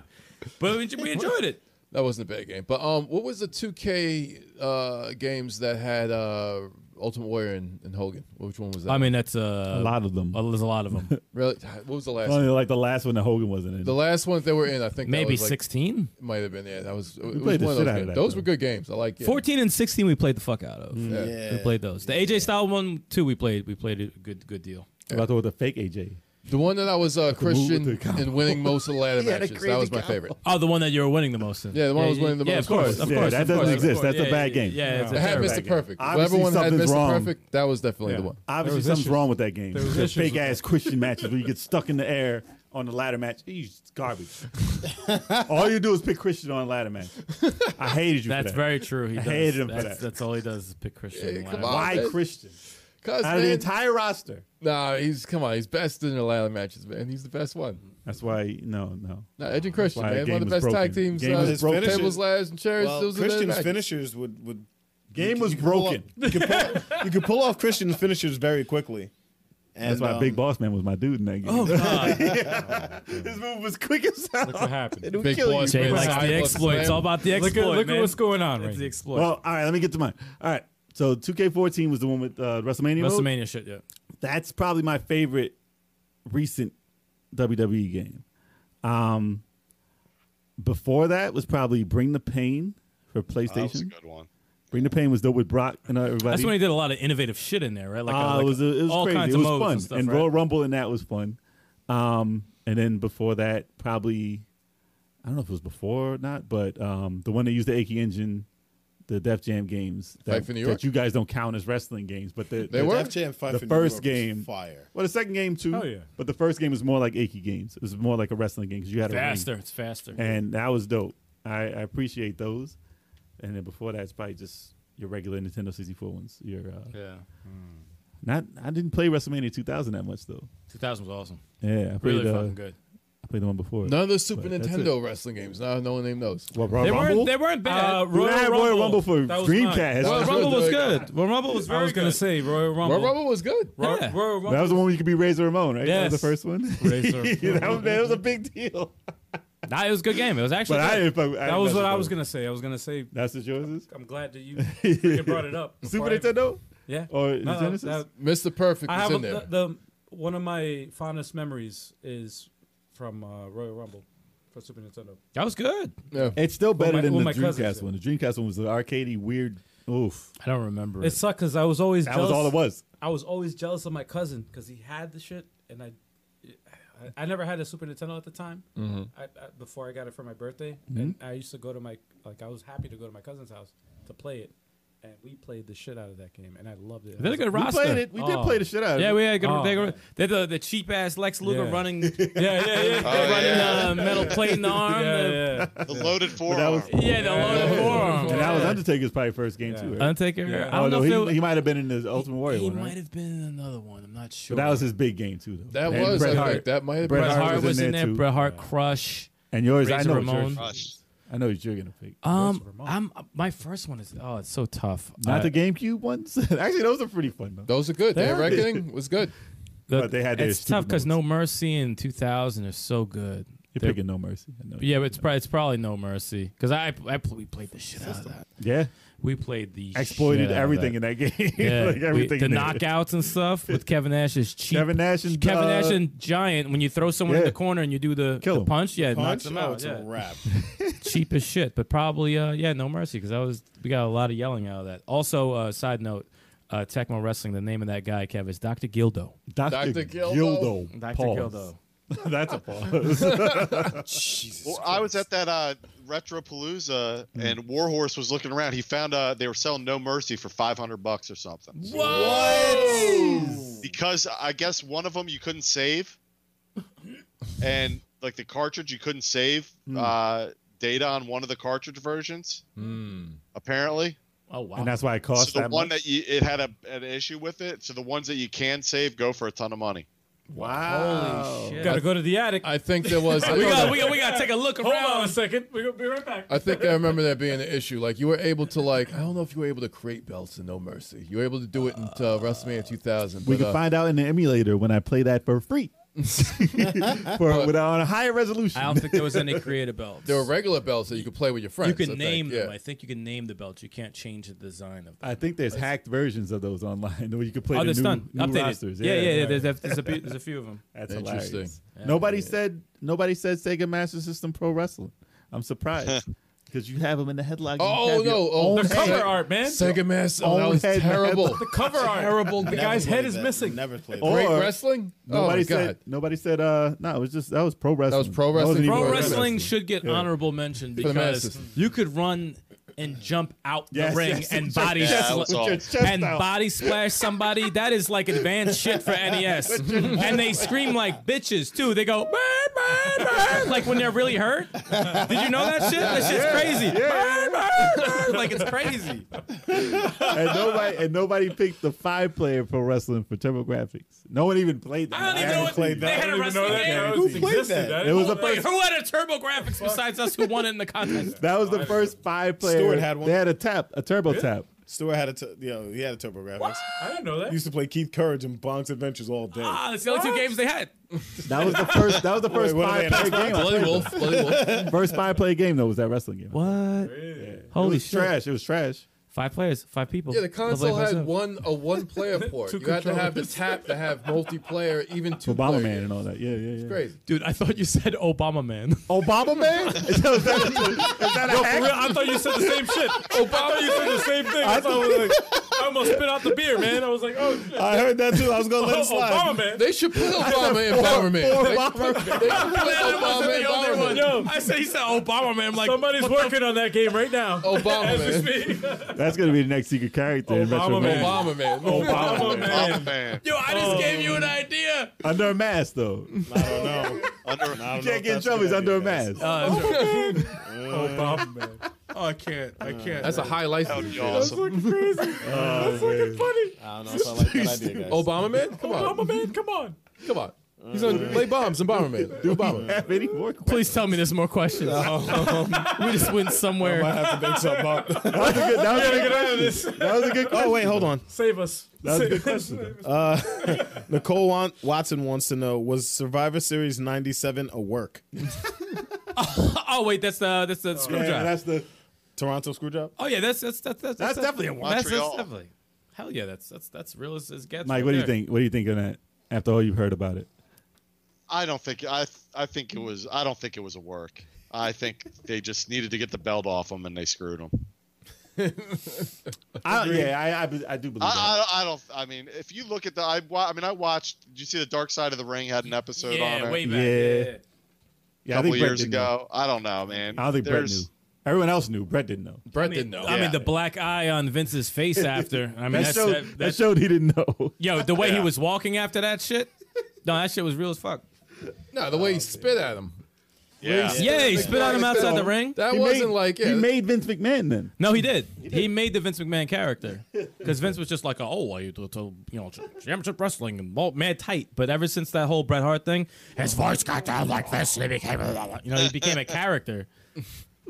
[SPEAKER 4] But we, we enjoyed it.
[SPEAKER 3] That wasn't a bad game. But um, what was the 2K uh, games that had uh, Ultimate Warrior and, and Hogan? Which one was that?
[SPEAKER 4] I mean, that's uh,
[SPEAKER 6] a lot of them.
[SPEAKER 4] there's a
[SPEAKER 3] [laughs]
[SPEAKER 4] lot of them.
[SPEAKER 3] really, what was the last? one?
[SPEAKER 6] Only like the last one that Hogan wasn't in.
[SPEAKER 3] The last one that they were in, I think, that
[SPEAKER 4] Maybe
[SPEAKER 3] was like,
[SPEAKER 4] sixteen.
[SPEAKER 3] it Might have been. Yeah, that was. It was
[SPEAKER 6] played the
[SPEAKER 3] one of
[SPEAKER 6] shit
[SPEAKER 3] those
[SPEAKER 6] out of
[SPEAKER 3] games.
[SPEAKER 6] that,
[SPEAKER 3] those
[SPEAKER 6] though.
[SPEAKER 3] were good games. I like it.
[SPEAKER 4] 14 and 16 we played the fuck out of.
[SPEAKER 3] Yeah.
[SPEAKER 4] We played those. The AJ style one too we played we played a good good deal.
[SPEAKER 6] About the, with the fake AJ.
[SPEAKER 3] The one that I was uh,
[SPEAKER 6] the move with
[SPEAKER 3] Christian
[SPEAKER 6] the combo.
[SPEAKER 3] and winning most of the ladder
[SPEAKER 6] He had a
[SPEAKER 3] matches. That
[SPEAKER 6] crazy
[SPEAKER 3] was my
[SPEAKER 6] combo.
[SPEAKER 3] favorite.
[SPEAKER 4] Oh, the one that you were winning the most in.
[SPEAKER 3] Yeah, the one I was winning the
[SPEAKER 4] yeah,
[SPEAKER 3] most
[SPEAKER 4] Yeah, of course,
[SPEAKER 3] in.
[SPEAKER 4] of
[SPEAKER 6] Yeah,
[SPEAKER 4] course.
[SPEAKER 6] that
[SPEAKER 4] of
[SPEAKER 6] doesn't
[SPEAKER 4] course, of
[SPEAKER 6] exist.
[SPEAKER 4] course.
[SPEAKER 6] That's a
[SPEAKER 4] Yeah,
[SPEAKER 6] bad
[SPEAKER 4] yeah,
[SPEAKER 6] game.
[SPEAKER 4] Yeah, it's a
[SPEAKER 3] It had
[SPEAKER 4] terrible
[SPEAKER 6] Mr.
[SPEAKER 3] Mr.
[SPEAKER 4] game.
[SPEAKER 3] Perfect.
[SPEAKER 6] Obviously
[SPEAKER 3] Whoever one had
[SPEAKER 6] something's
[SPEAKER 3] Mr.
[SPEAKER 6] wrong.
[SPEAKER 3] Perfect, that was definitely the
[SPEAKER 1] Yeah.
[SPEAKER 3] one.
[SPEAKER 6] Obviously,
[SPEAKER 1] was
[SPEAKER 6] something's
[SPEAKER 1] issues.
[SPEAKER 6] wrong with that game.
[SPEAKER 1] There was
[SPEAKER 6] Just
[SPEAKER 1] issues
[SPEAKER 6] fake ass Christian matches where you get stuck in the air on the ladder match. It's garbage.
[SPEAKER 4] [laughs]
[SPEAKER 6] all you do is pick Christian on a ladder match. I hated you. for
[SPEAKER 4] That's
[SPEAKER 6] that.
[SPEAKER 4] very true. He does.
[SPEAKER 6] hated him for
[SPEAKER 4] that's,
[SPEAKER 6] that.
[SPEAKER 4] that's all he does is pick Christian.
[SPEAKER 3] Yeah,
[SPEAKER 4] and
[SPEAKER 3] come
[SPEAKER 4] Lana.
[SPEAKER 3] on.
[SPEAKER 6] Why
[SPEAKER 3] Wow, that-
[SPEAKER 6] Christian?
[SPEAKER 3] 'Cause,
[SPEAKER 6] Out of the
[SPEAKER 3] man,
[SPEAKER 6] entire roster.
[SPEAKER 3] nah, he's come on. He's best in the ladder matches, man. He's the best one.
[SPEAKER 6] That's why no, no.
[SPEAKER 3] No, Edge and Christian,
[SPEAKER 6] why the
[SPEAKER 3] man,
[SPEAKER 6] game
[SPEAKER 3] one of the
[SPEAKER 6] was
[SPEAKER 3] best tag
[SPEAKER 6] broken.
[SPEAKER 3] teams.
[SPEAKER 6] Game
[SPEAKER 3] uh,
[SPEAKER 6] was
[SPEAKER 3] tables,
[SPEAKER 2] broken.
[SPEAKER 3] ladders, and chairs.
[SPEAKER 2] Well,
[SPEAKER 3] those are the
[SPEAKER 2] Christian's
[SPEAKER 3] matches.
[SPEAKER 2] finishers would would
[SPEAKER 6] Game
[SPEAKER 2] you-
[SPEAKER 6] was
[SPEAKER 2] you could pull
[SPEAKER 6] broken.
[SPEAKER 2] off- You could pull, you could pull off Christian's finishers very quickly. And,
[SPEAKER 6] That's why
[SPEAKER 2] um,
[SPEAKER 6] Big Boss Man was my dude in that game. Oh, His move was quick as hell.
[SPEAKER 1] Look what happened.
[SPEAKER 6] It would
[SPEAKER 3] Big
[SPEAKER 6] kill you.
[SPEAKER 3] Boss
[SPEAKER 4] Jay
[SPEAKER 3] Man.
[SPEAKER 4] likes the
[SPEAKER 3] Sidewalk
[SPEAKER 4] exploit. It's
[SPEAKER 3] slam.
[SPEAKER 4] all about the
[SPEAKER 1] Look
[SPEAKER 4] exploit.
[SPEAKER 1] at look
[SPEAKER 4] man.
[SPEAKER 1] at what's going on right
[SPEAKER 4] It's the
[SPEAKER 1] now.
[SPEAKER 4] exploit.
[SPEAKER 6] Well, all right, let me get to mine. All right, so 2K14 was the one with uh, WrestleMania. mode.
[SPEAKER 4] WrestleMania shit, yeah.
[SPEAKER 6] That's probably my favorite recent WWE game. Um, before that was probably Bring the Pain for
[SPEAKER 5] That was a
[SPEAKER 6] PlayStation.
[SPEAKER 5] good one.
[SPEAKER 6] Bring the Pain was dope with Brock and uh, everybody.
[SPEAKER 4] That's when he did a lot of innovative shit in there, right? Like,
[SPEAKER 6] Uh,
[SPEAKER 4] like
[SPEAKER 6] it was, it was
[SPEAKER 4] all
[SPEAKER 6] crazy.
[SPEAKER 4] kinds
[SPEAKER 6] it was
[SPEAKER 4] of modes
[SPEAKER 6] fun.
[SPEAKER 4] and stuff. right?
[SPEAKER 6] Royal Rumble and that was fun. Um, and then before that, probably I don't know if it was before or not, but um, the one that used the Aki engine, the Def Jam games that,
[SPEAKER 3] Fight for New York?
[SPEAKER 6] that you guys don't count as wrestling games, but the,
[SPEAKER 3] They
[SPEAKER 6] the-
[SPEAKER 3] were?
[SPEAKER 2] Def Jam Fight
[SPEAKER 6] The
[SPEAKER 2] for New
[SPEAKER 6] first
[SPEAKER 2] York was
[SPEAKER 6] game.
[SPEAKER 2] Fire.
[SPEAKER 6] Well, the second game too.
[SPEAKER 1] Oh, yeah.
[SPEAKER 6] But the first game was more like Aki games. It was more like a wrestling game because you had a ring.
[SPEAKER 4] faster. It's faster.
[SPEAKER 6] and that was dope. I, I appreciate those. And then before that, it's probably just your regular Nintendo 64 ones. Your uh,
[SPEAKER 4] yeah.
[SPEAKER 6] not I didn't play WrestleMania 2000 that much though.
[SPEAKER 4] 2000 was awesome.
[SPEAKER 6] Yeah, I played,
[SPEAKER 4] Really
[SPEAKER 6] uh,
[SPEAKER 4] fucking good.
[SPEAKER 6] I played the one before.
[SPEAKER 3] None of the Super
[SPEAKER 6] But that's
[SPEAKER 3] Nintendo wrestling games. No, no one named those.
[SPEAKER 6] What, Royal
[SPEAKER 4] They
[SPEAKER 6] Rumble?
[SPEAKER 4] weren't, they weren't bad.
[SPEAKER 1] Uh,
[SPEAKER 6] Dude, I had Royal Rumble for
[SPEAKER 1] That was
[SPEAKER 6] Dreamcast.
[SPEAKER 1] mine.
[SPEAKER 3] That
[SPEAKER 4] Royal
[SPEAKER 3] was
[SPEAKER 6] [laughs]
[SPEAKER 4] Rumble
[SPEAKER 3] good.
[SPEAKER 4] was
[SPEAKER 3] Very
[SPEAKER 4] good. Royal Rumble was very
[SPEAKER 1] I was gonna
[SPEAKER 4] good.
[SPEAKER 1] say Royal Rumble.
[SPEAKER 3] Royal Rumble was good.
[SPEAKER 1] Ro-
[SPEAKER 4] Yeah.
[SPEAKER 1] Royal Rumble.
[SPEAKER 6] [laughs] That was the one where you could be Razor Ramon, right? That was
[SPEAKER 4] Yes.
[SPEAKER 6] the first one.
[SPEAKER 4] Razor
[SPEAKER 6] that, was, that was a big deal.
[SPEAKER 4] Nah, it was a good game. It was actually.
[SPEAKER 6] But I
[SPEAKER 4] good.
[SPEAKER 6] didn't fuck. with- I
[SPEAKER 1] That
[SPEAKER 6] didn't
[SPEAKER 1] was
[SPEAKER 6] mess
[SPEAKER 1] what
[SPEAKER 6] with
[SPEAKER 1] I
[SPEAKER 6] those.
[SPEAKER 1] was gonna say. I was gonna say.
[SPEAKER 6] That's what yours is.
[SPEAKER 1] I'm glad that you freaking brought it up. before
[SPEAKER 6] Super
[SPEAKER 1] I-
[SPEAKER 6] Nintendo
[SPEAKER 1] Yeah.
[SPEAKER 6] or
[SPEAKER 1] No,
[SPEAKER 6] Genesis?
[SPEAKER 1] that-
[SPEAKER 3] Mr. Perfect
[SPEAKER 1] I
[SPEAKER 3] was
[SPEAKER 1] have
[SPEAKER 3] in
[SPEAKER 1] a,
[SPEAKER 3] there.
[SPEAKER 1] the, the one of my fondest memories is from uh, Royal Rumble for Super Nintendo.
[SPEAKER 4] That was good.
[SPEAKER 3] yeah.
[SPEAKER 6] It's still better
[SPEAKER 1] my-
[SPEAKER 6] than
[SPEAKER 1] well,
[SPEAKER 6] the
[SPEAKER 1] my cousins
[SPEAKER 6] Dreamcast
[SPEAKER 1] did.
[SPEAKER 6] one. The Dreamcast one was the arcadey weird. Oof,
[SPEAKER 4] I don't remember.
[SPEAKER 1] It
[SPEAKER 4] It's
[SPEAKER 1] sucked because I was always
[SPEAKER 6] that
[SPEAKER 1] jealous.
[SPEAKER 6] was all it was.
[SPEAKER 1] I was always jealous of my cousin because he had the shit, and I, I, I never had a Super Nintendo at the time. I, I, before I got it for my birthday, and I used to go to my like I was happy to go to my cousin's house to play it, and we played the shit out of that game, and I loved it.
[SPEAKER 4] they had a good
[SPEAKER 6] We
[SPEAKER 4] roster.
[SPEAKER 6] played it. We did
[SPEAKER 1] Oh.
[SPEAKER 6] play the shit out of it. Oh,
[SPEAKER 4] Yeah, we had a good.
[SPEAKER 1] Oh,
[SPEAKER 4] they,
[SPEAKER 1] man.
[SPEAKER 4] had they had the, the cheap ass Lex Luger
[SPEAKER 1] Yeah.
[SPEAKER 6] [laughs]
[SPEAKER 1] [laughs]
[SPEAKER 4] running,
[SPEAKER 1] yeah, yeah, yeah.
[SPEAKER 5] Oh,
[SPEAKER 4] running
[SPEAKER 5] yeah.
[SPEAKER 4] the metal plate in the arm.
[SPEAKER 1] yeah,
[SPEAKER 4] the-
[SPEAKER 1] yeah, yeah.
[SPEAKER 5] The loaded
[SPEAKER 6] that
[SPEAKER 5] forearm.
[SPEAKER 6] was-
[SPEAKER 4] yeah, the loaded forearm.
[SPEAKER 6] And that was Undertaker's probably first game
[SPEAKER 1] Yeah.
[SPEAKER 6] too. Right?
[SPEAKER 4] Undertaker.
[SPEAKER 1] Yeah.
[SPEAKER 4] I don't
[SPEAKER 6] oh,
[SPEAKER 4] know
[SPEAKER 6] no,
[SPEAKER 4] if
[SPEAKER 6] he,
[SPEAKER 4] it,
[SPEAKER 6] he might have been in the Ultimate Warrior
[SPEAKER 4] he
[SPEAKER 6] one,
[SPEAKER 4] might
[SPEAKER 6] right?
[SPEAKER 4] have been in another one. I'm not sure.
[SPEAKER 6] But that was his big game too, though.
[SPEAKER 3] That
[SPEAKER 6] And
[SPEAKER 3] was,
[SPEAKER 6] Bret
[SPEAKER 3] I
[SPEAKER 6] Hart.
[SPEAKER 3] think. That might have been.
[SPEAKER 6] Bret
[SPEAKER 4] Bret
[SPEAKER 6] Hart
[SPEAKER 4] Hart was in there.
[SPEAKER 6] too.
[SPEAKER 4] Bret Hart Crush.
[SPEAKER 6] And yours, I
[SPEAKER 4] Razor
[SPEAKER 6] know
[SPEAKER 4] Ramon.
[SPEAKER 6] Ramon.
[SPEAKER 5] Crushed.
[SPEAKER 6] I know what you're gonna pick.
[SPEAKER 4] Um,
[SPEAKER 1] Ramon.
[SPEAKER 4] I'm my first one is oh, it's so tough.
[SPEAKER 6] Not
[SPEAKER 4] I-
[SPEAKER 6] the GameCube ones. [laughs] Actually, those are pretty fun though.
[SPEAKER 3] Those are good. Their
[SPEAKER 6] They're-
[SPEAKER 3] reckoning was good.
[SPEAKER 4] the-
[SPEAKER 6] but they had their
[SPEAKER 4] It's tough
[SPEAKER 6] stupid
[SPEAKER 4] because
[SPEAKER 6] ones.
[SPEAKER 4] No Mercy in 2000 is so good.
[SPEAKER 6] You're
[SPEAKER 4] They're-
[SPEAKER 6] picking No Mercy. I know
[SPEAKER 4] Yeah, but it's probably it's probably No Mercy because I, I pl- we played the shit out of that.
[SPEAKER 6] yeah,
[SPEAKER 4] We played the
[SPEAKER 6] exploited
[SPEAKER 4] shit out of
[SPEAKER 6] everything
[SPEAKER 4] that.
[SPEAKER 6] in that game. [laughs]
[SPEAKER 4] Yeah,
[SPEAKER 6] like
[SPEAKER 4] we-
[SPEAKER 6] everything. [laughs]
[SPEAKER 4] the
[SPEAKER 6] in it.
[SPEAKER 4] knockouts and stuff with Kevin Nash is cheap.
[SPEAKER 6] Kevin Nash and
[SPEAKER 4] Kevin
[SPEAKER 6] uh,
[SPEAKER 4] Nash and Giant. When you throw someone in
[SPEAKER 6] yeah.
[SPEAKER 4] the corner and you do the,
[SPEAKER 6] Kill
[SPEAKER 4] the
[SPEAKER 6] him.
[SPEAKER 4] punch, yeah, it
[SPEAKER 2] Punch?
[SPEAKER 4] knocks them
[SPEAKER 2] Oh,
[SPEAKER 4] out.
[SPEAKER 2] it's
[SPEAKER 4] Yeah.
[SPEAKER 2] a wrap.
[SPEAKER 4] [laughs] cheap as shit, but probably uh, yeah, no mercy because I was we got a lot of yelling out of that. Also, uh, side note, uh, Tecmo Wrestling. The name of that guy, Kev, is Doctor Gildo.
[SPEAKER 6] Dr.
[SPEAKER 3] Dr. Gildo.
[SPEAKER 6] Gildo. Pause. [laughs] That's a
[SPEAKER 4] [laughs]
[SPEAKER 6] pause.
[SPEAKER 2] Jesus.
[SPEAKER 5] Well, I was at that uh, Retropalooza,
[SPEAKER 6] Hmm.
[SPEAKER 5] and Warhorse was looking around. He found uh, they were selling No Mercy for 500 bucks or something. because I guess one of them you couldn't save, and like the cartridge you couldn't save
[SPEAKER 6] Hmm.
[SPEAKER 5] uh, data on one of the cartridge versions. Apparently,
[SPEAKER 4] Oh wow.
[SPEAKER 6] and that's why it Hmm. cost
[SPEAKER 5] so the
[SPEAKER 6] that
[SPEAKER 5] one
[SPEAKER 6] much.
[SPEAKER 5] that you, it had a, an issue with it. So the ones that you can save go for a ton of money.
[SPEAKER 6] wow.
[SPEAKER 1] Gotta go to the attic.
[SPEAKER 3] I think there
[SPEAKER 6] [laughs]
[SPEAKER 3] was.
[SPEAKER 4] we got we got we got to take a look
[SPEAKER 1] Hold on a
[SPEAKER 4] around.
[SPEAKER 1] second. We're gonna be right back.
[SPEAKER 3] I think I remember that being an issue. Like you were able to like I don't know if you were able to create belts in No Mercy. You were able to do it in uh, WrestleMania 2000.
[SPEAKER 6] We
[SPEAKER 3] but,
[SPEAKER 6] can
[SPEAKER 3] uh,
[SPEAKER 6] find out in the emulator when I play that for
[SPEAKER 4] [laughs]
[SPEAKER 6] free. [laughs] for without on a higher resolution.
[SPEAKER 4] I don't think there was any creative belts.
[SPEAKER 3] there were regular belts that you could play with your friends.
[SPEAKER 4] you
[SPEAKER 3] I
[SPEAKER 4] can
[SPEAKER 3] think,
[SPEAKER 4] name them.
[SPEAKER 3] yeah.
[SPEAKER 4] I think you can name the belts. You can't change the design of them.
[SPEAKER 6] [laughs] I think there's hacked versions of those online where you can play
[SPEAKER 4] Oh,
[SPEAKER 6] the new,
[SPEAKER 4] they're done.
[SPEAKER 6] new
[SPEAKER 4] Updated.
[SPEAKER 6] rosters.
[SPEAKER 4] yeah, yeah. yeah,
[SPEAKER 6] right.
[SPEAKER 4] There's, there's, a, few- there's a few of them.
[SPEAKER 6] That's
[SPEAKER 3] Interesting.
[SPEAKER 6] hilarious. Nobody said nobody said Sega Master System Pro Wrestling.
[SPEAKER 3] [laughs]
[SPEAKER 6] I'm surprised because you have them in the headlock. You
[SPEAKER 3] Oh,
[SPEAKER 6] have your
[SPEAKER 3] no. Oh,
[SPEAKER 6] own
[SPEAKER 3] the
[SPEAKER 1] [laughs]
[SPEAKER 6] head.
[SPEAKER 1] Cover art, man.
[SPEAKER 3] Sega Mass. Oh, that
[SPEAKER 6] Own
[SPEAKER 3] was
[SPEAKER 6] head-
[SPEAKER 3] terrible.
[SPEAKER 1] The cover art.
[SPEAKER 3] terrible.
[SPEAKER 1] The
[SPEAKER 3] game.
[SPEAKER 1] guy's head
[SPEAKER 2] Played
[SPEAKER 1] is
[SPEAKER 2] that.
[SPEAKER 1] missing.
[SPEAKER 2] Never played
[SPEAKER 6] Oh,
[SPEAKER 2] that.
[SPEAKER 3] Great
[SPEAKER 6] or-
[SPEAKER 3] wrestling.
[SPEAKER 6] Nobody
[SPEAKER 3] oh, my
[SPEAKER 6] said.
[SPEAKER 3] God.
[SPEAKER 6] Nobody said. Uh, no, it was just that was pro wrestling.
[SPEAKER 3] was pro
[SPEAKER 6] wasn't
[SPEAKER 3] wrestling.
[SPEAKER 6] even
[SPEAKER 3] Pro Yeah.
[SPEAKER 4] Pro wrestling should get honorable mention
[SPEAKER 3] the
[SPEAKER 4] because
[SPEAKER 3] masses.
[SPEAKER 4] you could run and jump out the
[SPEAKER 6] Yes,
[SPEAKER 4] ring
[SPEAKER 6] yes,
[SPEAKER 4] and
[SPEAKER 6] yes,
[SPEAKER 4] body
[SPEAKER 6] yes,
[SPEAKER 5] Yeah,
[SPEAKER 4] sla-
[SPEAKER 5] let's all-
[SPEAKER 6] With your chest
[SPEAKER 4] and
[SPEAKER 6] out.
[SPEAKER 4] body splash somebody. That is like advanced shit for NES. and they scream like bitches too. They go "Burn, burn, burn," like when they're really hurt. Did you know that shit? That shit's crazy. Burn, burn, burn. Like it's crazy.
[SPEAKER 6] [laughs] and nobody and nobody picked the five player pro wrestling for TurboGrafx. No one even played that.
[SPEAKER 4] I don't even know
[SPEAKER 6] haven't
[SPEAKER 4] what
[SPEAKER 6] played
[SPEAKER 4] they [laughs]
[SPEAKER 6] that.
[SPEAKER 4] had a
[SPEAKER 1] I didn't even
[SPEAKER 4] wrestling
[SPEAKER 1] know that
[SPEAKER 4] game.
[SPEAKER 1] game
[SPEAKER 2] Who played
[SPEAKER 1] existed.
[SPEAKER 2] that?
[SPEAKER 1] I
[SPEAKER 6] It
[SPEAKER 1] didn't
[SPEAKER 6] was
[SPEAKER 1] know
[SPEAKER 6] the
[SPEAKER 1] that.
[SPEAKER 4] Wait, who had a turbo graphics besides us who won it in the contest?
[SPEAKER 6] That was the first five player.
[SPEAKER 2] Stewart had one.
[SPEAKER 6] They had a tap, a turbo tap.
[SPEAKER 2] Stewart had a t- you know, he had a turbo graphics.
[SPEAKER 1] I didn't know that.
[SPEAKER 2] Used to play Keith Courage and Bonk's Adventures all day.
[SPEAKER 4] Ah, that's the only two games they had.
[SPEAKER 6] That was the first. That was the first
[SPEAKER 2] what are
[SPEAKER 6] five
[SPEAKER 2] they,
[SPEAKER 6] player game. I
[SPEAKER 3] Bloody
[SPEAKER 6] played.
[SPEAKER 3] Wolf. Bloody Wolf.
[SPEAKER 6] First five player game though was that wrestling game.
[SPEAKER 4] What?
[SPEAKER 6] It
[SPEAKER 4] Holy
[SPEAKER 6] was
[SPEAKER 4] shit!
[SPEAKER 6] trash. It was trash.
[SPEAKER 4] Five players, five people.
[SPEAKER 3] Yeah, the console
[SPEAKER 4] Lovely
[SPEAKER 3] had
[SPEAKER 4] myself.
[SPEAKER 3] one a one player port.
[SPEAKER 1] Two
[SPEAKER 3] you had to have the
[SPEAKER 1] controllers.
[SPEAKER 3] tap to have multiplayer, even two.
[SPEAKER 6] Obama
[SPEAKER 3] player
[SPEAKER 6] man
[SPEAKER 3] games.
[SPEAKER 6] and all that. Yeah, yeah, yeah.
[SPEAKER 3] Crazy.
[SPEAKER 4] Dude, I thought you said Obama man. [laughs]
[SPEAKER 6] Obama man? is that, is that, is that a hack?
[SPEAKER 1] I thought you said the same [laughs] shit. Obama, Oh, you said the same thing. I, thought I, was like, I almost spit out the beer, man. I was like, oh, shit.
[SPEAKER 2] I heard that too. I was gonna let it
[SPEAKER 1] Oh,
[SPEAKER 2] slide.
[SPEAKER 1] Obama, man.
[SPEAKER 3] They should put Obama in Bomberman.
[SPEAKER 6] four
[SPEAKER 3] They should put- they should put Obama in Bomberman.
[SPEAKER 1] Yo,
[SPEAKER 4] I said he said Obama man. I'm like,
[SPEAKER 1] somebody's working on that game right now.
[SPEAKER 3] Obama
[SPEAKER 1] As [laughs]
[SPEAKER 3] man.
[SPEAKER 1] we speak.
[SPEAKER 6] That's gonna be the next secret character in
[SPEAKER 1] Obama
[SPEAKER 6] Retro
[SPEAKER 1] man.
[SPEAKER 6] Man.
[SPEAKER 3] Obama man.
[SPEAKER 1] Obama, man.
[SPEAKER 5] Oh man,
[SPEAKER 4] yo, I just gave you an idea.
[SPEAKER 6] Under a mask though. You
[SPEAKER 2] I don't know.
[SPEAKER 5] under
[SPEAKER 2] I don't know
[SPEAKER 6] can't
[SPEAKER 2] if
[SPEAKER 6] get in
[SPEAKER 2] that's a
[SPEAKER 6] trouble.
[SPEAKER 2] good
[SPEAKER 6] He's under a
[SPEAKER 2] idea, guys.
[SPEAKER 6] mask.
[SPEAKER 1] Obama, man.
[SPEAKER 4] Oh, I can't. I can't.
[SPEAKER 3] That's a high
[SPEAKER 5] that would
[SPEAKER 3] license.
[SPEAKER 5] be awesome.
[SPEAKER 1] Fucking crazy. That's fucking funny.
[SPEAKER 2] I don't know if I like that idea, [laughs] guys.
[SPEAKER 3] Obama man? Come on.
[SPEAKER 1] Obama, man, come on.
[SPEAKER 3] Come on. He's on lay bombs and Bomberman. Do Obama.
[SPEAKER 6] Have any more questions?
[SPEAKER 4] Please tell me there's more questions. we just went somewhere.
[SPEAKER 2] I have to make something up.
[SPEAKER 6] That was a good. That was a
[SPEAKER 1] Get
[SPEAKER 6] good.
[SPEAKER 1] out of this.
[SPEAKER 6] That was a good question.
[SPEAKER 2] [laughs] oh wait, hold on.
[SPEAKER 1] Save us.
[SPEAKER 6] That was a
[SPEAKER 1] Save
[SPEAKER 6] good
[SPEAKER 1] us.
[SPEAKER 6] question. though.
[SPEAKER 2] Nicole Wan- Watson wants to know: Was Survivor Series '97 a work?
[SPEAKER 4] oh wait, that's the that's the screw
[SPEAKER 6] Yeah,
[SPEAKER 4] drive.
[SPEAKER 6] that's the
[SPEAKER 2] Toronto Screwjob.
[SPEAKER 4] oh yeah, that's that's that's that's,
[SPEAKER 6] That's definitely a
[SPEAKER 4] That's, that's
[SPEAKER 5] Montreal.
[SPEAKER 4] definitely. Hell yeah, that's that's that's real as, as gets.
[SPEAKER 6] Mike.
[SPEAKER 4] right
[SPEAKER 6] What do you
[SPEAKER 4] there.
[SPEAKER 6] think? What do you think of that? After all you've heard about it,
[SPEAKER 5] I don't think I. I think it was. I don't think it was a work. I think they just needed to get the belt off him, and they screwed him.
[SPEAKER 6] I, yeah, I, I, be- I do believe that.
[SPEAKER 5] I, I, I don't. I mean, if you look at the, I, wa- I mean, I watched. Did you see the Dark Side of the Ring had an episode on
[SPEAKER 4] Yeah,
[SPEAKER 5] it
[SPEAKER 4] way
[SPEAKER 5] a
[SPEAKER 4] back.
[SPEAKER 6] Yeah.
[SPEAKER 4] yeah.
[SPEAKER 6] yeah, I
[SPEAKER 5] couple
[SPEAKER 6] think Brett
[SPEAKER 5] years
[SPEAKER 6] didn't know.
[SPEAKER 5] ago? I don't know, man.
[SPEAKER 6] I don't think Brett knew.
[SPEAKER 5] There's-
[SPEAKER 6] Everyone else knew. Brett didn't know.
[SPEAKER 3] Brett didn't know.
[SPEAKER 4] I
[SPEAKER 5] Yeah.
[SPEAKER 4] mean, the black eye on Vince's face after. I mean,
[SPEAKER 6] That
[SPEAKER 4] that's,
[SPEAKER 6] showed,
[SPEAKER 4] that,
[SPEAKER 6] that,
[SPEAKER 4] that's
[SPEAKER 6] showed he didn't know. [laughs]
[SPEAKER 4] yo, the way he was walking after that shit. No, that shit was real as fuck.
[SPEAKER 3] No, the way he spit at him.
[SPEAKER 5] Yeah.
[SPEAKER 4] Yeah, he spit on him outside the
[SPEAKER 6] So-
[SPEAKER 4] ring.
[SPEAKER 3] That
[SPEAKER 6] He
[SPEAKER 3] wasn't
[SPEAKER 6] made-
[SPEAKER 3] like yeah,
[SPEAKER 6] he made Vince McMahon then.
[SPEAKER 4] No, he did. he made the Vince McMahon character because Vince was just like, "Oh, I you you know championship wrestling and all mad tight." But ever since that whole Bret Hart thing, his voice got down like this. And he became, a, you know, he became a character.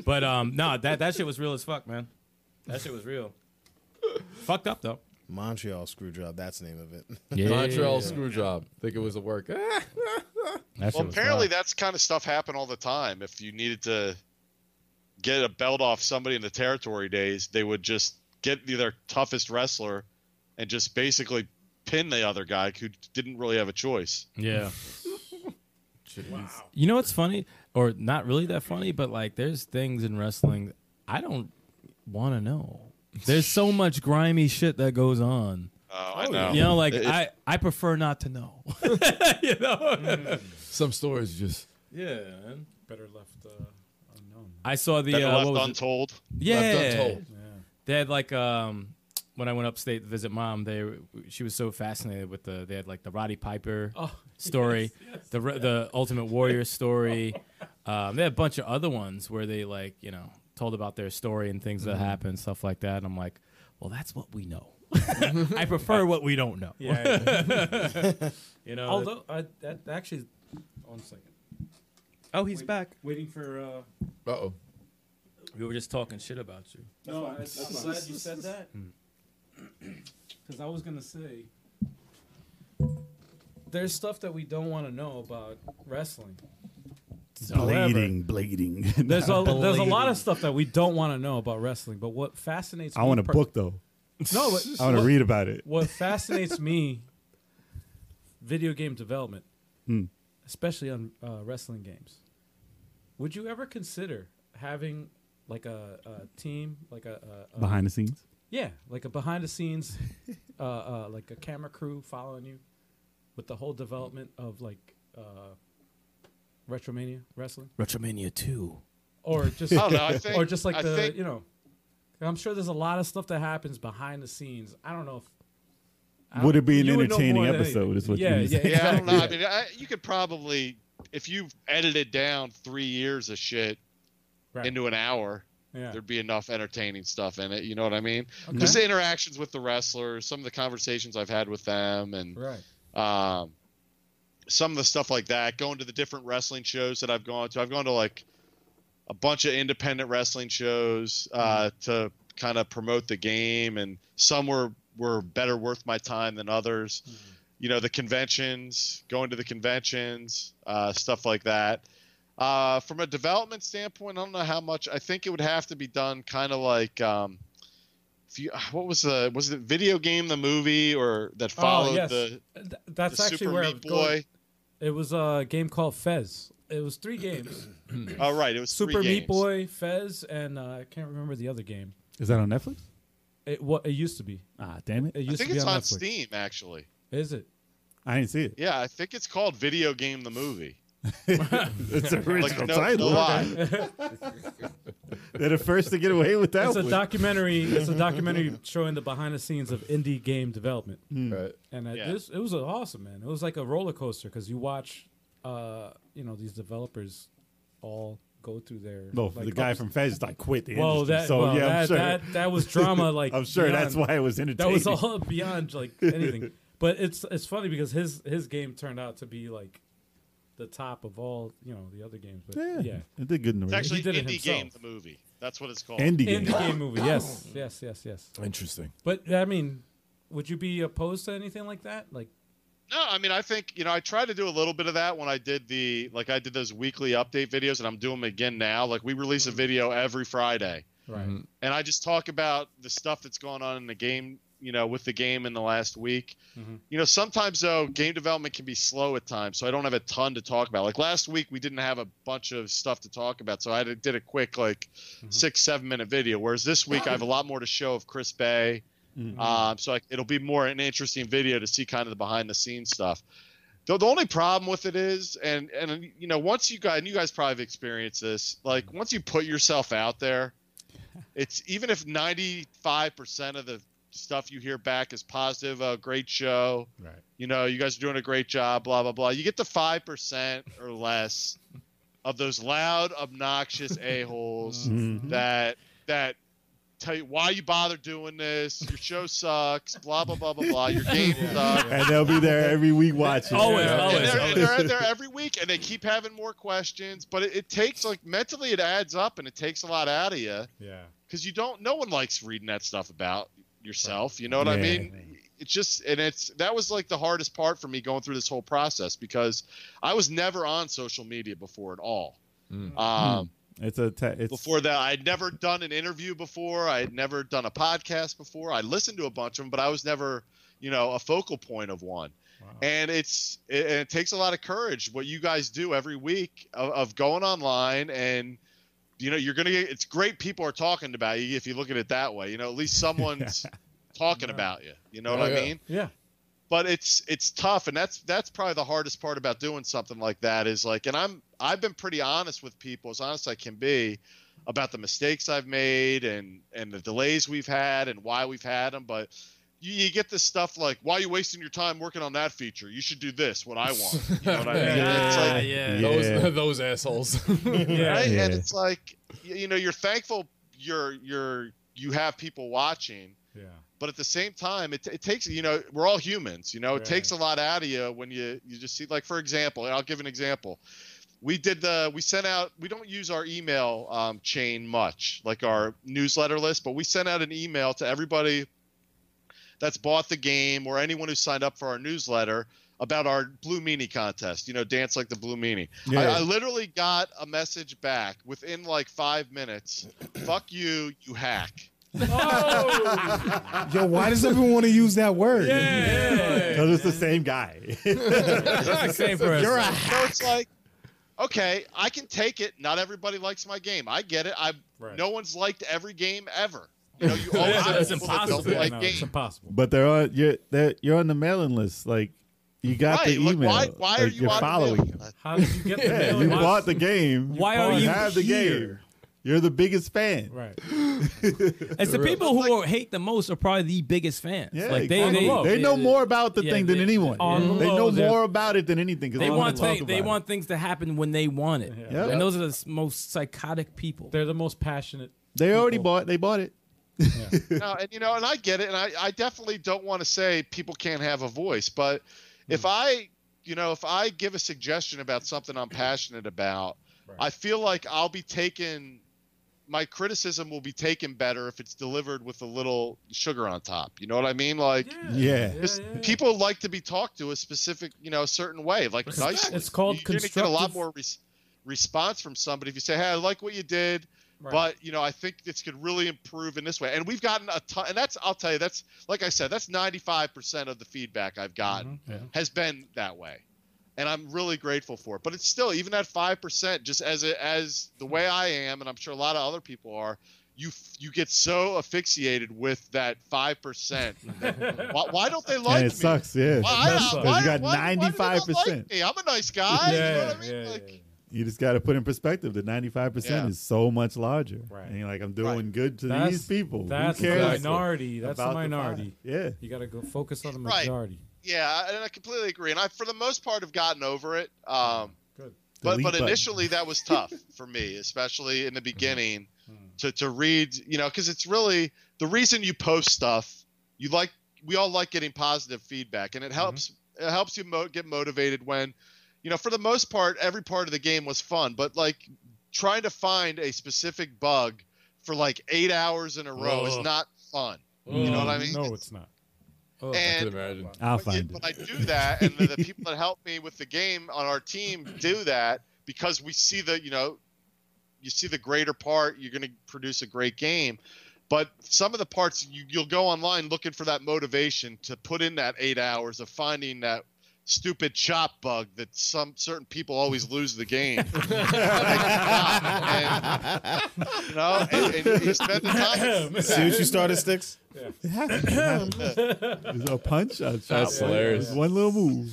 [SPEAKER 4] But um, no, that that shit was real as fuck, man. That shit was real. Fucked up though.
[SPEAKER 2] Montreal Screwjob. That's the name of it. [laughs]
[SPEAKER 3] Montreal screw job. Think it was a work. Ah,
[SPEAKER 5] Well, apparently that's kind of stuff happen all the time. If you needed to get a belt off somebody in the territory days, they would just get their toughest wrestler and just basically pin the other guy who didn't really have a choice.
[SPEAKER 4] Yeah. You know what's funny, or not really that funny, but like there's things in wrestling I don't want to know. There's so much grimy shit that goes on.
[SPEAKER 5] Oh, I know.
[SPEAKER 4] You know, like
[SPEAKER 5] It-
[SPEAKER 4] I, I prefer not to know. you know.
[SPEAKER 3] some stories just
[SPEAKER 4] Yeah.
[SPEAKER 1] Better left uh, unknown.
[SPEAKER 4] I saw the
[SPEAKER 5] Better
[SPEAKER 4] uh, what
[SPEAKER 5] left
[SPEAKER 4] was it?
[SPEAKER 5] untold.
[SPEAKER 4] [laughs] yeah.
[SPEAKER 3] left untold.
[SPEAKER 4] They had like um when I went upstate to visit mom, they she was so fascinated with the they had like the Roddy Piper story, the the the Ultimate Warrior story. um, they had a bunch of other ones where they like you know told about their story and things that happened, stuff like that. And I'm like, well, that's what we [laughs] know. I prefer what we don't know.
[SPEAKER 1] Yeah.
[SPEAKER 4] You know.
[SPEAKER 1] Although I, that actually, one second.
[SPEAKER 4] oh, he's
[SPEAKER 1] Wait.
[SPEAKER 4] back.
[SPEAKER 1] Waiting for. Uh,
[SPEAKER 3] Uh oh.
[SPEAKER 4] We were just talking shit about you.
[SPEAKER 1] no, I, I'm glad you said that.
[SPEAKER 6] Hmm.
[SPEAKER 1] Because I was gonna say, there's stuff that we don't want to know about wrestling.
[SPEAKER 6] Bleeding, bleeding.
[SPEAKER 1] There's a there's a lot of stuff that we don't want to know about wrestling. But what fascinates
[SPEAKER 6] I
[SPEAKER 1] me
[SPEAKER 6] want a
[SPEAKER 1] per-
[SPEAKER 6] book though.
[SPEAKER 1] No, but
[SPEAKER 6] I want to
[SPEAKER 1] what-
[SPEAKER 6] read about it.
[SPEAKER 1] what fascinates me video game development especially on uh, wrestling games would you ever consider having like a, a team like a, a, a
[SPEAKER 6] Behind the scenes.
[SPEAKER 1] yeah like a behind the scenes uh, uh, like a camera crew following you with the whole development of like uh, retromania wrestling
[SPEAKER 4] Retromania Two.
[SPEAKER 1] or just
[SPEAKER 5] [laughs] I don't know. I think,
[SPEAKER 1] or just like
[SPEAKER 5] I
[SPEAKER 1] the
[SPEAKER 5] think-
[SPEAKER 1] you know i'm sure there's a lot of stuff that happens behind the scenes i don't know if I
[SPEAKER 6] Would
[SPEAKER 1] don't-
[SPEAKER 6] it be an
[SPEAKER 1] you would know
[SPEAKER 6] entertaining
[SPEAKER 1] more than
[SPEAKER 6] episode?
[SPEAKER 1] anything.
[SPEAKER 6] Is what
[SPEAKER 1] yeah,
[SPEAKER 6] you mean?
[SPEAKER 1] yeah,
[SPEAKER 5] [laughs] yeah, I don't know. I
[SPEAKER 1] exactly.
[SPEAKER 5] mean, I, you could probably, if you've edited down three years of shit
[SPEAKER 1] Right.
[SPEAKER 5] into an hour,
[SPEAKER 1] Yeah.
[SPEAKER 5] there'd be enough entertaining stuff in it. You know what I mean? Just the interactions with the wrestlers, some of the conversations I've had with them, and
[SPEAKER 1] Right.
[SPEAKER 5] um, some of the stuff like that. Going to the different wrestling shows that I've gone to. I've gone to like a bunch of independent wrestling shows uh,
[SPEAKER 1] Mm-hmm.
[SPEAKER 5] to kind of promote the game, and some were were better worth my time than others.
[SPEAKER 1] Mm-hmm.
[SPEAKER 5] You know, the conventions, going to the conventions, uh, stuff like that. Uh, from a development standpoint, I don't know how much. I think it would have to be done kind of like. Um, if you, what was the was it video game the movie or that followed
[SPEAKER 1] oh, yes.
[SPEAKER 5] the
[SPEAKER 1] Th- that's
[SPEAKER 5] the
[SPEAKER 1] actually
[SPEAKER 5] Super
[SPEAKER 1] where I was
[SPEAKER 5] Meat Boy.
[SPEAKER 1] going. It was a game called Fez. It was
[SPEAKER 5] [clears throat]
[SPEAKER 1] three games:
[SPEAKER 5] Oh, right. It was
[SPEAKER 1] Super
[SPEAKER 5] three
[SPEAKER 1] Meat
[SPEAKER 5] games.
[SPEAKER 1] Boy, Fez, and uh, I can't remember the other game.
[SPEAKER 6] Is that on Netflix?
[SPEAKER 1] It what it used to be.
[SPEAKER 6] Ah, damn
[SPEAKER 1] It
[SPEAKER 6] it!
[SPEAKER 1] used
[SPEAKER 5] I think
[SPEAKER 1] to be
[SPEAKER 5] it's
[SPEAKER 1] on,
[SPEAKER 5] on,
[SPEAKER 1] Netflix.
[SPEAKER 5] Steam, actually.
[SPEAKER 1] Is it?
[SPEAKER 6] I didn't see it.
[SPEAKER 5] Yeah, I think it's called Video Game the [laughs] Movie.
[SPEAKER 6] It's the
[SPEAKER 5] Like,
[SPEAKER 6] original
[SPEAKER 5] no,
[SPEAKER 6] title.
[SPEAKER 5] no lie.
[SPEAKER 6] They're the first to get away with that
[SPEAKER 1] It's a
[SPEAKER 6] one.
[SPEAKER 5] [laughs]
[SPEAKER 1] documentary. it's a documentary showing the behind the scenes of indie game development,
[SPEAKER 6] Hmm.
[SPEAKER 3] Right.
[SPEAKER 1] and it,
[SPEAKER 5] Yeah.
[SPEAKER 1] this- it was awesome, man. It was like a roller coaster because you watch, uh, you know, these developers all go through their.
[SPEAKER 6] no,
[SPEAKER 1] like,
[SPEAKER 6] Oh, the guy
[SPEAKER 1] ups-
[SPEAKER 6] from Fez like quit the
[SPEAKER 1] Well,
[SPEAKER 6] industry.
[SPEAKER 1] that
[SPEAKER 6] so
[SPEAKER 1] well,
[SPEAKER 6] yeah,
[SPEAKER 1] that,
[SPEAKER 6] I'm sure.
[SPEAKER 1] that that was
[SPEAKER 6] [laughs]
[SPEAKER 1] drama. Like
[SPEAKER 6] I'm sure that's
[SPEAKER 1] beyond-
[SPEAKER 6] why it was
[SPEAKER 1] that
[SPEAKER 6] entertaining.
[SPEAKER 1] was all beyond like
[SPEAKER 6] [laughs]
[SPEAKER 1] anything. But it's it's funny because his his game turned out to be like the top of all you know the other games. But
[SPEAKER 6] Yeah,
[SPEAKER 1] yeah,
[SPEAKER 6] it did good in the
[SPEAKER 5] It's
[SPEAKER 6] race.
[SPEAKER 5] actually
[SPEAKER 1] did
[SPEAKER 5] Indie
[SPEAKER 1] it
[SPEAKER 5] Game
[SPEAKER 1] himself.
[SPEAKER 5] the Movie. That's what it's called.
[SPEAKER 6] Indie game.
[SPEAKER 1] indie game movie. Yes, yes, yes, yes.
[SPEAKER 3] Interesting.
[SPEAKER 1] But I mean, would you be opposed to anything like that? Like
[SPEAKER 5] No, I mean, I think you know, I tried to do a little bit of that when I did the like I did those weekly update videos, and I'm doing them again now. Like we release a video every Friday,
[SPEAKER 1] Right.
[SPEAKER 5] and I just talk about the stuff that's going on in the game, you know, with the game in the last week.
[SPEAKER 1] Mhm.
[SPEAKER 5] You know, sometimes though, game development can be slow at times, so I don't have a ton to talk about. Like last week, we didn't have a bunch of stuff to talk about, so I did did a quick like six seven minute video. Whereas this week, I have a lot more to show of Chris Bay. Um, so I, it'll be more an interesting video to see kind of the behind the scenes stuff. The, the only problem with it is, and and you know, once you guys, and you guys probably have experienced this, like once you put yourself out there, it's even if ninety five percent of the stuff you hear back is positive, uh, great show,
[SPEAKER 1] Right.
[SPEAKER 5] you know, you guys are doing a great job, blah blah blah. You get to five percent or less of those loud, obnoxious a holes that that tell you why you bother doing this. Your show sucks. Blah blah blah blah blah. Your game sucks.
[SPEAKER 6] and they'll
[SPEAKER 1] [laughs]
[SPEAKER 6] be there every week watching.
[SPEAKER 4] Always,
[SPEAKER 5] And
[SPEAKER 4] always,
[SPEAKER 5] they're,
[SPEAKER 4] always.
[SPEAKER 5] and they're out there every week, and they keep having more questions. But it, it takes like mentally, it adds up, and it takes a lot out of you
[SPEAKER 1] Yeah.
[SPEAKER 5] because you don't. No one likes reading that stuff about yourself. You know what I
[SPEAKER 6] Yeah.
[SPEAKER 5] mean? It's just, and it's that was like the hardest part for me going through this whole process because I was never on social media before at all. Um,
[SPEAKER 6] It's a ta- it's
[SPEAKER 5] before that i had never done an interview before i had never done a podcast before i listened to a bunch of them but i was never you know a focal point of one and it's it, and it takes a lot of courage what you guys do every week of, of going online and you know you're gonna get it's great people are talking about you if you look at it that way you know at least someone's talking about you you know what
[SPEAKER 3] Yeah.
[SPEAKER 5] i mean
[SPEAKER 1] Yeah.
[SPEAKER 5] but it's it's tough and that's that's probably the hardest part about doing something like that is like and i'm i've been pretty honest with people as honest i can be about the mistakes i've made and and the delays we've had and why we've had them but you, you get this stuff like why are you wasting your time working on that feature you should do this what i want you know what
[SPEAKER 6] [laughs]
[SPEAKER 5] i mean it's like
[SPEAKER 4] [laughs] yeah.
[SPEAKER 6] Yeah.
[SPEAKER 3] [laughs] Those, those assholes.
[SPEAKER 5] right?
[SPEAKER 6] Yeah.
[SPEAKER 5] And it's like you, you know, you're thankful you're you're you have people watching,
[SPEAKER 1] Yeah.
[SPEAKER 5] but at the same time, it, it takes you know we're all humans. You know,
[SPEAKER 1] Right.
[SPEAKER 5] it takes a lot out of you when you you just see like for example, I'll give an example. We did the we sent out we don't use our email um, chain much like our newsletter list, but we sent out an email to everybody that's bought the game or anyone who signed up for our newsletter about our blue meanie contest you know dance like the blue meanie I, I literally got a message back within like five minutes fuck you you hack
[SPEAKER 2] Yo, why does everyone want to use that word?
[SPEAKER 6] because it's the same guy. [laughs]
[SPEAKER 8] Same person.
[SPEAKER 5] so it's like okay i can take it not everybody likes my game i get it i
[SPEAKER 1] Right.
[SPEAKER 5] no one's liked every game
[SPEAKER 4] [laughs]
[SPEAKER 5] ever you know you always
[SPEAKER 4] It's-
[SPEAKER 5] have
[SPEAKER 4] it's
[SPEAKER 5] people that
[SPEAKER 4] impossible.
[SPEAKER 5] don't
[SPEAKER 1] Yeah,
[SPEAKER 5] like
[SPEAKER 1] no,
[SPEAKER 5] games
[SPEAKER 1] it's impossible.
[SPEAKER 6] but they're on you're they're, you're on the mailing list. Like you got
[SPEAKER 5] right
[SPEAKER 6] the
[SPEAKER 5] like,
[SPEAKER 6] email.
[SPEAKER 5] why, why are
[SPEAKER 6] Like,
[SPEAKER 5] you
[SPEAKER 6] you're
[SPEAKER 5] on the
[SPEAKER 6] following
[SPEAKER 5] mailing
[SPEAKER 6] him?
[SPEAKER 5] list?
[SPEAKER 1] How did you get the
[SPEAKER 6] Yeah,
[SPEAKER 1] mail?
[SPEAKER 6] you
[SPEAKER 1] Why-
[SPEAKER 6] bought the game.
[SPEAKER 1] Why are you
[SPEAKER 6] have the game?
[SPEAKER 1] here?
[SPEAKER 6] You're the biggest fan.
[SPEAKER 1] Right.
[SPEAKER 8] It's the people who hate the most are probably the biggest fans.
[SPEAKER 6] Yeah,
[SPEAKER 8] like they,
[SPEAKER 6] exactly.
[SPEAKER 8] they,
[SPEAKER 1] low.
[SPEAKER 6] They know more about the
[SPEAKER 8] yeah,
[SPEAKER 6] thing
[SPEAKER 8] they-
[SPEAKER 6] than anyone.
[SPEAKER 8] on the
[SPEAKER 6] They know
[SPEAKER 8] low, yeah.
[SPEAKER 6] more about it than anything. 'cause
[SPEAKER 8] They
[SPEAKER 6] all
[SPEAKER 8] want
[SPEAKER 6] talk
[SPEAKER 8] thi- they
[SPEAKER 6] about it.
[SPEAKER 8] want things to happen when they want it,
[SPEAKER 6] Yeah.
[SPEAKER 8] and those are the s- most psychotic people.
[SPEAKER 1] They're the most passionate.
[SPEAKER 6] They already
[SPEAKER 1] people.
[SPEAKER 6] bought. They bought it.
[SPEAKER 5] [laughs] no, and you know, and I get it, and I, I definitely don't want to say people can't have a voice, but if I, you know, if I give a suggestion about something I'm passionate about, I feel like I'll be taken. My criticism will be taken better if it's delivered with a little sugar on top. You know what I mean? Like
[SPEAKER 6] Yeah.
[SPEAKER 5] just people like to be talked to a specific, you know, a certain way, like nicely.
[SPEAKER 1] It's called
[SPEAKER 5] You're gonna get a lot
[SPEAKER 1] constructive-
[SPEAKER 5] more res- response from somebody if you say, "Hey, I like what you did, but you know, I think this could really improve in this way." And we've gotten a ton, and that's I'll tell you, that's like I said, that's 95% of the feedback I've gotten
[SPEAKER 1] Mm-hmm.
[SPEAKER 5] has been that way, and I'm really grateful for it. But it's still even at 5%, just as a, as the way I am, and I'm sure a lot of other people are. You, f- you get so asphyxiated with that five
[SPEAKER 1] [laughs]
[SPEAKER 5] percent. why, why don't they like
[SPEAKER 6] and
[SPEAKER 5] me?
[SPEAKER 6] it sucks. Yeah.
[SPEAKER 5] Why,
[SPEAKER 1] sucks.
[SPEAKER 5] why,
[SPEAKER 6] Because you got
[SPEAKER 5] why- why do they not
[SPEAKER 6] 95%.
[SPEAKER 5] Like me? I'm a nice guy. you know what I mean?
[SPEAKER 1] yeah,
[SPEAKER 5] like,
[SPEAKER 1] yeah,
[SPEAKER 6] You just got to put in perspective that 95%
[SPEAKER 5] Yeah.
[SPEAKER 6] is so much larger.
[SPEAKER 1] Right.
[SPEAKER 6] And you're like, I'm doing good to
[SPEAKER 1] That's-
[SPEAKER 6] these people. Who
[SPEAKER 1] That's the
[SPEAKER 6] cares
[SPEAKER 1] minority. That's
[SPEAKER 6] about
[SPEAKER 1] the minority.
[SPEAKER 6] five? yeah.
[SPEAKER 1] You got to go focus on the
[SPEAKER 5] Right.
[SPEAKER 1] majority.
[SPEAKER 5] yeah, and I completely agree. And I, for the most part, have gotten over it. Um,
[SPEAKER 1] Good.
[SPEAKER 5] but
[SPEAKER 6] Delete
[SPEAKER 5] but
[SPEAKER 6] button.
[SPEAKER 5] initially that was tough for me, especially in the beginning, to to read. You know, because it's really the reason you post stuff. You like we all like getting positive feedback, and it helps it helps you mo- get motivated when, you know, for the most part, every part of the game was fun. But like trying to find a specific bug for like eight hours in a row is
[SPEAKER 4] Ugh.
[SPEAKER 5] not fun. You know what I mean?
[SPEAKER 1] No, it's not.
[SPEAKER 4] Oh,
[SPEAKER 3] I could
[SPEAKER 5] and
[SPEAKER 3] imagine.
[SPEAKER 6] I'll
[SPEAKER 5] but,
[SPEAKER 6] find
[SPEAKER 5] yet-
[SPEAKER 6] it.
[SPEAKER 5] but I do that, and the,
[SPEAKER 6] [laughs]
[SPEAKER 5] the people that help me with the game on our team do that because we see the you know, you see the greater part. You're going to produce a great game, but some of the parts you, you'll go online looking for that motivation to put in that eight hours of finding that stupid chop bug that some certain people always lose the game. Like, and, you know, and, and you spend the
[SPEAKER 6] [laughs]
[SPEAKER 5] time.
[SPEAKER 2] See what you started, sticks.
[SPEAKER 1] [laughs]
[SPEAKER 6] It's a punch. A shot
[SPEAKER 3] That's
[SPEAKER 6] block.
[SPEAKER 3] hilarious.
[SPEAKER 6] It's one little move.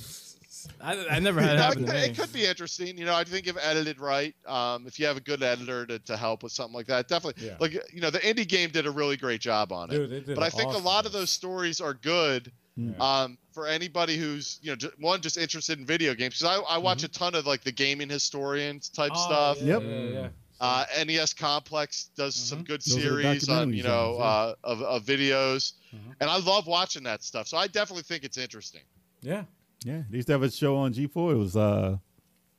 [SPEAKER 8] I, I never had it
[SPEAKER 5] No,
[SPEAKER 8] happen to
[SPEAKER 5] it,
[SPEAKER 8] me.
[SPEAKER 5] it could be interesting. You know, I think if edited right, um, if you have a good editor to, to help with something like that, definitely.
[SPEAKER 1] Yeah.
[SPEAKER 5] Like you know, the indie game did a really great job on it.
[SPEAKER 1] Dude, they did
[SPEAKER 5] but I
[SPEAKER 1] an
[SPEAKER 5] think
[SPEAKER 1] awesome
[SPEAKER 5] a lot of
[SPEAKER 1] job.
[SPEAKER 5] those stories are good
[SPEAKER 1] Yeah.
[SPEAKER 5] um, for anybody who's you know ju- one just interested in video games because I, I watch a ton of like the gaming historians type
[SPEAKER 1] Oh,
[SPEAKER 5] stuff.
[SPEAKER 1] Yeah,
[SPEAKER 6] Yep.
[SPEAKER 1] yeah, yeah.
[SPEAKER 5] Uh, NES Complex does some good
[SPEAKER 6] Those are the
[SPEAKER 5] series on you
[SPEAKER 6] documentaries
[SPEAKER 5] know
[SPEAKER 6] on it, yeah.
[SPEAKER 5] uh, of, of videos, and I love watching that stuff. So I definitely think it's interesting.
[SPEAKER 1] Yeah.
[SPEAKER 5] Mm-hmm.
[SPEAKER 6] Yeah, they used to have a show on G4. It was uh,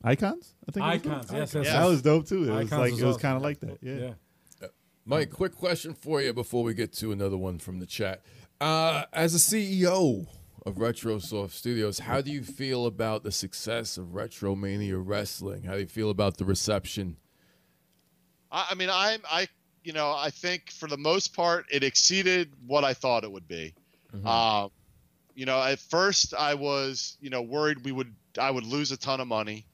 [SPEAKER 6] Icons, I think. it was
[SPEAKER 1] Icons,
[SPEAKER 6] called?
[SPEAKER 1] yes, yes,
[SPEAKER 6] That
[SPEAKER 1] yes.
[SPEAKER 6] was dope too. It was
[SPEAKER 1] Icons
[SPEAKER 6] like
[SPEAKER 1] was
[SPEAKER 6] it was
[SPEAKER 1] awesome.
[SPEAKER 6] kind of like that. Yeah.
[SPEAKER 1] Yeah.
[SPEAKER 3] Mike, quick question for you before we get to another one from the chat. Uh, as a CEO of RetroSoft Studios, how do you feel about the success of Retromania Wrestling? How do you feel about the reception?
[SPEAKER 5] I, I mean, I'm I you know I think for the most part it exceeded what I thought it would be.
[SPEAKER 3] Mm-hmm.
[SPEAKER 5] Um, you know, at first I was you know worried we would I would lose a ton of money,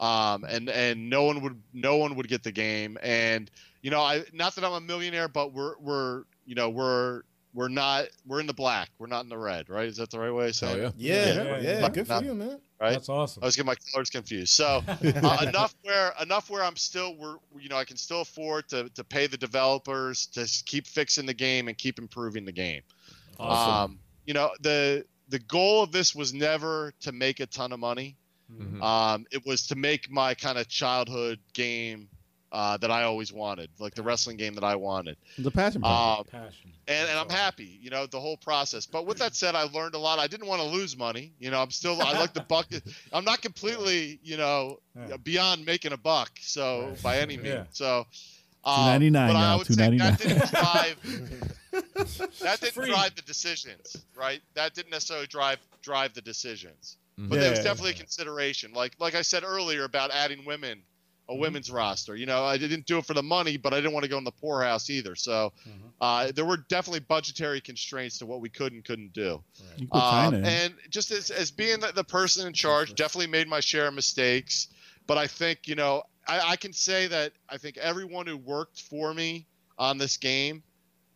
[SPEAKER 5] um, and and no one would no one would get the game, and you know I not that I'm a millionaire, but we're we're you know we're we're not we're in the black, we're not in the red, right? Is that the right way to say
[SPEAKER 3] Oh
[SPEAKER 5] it?
[SPEAKER 3] yeah.
[SPEAKER 2] Yeah,
[SPEAKER 1] Yeah,
[SPEAKER 2] yeah,
[SPEAKER 1] yeah.
[SPEAKER 2] good for you, man.
[SPEAKER 5] Right.
[SPEAKER 1] That's awesome.
[SPEAKER 5] I was getting my colors confused. So uh, enough where enough where I'm still we're you know I can still afford to to pay the developers to s- keep fixing the game and keep improving the game. Um, you know the the goal of this was never to make a ton of money.
[SPEAKER 3] Mhm.
[SPEAKER 5] Um, it was to make my kind of childhood game uh, that I always wanted, like the wrestling game that I wanted.
[SPEAKER 6] It was a passion. project.
[SPEAKER 5] Um,
[SPEAKER 1] Passion.
[SPEAKER 5] and, and I'm happy, you know, the whole process. But with that said, I learned a lot. I didn't want to lose money. You know, I'm still, I like the
[SPEAKER 1] [laughs]
[SPEAKER 5] bucket. I'm not completely, you know,
[SPEAKER 1] Yeah.
[SPEAKER 5] beyond making a buck. So
[SPEAKER 1] Right.
[SPEAKER 5] by any means.
[SPEAKER 1] Yeah.
[SPEAKER 5] So, um,
[SPEAKER 6] 299
[SPEAKER 5] but I
[SPEAKER 6] now,
[SPEAKER 5] would say that
[SPEAKER 6] 299.
[SPEAKER 5] didn't drive, that didn't
[SPEAKER 1] Free.
[SPEAKER 5] drive the decisions, right? That didn't necessarily drive, drive the decisions, but there was
[SPEAKER 6] Yeah.
[SPEAKER 5] definitely a consideration. Like, like I said earlier about adding women, a women's roster, you know, I didn't do it for the money, but I didn't want to go in the poorhouse either. So, uh, there were definitely budgetary constraints to what we could and couldn't do.
[SPEAKER 6] you could
[SPEAKER 5] Um,
[SPEAKER 6] China.
[SPEAKER 5] and just as, as being the, the person in charge, definitely made my share of mistakes. But I think, you know, I, I can say that I think everyone who worked for me on this game,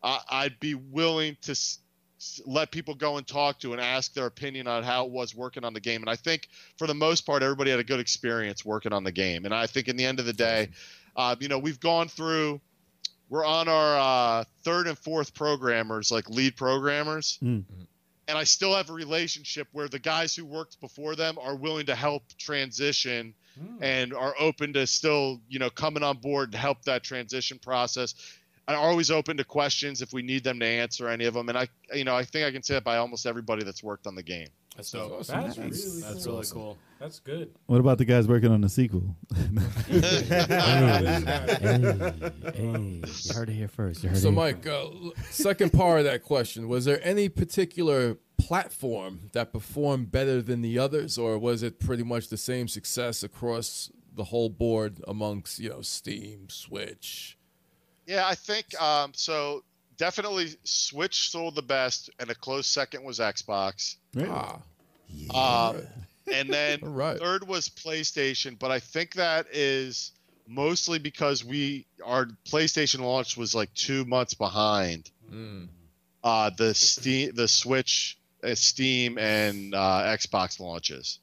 [SPEAKER 5] I I'd be willing to s- s- let people go and talk to and ask their opinion on how it was working on the game. And I think for the most part, everybody had a good experience working on the game. And I think in the end of the day, uh, you know, we've gone through, we're on our uh, third and fourth programmers, like lead programmers.
[SPEAKER 6] Mm.
[SPEAKER 5] And I still have a relationship where the guys who worked before them are willing to help transition and are open to still, you know, coming on board and help that transition process. And are always open to questions if we need them to answer any of them. And I, you know, I think I can say that by almost everybody that's worked on the game.
[SPEAKER 4] That's dope.
[SPEAKER 1] That's
[SPEAKER 6] Nice.
[SPEAKER 1] really
[SPEAKER 8] That's
[SPEAKER 1] cool.
[SPEAKER 8] really cool.
[SPEAKER 1] That's
[SPEAKER 5] [laughs]
[SPEAKER 1] good.
[SPEAKER 6] what about the guys working on
[SPEAKER 1] [laughs]
[SPEAKER 6] the sequel?
[SPEAKER 7] hey, you heard it here first. You heard
[SPEAKER 3] So,
[SPEAKER 7] it here
[SPEAKER 3] Mike, uh, l- second part of that question was there any particular platform that performed better than the others, or was it pretty much the same success across the whole board amongst you know Steam, Switch?
[SPEAKER 5] Yeah, I think um, so. Definitely, Switch sold the best, and a close second was Xbox.
[SPEAKER 6] Really?
[SPEAKER 3] Ah,
[SPEAKER 5] Um, and then
[SPEAKER 3] All [laughs] right.
[SPEAKER 5] third was PlayStation, but I think that is mostly because we our PlayStation launch was like two months behind
[SPEAKER 3] Mm.
[SPEAKER 5] uh, the Steam, the Switch, uh, Steam, and uh, Xbox launches.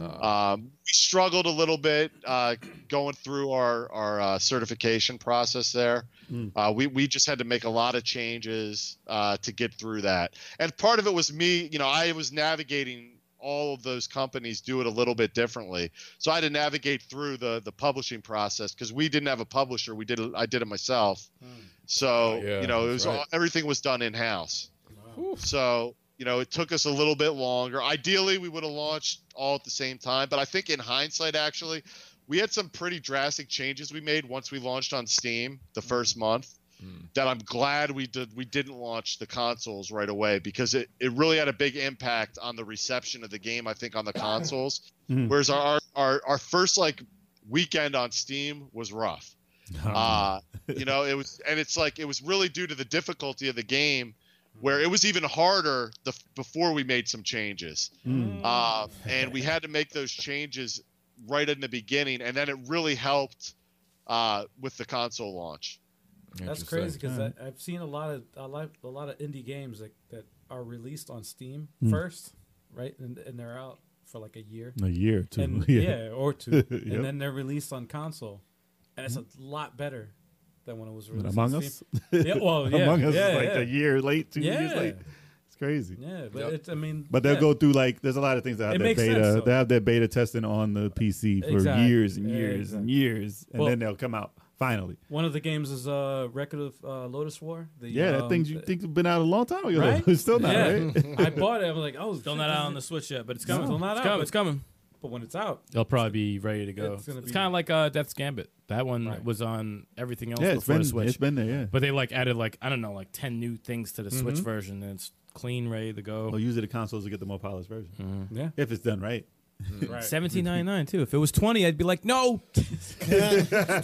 [SPEAKER 3] Ah.
[SPEAKER 5] Um, we struggled a little bit uh, going through our our uh, certification process there.
[SPEAKER 6] Mm.
[SPEAKER 5] Uh, we we just had to make a lot of changes uh, to get through that, and part of it was me. You know, I was navigating all of those companies do it a little bit differently, so I had to navigate through the the publishing process because we didn't have a publisher. We did it- I did it myself, so
[SPEAKER 3] Yeah,
[SPEAKER 5] you know it
[SPEAKER 3] that's
[SPEAKER 5] was
[SPEAKER 3] right.
[SPEAKER 5] all, everything was done in house.
[SPEAKER 3] Whew.
[SPEAKER 5] So, you know, it took us a little bit longer. Ideally, we would have launched all at the same time, but I think in hindsight, actually, we had some pretty drastic changes we made once we launched on Steam the first month. that I'm glad we did we didn't launch the consoles right away because it, it really had a big impact on the reception of the game, I think, on the consoles. Whereas our, our our first like weekend on Steam was rough. Uh, you know, it was and it's like it was really due to the difficulty of the game where it was even harder the, before we made some changes. Uh, and we had to make those changes right in the beginning, and then it really helped uh, with the console launch.
[SPEAKER 1] That's
[SPEAKER 4] Interesting.
[SPEAKER 1] crazy because
[SPEAKER 6] Hmm.
[SPEAKER 1] I've seen a lot of a lot, a lot of indie games that, that are released on Steam
[SPEAKER 6] Hmm.
[SPEAKER 1] first, right, and, and they're out for like a year,
[SPEAKER 6] A year or two.
[SPEAKER 1] and
[SPEAKER 6] [laughs] yeah.
[SPEAKER 1] yeah. or two,
[SPEAKER 6] Yep. Hmm.
[SPEAKER 1] and then they're released on console, and it's a lot better than when it was released.
[SPEAKER 6] Among
[SPEAKER 1] on [laughs]
[SPEAKER 6] Us?
[SPEAKER 1] Steam. yeah,
[SPEAKER 6] [laughs]
[SPEAKER 1] well, yeah,
[SPEAKER 6] Among Us
[SPEAKER 1] yeah,
[SPEAKER 6] is like
[SPEAKER 1] yeah.
[SPEAKER 6] a year late, two years
[SPEAKER 1] Yeah.
[SPEAKER 6] late. It's crazy.
[SPEAKER 1] Yeah, but
[SPEAKER 3] Yep.
[SPEAKER 1] it's I mean,
[SPEAKER 6] But they'll
[SPEAKER 1] yeah.
[SPEAKER 6] go through like there's a lot of things that have
[SPEAKER 1] It
[SPEAKER 6] their
[SPEAKER 1] makes
[SPEAKER 6] beta.
[SPEAKER 1] sense, though.
[SPEAKER 6] they have their beta testing on the PC for
[SPEAKER 1] Exactly.
[SPEAKER 6] years and
[SPEAKER 1] Yeah,
[SPEAKER 6] years and
[SPEAKER 1] exactly.
[SPEAKER 6] years, and
[SPEAKER 1] Well-
[SPEAKER 6] then they'll come out finally.
[SPEAKER 1] One of the games is uh, Record of uh, Lotus War. The,
[SPEAKER 6] Yeah, that
[SPEAKER 1] um,
[SPEAKER 6] thing's you think have been out a long time ago.
[SPEAKER 1] Right?
[SPEAKER 6] [laughs] It's still not
[SPEAKER 1] yeah.
[SPEAKER 6] right.
[SPEAKER 1] [laughs] I bought it. I'm like, oh,
[SPEAKER 4] Still not out on the Switch yet, but it's coming.
[SPEAKER 1] Still not
[SPEAKER 4] it's
[SPEAKER 1] out,
[SPEAKER 4] coming.
[SPEAKER 1] but-
[SPEAKER 4] It's coming.
[SPEAKER 1] But when it's out,
[SPEAKER 4] They'll probably be ready to go. It's,
[SPEAKER 1] It's gonna be-
[SPEAKER 4] kind of like uh, Death's Gambit. That one
[SPEAKER 1] Right.
[SPEAKER 4] was on everything else
[SPEAKER 6] Yeah, it's
[SPEAKER 4] before
[SPEAKER 6] been
[SPEAKER 4] the Switch.
[SPEAKER 6] it's been there. Yeah,
[SPEAKER 4] But they like added like I don't know like ten new things to the Switch
[SPEAKER 6] Mm-hmm.
[SPEAKER 4] version, and it's clean, ready to
[SPEAKER 6] well,
[SPEAKER 4] go.
[SPEAKER 6] usually the consoles will get the more polished version
[SPEAKER 4] [laughs]
[SPEAKER 1] yeah,
[SPEAKER 6] if it's done right.
[SPEAKER 1] right.
[SPEAKER 4] Seventeen ninety nine too. If it was twenty, I'd be like, no, it's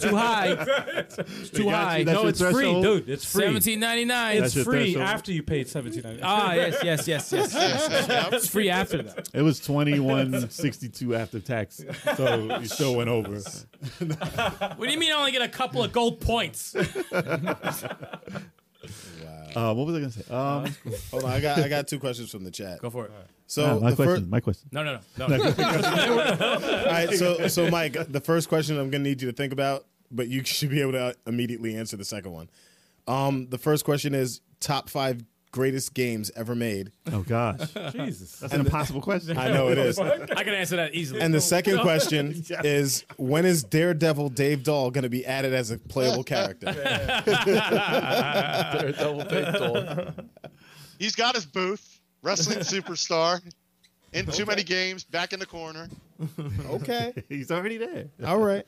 [SPEAKER 4] too high, it's
[SPEAKER 6] got
[SPEAKER 4] too
[SPEAKER 6] you.
[SPEAKER 4] high.
[SPEAKER 6] That's
[SPEAKER 4] no,
[SPEAKER 6] your
[SPEAKER 4] it's free,
[SPEAKER 6] threshold?
[SPEAKER 4] dude.
[SPEAKER 1] It's free.
[SPEAKER 4] Seventeen ninety nine.
[SPEAKER 6] That's
[SPEAKER 1] It's
[SPEAKER 6] your
[SPEAKER 1] free
[SPEAKER 6] threshold.
[SPEAKER 1] after you paid seventeen ninety nine.
[SPEAKER 4] Ah, yes, yes, yes, yes, yes. It's free after that.
[SPEAKER 6] It was twenty one sixty two after tax, so it still went over.
[SPEAKER 4] What do you mean I only get a couple of gold points?
[SPEAKER 6] Uh, what was I gonna say? Um,
[SPEAKER 2] Hold on, I got I got two questions from the chat.
[SPEAKER 4] Go for it.
[SPEAKER 6] ah,
[SPEAKER 2] So
[SPEAKER 6] my
[SPEAKER 2] the
[SPEAKER 6] question.
[SPEAKER 2] first,
[SPEAKER 6] my question.
[SPEAKER 4] No, no, no, no.
[SPEAKER 2] all right, so so Mike, the first question I'm gonna need you to think about, but you should be able to immediately answer the second one. Um, the first question is top five greatest games ever made.
[SPEAKER 6] Oh gosh,
[SPEAKER 1] Jesus.
[SPEAKER 6] that's an impossible question.
[SPEAKER 2] I know it is.
[SPEAKER 4] I can answer that easily.
[SPEAKER 2] And the second question is when is Daredevil Dave Dahl going to be added as a playable character?
[SPEAKER 3] They're double big dog.
[SPEAKER 5] He's got his booth, wrestling superstar, in too many games, back in the corner.
[SPEAKER 2] okay.
[SPEAKER 6] [laughs] He's already there.
[SPEAKER 2] All right.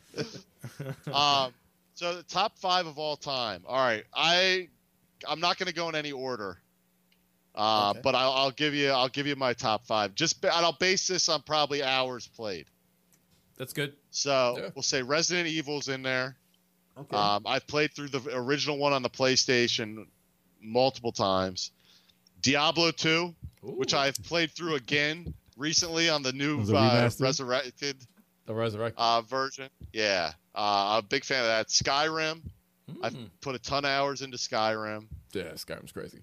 [SPEAKER 5] Um, so the top five of all time. All right, I I'm not going to go in any order, uh,
[SPEAKER 2] Okay.
[SPEAKER 5] but I'll, I'll give you I'll give you my top five. Just ba- and I'll base this on probably hours played.
[SPEAKER 4] That's good.
[SPEAKER 5] So
[SPEAKER 3] Yeah.
[SPEAKER 5] we'll say Resident Evil's in there.
[SPEAKER 2] Okay.
[SPEAKER 5] Um, I've played through the original one on the PlayStation multiple times. Diablo 2, which I've played through again recently on the new
[SPEAKER 6] Was it
[SPEAKER 5] uh,
[SPEAKER 6] remastered?
[SPEAKER 5] resurrected
[SPEAKER 3] The resurrect.
[SPEAKER 5] uh, version. Yeah, uh, I'm a big fan of that. Skyrim, I've
[SPEAKER 4] Mm.
[SPEAKER 5] put a ton of hours into Skyrim.
[SPEAKER 3] Yeah, Skyrim's crazy.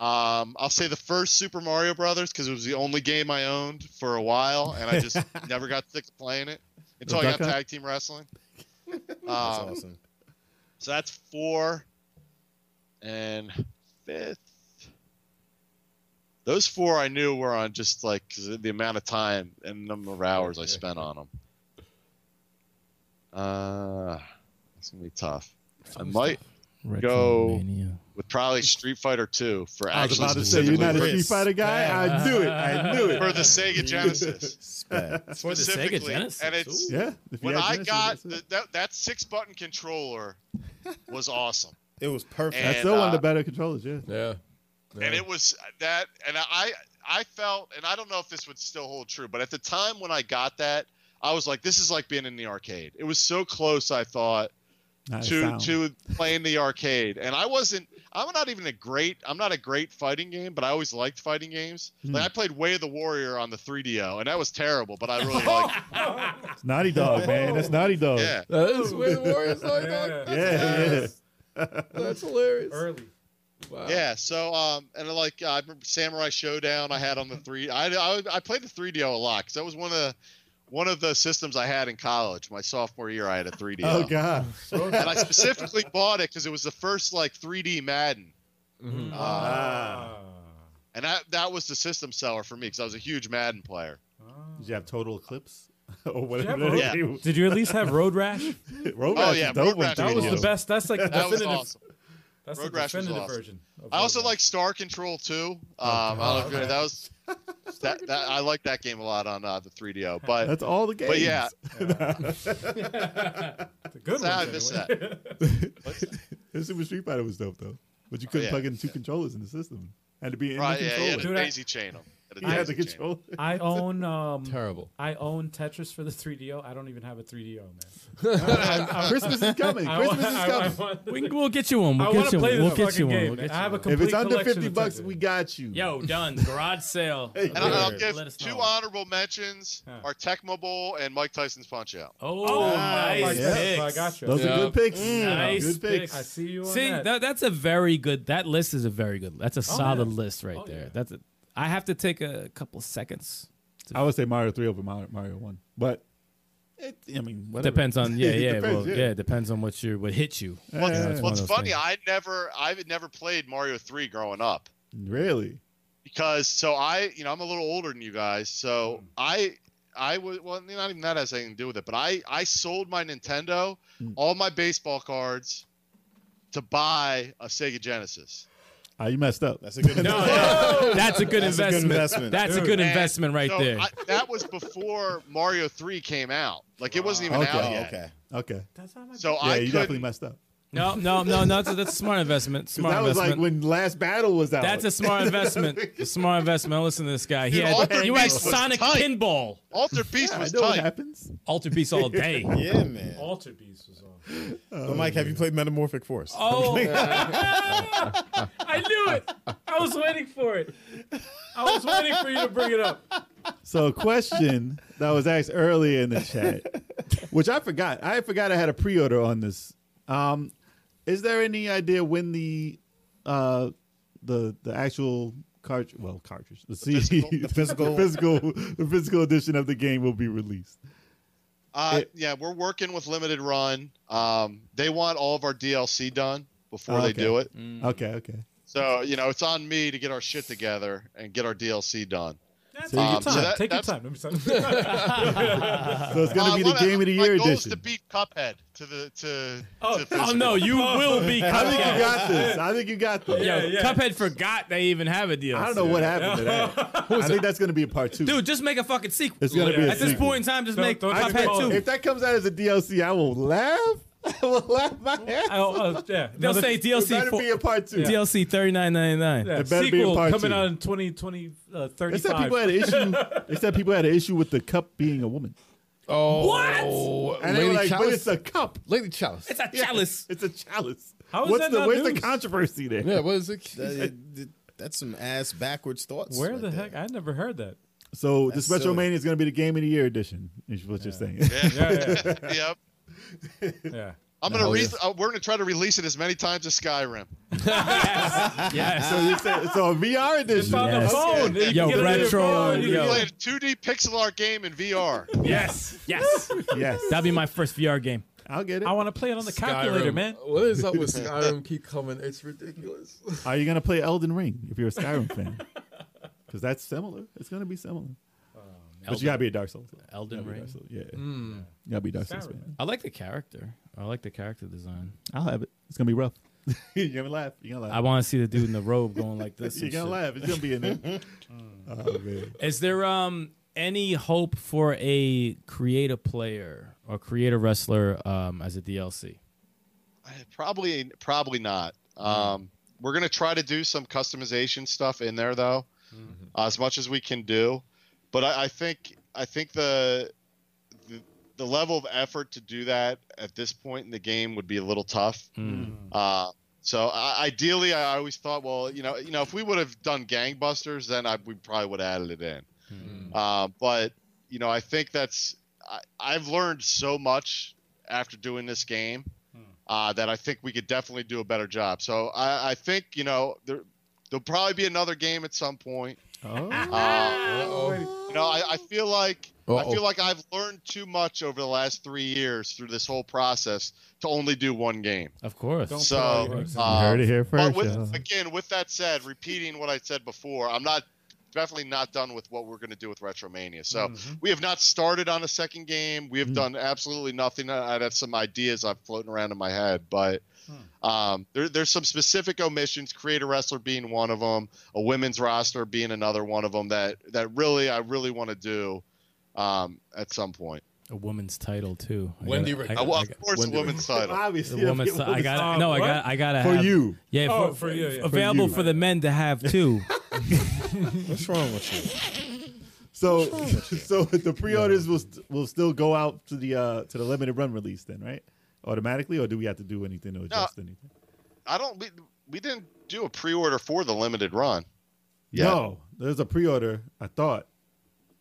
[SPEAKER 5] Um, I'll say the first Super Mario Brothers because it was the only game I owned for a while, and I just never got sick of playing it until I
[SPEAKER 6] Duck
[SPEAKER 5] got
[SPEAKER 6] Hunt?
[SPEAKER 5] tag team wrestling.
[SPEAKER 2] That's
[SPEAKER 5] Um,
[SPEAKER 2] awesome.
[SPEAKER 5] So that's four and fifth. Those four I knew were on just like 'cause of the amount of time and number of hours I spent on them. Uh, it's gonna be tough. I might Go. with probably Street Fighter Two for
[SPEAKER 6] I was
[SPEAKER 5] actually
[SPEAKER 6] about to say you're
[SPEAKER 5] specifically
[SPEAKER 6] not a
[SPEAKER 5] for-
[SPEAKER 6] Street Fighter guy. I knew it. I knew
[SPEAKER 5] for
[SPEAKER 6] it.
[SPEAKER 5] the Sega Genesis
[SPEAKER 6] [laughs]
[SPEAKER 2] Spec.
[SPEAKER 4] For the Sega
[SPEAKER 5] specifically.
[SPEAKER 4] Genesis,
[SPEAKER 5] and it's
[SPEAKER 4] ooh.
[SPEAKER 6] Yeah. if you
[SPEAKER 5] when
[SPEAKER 6] had
[SPEAKER 5] I
[SPEAKER 6] Genesis,
[SPEAKER 5] got
[SPEAKER 6] that's it.
[SPEAKER 5] the, that that six button controller was awesome.
[SPEAKER 2] It was perfect.
[SPEAKER 6] That's
[SPEAKER 5] and,
[SPEAKER 6] still one of the
[SPEAKER 5] uh,
[SPEAKER 6] better controllers. Yeah.
[SPEAKER 3] Yeah.
[SPEAKER 5] and
[SPEAKER 3] Yeah.
[SPEAKER 5] it was uh, that and i i felt and i don't know if this would still hold true but at the time when i got that i was like this is like being in the arcade it was so close i thought
[SPEAKER 6] Not a
[SPEAKER 5] to
[SPEAKER 6] sound.
[SPEAKER 5] to playing the arcade and i wasn't i'm not even a great i'm not a great fighting game but i always liked fighting games like i played way of the warrior on the 3do and that was terrible but i really liked it.
[SPEAKER 6] It's Naughty Dog, man. That's Naughty Dog.
[SPEAKER 5] yeah
[SPEAKER 3] That is where the Warriors are.
[SPEAKER 1] Yeah.
[SPEAKER 3] dog.
[SPEAKER 6] Yeah. yeah.
[SPEAKER 3] That's hilarious.
[SPEAKER 1] Early.
[SPEAKER 6] Uh,
[SPEAKER 3] Wow.
[SPEAKER 5] Yeah, so um, and like I remember Samurai Showdown, I had
[SPEAKER 6] [laughs]
[SPEAKER 5] on the three. I I, I played the 3DO a lot because that was one of the one of the systems I had in college. My sophomore year, I had a 3DO,
[SPEAKER 6] Oh God.
[SPEAKER 5] and I specifically bought it because it was the first like 3D Madden,
[SPEAKER 6] Mm-hmm.
[SPEAKER 3] Mhm.
[SPEAKER 5] uh,
[SPEAKER 6] Ah.
[SPEAKER 5] and that that was the system seller for me because I was a huge Madden player.
[SPEAKER 6] Did you have Total Eclipse [laughs] or
[SPEAKER 1] you have
[SPEAKER 6] whatever?
[SPEAKER 1] Road-
[SPEAKER 6] that game was?
[SPEAKER 1] Did you at least have Road
[SPEAKER 5] [laughs]
[SPEAKER 1] Rash?
[SPEAKER 6] Road
[SPEAKER 5] Oh,
[SPEAKER 6] Rash
[SPEAKER 5] yeah,
[SPEAKER 6] is dope
[SPEAKER 5] Road
[SPEAKER 6] on
[SPEAKER 5] Rash
[SPEAKER 1] That was
[SPEAKER 6] TV.
[SPEAKER 1] the best. That's like the
[SPEAKER 5] That was
[SPEAKER 1] definitive.
[SPEAKER 5] awesome.
[SPEAKER 1] That's
[SPEAKER 5] Road
[SPEAKER 1] the
[SPEAKER 5] Rash was
[SPEAKER 1] definitive
[SPEAKER 5] awesome.
[SPEAKER 1] version. of
[SPEAKER 5] I
[SPEAKER 1] Road
[SPEAKER 5] also
[SPEAKER 1] Rash.
[SPEAKER 5] like Star Control too. Um,
[SPEAKER 6] Oh,
[SPEAKER 5] I don't know if-
[SPEAKER 6] [laughs]
[SPEAKER 5] that was that, that I like that game a lot on uh, the 3DO, but
[SPEAKER 6] That's all the games.
[SPEAKER 5] but yeah,
[SPEAKER 1] the good
[SPEAKER 5] That's how I
[SPEAKER 1] ones,
[SPEAKER 5] missed
[SPEAKER 1] anyway.
[SPEAKER 5] that.
[SPEAKER 6] And Super Street Fighter was dope though, but you couldn't
[SPEAKER 5] Oh, yeah,
[SPEAKER 6] plug in two controllers in the system. Had to be in
[SPEAKER 5] Right,
[SPEAKER 6] the
[SPEAKER 5] yeah,
[SPEAKER 6] controller.
[SPEAKER 5] he had a
[SPEAKER 1] Dude, I-
[SPEAKER 5] daisy chain him.
[SPEAKER 6] [laughs]
[SPEAKER 5] He
[SPEAKER 6] He had
[SPEAKER 5] daisy
[SPEAKER 6] the
[SPEAKER 5] chain
[SPEAKER 6] controller.
[SPEAKER 5] him.
[SPEAKER 1] I [laughs] own um
[SPEAKER 9] Terrible.
[SPEAKER 1] I own Tetris for the 3DO. I don't even have a 3DO, man. [laughs]
[SPEAKER 6] [laughs] Christmas is coming.
[SPEAKER 1] I
[SPEAKER 6] Christmas
[SPEAKER 1] want-
[SPEAKER 6] is
[SPEAKER 1] I- I
[SPEAKER 6] coming.
[SPEAKER 1] want-
[SPEAKER 4] We, can- we'll get you one. We'll
[SPEAKER 1] I want
[SPEAKER 4] get
[SPEAKER 1] to
[SPEAKER 4] you
[SPEAKER 1] play
[SPEAKER 4] one.
[SPEAKER 1] this
[SPEAKER 4] We'll get
[SPEAKER 1] fucking
[SPEAKER 4] you one.
[SPEAKER 1] game.
[SPEAKER 4] We'll get
[SPEAKER 1] I have
[SPEAKER 4] you
[SPEAKER 1] a
[SPEAKER 4] one.
[SPEAKER 1] complete
[SPEAKER 6] If it's under
[SPEAKER 1] collection
[SPEAKER 6] fifty
[SPEAKER 1] of
[SPEAKER 6] bucks,
[SPEAKER 1] Tetris.
[SPEAKER 6] we got you.
[SPEAKER 4] Yo, done. Garage sale.
[SPEAKER 6] Hey,
[SPEAKER 5] And I'll, I'll
[SPEAKER 4] Let
[SPEAKER 5] give
[SPEAKER 4] us
[SPEAKER 5] two
[SPEAKER 4] know.
[SPEAKER 5] honorable mentions:
[SPEAKER 1] Huh.
[SPEAKER 5] our Tecmo Bowl and Mike Tyson's Punch Out.
[SPEAKER 4] Oh,
[SPEAKER 1] I
[SPEAKER 4] nice
[SPEAKER 1] like
[SPEAKER 6] Yeah.
[SPEAKER 1] that.
[SPEAKER 4] picks.
[SPEAKER 1] So I got you.
[SPEAKER 6] Those
[SPEAKER 3] Yeah.
[SPEAKER 6] are good picks.
[SPEAKER 4] Nice
[SPEAKER 6] Good picks.
[SPEAKER 1] I see you on
[SPEAKER 4] See,
[SPEAKER 1] that.
[SPEAKER 4] that, that's a very good. That list is a very good. That's a solid list right there.
[SPEAKER 1] yeah.
[SPEAKER 4] That's. A, I have to take a couple seconds.
[SPEAKER 6] I would say Mario three over Mario, Mario one, but it, I mean, whatever.
[SPEAKER 4] Depends on yeah,
[SPEAKER 6] It
[SPEAKER 4] yeah,
[SPEAKER 6] depends,
[SPEAKER 4] well, yeah.
[SPEAKER 6] yeah.
[SPEAKER 4] It depends on what you what hit you.
[SPEAKER 5] What,
[SPEAKER 6] Yeah, it's one
[SPEAKER 5] what's
[SPEAKER 4] of those
[SPEAKER 5] funny,
[SPEAKER 4] things.
[SPEAKER 5] I never, I had never played Mario Three growing up
[SPEAKER 6] Really,
[SPEAKER 5] because so I, you know, I'm a little older than you guys, so
[SPEAKER 4] Hmm.
[SPEAKER 5] I, I was well, not even that has anything to do with it, but I, I sold my Nintendo, all my baseball cards, to buy a Sega Genesis.
[SPEAKER 6] Ah, you messed up.
[SPEAKER 2] That's a good. no,
[SPEAKER 4] That's a good
[SPEAKER 2] That's a good
[SPEAKER 4] investment.
[SPEAKER 2] investment.
[SPEAKER 4] That's a
[SPEAKER 1] Dude.
[SPEAKER 4] good
[SPEAKER 5] And
[SPEAKER 4] investment right
[SPEAKER 5] so
[SPEAKER 4] there.
[SPEAKER 5] I, that was before Mario Three came out. Like it wasn't even
[SPEAKER 6] Okay.
[SPEAKER 5] out yet.
[SPEAKER 2] okay.
[SPEAKER 6] Okay,
[SPEAKER 1] That's not my
[SPEAKER 5] So
[SPEAKER 6] yeah,
[SPEAKER 5] I
[SPEAKER 6] you definitely
[SPEAKER 5] couldn't.
[SPEAKER 6] messed up.
[SPEAKER 4] no, no, no, no. That's a, that's a smart investment.
[SPEAKER 6] 'Cause
[SPEAKER 4] Smart
[SPEAKER 6] that was like
[SPEAKER 4] investment.
[SPEAKER 6] when Last Battle was out.
[SPEAKER 4] that's a smart investment. a smart investment. Listen to this guy. He
[SPEAKER 5] Dude,
[SPEAKER 4] had,
[SPEAKER 5] Alter
[SPEAKER 4] you had
[SPEAKER 5] Beast was
[SPEAKER 4] Sonic
[SPEAKER 5] tight.
[SPEAKER 4] Pinball,
[SPEAKER 6] [laughs]
[SPEAKER 5] Altered Beast
[SPEAKER 6] Yeah, I
[SPEAKER 5] was
[SPEAKER 6] know what
[SPEAKER 5] tight.
[SPEAKER 6] happens.
[SPEAKER 4] Alter Beast all day.
[SPEAKER 2] Yeah, man.
[SPEAKER 1] Alter Beast was on.
[SPEAKER 2] But Mike, have you played Metamorphic Force?
[SPEAKER 4] Oh,
[SPEAKER 1] I knew it. I was waiting [laughs] for it. I was waiting for you to bring it up.
[SPEAKER 6] So, a question that was asked earlier in the chat, which I forgot. I forgot I had a pre-order on this. Um, is there any idea when the uh, the the actual cartridge, well, cartridge, the, CD,
[SPEAKER 5] physical- the
[SPEAKER 6] physical, physical, the physical edition of the game will be released?
[SPEAKER 5] Uh,
[SPEAKER 6] It-
[SPEAKER 5] yeah, we're working with limited run. Um, they want all of our DLC done before they
[SPEAKER 6] Okay.
[SPEAKER 5] do it.
[SPEAKER 6] Okay, okay.
[SPEAKER 5] So you know, it's on me to get our shit together and get our DLC done.
[SPEAKER 1] Take your
[SPEAKER 5] Um, so
[SPEAKER 1] time.
[SPEAKER 5] that-
[SPEAKER 1] Take your
[SPEAKER 5] that's-
[SPEAKER 1] time. Let me stop. [laughs]
[SPEAKER 6] So it's gonna
[SPEAKER 5] Uh,
[SPEAKER 6] be the
[SPEAKER 5] one
[SPEAKER 6] game of the year
[SPEAKER 5] My goal is
[SPEAKER 6] edition.
[SPEAKER 5] to beat Cuphead to the to.
[SPEAKER 1] Oh,
[SPEAKER 5] to
[SPEAKER 4] oh
[SPEAKER 5] physical.
[SPEAKER 4] no, you will be.
[SPEAKER 6] I think
[SPEAKER 4] Cuphead.
[SPEAKER 6] you got this. I think you got this.
[SPEAKER 4] Yo,
[SPEAKER 1] Yeah, yeah.
[SPEAKER 4] Cuphead forgot they even have a deal.
[SPEAKER 6] I don't know what happened to
[SPEAKER 4] [laughs]
[SPEAKER 6] that. I think that's gonna be a part two.
[SPEAKER 4] Dude, just make a fucking sequel.
[SPEAKER 6] It's gonna be a
[SPEAKER 4] At this
[SPEAKER 6] sequel.
[SPEAKER 4] point in time, just
[SPEAKER 1] Don't-
[SPEAKER 4] make
[SPEAKER 1] don't just
[SPEAKER 4] Cuphead
[SPEAKER 1] call it.
[SPEAKER 4] two.
[SPEAKER 6] If that comes out as a DLC, I will laugh. [laughs] I will laugh my ass.
[SPEAKER 1] Oh, uh, yeah.
[SPEAKER 4] They'll
[SPEAKER 1] Another-
[SPEAKER 4] say
[SPEAKER 6] It
[SPEAKER 4] DLC
[SPEAKER 6] better
[SPEAKER 4] four,
[SPEAKER 6] be a part two.
[SPEAKER 4] DLC thirty nine ninety nine.
[SPEAKER 1] yeah,
[SPEAKER 6] it better be a
[SPEAKER 1] sequel
[SPEAKER 6] part
[SPEAKER 1] coming
[SPEAKER 6] two.
[SPEAKER 1] out in 2020 uh,
[SPEAKER 6] They
[SPEAKER 1] 35.
[SPEAKER 6] said people had an issue. They said people had an issue with the cup being a woman,
[SPEAKER 3] Oh,
[SPEAKER 6] and they
[SPEAKER 3] Lady
[SPEAKER 6] were like, "But
[SPEAKER 3] Chalice-
[SPEAKER 6] it's a cup.
[SPEAKER 3] Lady Chalice.
[SPEAKER 4] It's a
[SPEAKER 6] Yeah,
[SPEAKER 4] chalice.
[SPEAKER 6] It's a chalice.
[SPEAKER 1] How is
[SPEAKER 6] What's
[SPEAKER 1] that
[SPEAKER 6] the
[SPEAKER 1] not
[SPEAKER 6] where's
[SPEAKER 1] news?
[SPEAKER 6] the controversy there?
[SPEAKER 3] yeah, what is it?
[SPEAKER 2] [laughs] That- that's some ass backwards thoughts.
[SPEAKER 1] Where
[SPEAKER 2] right
[SPEAKER 1] the
[SPEAKER 2] there.
[SPEAKER 1] heck? I never heard that.
[SPEAKER 6] So this
[SPEAKER 2] That's silly.
[SPEAKER 6] Retromania is going to be the game of the year edition. Is what you're saying? [laughs]
[SPEAKER 1] Yeah, yeah,
[SPEAKER 5] Yep.
[SPEAKER 1] yeah.
[SPEAKER 5] I'm gonna
[SPEAKER 3] Hell
[SPEAKER 5] re-
[SPEAKER 3] yeah.
[SPEAKER 5] uh, we're gonna try to release it as many times as Skyrim.
[SPEAKER 4] Yes.
[SPEAKER 6] so you said so a VR edition.
[SPEAKER 1] On the
[SPEAKER 4] Yes.
[SPEAKER 1] phone. You can
[SPEAKER 4] Yo,
[SPEAKER 1] get it on your
[SPEAKER 4] retro,
[SPEAKER 1] phone. You
[SPEAKER 5] We're
[SPEAKER 1] can
[SPEAKER 4] yo.
[SPEAKER 1] play
[SPEAKER 5] playing
[SPEAKER 1] it.
[SPEAKER 5] a 2D pixel art game in VR.
[SPEAKER 4] Yes. Yes.
[SPEAKER 6] Yes,
[SPEAKER 4] That'll be my first VR game.
[SPEAKER 6] I'll get it.
[SPEAKER 1] I want to play it on the calculator,
[SPEAKER 3] Skyrim.
[SPEAKER 1] man.
[SPEAKER 3] What is up [laughs] with Skyrim keep coming? It's ridiculous.
[SPEAKER 6] Are you going to play Elden Ring if you're a Skyrim fan? Because that's similar. It's going to be similar. But you gotta be a Dark Souls. fan.
[SPEAKER 4] Elden
[SPEAKER 6] You gotta be a
[SPEAKER 4] Ring.
[SPEAKER 6] Dark Souls- Yeah, yeah.
[SPEAKER 4] Mm.
[SPEAKER 6] you gotta be a Dark Souls.
[SPEAKER 1] Skyrim.
[SPEAKER 6] fan.
[SPEAKER 4] I like the character. I like the character design.
[SPEAKER 6] I'll have it. It's gonna be rough. [laughs] you're gonna laugh. You're gonna
[SPEAKER 4] I
[SPEAKER 6] laugh.
[SPEAKER 4] want to see the dude in the robe going like [laughs] this.
[SPEAKER 6] You're
[SPEAKER 4] and
[SPEAKER 6] gonna
[SPEAKER 4] shit.
[SPEAKER 6] laugh. It's gonna be in
[SPEAKER 4] [laughs]
[SPEAKER 6] there. oh man.
[SPEAKER 4] Is there um any hope for a create a player or create a wrestler um as a DLC?
[SPEAKER 5] Probably, probably not. Um, we're gonna try to do some customization stuff in there though, as much as we can do. But I, I think I think the, the the level of effort to do that at this point in the game would be a little tough.
[SPEAKER 4] Mm-hmm. Mm.
[SPEAKER 5] Uh, so I, ideally, I always thought, well, you know, you know, if we would have done gangbusters, then I, we probably would have added it in. Uh, but you know, I think that's I, I've learned so much after doing this game uh, that I think we could definitely do a better job. So I, I think you know there, there'll probably be another game at some point.
[SPEAKER 6] [laughs] [laughs] Oh.
[SPEAKER 5] Uh,
[SPEAKER 3] oh
[SPEAKER 5] you know, I, I feel like I
[SPEAKER 3] Uh-oh.
[SPEAKER 5] feel like I've learned too much over the last three years through this whole process to only do one game.
[SPEAKER 4] Of course.
[SPEAKER 1] Don't
[SPEAKER 5] so
[SPEAKER 1] put all your eggs in
[SPEAKER 5] uh,
[SPEAKER 6] heard it here
[SPEAKER 5] but
[SPEAKER 6] first.
[SPEAKER 5] with,
[SPEAKER 6] y'all.
[SPEAKER 5] again, with that said, repeating what I said before, I'm not definitely not done with what we're going to do with Retromania. So we have not started on a second game. We have done absolutely nothing. I, I have some ideas I'm floating around in my head, but um, there, there's some specific omissions. Creator wrestler being one of them, a women's roster being another one of them that that really I really want to do um, at some point.
[SPEAKER 4] A woman's title too. I
[SPEAKER 3] Wendy
[SPEAKER 4] gotta-
[SPEAKER 3] Richter.
[SPEAKER 4] I gotta-
[SPEAKER 5] Uh, well,
[SPEAKER 4] I
[SPEAKER 5] of
[SPEAKER 4] gotta-
[SPEAKER 5] course,
[SPEAKER 6] Wendy-
[SPEAKER 5] a woman's title.
[SPEAKER 6] Obviously,
[SPEAKER 4] The [laughs] woman's. I got. No, I
[SPEAKER 1] what?
[SPEAKER 4] got. I gotta
[SPEAKER 6] for
[SPEAKER 4] have,
[SPEAKER 6] you.
[SPEAKER 4] Yeah,
[SPEAKER 1] Oh, for you, yeah. For
[SPEAKER 4] Available
[SPEAKER 6] you.
[SPEAKER 4] for the men to have too.
[SPEAKER 2] What's wrong with you?
[SPEAKER 6] So, [laughs] so the pre-orders will st- will still go out to the uh, to the limited run release then, right? Automatically, or do we have to do anything or adjust anything?
[SPEAKER 5] I don't. We, we didn't do a pre-order for the limited run.
[SPEAKER 6] No, there's a pre-order. I thought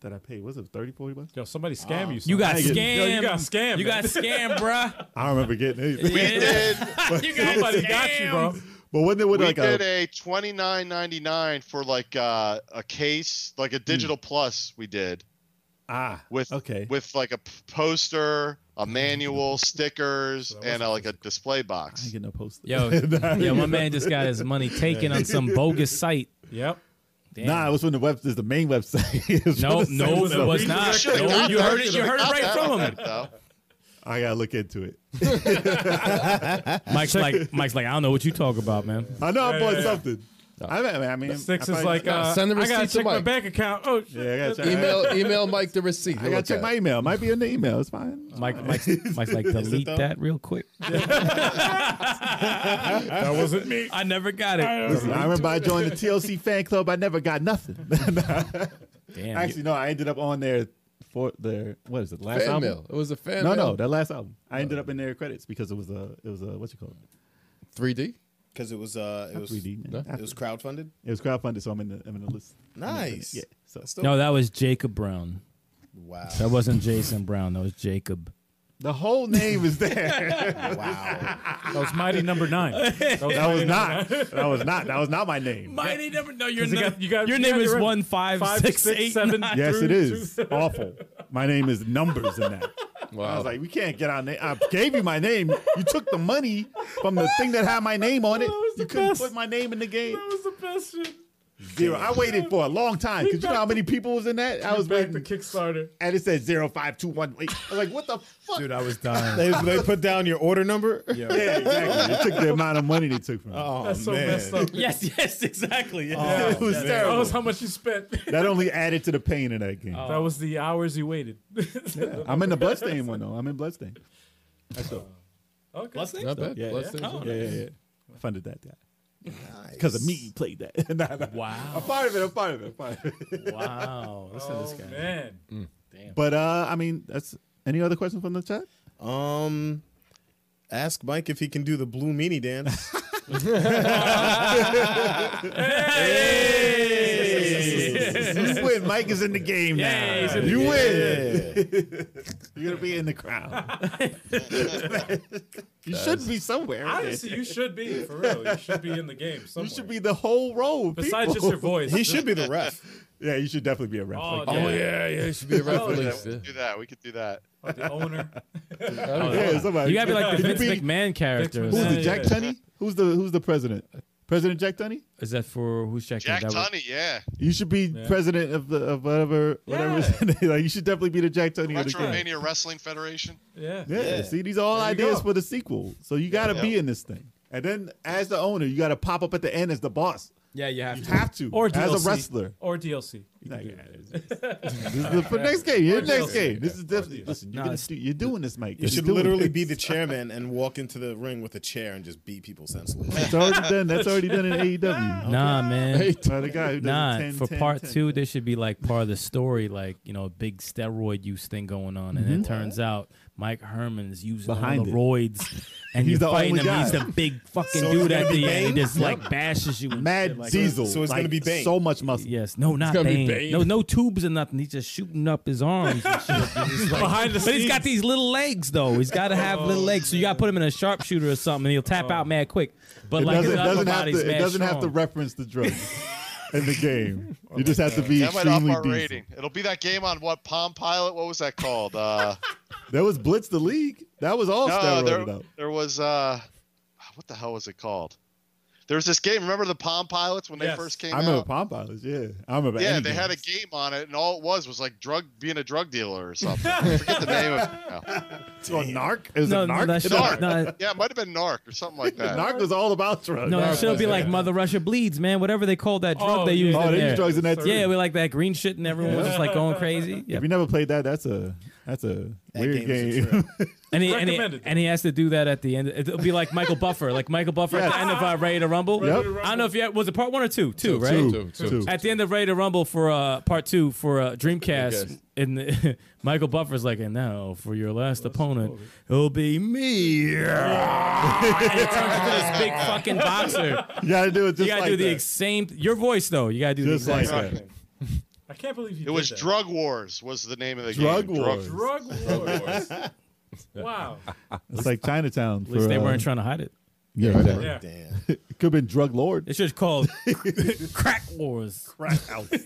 [SPEAKER 6] that I paid. Was it 30, 40 bucks?
[SPEAKER 1] Yo, somebody scam Oh. you.
[SPEAKER 4] You
[SPEAKER 1] son.
[SPEAKER 4] got
[SPEAKER 6] Yo, you
[SPEAKER 4] scammed.
[SPEAKER 1] got scammed.
[SPEAKER 4] You got scammed, bruh.
[SPEAKER 6] I don't remember
[SPEAKER 4] [laughs]
[SPEAKER 6] getting it.
[SPEAKER 5] We did.
[SPEAKER 4] you
[SPEAKER 1] Somebody [laughs] got you, bro.
[SPEAKER 6] But wasn't it with
[SPEAKER 5] we
[SPEAKER 6] like
[SPEAKER 5] did
[SPEAKER 6] a,
[SPEAKER 5] a twenty nine ninety nine for like uh, a case, like
[SPEAKER 4] Hmm.
[SPEAKER 5] a digital plus. We did
[SPEAKER 6] ah
[SPEAKER 5] with
[SPEAKER 6] okay
[SPEAKER 5] with like a p- poster, a manual, stickers, and uh like a display
[SPEAKER 6] I ain't
[SPEAKER 5] box.
[SPEAKER 6] getting no poster.
[SPEAKER 4] Yo, yo, my man just got his money taken on some bogus site.
[SPEAKER 1] Yep.
[SPEAKER 4] Damn.
[SPEAKER 6] Nah, it was from the web. Is the main website. [laughs] It was
[SPEAKER 4] no,
[SPEAKER 6] from the
[SPEAKER 4] no,
[SPEAKER 6] same
[SPEAKER 4] it was
[SPEAKER 6] website.
[SPEAKER 4] not.
[SPEAKER 5] Should've
[SPEAKER 4] No,
[SPEAKER 5] got
[SPEAKER 4] you
[SPEAKER 5] that.
[SPEAKER 4] heard it. You
[SPEAKER 5] Should've
[SPEAKER 4] heard it
[SPEAKER 5] got
[SPEAKER 4] right
[SPEAKER 5] that
[SPEAKER 4] from him.
[SPEAKER 5] already, though.
[SPEAKER 6] I gotta look into it.
[SPEAKER 4] Mike's like, Mike's like, I don't know what you talk about, man.
[SPEAKER 6] I know I bought something. I mean, I mean,
[SPEAKER 1] Six
[SPEAKER 6] I
[SPEAKER 1] is
[SPEAKER 6] probably-
[SPEAKER 1] like, uh,
[SPEAKER 3] send the
[SPEAKER 1] I gotta
[SPEAKER 3] receipt to
[SPEAKER 1] check my
[SPEAKER 3] Mike.
[SPEAKER 1] bank account. Oh, shit.
[SPEAKER 6] yeah, I gotta check,
[SPEAKER 3] Email [laughs] email Mike the receipt.
[SPEAKER 6] I gotta check my email. It might be in the email. It's fine.
[SPEAKER 4] Mike, Mike's, Mike's like, delete
[SPEAKER 6] though?
[SPEAKER 4] that real quick.
[SPEAKER 1] that wasn't me.
[SPEAKER 4] I never got it.
[SPEAKER 6] Listen, I remember I joined the TLC fan club. I never got nothing.
[SPEAKER 4] Damn.
[SPEAKER 6] Actually, no, I ended up on their for their what is it? Last
[SPEAKER 3] fan
[SPEAKER 6] album?
[SPEAKER 3] mail. It was a fan
[SPEAKER 6] No,
[SPEAKER 3] mail.
[SPEAKER 6] no, that last album. I ended up in their credits because it was a it was a what you call it?
[SPEAKER 3] 3D.
[SPEAKER 2] Because it was uh, it was
[SPEAKER 6] 3D. man.
[SPEAKER 2] it was crowdfunded.
[SPEAKER 6] It was crowdfunded, so I'm in the I'm in the list.
[SPEAKER 2] Nice.
[SPEAKER 6] Yeah. So
[SPEAKER 2] That's dope.
[SPEAKER 4] no, that was Jacob Brown.
[SPEAKER 2] Wow.
[SPEAKER 4] That wasn't Jason Brown. That was Jacob.
[SPEAKER 6] the whole name is there.
[SPEAKER 2] Wow.
[SPEAKER 1] That was mighty number nine. [laughs] That was,
[SPEAKER 6] that was not. That was not. That was not my name.
[SPEAKER 4] Mighty never know your
[SPEAKER 1] 'Cause you got- you got-
[SPEAKER 4] your
[SPEAKER 1] you
[SPEAKER 4] name
[SPEAKER 1] got
[SPEAKER 4] is
[SPEAKER 1] your-
[SPEAKER 4] one five
[SPEAKER 1] five,
[SPEAKER 4] six,
[SPEAKER 1] six,
[SPEAKER 4] eight,
[SPEAKER 1] seven.
[SPEAKER 4] nine.
[SPEAKER 6] Yes, it
[SPEAKER 1] Through
[SPEAKER 6] is awful. My name is numbers in that. I
[SPEAKER 3] Wow.
[SPEAKER 6] was like, we can't get our name. I gave you my name. You took the money from the thing that had my name on it. You couldn't put my name in the game.
[SPEAKER 1] was the best shit.
[SPEAKER 6] Zero. I waited for a long time because you know
[SPEAKER 1] back
[SPEAKER 6] how many people was in that. I was
[SPEAKER 1] back to
[SPEAKER 6] waiting,
[SPEAKER 1] Kickstarter.
[SPEAKER 6] and it said zero five two one. Wait, I was like, what the fuck?
[SPEAKER 4] Dude, I was dying.
[SPEAKER 2] they, they put down your order number.
[SPEAKER 6] [laughs] Yeah, exactly. It took the amount of money they took from me.
[SPEAKER 2] Oh
[SPEAKER 1] That's so
[SPEAKER 2] man.
[SPEAKER 1] messed up.
[SPEAKER 4] [laughs] yes, yes, exactly.
[SPEAKER 6] it was
[SPEAKER 1] That
[SPEAKER 6] terrible.
[SPEAKER 1] was how much you spent.
[SPEAKER 6] that only added to the pain in that game.
[SPEAKER 1] That was the hours you waited. [laughs]
[SPEAKER 6] I'm in the bloodstain one though. I'm in bloodstain.
[SPEAKER 1] okay.
[SPEAKER 3] [laughs] Not bad.
[SPEAKER 6] Yeah,
[SPEAKER 3] Blessings.
[SPEAKER 6] Yeah, yeah, yeah. I funded that guy. Because of me, you played that. Nah, nah.
[SPEAKER 4] Wow.
[SPEAKER 6] I'm part of it. I'm part of it. I'm part of it.
[SPEAKER 4] Wow. Listen to this
[SPEAKER 1] Oh,
[SPEAKER 4] guy.
[SPEAKER 1] man.
[SPEAKER 6] But uh, I mean, that's any other questions from the chat?
[SPEAKER 2] Um, ask Mike if he can do the blue meanie dance.
[SPEAKER 6] you win. Mike is in the game now.
[SPEAKER 4] he's in
[SPEAKER 6] you win.
[SPEAKER 2] Yeah.
[SPEAKER 6] You're gonna be in the crowd. you should be somewhere.
[SPEAKER 1] Honestly, you should be for real. You should be in the game. Somewhere.
[SPEAKER 6] You should be the whole row. of
[SPEAKER 1] Besides just
[SPEAKER 6] people. [laughs]
[SPEAKER 1] your voice,
[SPEAKER 2] he should be the ref.
[SPEAKER 6] Yeah, you should definitely be a ref.
[SPEAKER 1] Oh,
[SPEAKER 6] Like,
[SPEAKER 1] yeah.
[SPEAKER 3] Oh yeah, yeah. It should be a
[SPEAKER 1] Oh,
[SPEAKER 3] reference.
[SPEAKER 5] Do that. We could do that.
[SPEAKER 1] Or the owner.
[SPEAKER 6] yeah, somebody.
[SPEAKER 4] You gotta be like the
[SPEAKER 6] Could you
[SPEAKER 4] Vince
[SPEAKER 6] be-
[SPEAKER 4] McMahon character.
[SPEAKER 6] Who's
[SPEAKER 1] Yeah,
[SPEAKER 6] the
[SPEAKER 1] yeah,
[SPEAKER 6] Jack
[SPEAKER 1] yeah.
[SPEAKER 6] Tunney? Who's the Who's the president? President Jack Tunney?
[SPEAKER 4] Is that for who's Jack?
[SPEAKER 5] Jack
[SPEAKER 4] that was-
[SPEAKER 5] Tunney, yeah.
[SPEAKER 6] You should be president of the of whatever whatever. is- [laughs] like you should definitely be the Jack Tunney of the game.
[SPEAKER 5] Retromania Wrestling Federation.
[SPEAKER 1] Yeah.
[SPEAKER 6] Yeah, see, these are all
[SPEAKER 1] There you
[SPEAKER 6] ideas
[SPEAKER 1] go.
[SPEAKER 6] for the sequel. So you gotta be in this thing, and then as the owner, you gotta pop up at the end as the boss.
[SPEAKER 4] Yeah, you have
[SPEAKER 6] You
[SPEAKER 4] to.
[SPEAKER 6] have to,
[SPEAKER 1] Or DLC.
[SPEAKER 6] as a wrestler.
[SPEAKER 1] Or DLC.
[SPEAKER 6] Like, [laughs] this is the for next game. You're the next
[SPEAKER 1] DLC.
[SPEAKER 6] game. This is definitely. Listen, you're,
[SPEAKER 4] No,
[SPEAKER 6] gonna
[SPEAKER 4] it's-
[SPEAKER 6] do, you're doing this, Mike.
[SPEAKER 2] You should literally
[SPEAKER 6] [laughs]
[SPEAKER 2] be the chairman and walk into the ring with a chair and just beat people senseless.
[SPEAKER 6] That's already done. That's already
[SPEAKER 2] [laughs]
[SPEAKER 6] done in E AEW.
[SPEAKER 4] Nah, man.
[SPEAKER 6] By the guy who does the
[SPEAKER 4] Nah,
[SPEAKER 6] 10,
[SPEAKER 4] for
[SPEAKER 6] 10,
[SPEAKER 4] part
[SPEAKER 6] 10.
[SPEAKER 4] two, there should be like part of the story, like you know, a big steroid use thing going on, and it turns out Mike Herman's using
[SPEAKER 6] Behind
[SPEAKER 4] all the
[SPEAKER 6] it.
[SPEAKER 4] roids, and
[SPEAKER 6] He's the
[SPEAKER 4] you're fighting
[SPEAKER 6] only
[SPEAKER 4] him.
[SPEAKER 6] guy.
[SPEAKER 4] He's the big fucking
[SPEAKER 2] So it's
[SPEAKER 4] dude
[SPEAKER 2] gonna
[SPEAKER 4] at
[SPEAKER 2] be
[SPEAKER 4] the end. He
[SPEAKER 2] Bane?
[SPEAKER 4] just like bashes you. and shit
[SPEAKER 6] Mad
[SPEAKER 4] like
[SPEAKER 6] Diesel.
[SPEAKER 2] So it's
[SPEAKER 6] like,
[SPEAKER 2] gonna be Bane.
[SPEAKER 6] So much muscle.
[SPEAKER 4] Yes, no, not
[SPEAKER 3] gonna be
[SPEAKER 4] Bane.
[SPEAKER 3] Bane.
[SPEAKER 4] No, no tubes or nothing. He's just shooting up his arms. And shit. He's just like-
[SPEAKER 1] Behind the
[SPEAKER 4] but he's got these little legs though. He's got to have little legs, so you got to put him in a sharpshooter or something, and he'll tap out mad quick. But
[SPEAKER 6] It
[SPEAKER 4] like
[SPEAKER 6] doesn't,
[SPEAKER 4] his
[SPEAKER 6] it
[SPEAKER 4] upper
[SPEAKER 6] doesn't have
[SPEAKER 4] body's
[SPEAKER 6] to. It
[SPEAKER 4] mad
[SPEAKER 6] doesn't have to
[SPEAKER 4] strong.
[SPEAKER 6] reference the
[SPEAKER 4] [laughs]
[SPEAKER 6] drugs in the game.
[SPEAKER 2] Oh
[SPEAKER 6] You just have to be
[SPEAKER 5] That might up
[SPEAKER 6] extremely
[SPEAKER 5] our
[SPEAKER 6] decent.
[SPEAKER 5] rating. It'll be that game on what Palm Pilot? What was that called? Uh,
[SPEAKER 6] That was Blitz the League. That was all
[SPEAKER 5] no,
[SPEAKER 6] steroided
[SPEAKER 5] there,
[SPEAKER 6] out.
[SPEAKER 5] there was uh, what the hell was it called? There was this game. Remember the Palm Pilots when
[SPEAKER 1] Yes.
[SPEAKER 5] they first came
[SPEAKER 6] I remember
[SPEAKER 5] out?
[SPEAKER 6] Palm Pilots. Yeah, I remember.
[SPEAKER 5] yeah,
[SPEAKER 6] any
[SPEAKER 5] they had a
[SPEAKER 6] games.
[SPEAKER 5] game on it, and all it was was like drug being a drug dealer
[SPEAKER 6] [laughs]
[SPEAKER 5] or something. I forget the name of it. now.
[SPEAKER 6] Well, Narc. It was
[SPEAKER 4] No,
[SPEAKER 6] a
[SPEAKER 4] no,
[SPEAKER 6] Narc.
[SPEAKER 4] that should,
[SPEAKER 5] Narc.
[SPEAKER 4] no,
[SPEAKER 5] Yeah, it might have been Narc or something like that.
[SPEAKER 6] Narc was all about drugs.
[SPEAKER 4] No, that should be like Mother Russia bleeds, man. Whatever they called that drug
[SPEAKER 1] Oh,
[SPEAKER 4] they
[SPEAKER 1] yeah.
[SPEAKER 4] used
[SPEAKER 6] Oh,
[SPEAKER 4] in
[SPEAKER 6] they
[SPEAKER 4] there.
[SPEAKER 6] use drugs in that too.
[SPEAKER 4] yeah, we like that green shit, and everyone was just like going crazy. Yeah.
[SPEAKER 6] If you never played that, that's a That's a
[SPEAKER 2] That
[SPEAKER 6] weird
[SPEAKER 2] game's a
[SPEAKER 6] game.
[SPEAKER 2] trip.
[SPEAKER 4] And he, and, he,
[SPEAKER 1] Recommended.
[SPEAKER 4] and he has to do that at the end. It'll be like Michael Buffer, like Michael Buffer at the end of uh, Ready to Rumble.
[SPEAKER 6] Yep.
[SPEAKER 4] I don't know if you was it part one or two, two, right?
[SPEAKER 6] Two,
[SPEAKER 3] Two, two.
[SPEAKER 6] two.
[SPEAKER 4] At the end of Ready to Rumble for uh, part two for uh, Dreamcast,
[SPEAKER 3] Dreamcast.
[SPEAKER 4] and the, [laughs] Michael Buffer's like, and now for your last opponent, it'll be me. and [laughs] it turns into this big fucking boxer.
[SPEAKER 6] [laughs] You gotta do it just
[SPEAKER 4] you gotta
[SPEAKER 6] like
[SPEAKER 4] do the
[SPEAKER 6] that.
[SPEAKER 4] ex- same your voice though. You gotta do
[SPEAKER 6] just
[SPEAKER 4] the
[SPEAKER 6] like
[SPEAKER 4] exact
[SPEAKER 6] that.
[SPEAKER 1] I can't believe you.
[SPEAKER 5] It was
[SPEAKER 1] did that.
[SPEAKER 5] Drug Wars was the name of the
[SPEAKER 6] Drug
[SPEAKER 5] game.
[SPEAKER 6] Wars.
[SPEAKER 1] drug wars.
[SPEAKER 5] [laughs]
[SPEAKER 1] wow.
[SPEAKER 6] It's like Chinatown.
[SPEAKER 4] At least
[SPEAKER 6] for,
[SPEAKER 4] they
[SPEAKER 6] uh,
[SPEAKER 4] weren't trying to hide it.
[SPEAKER 6] Yeah, exactly.
[SPEAKER 1] Yeah.
[SPEAKER 2] Damn.
[SPEAKER 6] It could have been Drug Lord.
[SPEAKER 4] It's just called crack wars.
[SPEAKER 6] Is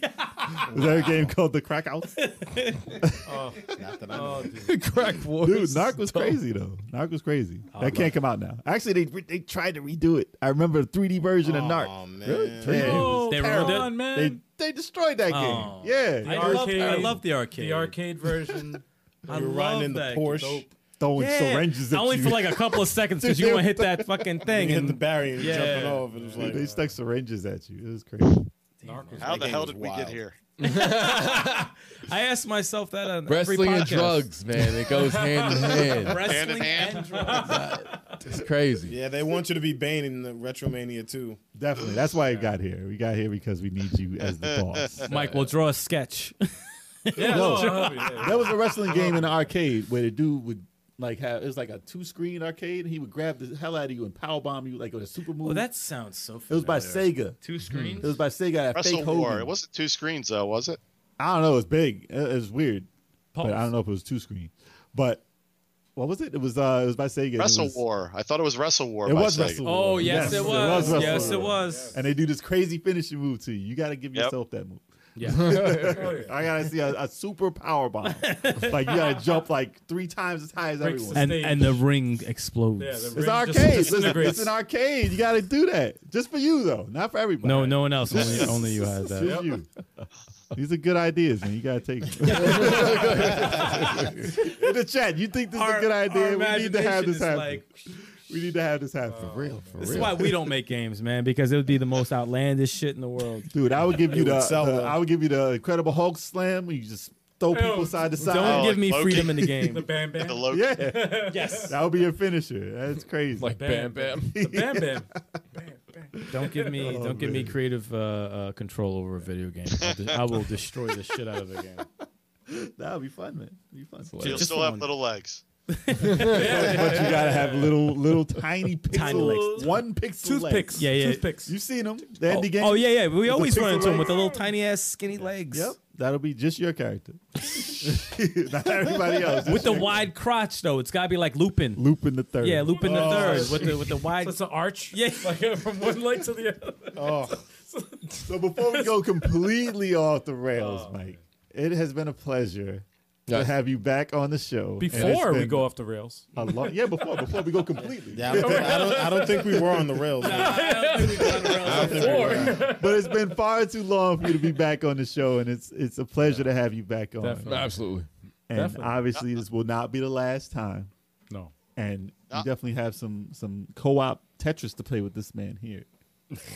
[SPEAKER 6] there a game called The Crack
[SPEAKER 4] [laughs]
[SPEAKER 6] House?
[SPEAKER 2] Not that I know.
[SPEAKER 1] Oh,
[SPEAKER 2] of.
[SPEAKER 1] dude.
[SPEAKER 3] Crack Wars.
[SPEAKER 6] Dude, Narc was crazy though. Narc was crazy.
[SPEAKER 4] Oh,
[SPEAKER 6] that can't come out now. Actually, they re- they tried to redo it. I remember the 3D version of Narc.
[SPEAKER 2] Aw, man.
[SPEAKER 6] Yeah, it was
[SPEAKER 1] Oh,
[SPEAKER 4] they
[SPEAKER 1] come
[SPEAKER 4] ruined it?
[SPEAKER 1] on, man.
[SPEAKER 6] They they destroyed that
[SPEAKER 4] Oh.
[SPEAKER 6] game. Yeah,
[SPEAKER 4] I
[SPEAKER 1] The
[SPEAKER 4] love, I
[SPEAKER 1] arcade.
[SPEAKER 4] love the arcade.
[SPEAKER 1] the arcade version.
[SPEAKER 4] I
[SPEAKER 2] You were
[SPEAKER 4] love
[SPEAKER 2] riding in the
[SPEAKER 4] that.
[SPEAKER 2] Porsche.
[SPEAKER 6] throwing
[SPEAKER 4] Yeah.
[SPEAKER 6] syringes at
[SPEAKER 4] Only
[SPEAKER 6] you. [laughs]
[SPEAKER 4] for like a couple of seconds because you want to hit that fucking thing.
[SPEAKER 2] You hit
[SPEAKER 4] And
[SPEAKER 2] the barrier, and
[SPEAKER 4] Yeah.
[SPEAKER 2] jumping off, and it was like
[SPEAKER 6] they stuck syringes at you. It was crazy.
[SPEAKER 5] How
[SPEAKER 2] That
[SPEAKER 5] the
[SPEAKER 2] game
[SPEAKER 5] hell
[SPEAKER 2] was
[SPEAKER 5] did we
[SPEAKER 2] wild.
[SPEAKER 5] get here?
[SPEAKER 4] I asked myself that on every
[SPEAKER 3] Wrestling
[SPEAKER 4] podcast.
[SPEAKER 3] and drugs, man. It goes hand in hand.
[SPEAKER 4] Wrestling
[SPEAKER 5] Hand in hand.
[SPEAKER 4] and drugs.
[SPEAKER 3] It's crazy.
[SPEAKER 2] Yeah, they want you to be Bane in the Retromania too.
[SPEAKER 6] Definitely. That's why it got here. We got here because we need you as
[SPEAKER 5] [laughs]
[SPEAKER 6] the boss.
[SPEAKER 4] [laughs] Mike will draw a sketch.
[SPEAKER 1] Yeah,
[SPEAKER 6] No.
[SPEAKER 1] no, I'll be- yeah.
[SPEAKER 6] That was a wrestling game in the arcade where the dude would like have it was like a two screen arcade. And he would grab the hell out of you and power bomb you like with a super move.
[SPEAKER 4] [laughs] Well, Oh, that sounds so.
[SPEAKER 6] it was by Sega.
[SPEAKER 4] two
[SPEAKER 6] It
[SPEAKER 4] screens.
[SPEAKER 6] was by Sega. That
[SPEAKER 5] Wrestle
[SPEAKER 6] fake Hogan.
[SPEAKER 5] War. It wasn't two screens though, was it?
[SPEAKER 6] I don't know. It was big. It it was weird. But I don't know if it was two screen. But what was it? It was uh it was by Sega. and it
[SPEAKER 5] Wrestle
[SPEAKER 6] was-
[SPEAKER 5] War. I thought it was Wrestle War.
[SPEAKER 6] It
[SPEAKER 5] by
[SPEAKER 6] was
[SPEAKER 5] Sega.
[SPEAKER 6] Wrestle War.
[SPEAKER 4] Oh yes, it was.
[SPEAKER 6] Wrestle
[SPEAKER 4] yes, it
[SPEAKER 6] War.
[SPEAKER 4] was.
[SPEAKER 6] And they do this crazy finishing move to you. You got to give
[SPEAKER 5] Yep.
[SPEAKER 6] yourself that move. [laughs]
[SPEAKER 4] Yeah.
[SPEAKER 1] Oh, yeah.
[SPEAKER 6] I gotta see a, a super power
[SPEAKER 4] [laughs]
[SPEAKER 6] bomb. like you gotta jump like three times as high as
[SPEAKER 1] Breaks
[SPEAKER 6] everyone.
[SPEAKER 1] the
[SPEAKER 4] and and the ring explodes.
[SPEAKER 1] Yeah, the
[SPEAKER 6] It's
[SPEAKER 1] ring
[SPEAKER 6] arcade.
[SPEAKER 1] just
[SPEAKER 6] Listen,
[SPEAKER 1] disintegrates.
[SPEAKER 6] it's an arcade. You got to do that just for you though, not for everybody.
[SPEAKER 4] no, no one else. [laughs] Only, only you has
[SPEAKER 6] Just
[SPEAKER 4] that.
[SPEAKER 6] you. These are good ideas, man. You gotta take
[SPEAKER 2] [laughs]
[SPEAKER 6] them. In the chat, you think this is a good idea? We need to have this happen. we need to have this happen.
[SPEAKER 2] Oh,
[SPEAKER 6] For real, for
[SPEAKER 4] This is why we don't make games, man, because it would be the most outlandish shit in the world.
[SPEAKER 6] Dude, I would give you
[SPEAKER 2] It would
[SPEAKER 6] the,
[SPEAKER 2] sell
[SPEAKER 6] the-
[SPEAKER 2] them.
[SPEAKER 6] I would give you the Incredible Hulk slam where you just throw people side to side.
[SPEAKER 2] [laughs]
[SPEAKER 4] Don't
[SPEAKER 5] Oh,
[SPEAKER 4] give me
[SPEAKER 5] like Loki.
[SPEAKER 4] freedom in the
[SPEAKER 1] The [laughs]
[SPEAKER 4] game.
[SPEAKER 1] Bam Bam.
[SPEAKER 5] [laughs] The low
[SPEAKER 6] Yeah,
[SPEAKER 4] yes.
[SPEAKER 6] that would be your finisher. That's crazy.
[SPEAKER 3] Like
[SPEAKER 1] Bam.
[SPEAKER 3] bam, bam.
[SPEAKER 6] [laughs]
[SPEAKER 1] The Bam Bam. Bam Bam.
[SPEAKER 4] Don't give me
[SPEAKER 6] Oh,
[SPEAKER 4] don't give me creative uh, uh, control over a video game. I'll de- I will destroy the shit out of a game.
[SPEAKER 6] that would be fun, man. It'd be fun. But
[SPEAKER 5] You'll
[SPEAKER 6] you
[SPEAKER 4] Just
[SPEAKER 5] still have
[SPEAKER 4] one.
[SPEAKER 5] little legs.
[SPEAKER 6] gotta have little, little tiny pixels,
[SPEAKER 4] legs.
[SPEAKER 6] one pixel legs.
[SPEAKER 1] Toothpicks.
[SPEAKER 4] Yeah, yeah.
[SPEAKER 1] Toothpicks.
[SPEAKER 6] You've seen them. The
[SPEAKER 4] Oh,
[SPEAKER 6] Andy game.
[SPEAKER 4] oh, yeah, yeah. We always
[SPEAKER 6] pixel
[SPEAKER 4] run into him
[SPEAKER 6] legs.
[SPEAKER 4] with the little tiny ass skinny legs.
[SPEAKER 6] Yep. That'll be just your character. [laughs] Not everybody else.
[SPEAKER 4] With the wide crotch though, it's gotta be like Lupin.
[SPEAKER 6] Lupin the third.
[SPEAKER 4] Yeah, Lupin the
[SPEAKER 1] Oh,
[SPEAKER 4] third with the with the wide. [laughs]
[SPEAKER 1] So it's an arch.
[SPEAKER 4] Yeah.
[SPEAKER 1] [laughs] Like uh, from one leg to the other.
[SPEAKER 6] So before we go completely off the rails, Mike, it has been a pleasure to
[SPEAKER 3] Yes.
[SPEAKER 6] have you back on the show. And
[SPEAKER 1] [laughs]
[SPEAKER 6] it's
[SPEAKER 1] Before we
[SPEAKER 6] been
[SPEAKER 1] go off the rails.
[SPEAKER 6] a lo- yeah, before before we go completely.
[SPEAKER 2] Yeah, I don't, think, I don't, I don't think we were on the [laughs] rails. man.
[SPEAKER 6] But it's been far too long for you to be back on the show, and it's it's a pleasure to have you back on.
[SPEAKER 1] Definitely.
[SPEAKER 3] Absolutely.
[SPEAKER 6] And
[SPEAKER 1] Definitely.
[SPEAKER 6] obviously, this will not be the last time.
[SPEAKER 1] No.
[SPEAKER 6] And you
[SPEAKER 5] Uh.
[SPEAKER 6] definitely have some some co-op Tetris to play with this man here,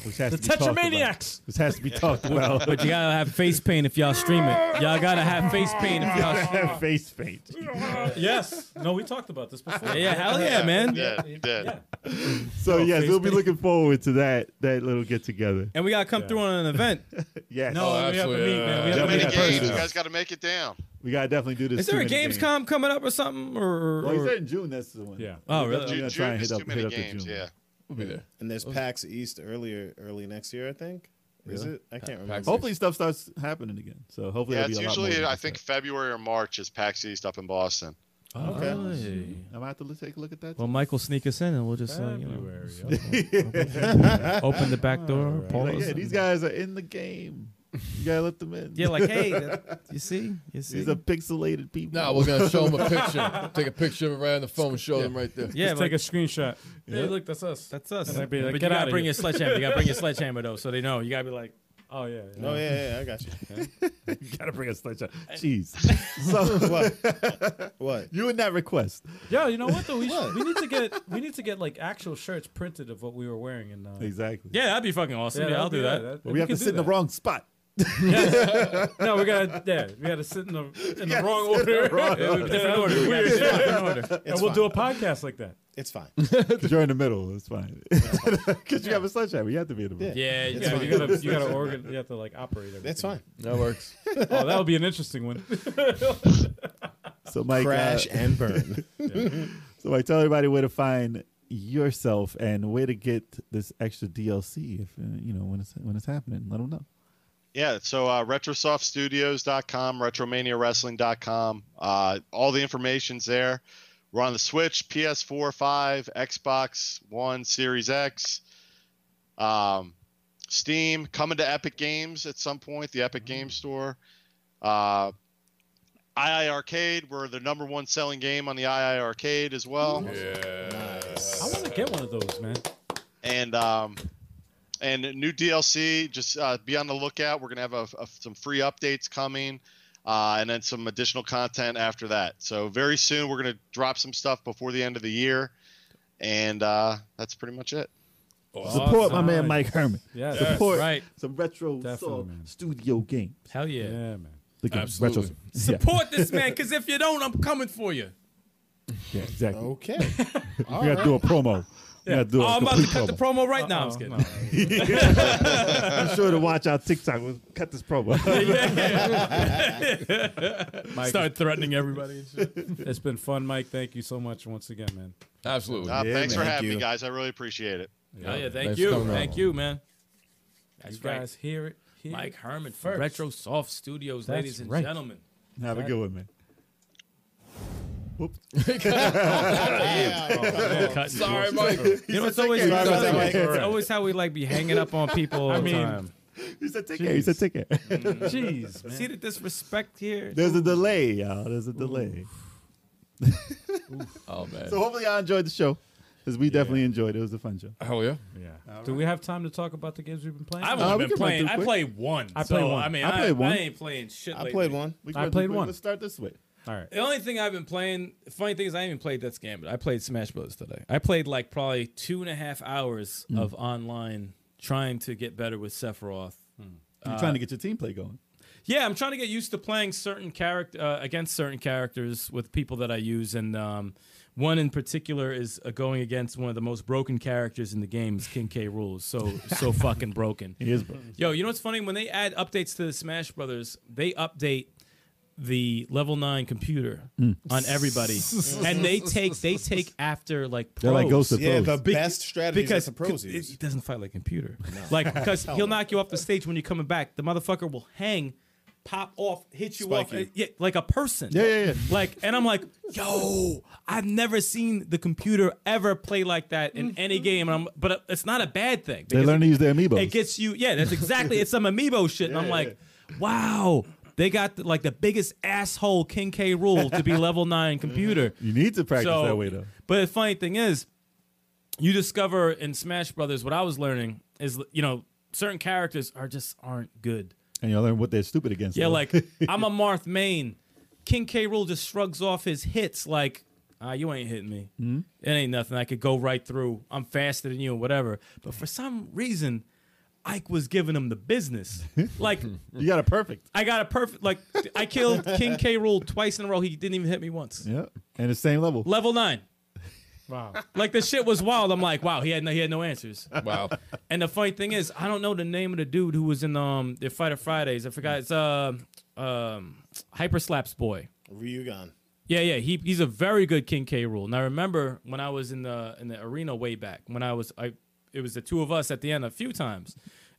[SPEAKER 6] which has
[SPEAKER 1] The
[SPEAKER 6] to be talked about.
[SPEAKER 1] Tetramaniacs.
[SPEAKER 6] This has to be
[SPEAKER 1] [laughs]
[SPEAKER 6] talked about. [laughs]
[SPEAKER 4] But you gotta have face paint if y'all stream it. Y'all gotta
[SPEAKER 6] [laughs]
[SPEAKER 4] have face paint if y'all. Stream
[SPEAKER 6] face
[SPEAKER 1] [laughs]
[SPEAKER 6] paint.
[SPEAKER 1] [laughs] Yes. No, we talked about this before.
[SPEAKER 4] it. Yeah, hell yeah, man.
[SPEAKER 5] Yeah, you did.
[SPEAKER 1] Yeah.
[SPEAKER 6] So yes,
[SPEAKER 1] Oh, face
[SPEAKER 6] we'll be
[SPEAKER 1] paint.
[SPEAKER 6] looking forward to that that little get together.
[SPEAKER 4] And we gotta come through on
[SPEAKER 6] [laughs]
[SPEAKER 4] an event.
[SPEAKER 6] Yes.
[SPEAKER 1] No, we have to
[SPEAKER 3] absolutely.
[SPEAKER 1] meet, man. We
[SPEAKER 6] Yeah,
[SPEAKER 1] have
[SPEAKER 5] Too
[SPEAKER 1] to
[SPEAKER 6] we
[SPEAKER 1] meet.
[SPEAKER 5] many
[SPEAKER 6] got
[SPEAKER 5] games.
[SPEAKER 6] Thursday.
[SPEAKER 5] You guys got to make it down.
[SPEAKER 6] We gotta definitely do this.
[SPEAKER 4] Is there a
[SPEAKER 6] too many
[SPEAKER 4] Gamescom coming up or something? Or,
[SPEAKER 6] Well,
[SPEAKER 4] or-
[SPEAKER 6] he said in June. That's the one.
[SPEAKER 1] Yeah.
[SPEAKER 4] oh,
[SPEAKER 6] I'm
[SPEAKER 4] really?
[SPEAKER 6] gonna
[SPEAKER 5] June,
[SPEAKER 6] try and
[SPEAKER 5] June
[SPEAKER 6] hit
[SPEAKER 5] is
[SPEAKER 6] up-
[SPEAKER 5] too many
[SPEAKER 6] hit up the
[SPEAKER 5] games.
[SPEAKER 6] June.
[SPEAKER 5] Yeah.
[SPEAKER 3] We'll be there.
[SPEAKER 2] And there's PAX East earlier, early next year, I think. Is it? I can't remember.
[SPEAKER 3] PAX
[SPEAKER 6] Hopefully, stuff starts happening again. So hopefully,
[SPEAKER 5] Yeah,
[SPEAKER 6] there'll
[SPEAKER 5] it's
[SPEAKER 6] be a lot more
[SPEAKER 5] usually
[SPEAKER 6] than
[SPEAKER 5] I
[SPEAKER 6] just
[SPEAKER 5] think February or March is PAX East up in Boston.
[SPEAKER 1] Oh.
[SPEAKER 2] Okay.
[SPEAKER 6] that. I'm gonna have to look- take a look at that.
[SPEAKER 4] Well, Mike will sneak us in, and we'll just uh, you know,
[SPEAKER 1] February, yeah.
[SPEAKER 6] [laughs]
[SPEAKER 4] open the back door.
[SPEAKER 6] Like,
[SPEAKER 4] pause,
[SPEAKER 6] yeah,
[SPEAKER 4] and-
[SPEAKER 6] these guys are in the game. You gotta let them in.
[SPEAKER 4] Yeah, like hey, that, you see, you see.
[SPEAKER 6] these are pixelated people.
[SPEAKER 3] No, we're gonna show them a picture. Take a picture of it right on the phone. and Show them right there.
[SPEAKER 4] yeah,
[SPEAKER 1] Just
[SPEAKER 4] like,
[SPEAKER 1] take a screenshot. Hey, look, that's us.
[SPEAKER 4] that's us.
[SPEAKER 1] And I'd be like,
[SPEAKER 4] but
[SPEAKER 1] "Get
[SPEAKER 4] you
[SPEAKER 1] outta
[SPEAKER 4] gotta bring
[SPEAKER 1] here."
[SPEAKER 4] your sledgehammer. You
[SPEAKER 1] [laughs]
[SPEAKER 4] gotta bring your sledgehammer though, so they know. You gotta be like,
[SPEAKER 1] oh, yeah. yeah.
[SPEAKER 2] Oh yeah, yeah, I got you.
[SPEAKER 6] you gotta bring a sledgehammer. Jeez. [laughs] so
[SPEAKER 2] what? [laughs] What?
[SPEAKER 6] you in that request?
[SPEAKER 1] Yeah, you know what though? We, should, we need to get we need to get like actual shirts printed of what we were wearing and uh,
[SPEAKER 6] Exactly.
[SPEAKER 4] yeah, that'd be fucking awesome. Yeah, I'll do that.
[SPEAKER 6] But we have to sit in the
[SPEAKER 1] wrong.
[SPEAKER 6] wrong spot.
[SPEAKER 1] No, we gotta yeah, we gotta sit in the in the
[SPEAKER 2] Yes,
[SPEAKER 1] wrong order.
[SPEAKER 4] Different order. We gotta do it in different order.
[SPEAKER 1] and we'll do a podcast like that.
[SPEAKER 2] It's fine.
[SPEAKER 6] 'Cause you're in the middle. It's fine. [laughs] Because you have a sledgehammer. You have to be in the middle.
[SPEAKER 4] Yeah, you
[SPEAKER 2] It's
[SPEAKER 1] Yeah,
[SPEAKER 4] gotta-
[SPEAKER 2] fine.
[SPEAKER 1] you gotta you gotta organ you have [laughs] to like operate everything.
[SPEAKER 2] That's [laughs] fine.
[SPEAKER 3] That works.
[SPEAKER 1] Oh, that would be an interesting one.
[SPEAKER 6] So Mike, uh,
[SPEAKER 2] Crash and [laughs] burn.
[SPEAKER 6] so Mike, tell everybody where to find yourself and where to get this extra DLC. If uh, you know when it's when it's happening, let them know.
[SPEAKER 5] Yeah, so uh, retrosoftstudios.com, retromaniawrestling.com. Uh, all the information's there. We're on the Switch, PS4, 5, Xbox One, Series X, um, Steam, coming to Epic Games at some point, the Epic Game
[SPEAKER 6] Mm.
[SPEAKER 5] Store. Uh, II Arcade, we're the number one selling game on the II Arcade as
[SPEAKER 1] [laughs]
[SPEAKER 5] well.
[SPEAKER 1] I want to get one of those, man.
[SPEAKER 5] and um, and new DLC. Just uh, be on the lookout. We're gonna have a, a- some free updates coming, uh, and then some additional content after that. So very soon we're gonna drop some stuff before the end of the year, and uh, that's pretty much it.
[SPEAKER 6] Support my
[SPEAKER 1] Nice.
[SPEAKER 6] man Mike Herman.
[SPEAKER 1] Yes.
[SPEAKER 6] Support
[SPEAKER 8] right.
[SPEAKER 6] some retro
[SPEAKER 1] Definitely,
[SPEAKER 6] soul
[SPEAKER 1] man.
[SPEAKER 6] studio games.
[SPEAKER 8] Hell yeah.
[SPEAKER 1] Yeah, man.
[SPEAKER 6] The game,
[SPEAKER 3] Absolutely.
[SPEAKER 6] retro-
[SPEAKER 4] Support this man, because if you don't, I'm coming for you.
[SPEAKER 6] Yeah, yeah, exactly.
[SPEAKER 2] Okay.
[SPEAKER 6] we gotta do a promo. We gotta do
[SPEAKER 4] Oh,
[SPEAKER 6] a
[SPEAKER 4] I'm about to
[SPEAKER 6] complete
[SPEAKER 4] cut the promo right
[SPEAKER 1] Uh-uh,
[SPEAKER 4] now. I'm just kidding.
[SPEAKER 6] Be sure to watch our TikTok. We'll cut this [laughs] promo.
[SPEAKER 1] Mike,
[SPEAKER 4] Start threatening everybody. and shit.
[SPEAKER 1] [laughs] it's been fun, Mike. Thank you so much once again, man.
[SPEAKER 3] Absolutely.
[SPEAKER 5] Uh, thanks for
[SPEAKER 2] man.
[SPEAKER 5] having
[SPEAKER 2] Thank
[SPEAKER 5] me,
[SPEAKER 2] you.
[SPEAKER 5] guys. I really appreciate it.
[SPEAKER 4] Oh yeah, thank
[SPEAKER 3] Thanks
[SPEAKER 4] you,
[SPEAKER 3] for coming
[SPEAKER 4] thank
[SPEAKER 3] on.
[SPEAKER 4] you, man. That's
[SPEAKER 1] You
[SPEAKER 4] right.
[SPEAKER 1] guys hear it. Hear
[SPEAKER 4] Mike
[SPEAKER 1] it.
[SPEAKER 4] Herman
[SPEAKER 1] first.
[SPEAKER 4] from Retro Soft Studios,
[SPEAKER 1] That's
[SPEAKER 4] ladies and
[SPEAKER 1] right.
[SPEAKER 4] gentlemen.
[SPEAKER 6] Have a good one, man.
[SPEAKER 3] Sorry, Mike.
[SPEAKER 8] You know, it's always, it's
[SPEAKER 2] Sorry about that,
[SPEAKER 8] always,
[SPEAKER 2] Mike.
[SPEAKER 8] it's always how we like be hanging up on people
[SPEAKER 4] [laughs]
[SPEAKER 8] all the
[SPEAKER 1] mean,
[SPEAKER 8] time.
[SPEAKER 6] He said ticket. He said ticket.
[SPEAKER 1] Jeez, man.
[SPEAKER 8] See the disrespect here?
[SPEAKER 6] There's a delay, y'all. There's a delay.
[SPEAKER 3] Oh man.
[SPEAKER 6] So hopefully y'all enjoyed the show. Because we definitely enjoyed it. It was a fun show.
[SPEAKER 3] Hell yeah.
[SPEAKER 1] Yeah. Do we have time to talk about the games we've been playing?
[SPEAKER 4] I've
[SPEAKER 6] Uh, we
[SPEAKER 4] only been
[SPEAKER 6] can run
[SPEAKER 4] playing.
[SPEAKER 6] through
[SPEAKER 4] I
[SPEAKER 6] quick.
[SPEAKER 4] played one.
[SPEAKER 1] I
[SPEAKER 4] I
[SPEAKER 1] played
[SPEAKER 4] played
[SPEAKER 1] one.
[SPEAKER 4] I mean,
[SPEAKER 6] I
[SPEAKER 4] I,
[SPEAKER 6] played one.
[SPEAKER 4] I ain't playing shit.
[SPEAKER 2] I
[SPEAKER 4] lately.
[SPEAKER 2] played one.
[SPEAKER 6] We
[SPEAKER 1] I
[SPEAKER 6] can-
[SPEAKER 1] played
[SPEAKER 6] we-
[SPEAKER 1] one.
[SPEAKER 6] Let's start this way.
[SPEAKER 1] All right.
[SPEAKER 4] The only thing I've been playing, funny thing is, I haven't even played this game, but I played Smash Bros. today. I played like probably two and a half hours
[SPEAKER 6] Mm.
[SPEAKER 4] of online trying to get better with Sephiroth.
[SPEAKER 6] You're trying to get your team play going.
[SPEAKER 4] Yeah, I'm trying to get used to playing certain character uh, against certain characters with people that I use, and um, one in particular is uh, going against one of the most broken characters in the game, is King K. Rules. So so fucking broken.
[SPEAKER 6] He is, bro.
[SPEAKER 4] Yo, you know what's funny? When they add updates to the Smash Brothers, they update the level nine computer
[SPEAKER 6] Mm.
[SPEAKER 4] on
[SPEAKER 6] [laughs]
[SPEAKER 4] everybody, and they take they take after like pros.
[SPEAKER 6] They're like Ghost of
[SPEAKER 2] Yeah,
[SPEAKER 6] Thrones.
[SPEAKER 2] the best strategy
[SPEAKER 4] because
[SPEAKER 2] is the pros use.
[SPEAKER 4] he doesn't fight like a
[SPEAKER 2] [laughs]
[SPEAKER 4] computer. Like because he'll knock you off the stage when you're coming back. The motherfucker will hang, pop off, hit you
[SPEAKER 2] Spike
[SPEAKER 4] off,
[SPEAKER 2] you.
[SPEAKER 4] uh, yeah, like a person.
[SPEAKER 6] Yeah, yeah, yeah.
[SPEAKER 4] Like, and I'm like, yo, I've never seen the computer ever play like that in any game. And I'm, but uh, it's not a bad thing.
[SPEAKER 6] Mm. They
[SPEAKER 4] because
[SPEAKER 6] learn to use their
[SPEAKER 4] it
[SPEAKER 6] amiibo.
[SPEAKER 4] gets you. Yeah, that's exactly. it's some amiibo shit, and I'm like, wow, they got the, like the biggest asshole King K rule to be
[SPEAKER 6] [laughs]
[SPEAKER 4] level nine computer.
[SPEAKER 6] You need to practice
[SPEAKER 4] So-
[SPEAKER 6] that way though.
[SPEAKER 4] But the funny thing is, you discover in Smash Brothers what I was learning is you know certain characters are just aren't good.
[SPEAKER 6] And you'll learn what they're stupid against.
[SPEAKER 4] Yeah,
[SPEAKER 6] though.
[SPEAKER 4] like I'm a Marth main. King K. Rule just shrugs off his hits like, ah, you ain't hitting me. It ain't nothing. I could go right through. I'm faster than you, or whatever. But for some reason, Ike was giving him the business. Like
[SPEAKER 6] you got a perfect.
[SPEAKER 4] I got a perfect. Like I killed King K. Rule twice in a row. He didn't even hit me once.
[SPEAKER 6] Yeah. And the same level.
[SPEAKER 4] Level nine.
[SPEAKER 1] Wow.
[SPEAKER 4] Like the shit was wild. I'm like, wow, he had no, he had no answers.
[SPEAKER 3] Wow.
[SPEAKER 4] And the funny thing is, I don't know the name of the dude who was in um the Fighter Fridays. I forgot. It's uh, um Hyper Slaps boy.
[SPEAKER 2] Ryugan.
[SPEAKER 4] Yeah, yeah. He he's a very good King K rule. And I remember when I was in the in the arena way back when I was I it was the two of us at the end a few times,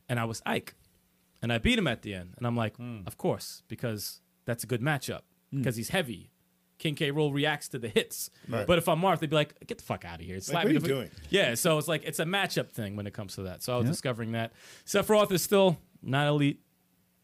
[SPEAKER 4] and I was Ike, and I beat him at the end. And I'm like,
[SPEAKER 2] Mm.
[SPEAKER 4] of course, because that's a good matchup because he's heavy. King K rule reacts to the hits, but if I'm Marth, they'd be like, "Get the fuck out of here!" Slap
[SPEAKER 2] what
[SPEAKER 4] me
[SPEAKER 2] are
[SPEAKER 4] the
[SPEAKER 2] you
[SPEAKER 4] fuck-
[SPEAKER 2] doing?
[SPEAKER 4] Yeah, so it's like it's a matchup thing when it comes to that. So I was discovering that Sephiroth is still not elite.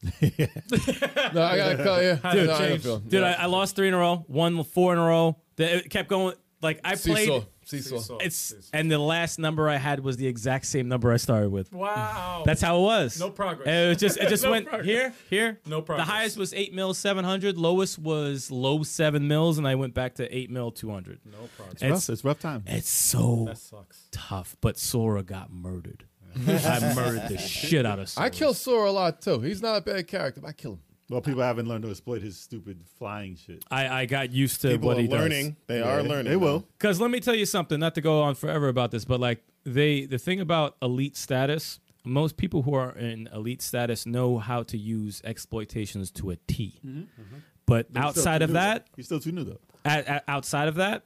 [SPEAKER 3] No, I gotta tell you.
[SPEAKER 4] Dude,
[SPEAKER 3] no, I gotta
[SPEAKER 4] changed.
[SPEAKER 3] feel.
[SPEAKER 4] Dude, I, I lost three in a row, won four in a row. The- It kept going. Like I played,
[SPEAKER 3] Seesaw. Seesaw.
[SPEAKER 4] It's and the last number I had was the exact same number I started with.
[SPEAKER 1] Wow.
[SPEAKER 4] That's how it was.
[SPEAKER 1] No progress.
[SPEAKER 4] And It was just
[SPEAKER 1] [laughs]
[SPEAKER 4] it just went
[SPEAKER 1] progress.
[SPEAKER 4] here, here.
[SPEAKER 1] No
[SPEAKER 4] The
[SPEAKER 1] progress.
[SPEAKER 4] highest was eight mil seven hundred. Lowest was low seven mils, and I went back to eight mil two hundred.
[SPEAKER 1] no problem.
[SPEAKER 6] Rough.
[SPEAKER 4] It's
[SPEAKER 6] It's rough time.
[SPEAKER 4] it's so
[SPEAKER 1] That sucks. [laughs]
[SPEAKER 4] tough, but Sora got murdered. I murdered the shit out of. Soul.
[SPEAKER 3] I kill Sora a lot too. He's not a bad character, but I kill him.
[SPEAKER 6] Well, people haven't learned to exploit his stupid flying shit.
[SPEAKER 4] I, I got used to
[SPEAKER 2] People
[SPEAKER 4] what
[SPEAKER 2] are
[SPEAKER 4] he
[SPEAKER 2] learning.
[SPEAKER 4] does.
[SPEAKER 2] They are learning.
[SPEAKER 6] They will.
[SPEAKER 4] Because let me tell you something. Not to go on forever about this, but like they, the thing about elite status, most people who are in elite status know how to use exploitations to a T.
[SPEAKER 1] Mm-hmm,
[SPEAKER 4] But
[SPEAKER 6] He's still
[SPEAKER 4] outside
[SPEAKER 6] too
[SPEAKER 4] of
[SPEAKER 6] new,
[SPEAKER 4] that,
[SPEAKER 6] though. he's still too new though.
[SPEAKER 4] at, at- outside of that,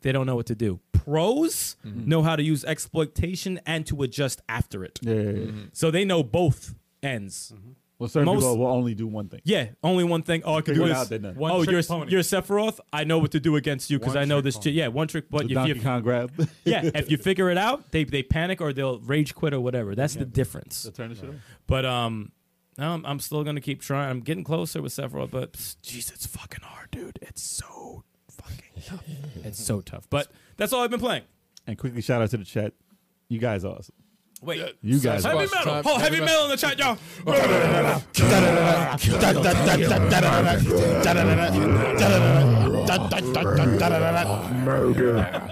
[SPEAKER 4] they don't know what to do. Pros
[SPEAKER 6] Mm-hmm.
[SPEAKER 4] know how to use exploitation and to adjust after it.
[SPEAKER 6] Yeah.
[SPEAKER 4] So they know both ends.
[SPEAKER 1] Mm-hmm.
[SPEAKER 6] Well, certain
[SPEAKER 4] Most-
[SPEAKER 6] people will only do one thing.
[SPEAKER 4] Yeah, only one thing. Oh, I can
[SPEAKER 6] Figure
[SPEAKER 4] do
[SPEAKER 6] it
[SPEAKER 4] this.
[SPEAKER 6] out, didn't I?
[SPEAKER 1] One
[SPEAKER 4] oh,
[SPEAKER 1] trick
[SPEAKER 4] you're
[SPEAKER 1] pony.
[SPEAKER 4] you're Sephiroth. I know what to do against you because
[SPEAKER 1] One
[SPEAKER 4] I know
[SPEAKER 1] trick
[SPEAKER 4] this.
[SPEAKER 1] pony.
[SPEAKER 4] J- yeah, one trick. But
[SPEAKER 6] The
[SPEAKER 4] if
[SPEAKER 6] Donkey
[SPEAKER 4] you,
[SPEAKER 6] Kong grab.
[SPEAKER 4] yeah, if you figure it out, they they panic or they'll rage quit or whatever. That's the difference.
[SPEAKER 6] The turn of shit. on.
[SPEAKER 4] But um, no, I'm, I'm still gonna keep trying. I'm getting closer with Sephiroth, but psst, jeez, it's fucking hard, dude. It's so fucking tough. [laughs] it's so tough. But that's all I've been playing.
[SPEAKER 6] And quickly shout out to the chat. You guys are awesome.
[SPEAKER 4] Wait,
[SPEAKER 6] You guys are
[SPEAKER 4] heavy
[SPEAKER 6] awesome.
[SPEAKER 3] Sasquatch time,
[SPEAKER 4] metal. Oh,
[SPEAKER 3] heavy
[SPEAKER 4] heavy metal in the chat, y'all.
[SPEAKER 6] Wow,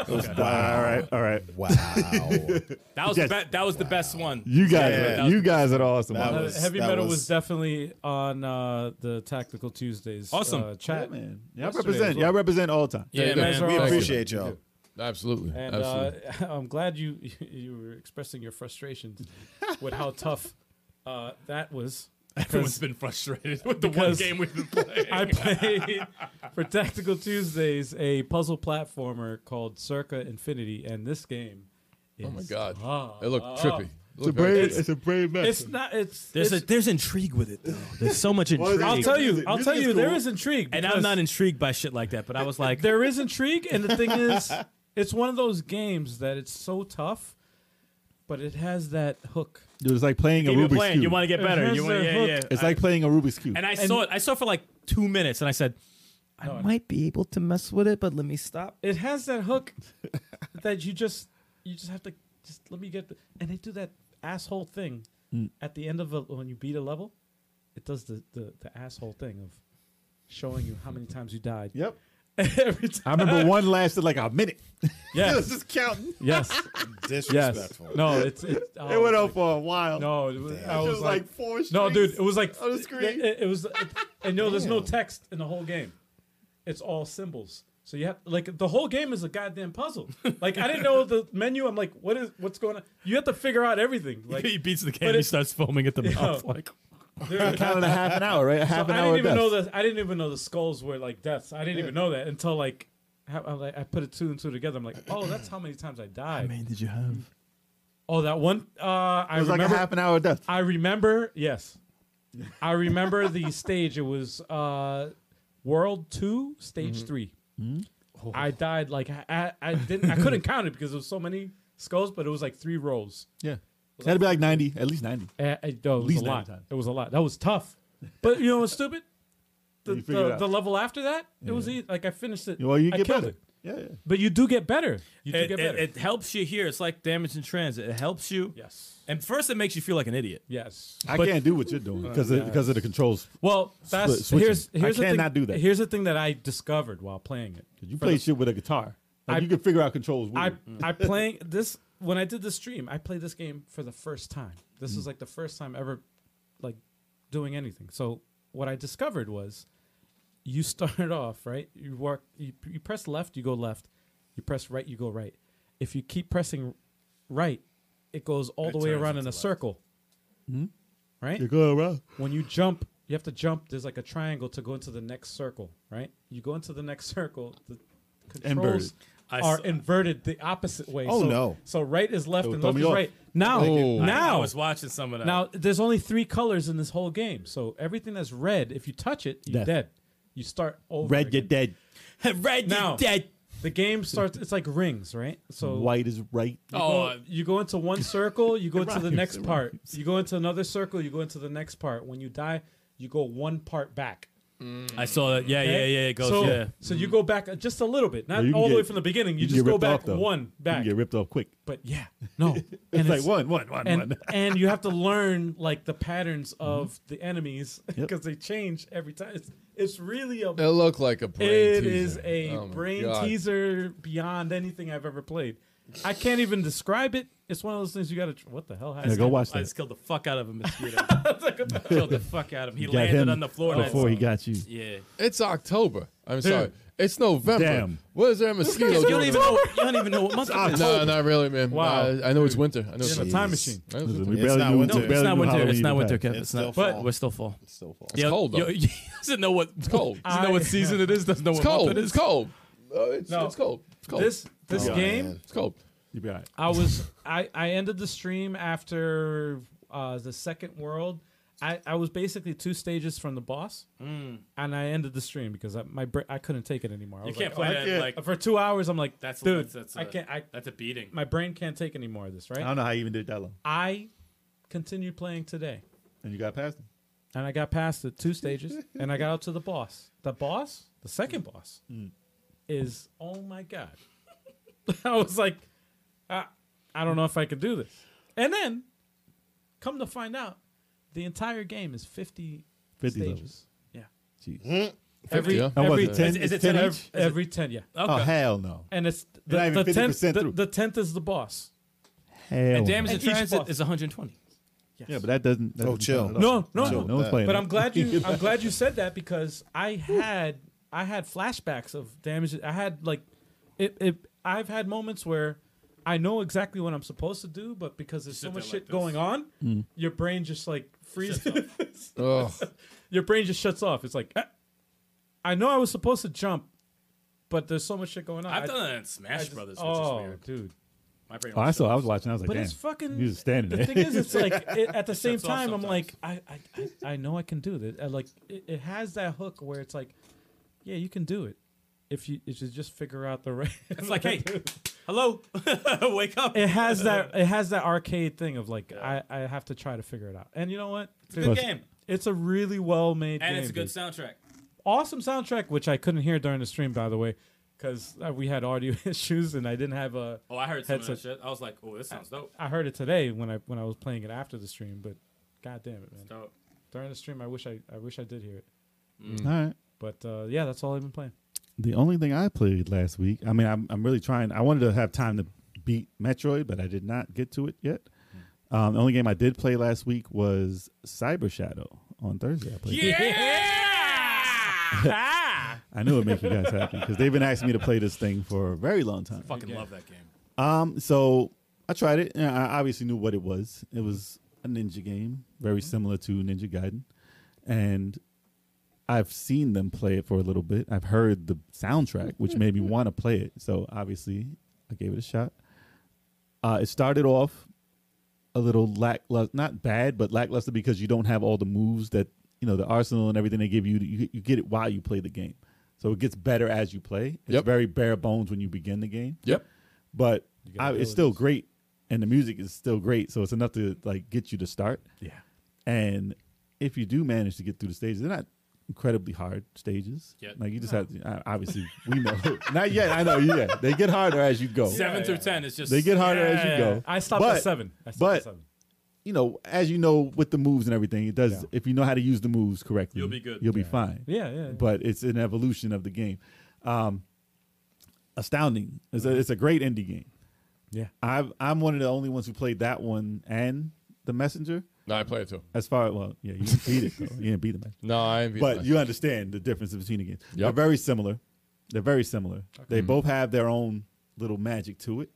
[SPEAKER 6] All right, all right.
[SPEAKER 2] Wow.
[SPEAKER 4] That was
[SPEAKER 6] Yes.
[SPEAKER 4] the be- that was the best one.
[SPEAKER 6] You guys,
[SPEAKER 2] Yeah,
[SPEAKER 6] are-
[SPEAKER 4] that was-
[SPEAKER 6] you guys are awesome.
[SPEAKER 2] That
[SPEAKER 6] man.
[SPEAKER 1] Uh,
[SPEAKER 2] was-
[SPEAKER 1] heavy
[SPEAKER 2] that
[SPEAKER 1] metal was,
[SPEAKER 2] was-
[SPEAKER 1] definitely on uh, the Tactical Tuesdays.
[SPEAKER 4] Awesome.
[SPEAKER 1] uh,
[SPEAKER 6] yeah,
[SPEAKER 1] chat.
[SPEAKER 6] man. Y'all
[SPEAKER 1] Yesterday
[SPEAKER 6] represent.
[SPEAKER 1] as well.
[SPEAKER 6] Y'all represent all time.
[SPEAKER 4] Yeah,
[SPEAKER 3] man.
[SPEAKER 1] Guys are
[SPEAKER 3] We
[SPEAKER 1] awesome.
[SPEAKER 2] Appreciate y'all.
[SPEAKER 3] Absolutely,
[SPEAKER 1] And uh, [laughs]
[SPEAKER 3] absolutely.
[SPEAKER 1] I'm glad you you were expressing your frustrations with how tough uh, that
[SPEAKER 4] [laughs]
[SPEAKER 1] was.
[SPEAKER 4] Everyone's been frustrated with the one
[SPEAKER 1] Because-
[SPEAKER 4] game we've been playing.
[SPEAKER 1] I played for Tactical Tuesdays a puzzle platformer called Circa Infinity, and this game. Is,
[SPEAKER 3] oh my god,
[SPEAKER 1] Ah,
[SPEAKER 3] it looked
[SPEAKER 1] ah,
[SPEAKER 3] trippy. It
[SPEAKER 6] It's a
[SPEAKER 3] looked very
[SPEAKER 6] brave.
[SPEAKER 3] trippy.
[SPEAKER 6] It's a brave match.
[SPEAKER 1] It's not. It's.
[SPEAKER 4] There's a,
[SPEAKER 1] it's
[SPEAKER 4] there's intrigue with it though. There's so much
[SPEAKER 6] Well,
[SPEAKER 4] intrigue.
[SPEAKER 1] I'll tell you.
[SPEAKER 6] Music-
[SPEAKER 1] I'll
[SPEAKER 6] music
[SPEAKER 1] tell
[SPEAKER 6] is
[SPEAKER 1] you. There
[SPEAKER 6] cool.
[SPEAKER 1] is intrigue,
[SPEAKER 4] and I'm
[SPEAKER 1] because
[SPEAKER 4] not intrigued by shit like that, but I was like,
[SPEAKER 1] there is intrigue, and the thing
[SPEAKER 4] [laughs]
[SPEAKER 1] is, it's one of those games that it's so tough, but it has that hook.
[SPEAKER 6] It was like playing a
[SPEAKER 4] keep it
[SPEAKER 6] Rubik's
[SPEAKER 4] playing.
[SPEAKER 6] cube.
[SPEAKER 4] You want to get better.
[SPEAKER 1] Here's
[SPEAKER 4] You want,
[SPEAKER 1] their
[SPEAKER 4] yeah,
[SPEAKER 1] hook.
[SPEAKER 4] yeah.
[SPEAKER 6] it's like playing a Rubik's cube.
[SPEAKER 4] and I saw it. I saw it for like two minutes, and I said, [laughs] I might be able to mess with it, but let me stop.
[SPEAKER 1] It has that
[SPEAKER 6] [laughs]
[SPEAKER 1] hook that you just you just have to just let me get. The, and they do that asshole thing
[SPEAKER 6] Hmm.
[SPEAKER 1] at the end of a, when you beat a level. It does the, the the asshole thing of showing you how
[SPEAKER 6] [laughs]
[SPEAKER 1] many times you died.
[SPEAKER 6] Yep.
[SPEAKER 1] [laughs] Every
[SPEAKER 6] [laughs]
[SPEAKER 1] time.
[SPEAKER 6] I remember one lasted like a minute. it was
[SPEAKER 1] Yes.
[SPEAKER 6] just counting.
[SPEAKER 1] yes. Yes.
[SPEAKER 2] Disrespectful.
[SPEAKER 6] [laughs]
[SPEAKER 1] No. It's. it's oh,
[SPEAKER 6] It went on for a while.
[SPEAKER 1] No. It was, I
[SPEAKER 6] it
[SPEAKER 1] was,
[SPEAKER 6] was like,
[SPEAKER 1] like
[SPEAKER 6] four. Strings.
[SPEAKER 1] No, dude, it was like
[SPEAKER 6] on the screen.
[SPEAKER 1] It, it- it was, and no, there's no text in the whole game. It's all symbols. So you have like the whole game is a goddamn puzzle. Like I didn't know the menu. I'm like, what is what's going on? You have to figure out everything. Like
[SPEAKER 4] he
[SPEAKER 1] dude,
[SPEAKER 4] beats the
[SPEAKER 1] but
[SPEAKER 4] game. He
[SPEAKER 1] it-
[SPEAKER 4] starts foaming at the mouth.
[SPEAKER 1] Yeah.
[SPEAKER 4] Like,
[SPEAKER 6] [laughs]
[SPEAKER 1] so
[SPEAKER 6] counted a half an hour, right? A half an
[SPEAKER 1] I
[SPEAKER 6] hour.
[SPEAKER 1] didn't even
[SPEAKER 6] best.
[SPEAKER 1] know the I didn't even know the skulls were like deaths. I didn't even know that until like how, I'm like I put a two and two together. I'm like, oh, that's how many times I died.
[SPEAKER 6] did you have?
[SPEAKER 1] Oh, that one. Uh, I
[SPEAKER 6] It was like
[SPEAKER 1] remember.
[SPEAKER 6] a half an hour death.
[SPEAKER 1] I remember, yes. I remember the [laughs] stage. It was uh, World Two, Stage
[SPEAKER 6] Mm-hmm.
[SPEAKER 1] 3
[SPEAKER 6] Oh.
[SPEAKER 1] I died like I, I, I didn't. I couldn't count it because there was so many skulls, but it was like three rows.
[SPEAKER 6] Yeah. That'd be like ninety, at least ninety.
[SPEAKER 1] Uh, I- no, it was
[SPEAKER 6] least
[SPEAKER 1] a
[SPEAKER 6] nine
[SPEAKER 1] lot.
[SPEAKER 6] times.
[SPEAKER 1] It was a lot. That was tough. But you know what's stupid? The,
[SPEAKER 6] You figured it
[SPEAKER 1] the,
[SPEAKER 6] out.
[SPEAKER 1] the level after that, it was easy. like I finished it.
[SPEAKER 6] Well, you
[SPEAKER 1] I
[SPEAKER 6] get
[SPEAKER 1] killed
[SPEAKER 6] better.
[SPEAKER 1] It.
[SPEAKER 6] Yeah, yeah.
[SPEAKER 1] But you do get better. You do
[SPEAKER 4] [laughs] it,
[SPEAKER 1] get
[SPEAKER 4] it-
[SPEAKER 1] better.
[SPEAKER 4] it helps you here. It's like damage in transit. It helps you.
[SPEAKER 1] yes.
[SPEAKER 4] And first, it makes you feel like an idiot.
[SPEAKER 1] Yes.
[SPEAKER 6] I can't do what you're doing because of, because of the controls.
[SPEAKER 1] Well, that's
[SPEAKER 6] switching.
[SPEAKER 1] here's
[SPEAKER 6] I
[SPEAKER 1] here's the
[SPEAKER 6] cannot
[SPEAKER 1] thing,
[SPEAKER 6] do that.
[SPEAKER 1] Here's the thing that I discovered while playing it.
[SPEAKER 6] You
[SPEAKER 1] For
[SPEAKER 6] play
[SPEAKER 1] the-
[SPEAKER 6] shit with a guitar. Like
[SPEAKER 1] I-
[SPEAKER 6] you can figure out controls.
[SPEAKER 1] I
[SPEAKER 6] Weird.
[SPEAKER 1] I playing this when I did the stream. I played this game for the first time. This is like the first time ever, like, doing anything. So what I discovered was, you [laughs] start off right. You work. You, you press left. You go left. You press right. You go right. If you keep pressing right, it goes all the way
[SPEAKER 4] turns
[SPEAKER 1] around in
[SPEAKER 4] into
[SPEAKER 1] a
[SPEAKER 4] left.
[SPEAKER 1] circle. Right
[SPEAKER 6] You go around.
[SPEAKER 1] when you jump, you have to jump. There's like a triangle to go into the next circle, right? You go into the next circle. The controls
[SPEAKER 4] I
[SPEAKER 1] are
[SPEAKER 4] saw-
[SPEAKER 1] inverted the opposite way.
[SPEAKER 2] Oh,
[SPEAKER 1] so,
[SPEAKER 2] no.
[SPEAKER 1] So right is left
[SPEAKER 6] It would
[SPEAKER 1] and
[SPEAKER 6] throw
[SPEAKER 1] left
[SPEAKER 6] me
[SPEAKER 1] is
[SPEAKER 6] off.
[SPEAKER 1] right. Now,
[SPEAKER 4] I
[SPEAKER 1] now,
[SPEAKER 4] was watching some of that.
[SPEAKER 1] now, there's only three colors in this whole game. So everything that's red, if you touch it, you're
[SPEAKER 6] Death.
[SPEAKER 1] dead. You start over.
[SPEAKER 6] Red, you're
[SPEAKER 1] again.
[SPEAKER 6] dead.
[SPEAKER 4] [laughs] Red,
[SPEAKER 1] Now-
[SPEAKER 4] you dead.
[SPEAKER 1] The game starts. It's like rings, right? So
[SPEAKER 6] White is right.
[SPEAKER 1] you
[SPEAKER 4] Oh,
[SPEAKER 1] go-
[SPEAKER 4] uh,
[SPEAKER 1] you go into one circle,
[SPEAKER 6] [laughs]
[SPEAKER 1] you go to the
[SPEAKER 6] rhymes,
[SPEAKER 1] next
[SPEAKER 6] it
[SPEAKER 1] part. You go into another circle, you go into the next part. When you die, you go one part back.
[SPEAKER 4] I saw that. Yeah,
[SPEAKER 1] okay?
[SPEAKER 4] yeah, yeah. It goes.
[SPEAKER 1] So,
[SPEAKER 4] yeah.
[SPEAKER 1] so you go back uh, just a little bit, not
[SPEAKER 6] you can
[SPEAKER 1] all the way
[SPEAKER 6] get-
[SPEAKER 1] from the beginning. You,
[SPEAKER 6] you can
[SPEAKER 1] just
[SPEAKER 6] get
[SPEAKER 1] go
[SPEAKER 6] ripped
[SPEAKER 1] back
[SPEAKER 6] off, though.
[SPEAKER 1] one
[SPEAKER 6] You
[SPEAKER 1] back.
[SPEAKER 6] get ripped off quick.
[SPEAKER 1] but yeah,
[SPEAKER 6] [laughs]
[SPEAKER 1] no, and
[SPEAKER 6] It's, like one, one, one,
[SPEAKER 1] and
[SPEAKER 6] one.
[SPEAKER 1] and you have to learn like the
[SPEAKER 6] [laughs]
[SPEAKER 1] patterns
[SPEAKER 6] Mm-hmm.
[SPEAKER 1] of the enemies because they change every time. It's it's really a
[SPEAKER 3] It looked like a brain
[SPEAKER 1] it
[SPEAKER 3] teaser.
[SPEAKER 1] is a
[SPEAKER 3] Oh my
[SPEAKER 1] brain
[SPEAKER 3] God.
[SPEAKER 1] teaser beyond anything I've ever played. I can't even describe it. It's one of those things you got to. Tr- what the hell
[SPEAKER 6] Yeah,
[SPEAKER 1] happened?
[SPEAKER 6] go watch
[SPEAKER 8] I
[SPEAKER 6] that.
[SPEAKER 8] just killed the fuck out of a
[SPEAKER 4] [laughs]
[SPEAKER 8] mosquito. killed the fuck out of him. He
[SPEAKER 6] You got
[SPEAKER 8] landed
[SPEAKER 6] him
[SPEAKER 8] on the floor. and I-
[SPEAKER 6] before he got you.
[SPEAKER 8] yeah.
[SPEAKER 3] It's October. I'm sorry. It's November.
[SPEAKER 6] Damn.
[SPEAKER 3] What is there a mosquito
[SPEAKER 8] You don't
[SPEAKER 3] doing?
[SPEAKER 8] even know. You don't even know
[SPEAKER 6] [laughs]
[SPEAKER 8] what month
[SPEAKER 6] Ah,
[SPEAKER 8] it is.
[SPEAKER 3] No, not really, man.
[SPEAKER 1] Wow.
[SPEAKER 3] Nah, I know it's winter. I know it's
[SPEAKER 1] You're in a
[SPEAKER 3] winter.
[SPEAKER 1] time
[SPEAKER 2] Jeez.
[SPEAKER 1] machine.
[SPEAKER 3] I know it's
[SPEAKER 6] Listen,
[SPEAKER 3] winter.
[SPEAKER 6] we
[SPEAKER 2] It's
[SPEAKER 6] barely
[SPEAKER 2] not
[SPEAKER 6] knew-
[SPEAKER 2] winter.
[SPEAKER 6] we
[SPEAKER 2] It's
[SPEAKER 6] barely
[SPEAKER 8] Oh, It's not
[SPEAKER 6] knew
[SPEAKER 8] winter. It's
[SPEAKER 6] Halloween
[SPEAKER 8] not
[SPEAKER 6] even
[SPEAKER 8] winter,
[SPEAKER 6] passed.
[SPEAKER 8] Kev.
[SPEAKER 2] It's
[SPEAKER 8] It's not.
[SPEAKER 2] still
[SPEAKER 8] But
[SPEAKER 2] fall.
[SPEAKER 8] we're still fall.
[SPEAKER 2] It's still fall.
[SPEAKER 8] It's
[SPEAKER 3] cold,
[SPEAKER 8] [laughs]
[SPEAKER 3] though.
[SPEAKER 8] He doesn't know what.
[SPEAKER 3] It's cold.
[SPEAKER 8] Doesn't know
[SPEAKER 1] I-
[SPEAKER 8] what season it is. Doesn't know
[SPEAKER 3] It's
[SPEAKER 8] what month
[SPEAKER 3] cold.
[SPEAKER 8] it
[SPEAKER 3] It's
[SPEAKER 8] is.
[SPEAKER 3] cold. Uh, it's,
[SPEAKER 1] No.
[SPEAKER 3] it's cold. It's cold.
[SPEAKER 1] This this
[SPEAKER 2] Oh,
[SPEAKER 1] game.
[SPEAKER 2] man.
[SPEAKER 3] it's cold.
[SPEAKER 6] You'd be all right.
[SPEAKER 1] I was I I ended the stream after uh, the second world. I, I was basically two stages from the boss, and I ended the stream because I, my bra- I couldn't take it anymore. I
[SPEAKER 8] Hmm. You
[SPEAKER 1] was
[SPEAKER 8] can't play
[SPEAKER 1] like, "Oh, I
[SPEAKER 8] that.
[SPEAKER 6] can't-
[SPEAKER 8] Like
[SPEAKER 1] can't." for two hours. I'm like,
[SPEAKER 8] That's-
[SPEAKER 1] dude,
[SPEAKER 8] that's- that's,
[SPEAKER 1] I
[SPEAKER 8] uh,
[SPEAKER 1] can't. I,
[SPEAKER 8] that's a beating.
[SPEAKER 1] my brain can't take any more of this. Right?
[SPEAKER 6] I don't know how you even did that long.
[SPEAKER 1] I continued playing today,
[SPEAKER 6] And you got past him.
[SPEAKER 1] and I got past the two stages, and I got up to the boss. The boss, the second boss, is oh my god! [laughs] I was like, I, I don't know if I could do this. And then, come to find out, the entire game is fifty,
[SPEAKER 6] 50
[SPEAKER 1] stages.
[SPEAKER 6] levels.
[SPEAKER 1] Yeah,
[SPEAKER 6] Jeez.
[SPEAKER 1] every
[SPEAKER 3] yeah.
[SPEAKER 6] And what,
[SPEAKER 1] every
[SPEAKER 6] is it 10
[SPEAKER 1] is-
[SPEAKER 6] is
[SPEAKER 1] is
[SPEAKER 6] it
[SPEAKER 1] it ten
[SPEAKER 6] 10
[SPEAKER 1] ev-
[SPEAKER 6] each?
[SPEAKER 1] every ten yeah.
[SPEAKER 6] Oh, hell no.
[SPEAKER 1] And it's
[SPEAKER 6] You're not
[SPEAKER 1] the,
[SPEAKER 6] even
[SPEAKER 1] the tenth.
[SPEAKER 6] 50%
[SPEAKER 1] The,
[SPEAKER 6] through.
[SPEAKER 1] the tenth is the boss.
[SPEAKER 6] Hell
[SPEAKER 4] And
[SPEAKER 6] no.
[SPEAKER 4] damage in
[SPEAKER 1] And each
[SPEAKER 4] transit
[SPEAKER 1] boss.
[SPEAKER 4] is 120.
[SPEAKER 1] Yes.
[SPEAKER 6] Yeah, but that doesn't. That
[SPEAKER 2] Oh,
[SPEAKER 6] doesn't
[SPEAKER 2] chill.
[SPEAKER 6] count at all.
[SPEAKER 1] No, no.
[SPEAKER 6] Chill.
[SPEAKER 1] Chill
[SPEAKER 6] No one's
[SPEAKER 2] with
[SPEAKER 6] playing.
[SPEAKER 1] But
[SPEAKER 6] that. [laughs]
[SPEAKER 1] I'm glad you. I'm glad you said that because I had I had flashbacks of damage. I had like, it. it I've had moments where I know exactly what I'm supposed to do, but because there's so
[SPEAKER 8] sit
[SPEAKER 1] much
[SPEAKER 8] there
[SPEAKER 1] shit
[SPEAKER 8] like this.
[SPEAKER 1] going on, your brain just like freezes.
[SPEAKER 3] Ugh.
[SPEAKER 1] [laughs] your brain just shuts off. It's like, "Ah, I know I was supposed to jump, but there's so much shit going on.
[SPEAKER 8] I've
[SPEAKER 1] I-
[SPEAKER 8] done that in
[SPEAKER 1] I
[SPEAKER 8] Smash
[SPEAKER 1] just-
[SPEAKER 8] Brothers, which
[SPEAKER 1] Oh,
[SPEAKER 8] is weird.
[SPEAKER 1] dude.
[SPEAKER 8] My brain
[SPEAKER 6] Oh, I
[SPEAKER 8] was
[SPEAKER 6] saw.
[SPEAKER 8] shut
[SPEAKER 6] I
[SPEAKER 8] off.
[SPEAKER 6] was watching. I was like,
[SPEAKER 1] But
[SPEAKER 6] damn.
[SPEAKER 1] it's fucking.
[SPEAKER 6] You just standing
[SPEAKER 1] the
[SPEAKER 6] there.
[SPEAKER 1] thing is, it's
[SPEAKER 6] [laughs]
[SPEAKER 1] like it, at the same
[SPEAKER 8] Shuts off
[SPEAKER 1] time, I'm like,
[SPEAKER 8] sometimes.
[SPEAKER 1] I, I, I, I know I can do this. I, like it, it has that hook where it's like, yeah, you can do it if you if you just figure out the right. [laughs]
[SPEAKER 8] It's like, [laughs] hey, hello, wake up.
[SPEAKER 1] it
[SPEAKER 8] [laughs]
[SPEAKER 1] has that it has that arcade thing of like I, I have to try to figure it out. And you know what?
[SPEAKER 8] It's a good game,
[SPEAKER 1] It's a really well made
[SPEAKER 8] and it's a good
[SPEAKER 1] dude.
[SPEAKER 8] soundtrack.
[SPEAKER 1] awesome soundtrack, which I couldn't hear during the stream, by the way, because we had audio [laughs] issues and I didn't have a.
[SPEAKER 8] Oh, I heard some of that
[SPEAKER 1] Headset.
[SPEAKER 8] shit. I was like, oh, this sounds dope.
[SPEAKER 1] I heard it today when I when I was playing it after the stream, but god damn it, man!
[SPEAKER 8] Dope.
[SPEAKER 1] During the stream, I wish I I wish I did hear it.
[SPEAKER 6] All right.
[SPEAKER 1] But uh, yeah, that's all I've been playing.
[SPEAKER 6] The only thing I played last week, I mean, I'm, I'm really trying. I wanted to have time to beat Metroid, but I did not get to it yet. Um, the only game I did play last week was Cyber Shadow on Thursday. I,
[SPEAKER 8] [laughs]
[SPEAKER 6] played
[SPEAKER 8] Yeah.
[SPEAKER 6] I knew it would make you guys happy because they've been asking me to play this thing for a very long time.
[SPEAKER 8] Fucking love that game.
[SPEAKER 6] Um, so I tried it, and I obviously knew what it was. It was a ninja game, very similar to Ninja Gaiden, and I've seen them play it for a little bit. I've heard the soundtrack, which made me want to play it. So obviously, I gave it a shot. Uh, it started off a little lackluster, not bad, but lackluster because you don't have all the moves that you know the arsenal and everything they give you. You, you get it while you play the game, so it gets better as you play. It's
[SPEAKER 3] Yep.
[SPEAKER 6] very bare bones when you begin the game
[SPEAKER 3] Yep.
[SPEAKER 6] but I, it's still great, and the music is still great. So it's enough to like get you to start. Yeah. And if you do manage to get through the stages, they're not incredibly hard stages.
[SPEAKER 8] Yet.
[SPEAKER 6] Like you just have to. I- Obviously, we know. [laughs] not yet. I know. Yeah. They get harder as you go.
[SPEAKER 8] Seven through ten is just
[SPEAKER 6] They get harder as
[SPEAKER 1] Yeah,
[SPEAKER 6] you go.
[SPEAKER 1] I stopped
[SPEAKER 6] But-
[SPEAKER 1] at seven. I stopped
[SPEAKER 6] but-
[SPEAKER 1] at seven.
[SPEAKER 6] You know, as you know, with the moves and everything, it does.
[SPEAKER 1] Yeah.
[SPEAKER 6] If you know how to use the moves correctly,
[SPEAKER 8] You'll be good.
[SPEAKER 6] You'll be fine
[SPEAKER 1] Yeah, yeah. But
[SPEAKER 6] but it's an evolution of the game. Um, astounding. It's a, it's a great indie game.
[SPEAKER 1] Yeah.
[SPEAKER 6] I've, I'm one of the only ones who played that one and the Messenger.
[SPEAKER 3] No, I play it too.
[SPEAKER 6] As far well, yeah, you didn't beat it. Though. You didn't beat the Messenger,
[SPEAKER 3] No, I ain't beat
[SPEAKER 6] but
[SPEAKER 3] that.
[SPEAKER 6] you understand the difference between the games. They're
[SPEAKER 3] Yep.
[SPEAKER 6] very similar. They're very similar. They both have their own little magic to it,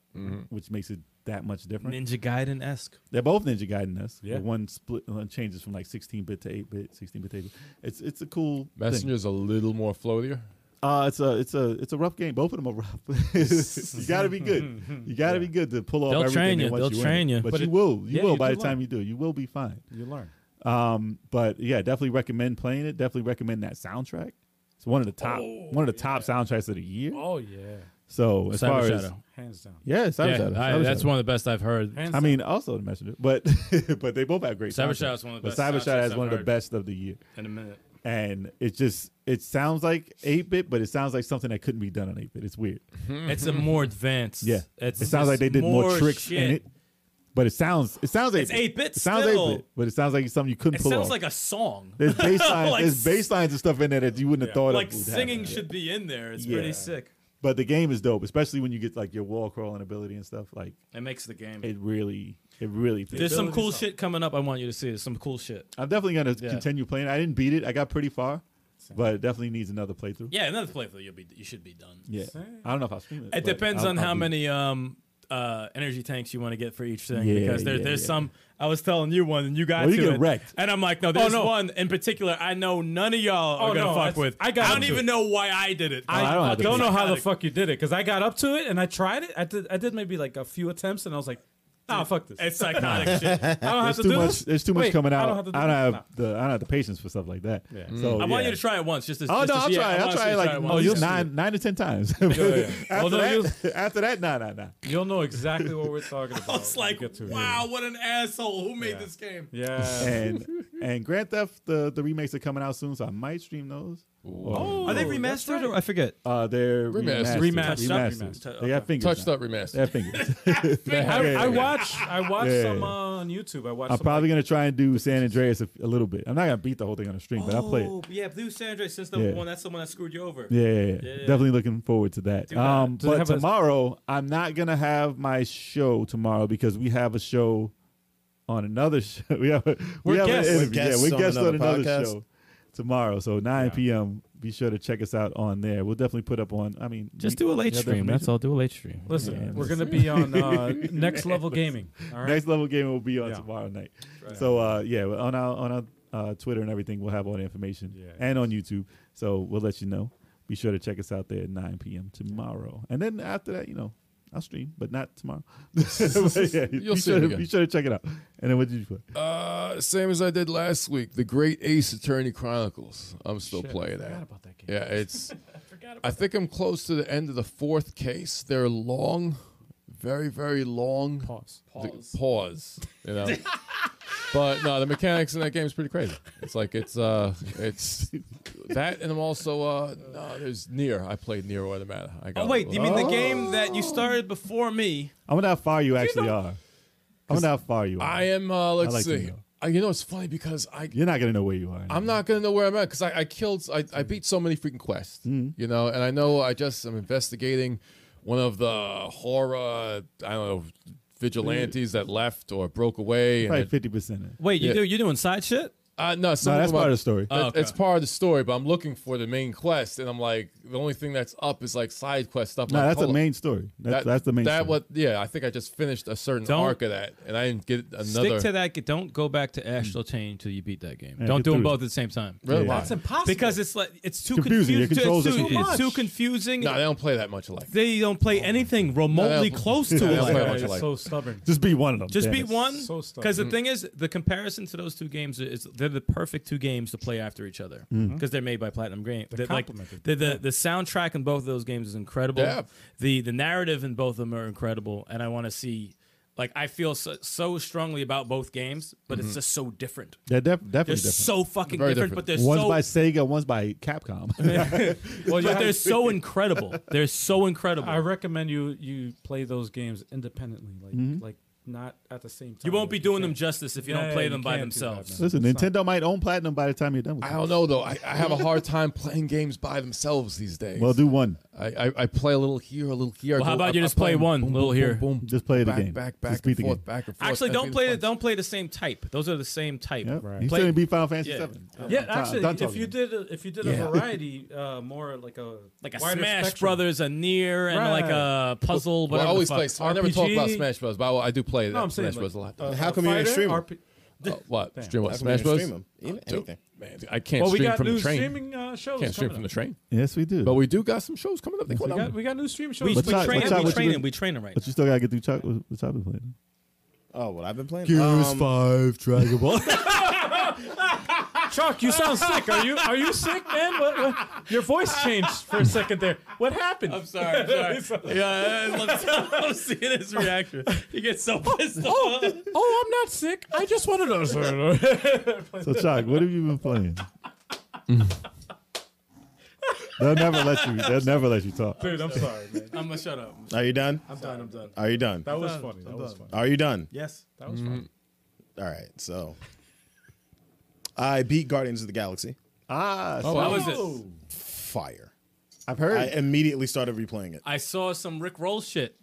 [SPEAKER 6] which makes it that much different.
[SPEAKER 8] Ninja Gaiden esque.
[SPEAKER 6] They're both Ninja Gaiden us.
[SPEAKER 1] Yeah.
[SPEAKER 6] One split one changes from like 16 bit to 8 bit, 16 bit to 8 bit. It's it's a cool thing.
[SPEAKER 3] Messenger's a little more floatier.
[SPEAKER 6] Uh, it's a it's a it's a rough game. Both of them are rough. [laughs] you got to be good. You got to be good to pull off.
[SPEAKER 8] They'll
[SPEAKER 6] everything
[SPEAKER 8] train
[SPEAKER 6] they
[SPEAKER 8] you.
[SPEAKER 6] want
[SPEAKER 8] They'll
[SPEAKER 6] in.
[SPEAKER 8] train you.
[SPEAKER 6] But,
[SPEAKER 1] But
[SPEAKER 6] you
[SPEAKER 1] it-
[SPEAKER 6] will. You
[SPEAKER 1] yeah,
[SPEAKER 6] will
[SPEAKER 1] you
[SPEAKER 6] by
[SPEAKER 1] do
[SPEAKER 6] the time
[SPEAKER 1] learn.
[SPEAKER 6] you do. You will be fine.
[SPEAKER 1] you learn.
[SPEAKER 6] Um, but yeah, definitely recommend playing it. Definitely recommend that soundtrack. It's one of the top one of the top soundtracks of the year.
[SPEAKER 1] Oh yeah,
[SPEAKER 6] So as far
[SPEAKER 8] Cyber
[SPEAKER 6] as
[SPEAKER 8] Shadow.
[SPEAKER 1] hands down.
[SPEAKER 6] yeah, Cyber
[SPEAKER 8] yeah,
[SPEAKER 6] Shadow.
[SPEAKER 8] I-
[SPEAKER 6] Cyber
[SPEAKER 8] that's
[SPEAKER 6] Shadow.
[SPEAKER 8] one of the best I've heard.
[SPEAKER 1] Hands
[SPEAKER 6] I
[SPEAKER 1] down.
[SPEAKER 6] mean, also the messenger, but [laughs] but they both have great.
[SPEAKER 8] Cyber
[SPEAKER 6] soundtracks.
[SPEAKER 8] Shadow's one of the
[SPEAKER 6] But
[SPEAKER 8] best
[SPEAKER 6] Cyber Shadow
[SPEAKER 8] soundtracks
[SPEAKER 6] is
[SPEAKER 8] I've
[SPEAKER 6] one of the
[SPEAKER 8] heard.
[SPEAKER 6] best of the year.
[SPEAKER 8] In a minute.
[SPEAKER 6] and it just it sounds like 8-bit but it sounds like something that couldn't be done on 8-bit it's weird
[SPEAKER 8] It's
[SPEAKER 4] Mm-hmm.
[SPEAKER 8] a more advanced.
[SPEAKER 6] yeah
[SPEAKER 8] It's
[SPEAKER 6] it sounds like
[SPEAKER 8] it's
[SPEAKER 6] they did more,
[SPEAKER 8] more
[SPEAKER 6] tricks in
[SPEAKER 8] shit.
[SPEAKER 6] it but it sounds it sounds 8-bit.
[SPEAKER 8] It's 8-bit
[SPEAKER 6] it sounds
[SPEAKER 8] still.
[SPEAKER 6] 8-bit but it sounds like something you couldn't
[SPEAKER 8] It
[SPEAKER 6] pull
[SPEAKER 8] sounds
[SPEAKER 6] off
[SPEAKER 8] like a song.
[SPEAKER 6] [laughs] there's bass lines
[SPEAKER 8] like
[SPEAKER 6] there's
[SPEAKER 8] s-
[SPEAKER 6] bass lines and stuff in there that you wouldn't have thought
[SPEAKER 8] Like
[SPEAKER 6] of would
[SPEAKER 8] singing
[SPEAKER 6] happen.
[SPEAKER 8] should be in there. It's
[SPEAKER 6] Yeah.
[SPEAKER 8] pretty sick.
[SPEAKER 6] But the game is dope, especially when you get like your wall crawling ability and stuff. Like
[SPEAKER 4] It makes the game.
[SPEAKER 6] it really, it really.
[SPEAKER 4] There's some cool shit coming up. I want you to see. There's some cool shit.
[SPEAKER 6] I'm definitely gonna
[SPEAKER 4] Yeah.
[SPEAKER 6] continue playing. I didn't beat it. I got pretty far, but it definitely needs another playthrough.
[SPEAKER 4] Yeah, another playthrough. You'll be. You should be done.
[SPEAKER 6] Yeah. I don't know if I'll stream it.
[SPEAKER 4] It
[SPEAKER 6] but
[SPEAKER 4] depends
[SPEAKER 6] I'll-
[SPEAKER 4] on
[SPEAKER 6] I'll
[SPEAKER 4] how
[SPEAKER 6] be-
[SPEAKER 4] many um uh energy tanks you want to get for each thing
[SPEAKER 6] Yeah,
[SPEAKER 4] because there,
[SPEAKER 6] yeah,
[SPEAKER 4] there's
[SPEAKER 6] yeah.
[SPEAKER 4] some I was telling you one and you got
[SPEAKER 6] Well, you
[SPEAKER 4] to
[SPEAKER 6] get
[SPEAKER 4] it,
[SPEAKER 6] wrecked.
[SPEAKER 4] and I'm like Oh, no there's
[SPEAKER 1] no.
[SPEAKER 4] one in particular I know none of y'all are
[SPEAKER 1] Oh,
[SPEAKER 4] gonna
[SPEAKER 1] no, that's-
[SPEAKER 4] fuck with
[SPEAKER 1] I got
[SPEAKER 4] I don't
[SPEAKER 1] into
[SPEAKER 4] even
[SPEAKER 1] it.
[SPEAKER 4] know why I did it
[SPEAKER 1] I,
[SPEAKER 6] Oh, I don't
[SPEAKER 1] I
[SPEAKER 6] have
[SPEAKER 1] don't,
[SPEAKER 6] the
[SPEAKER 1] know how the
[SPEAKER 4] control.
[SPEAKER 1] fuck you did it because I got up to it and I tried it. I did. I did maybe like a few attempts and I was like, "Ah, fuck this.
[SPEAKER 4] it's psychotic [laughs] shit
[SPEAKER 1] I don't have
[SPEAKER 6] There's
[SPEAKER 1] to
[SPEAKER 6] too
[SPEAKER 1] do
[SPEAKER 6] much.
[SPEAKER 1] this."
[SPEAKER 6] There's too much
[SPEAKER 1] Wait,
[SPEAKER 6] coming out.
[SPEAKER 1] I don't have to do this. No.
[SPEAKER 6] the. I don't have the patience for stuff like that. So
[SPEAKER 4] I want
[SPEAKER 6] Oh, yeah.
[SPEAKER 4] you to try it once just to
[SPEAKER 6] Oh
[SPEAKER 4] just
[SPEAKER 6] no,
[SPEAKER 4] to
[SPEAKER 6] I'll
[SPEAKER 4] see it.
[SPEAKER 6] try.
[SPEAKER 4] I
[SPEAKER 6] it. I'll
[SPEAKER 4] want you
[SPEAKER 6] try
[SPEAKER 4] to
[SPEAKER 6] it like
[SPEAKER 4] it
[SPEAKER 6] oh,
[SPEAKER 4] once.
[SPEAKER 6] you'll
[SPEAKER 4] [laughs]
[SPEAKER 6] nine, nine to ten times. [laughs] after,
[SPEAKER 1] no,
[SPEAKER 6] that, after that,
[SPEAKER 1] [laughs]
[SPEAKER 6] nah, nah, nah.
[SPEAKER 1] You'll know exactly what we're
[SPEAKER 6] [laughs]
[SPEAKER 1] talking about.
[SPEAKER 4] it's
[SPEAKER 1] when we
[SPEAKER 4] like
[SPEAKER 1] get to it.
[SPEAKER 4] wow what an asshole who made
[SPEAKER 1] Yeah.
[SPEAKER 4] this game
[SPEAKER 1] Yeah.
[SPEAKER 6] And and Grand Theft, the the remakes are coming out soon, so I might stream those. Oh,
[SPEAKER 10] Are they remastered? Or I forget.
[SPEAKER 6] uh, they're
[SPEAKER 3] Remastered.
[SPEAKER 6] remastered.
[SPEAKER 1] Remastered.
[SPEAKER 6] Remastered.
[SPEAKER 4] Remastered.
[SPEAKER 6] They have fingers.
[SPEAKER 3] Touched
[SPEAKER 6] now.
[SPEAKER 3] up remastered.
[SPEAKER 6] They have fingers.
[SPEAKER 1] [laughs]
[SPEAKER 6] [laughs]
[SPEAKER 1] I,
[SPEAKER 6] Yeah.
[SPEAKER 1] I watch. I watch
[SPEAKER 6] Yeah.
[SPEAKER 1] some uh, on YouTube. I watch.
[SPEAKER 6] I'm
[SPEAKER 1] some,
[SPEAKER 6] probably gonna try and do San Andreas a, a little bit. I'm not gonna beat the whole thing on the stream, but I'll play it.
[SPEAKER 4] oh yeah Blue Sandra since the
[SPEAKER 6] Yeah.
[SPEAKER 4] one that's the one that screwed you over
[SPEAKER 6] Yeah, yeah, yeah. definitely looking forward to that. Um,
[SPEAKER 1] Do they
[SPEAKER 6] but
[SPEAKER 1] have a-
[SPEAKER 6] tomorrow, i I'm not gonna have my show tomorrow because we have a show on another [laughs] show. We have a, we
[SPEAKER 1] We're
[SPEAKER 6] have an
[SPEAKER 1] guests. We're
[SPEAKER 6] interview.
[SPEAKER 2] guests
[SPEAKER 6] yeah, we're
[SPEAKER 2] on
[SPEAKER 6] guests on
[SPEAKER 2] another
[SPEAKER 6] another
[SPEAKER 2] podcast.
[SPEAKER 6] show tomorrow. So 9 p.m. Be sure to check us out on there. We'll definitely put up on. I mean,
[SPEAKER 7] Just
[SPEAKER 6] we-
[SPEAKER 7] do a late
[SPEAKER 6] the other
[SPEAKER 7] stream. That's
[SPEAKER 6] information.
[SPEAKER 7] all. Do a late stream.
[SPEAKER 1] Listen,
[SPEAKER 6] Yeah.
[SPEAKER 1] we're gonna be on
[SPEAKER 6] [laughs]
[SPEAKER 1] uh, Next Level Gaming. All right.
[SPEAKER 6] Next level gaming will be on
[SPEAKER 1] Yeah.
[SPEAKER 6] tomorrow night. So uh, yeah, on our on our uh, Twitter and everything, we'll have all the information
[SPEAKER 1] Yeah.
[SPEAKER 6] and on YouTube. So we'll let you know. Be sure to check us out there at 9 p.m. tomorrow, and then after that, you know, I'll stream, but not tomorrow. [laughs] But, yeah,
[SPEAKER 3] [laughs] You'll
[SPEAKER 6] be
[SPEAKER 3] see
[SPEAKER 6] sure
[SPEAKER 3] it
[SPEAKER 6] to,
[SPEAKER 3] again.
[SPEAKER 6] be sure to check it out. And then what did you play?
[SPEAKER 3] Uh, same as I did last week. The Great Ace Attorney Chronicles. I'm still playing that.
[SPEAKER 1] about that game.
[SPEAKER 3] Yeah, it's. I think I'm close to the end of the fourth case. They're long, very very long.
[SPEAKER 1] Pause.
[SPEAKER 3] the- pause, you know. but no, the mechanics in that game is pretty crazy. It's like it's uh, it's that, and I'm also uh, no, there's near. I played near or the matter. I got
[SPEAKER 4] oh wait you mean the game that you started before me
[SPEAKER 6] I wonder how far you actually are. I wonder how far you are.
[SPEAKER 3] I am. Uh, let's
[SPEAKER 6] like to
[SPEAKER 3] see.
[SPEAKER 6] know.
[SPEAKER 3] I, you know, it's funny because I
[SPEAKER 6] You're not gonna know where you are.
[SPEAKER 3] I'm not gonna know where I'm at because I, I killed I,
[SPEAKER 6] Mm.
[SPEAKER 3] I beat so many freaking quests,
[SPEAKER 6] Mm-hmm.
[SPEAKER 3] you know, and I know I just am investigating one of the horror I don't know vigilantes that left or broke away.
[SPEAKER 6] probably
[SPEAKER 3] And it-
[SPEAKER 6] fifty percent.
[SPEAKER 4] wait you
[SPEAKER 3] Yeah.
[SPEAKER 4] do you doing side shit
[SPEAKER 3] uh, no,
[SPEAKER 6] No,
[SPEAKER 3] something
[SPEAKER 6] that's
[SPEAKER 3] about-
[SPEAKER 6] part of the story.
[SPEAKER 3] that-
[SPEAKER 4] okay.
[SPEAKER 3] It's part of the story, but I'm looking for the main quest, and I'm like, the only thing that's up is like side quest stuff. I'm
[SPEAKER 6] no,
[SPEAKER 3] like,
[SPEAKER 6] that's the
[SPEAKER 3] hold on.
[SPEAKER 6] main story. That's
[SPEAKER 3] That-
[SPEAKER 6] that's the main.
[SPEAKER 3] That
[SPEAKER 6] story.
[SPEAKER 3] what? Yeah, I think I just finished a certain
[SPEAKER 4] Don't-
[SPEAKER 3] arc of that, and I didn't get another.
[SPEAKER 4] Stick to that. Don't go back to Astral Chain until you beat that game.
[SPEAKER 6] Yeah,
[SPEAKER 4] Don't
[SPEAKER 6] get
[SPEAKER 4] do them
[SPEAKER 6] through it.
[SPEAKER 4] both at the same time.
[SPEAKER 3] Really?
[SPEAKER 6] Yeah.
[SPEAKER 3] Why?
[SPEAKER 1] That's impossible.
[SPEAKER 4] Because it's like it's too
[SPEAKER 6] Confusing. Your
[SPEAKER 4] confusing.
[SPEAKER 6] controls are
[SPEAKER 4] it's too,
[SPEAKER 6] confusing.
[SPEAKER 4] it's too confusing.
[SPEAKER 3] No, they don't play that much alike.
[SPEAKER 4] they don't play anything remotely
[SPEAKER 3] [laughs] No, they don't-
[SPEAKER 4] close to
[SPEAKER 3] No, Oh they
[SPEAKER 4] it.
[SPEAKER 3] don't
[SPEAKER 1] That
[SPEAKER 3] play
[SPEAKER 1] guy
[SPEAKER 3] much
[SPEAKER 1] is
[SPEAKER 3] alike.
[SPEAKER 1] so stubborn.
[SPEAKER 6] Just beat one of them.
[SPEAKER 4] Just
[SPEAKER 6] damn
[SPEAKER 4] beat
[SPEAKER 6] it.
[SPEAKER 4] one.
[SPEAKER 1] So stubborn.
[SPEAKER 4] Because the thing is, the comparison to those two games is they're the perfect two games to play after each other because they're made by Platinum Games.
[SPEAKER 1] They're
[SPEAKER 4] like,
[SPEAKER 1] complemented.
[SPEAKER 4] the, the the soundtrack in both of those games is incredible.
[SPEAKER 3] Yeah.
[SPEAKER 4] The the narrative in both of them are incredible, and I want to see. Like I feel so, so strongly about both games, but it's just so different.
[SPEAKER 6] They're def- definitely
[SPEAKER 4] They're
[SPEAKER 6] different.
[SPEAKER 4] so fucking
[SPEAKER 3] Very
[SPEAKER 4] different, but they're
[SPEAKER 6] one's
[SPEAKER 4] so [laughs]
[SPEAKER 6] by Sega, one's by Capcom.
[SPEAKER 1] Well, you
[SPEAKER 4] but
[SPEAKER 1] have-
[SPEAKER 4] they're so incredible. They're so
[SPEAKER 1] [laughs]
[SPEAKER 4] incredible.
[SPEAKER 1] I recommend you you play those games independently, like like not at the same time.
[SPEAKER 4] you won't be
[SPEAKER 1] Like,
[SPEAKER 4] doing them
[SPEAKER 1] can't-
[SPEAKER 4] justice if you
[SPEAKER 1] Yeah,
[SPEAKER 4] don't play
[SPEAKER 1] you
[SPEAKER 4] them by
[SPEAKER 1] can't do that,
[SPEAKER 4] themselves.
[SPEAKER 1] man.
[SPEAKER 6] [laughs] Listen,
[SPEAKER 1] It's not-
[SPEAKER 6] Nintendo might own platinum by the time you're done with
[SPEAKER 3] I
[SPEAKER 6] it.
[SPEAKER 3] don't know though. I, I have a hard time playing games by themselves these days.
[SPEAKER 6] Well, do one.
[SPEAKER 3] I, I, I play a little here, a little here.
[SPEAKER 4] Well, how
[SPEAKER 3] Go-
[SPEAKER 4] about
[SPEAKER 3] I-
[SPEAKER 4] you
[SPEAKER 3] I
[SPEAKER 4] just
[SPEAKER 3] play
[SPEAKER 4] play
[SPEAKER 3] them
[SPEAKER 4] one, little here.
[SPEAKER 6] Just play the
[SPEAKER 3] back,
[SPEAKER 6] game.
[SPEAKER 3] Back,
[SPEAKER 6] Just
[SPEAKER 3] back,
[SPEAKER 6] beat
[SPEAKER 3] and
[SPEAKER 6] the
[SPEAKER 3] forth,
[SPEAKER 6] game.
[SPEAKER 3] back and forth.
[SPEAKER 4] Actually,
[SPEAKER 3] I
[SPEAKER 4] don't
[SPEAKER 3] beat
[SPEAKER 4] play the,
[SPEAKER 3] the.
[SPEAKER 4] don't play the same type. Those are the same type.
[SPEAKER 6] Yep.
[SPEAKER 1] Right.
[SPEAKER 6] You still
[SPEAKER 4] Play-
[SPEAKER 6] didn't beat Final Fantasy
[SPEAKER 4] yeah.
[SPEAKER 6] Seven.
[SPEAKER 1] Yeah,
[SPEAKER 6] I'm done-
[SPEAKER 1] actually,
[SPEAKER 6] done
[SPEAKER 1] if
[SPEAKER 6] talking.
[SPEAKER 1] you did a, if you did a variety, uh, more like a
[SPEAKER 4] Like a
[SPEAKER 1] wider
[SPEAKER 4] Smash
[SPEAKER 1] spectrum.
[SPEAKER 4] Brothers, a near, and
[SPEAKER 1] Right.
[SPEAKER 4] like a puzzle.
[SPEAKER 3] Well, I
[SPEAKER 4] whatever the
[SPEAKER 3] always
[SPEAKER 4] fuck.
[SPEAKER 3] play. I never talk about
[SPEAKER 1] RPG.
[SPEAKER 3] Smash Bros. But I, will- I do play
[SPEAKER 1] No, I'm
[SPEAKER 3] that Smash
[SPEAKER 1] saying
[SPEAKER 3] Bros. a
[SPEAKER 1] like,
[SPEAKER 3] lot.
[SPEAKER 1] uh,
[SPEAKER 2] How
[SPEAKER 1] a
[SPEAKER 2] come you ain't
[SPEAKER 1] fighter,
[SPEAKER 2] streaming?
[SPEAKER 1] RP
[SPEAKER 3] Oh, what
[SPEAKER 1] damn.
[SPEAKER 3] stream? What
[SPEAKER 2] How come you
[SPEAKER 3] Smash
[SPEAKER 2] didn't
[SPEAKER 3] Bros.
[SPEAKER 2] stream 'em? Even-
[SPEAKER 3] Dude,
[SPEAKER 2] anything.
[SPEAKER 3] Man, I can't
[SPEAKER 1] Well, we
[SPEAKER 3] stream
[SPEAKER 1] got
[SPEAKER 3] from
[SPEAKER 1] new
[SPEAKER 3] the train.
[SPEAKER 1] streaming uh, shows.
[SPEAKER 3] Can't stream
[SPEAKER 1] coming
[SPEAKER 3] from the
[SPEAKER 1] up.
[SPEAKER 3] train.
[SPEAKER 6] Yes, we do.
[SPEAKER 3] But
[SPEAKER 6] But,
[SPEAKER 3] we do got some shows coming up. They
[SPEAKER 1] We
[SPEAKER 3] going
[SPEAKER 1] got
[SPEAKER 3] on.
[SPEAKER 1] we got new streaming
[SPEAKER 4] We,
[SPEAKER 1] shows.
[SPEAKER 4] we
[SPEAKER 6] What's up?
[SPEAKER 4] train
[SPEAKER 6] What's
[SPEAKER 4] him.
[SPEAKER 6] up?
[SPEAKER 4] We
[SPEAKER 6] What you
[SPEAKER 4] train him.
[SPEAKER 6] been-
[SPEAKER 4] We train him right
[SPEAKER 6] you still gotta get through Chuck. What's I've been playing?
[SPEAKER 2] Oh, what I've been playing? Um,
[SPEAKER 6] Five Dragon Ball.
[SPEAKER 1] Chuck, you sound sick. Are you are you sick, man? What, what? Your voice changed for a second there. What happened?
[SPEAKER 4] I'm sorry. I'm sorry. yeah, [laughs] I love, I love seeing his reaction. He gets so pissed off.
[SPEAKER 1] Oh, I'm not sick. I just wanted to.
[SPEAKER 6] so Chuck, what have you been playing? they'll never let you. They'll never let you talk.
[SPEAKER 1] Dude, I'm sorry, man.
[SPEAKER 4] I'm gonna shut up.
[SPEAKER 2] Are you done?
[SPEAKER 4] I'm done. I'm done.
[SPEAKER 2] Are you done?
[SPEAKER 1] That was funny. That was funny.
[SPEAKER 2] Are you done?
[SPEAKER 1] Yes, that was funny.
[SPEAKER 2] All right. So I beat Guardians of the Galaxy.
[SPEAKER 6] Ah,
[SPEAKER 3] Oh,
[SPEAKER 6] so
[SPEAKER 3] how is it?
[SPEAKER 2] Fire.
[SPEAKER 6] I've heard.
[SPEAKER 2] I immediately started
[SPEAKER 1] [laughs]
[SPEAKER 2] replaying it.
[SPEAKER 8] I saw some Rick Roll shit.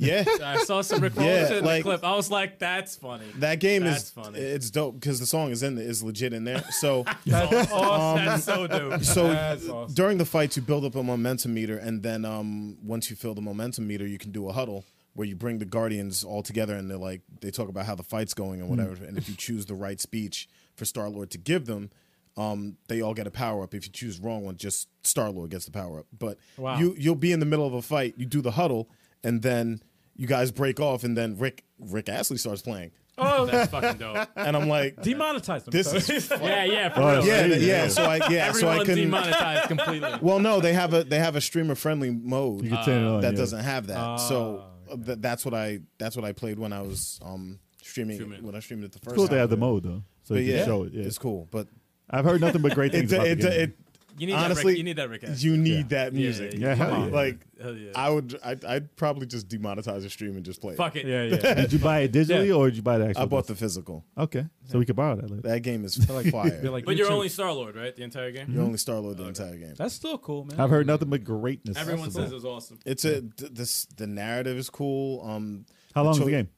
[SPEAKER 2] Yeah,
[SPEAKER 8] I saw some Rick Roll
[SPEAKER 2] Yeah,
[SPEAKER 8] shit in
[SPEAKER 2] like-
[SPEAKER 8] the clip. I was like, that's funny.
[SPEAKER 4] [laughs]
[SPEAKER 2] that game
[SPEAKER 8] That's
[SPEAKER 2] is
[SPEAKER 8] funny.
[SPEAKER 2] it's dope because the song is in there, is legit in there.
[SPEAKER 1] [laughs]
[SPEAKER 2] So
[SPEAKER 8] That's awesome. That's so dope.
[SPEAKER 2] so
[SPEAKER 1] That's awesome.
[SPEAKER 2] during the fights you build up a momentum meter and then um, once you fill the momentum meter you can do a huddle where you bring the guardians all together and they're like they talk about how the fight's going and whatever and if you choose the right speech for star lord to give them um, they all get a power up if you choose wrong one just star lord gets the power up but
[SPEAKER 1] Wow.
[SPEAKER 2] you you'll be in the middle of a fight you do the huddle and then you guys break off and then rick rick astley starts playing
[SPEAKER 8] Oh, that's fucking dope.
[SPEAKER 2] and i'm like
[SPEAKER 1] Demonetize
[SPEAKER 4] [laughs]
[SPEAKER 1] them.
[SPEAKER 2] this
[SPEAKER 1] sorry.
[SPEAKER 2] is
[SPEAKER 8] Yeah, yeah, for
[SPEAKER 6] Oh,
[SPEAKER 8] real.
[SPEAKER 2] yeah
[SPEAKER 6] Yeah.
[SPEAKER 2] yeah so i yeah so i
[SPEAKER 8] Everyone
[SPEAKER 2] couldn't
[SPEAKER 8] demonetized completely.
[SPEAKER 2] well, no, they have a they have a streamer friendly mode
[SPEAKER 6] You can turn it on,
[SPEAKER 2] that
[SPEAKER 6] yeah.
[SPEAKER 2] doesn't have that.
[SPEAKER 8] Ah,
[SPEAKER 2] so uh, th- that's what I that's what I played when I was um streaming
[SPEAKER 8] Streaming.
[SPEAKER 2] when I streamed it the first
[SPEAKER 6] It's cool
[SPEAKER 2] time.
[SPEAKER 6] they have the mode though, so
[SPEAKER 2] But
[SPEAKER 6] you
[SPEAKER 2] yeah,
[SPEAKER 6] can show it. Yeah.
[SPEAKER 2] it's cool. But
[SPEAKER 6] I've heard nothing but great
[SPEAKER 2] it
[SPEAKER 6] things
[SPEAKER 2] it,
[SPEAKER 6] about
[SPEAKER 2] it,
[SPEAKER 6] the game.
[SPEAKER 2] it-
[SPEAKER 8] You need that
[SPEAKER 2] honestly
[SPEAKER 8] Rick. You need that Rick. Astley.
[SPEAKER 2] you need that
[SPEAKER 8] yeah,
[SPEAKER 2] music.
[SPEAKER 8] yeah.
[SPEAKER 6] yeah, hell
[SPEAKER 2] Come on,
[SPEAKER 6] yeah.
[SPEAKER 2] Like
[SPEAKER 8] Hell yeah.
[SPEAKER 2] I would I I'd probably just demonetize the stream and just play. it.
[SPEAKER 8] Fuck it.
[SPEAKER 1] yeah, yeah.
[SPEAKER 6] did you buy it digitally
[SPEAKER 1] Yeah.
[SPEAKER 6] or did you buy the actual?
[SPEAKER 2] I bought
[SPEAKER 6] disc?
[SPEAKER 2] the physical.
[SPEAKER 6] Okay, so we could borrow that later.
[SPEAKER 2] That game is
[SPEAKER 6] [laughs]
[SPEAKER 1] like-
[SPEAKER 2] fire.
[SPEAKER 1] Be like
[SPEAKER 8] But you're
[SPEAKER 1] YouTube.
[SPEAKER 8] only Star Lord, right? The entire game.
[SPEAKER 6] "Hmm?"
[SPEAKER 2] you only Star Lord the entire game.
[SPEAKER 1] That's still cool, man.
[SPEAKER 6] I've heard nothing but greatness.
[SPEAKER 8] Everyone
[SPEAKER 6] That's
[SPEAKER 8] says it
[SPEAKER 6] about-
[SPEAKER 8] was awesome.
[SPEAKER 2] It's a th- this the narrative is cool. Um,
[SPEAKER 6] How long is
[SPEAKER 2] so-
[SPEAKER 6] the game?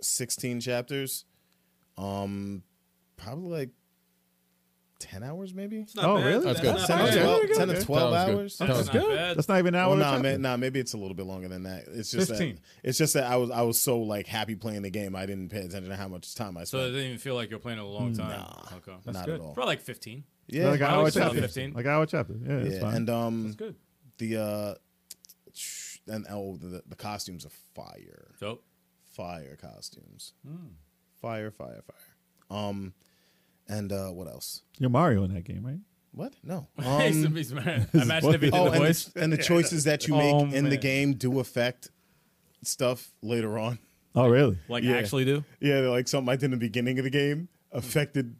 [SPEAKER 2] 16 chapters. Um, probably like 10 hours, maybe.
[SPEAKER 8] It's not
[SPEAKER 6] Oh,
[SPEAKER 8] bad.
[SPEAKER 6] really?
[SPEAKER 8] That's,
[SPEAKER 3] That's good.
[SPEAKER 8] not
[SPEAKER 2] Ten,
[SPEAKER 1] Sounds
[SPEAKER 8] bad.
[SPEAKER 2] to
[SPEAKER 1] Okay.
[SPEAKER 2] twelve-
[SPEAKER 1] There you go.
[SPEAKER 2] 10 to
[SPEAKER 6] Okay.
[SPEAKER 2] 12
[SPEAKER 3] That was good.
[SPEAKER 2] hours.
[SPEAKER 3] That was
[SPEAKER 8] That's
[SPEAKER 1] Sounds
[SPEAKER 8] not
[SPEAKER 1] good.
[SPEAKER 8] bad.
[SPEAKER 6] That's not even an hour.
[SPEAKER 2] Well,
[SPEAKER 6] and a
[SPEAKER 2] nah,
[SPEAKER 6] chapter.
[SPEAKER 2] man, nah, maybe it's a little bit longer than that. It's just
[SPEAKER 1] 15.
[SPEAKER 2] that it's just that I was I was so like happy playing the game, I didn't pay attention to how much time I
[SPEAKER 8] So it
[SPEAKER 2] spent.
[SPEAKER 8] didn't even feel like you're playing it a long time. Okay.
[SPEAKER 2] Not
[SPEAKER 1] good.
[SPEAKER 2] at all.
[SPEAKER 8] Probably like 15.
[SPEAKER 2] Yeah,
[SPEAKER 6] like an
[SPEAKER 8] I
[SPEAKER 6] hour
[SPEAKER 8] would say
[SPEAKER 6] chapter.
[SPEAKER 8] 15.
[SPEAKER 6] Like an hour chapter. Yeah, that's
[SPEAKER 2] yeah.
[SPEAKER 6] fine.
[SPEAKER 2] And um,
[SPEAKER 1] That's good.
[SPEAKER 2] the uh, and oh, the, the costumes are fire.
[SPEAKER 8] So
[SPEAKER 2] fire costumes. Fire, fire, fire. Um, and uh, what else?
[SPEAKER 6] You're Mario in that game, right?
[SPEAKER 2] What? No.
[SPEAKER 8] He's-
[SPEAKER 2] Um,
[SPEAKER 8] he's mad. [laughs] imagine if he did
[SPEAKER 2] oh,
[SPEAKER 8] the
[SPEAKER 2] and
[SPEAKER 8] voice.
[SPEAKER 2] the, and the choices that you make
[SPEAKER 8] Oh,
[SPEAKER 2] in the
[SPEAKER 8] man.
[SPEAKER 2] game do affect stuff later on. [laughs]
[SPEAKER 6] Oh, really?
[SPEAKER 8] Like
[SPEAKER 2] yeah.
[SPEAKER 8] actually do.
[SPEAKER 2] Yeah, they're like something I did in the beginning of the game affected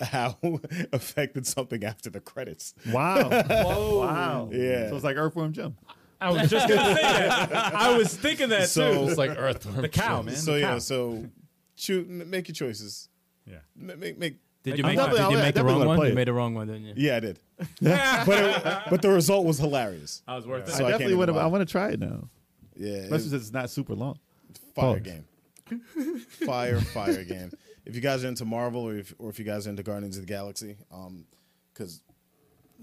[SPEAKER 2] how [laughs] affected something after the credits.
[SPEAKER 6] Wow. Whoa. Wow.
[SPEAKER 2] Yeah.
[SPEAKER 6] So it's like Earthworm Jim.
[SPEAKER 1] I was just gonna say that. I was thinking that
[SPEAKER 2] So,
[SPEAKER 1] too.
[SPEAKER 3] It's like Earthworm.
[SPEAKER 1] The cow, man.
[SPEAKER 2] so
[SPEAKER 1] the
[SPEAKER 2] yeah,
[SPEAKER 1] cow.
[SPEAKER 2] so shoot, m- make your choices.
[SPEAKER 1] Yeah.
[SPEAKER 2] M- make, make.
[SPEAKER 8] Did you make,
[SPEAKER 6] I'm definitely-
[SPEAKER 8] did you
[SPEAKER 6] I
[SPEAKER 8] make the
[SPEAKER 6] definitely
[SPEAKER 8] wrong
[SPEAKER 6] wanna
[SPEAKER 8] one?
[SPEAKER 6] play
[SPEAKER 8] You
[SPEAKER 6] it.
[SPEAKER 8] made a wrong one, didn't you?
[SPEAKER 2] Yeah,
[SPEAKER 8] [laughs]
[SPEAKER 2] I did. but it, but the result was hilarious.
[SPEAKER 8] I was worth
[SPEAKER 6] I
[SPEAKER 2] So I can't
[SPEAKER 6] definitely
[SPEAKER 2] even
[SPEAKER 6] would have.
[SPEAKER 2] lie.
[SPEAKER 6] I want to try it now.
[SPEAKER 2] Yeah, it,
[SPEAKER 6] Especially since it's not super long.
[SPEAKER 2] fire
[SPEAKER 6] Pause.
[SPEAKER 2] game. Fire, fire [laughs] game. If you guys are into Marvel or if, or if you guys are into Guardians of the Galaxy, because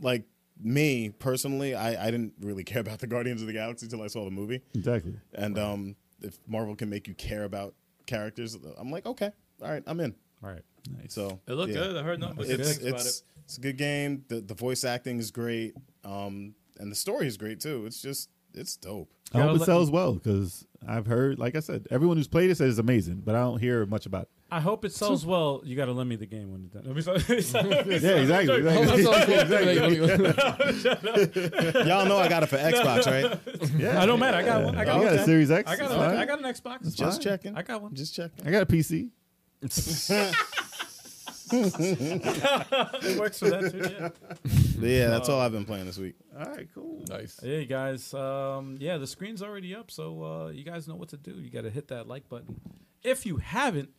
[SPEAKER 2] like me personally, I, I didn't really care about the Guardians of the Galaxy until I saw the movie.
[SPEAKER 6] Exactly.
[SPEAKER 2] And um, if Marvel can make you care about characters, I'm like, okay, all right, I'm in.
[SPEAKER 1] All right.
[SPEAKER 2] So
[SPEAKER 8] it. It looked
[SPEAKER 2] yeah.
[SPEAKER 8] good. I heard nothing but good
[SPEAKER 2] It's
[SPEAKER 8] things about
[SPEAKER 2] it's
[SPEAKER 8] it.
[SPEAKER 2] it's a good game. The the voice acting is great, um, and the story is great too. It's just it's dope.
[SPEAKER 6] I
[SPEAKER 1] Yeah,
[SPEAKER 6] hope
[SPEAKER 1] let-
[SPEAKER 6] it sells well because I've heard, like I said, everyone who's played it says it's amazing, but I don't hear much about
[SPEAKER 1] I hope it sells well. You got to lend me the game when it's done. [laughs]
[SPEAKER 6] it. Yeah, exactly. exactly.
[SPEAKER 3] [laughs]
[SPEAKER 2] Y'all know I got it for
[SPEAKER 8] [laughs]
[SPEAKER 2] Xbox, right?
[SPEAKER 6] yeah.
[SPEAKER 1] I don't matter. I got one. I
[SPEAKER 6] I
[SPEAKER 1] got,
[SPEAKER 6] got
[SPEAKER 1] one.
[SPEAKER 6] a Series X.
[SPEAKER 1] I got,
[SPEAKER 6] it's
[SPEAKER 1] a,
[SPEAKER 6] fine.
[SPEAKER 1] I got an Xbox.
[SPEAKER 2] Just checking.
[SPEAKER 1] I got one.
[SPEAKER 2] Just checking.
[SPEAKER 6] I got a PC.
[SPEAKER 1] It works for that too.
[SPEAKER 6] [laughs]
[SPEAKER 1] Yeah.
[SPEAKER 2] But yeah, that's
[SPEAKER 1] Uh,
[SPEAKER 2] all I've been playing this week.
[SPEAKER 6] All right, cool.
[SPEAKER 3] Nice.
[SPEAKER 1] Hey guys, um, yeah, the screen's already up, so uh, you guys know what to do. You got to hit that like button. If you haven't,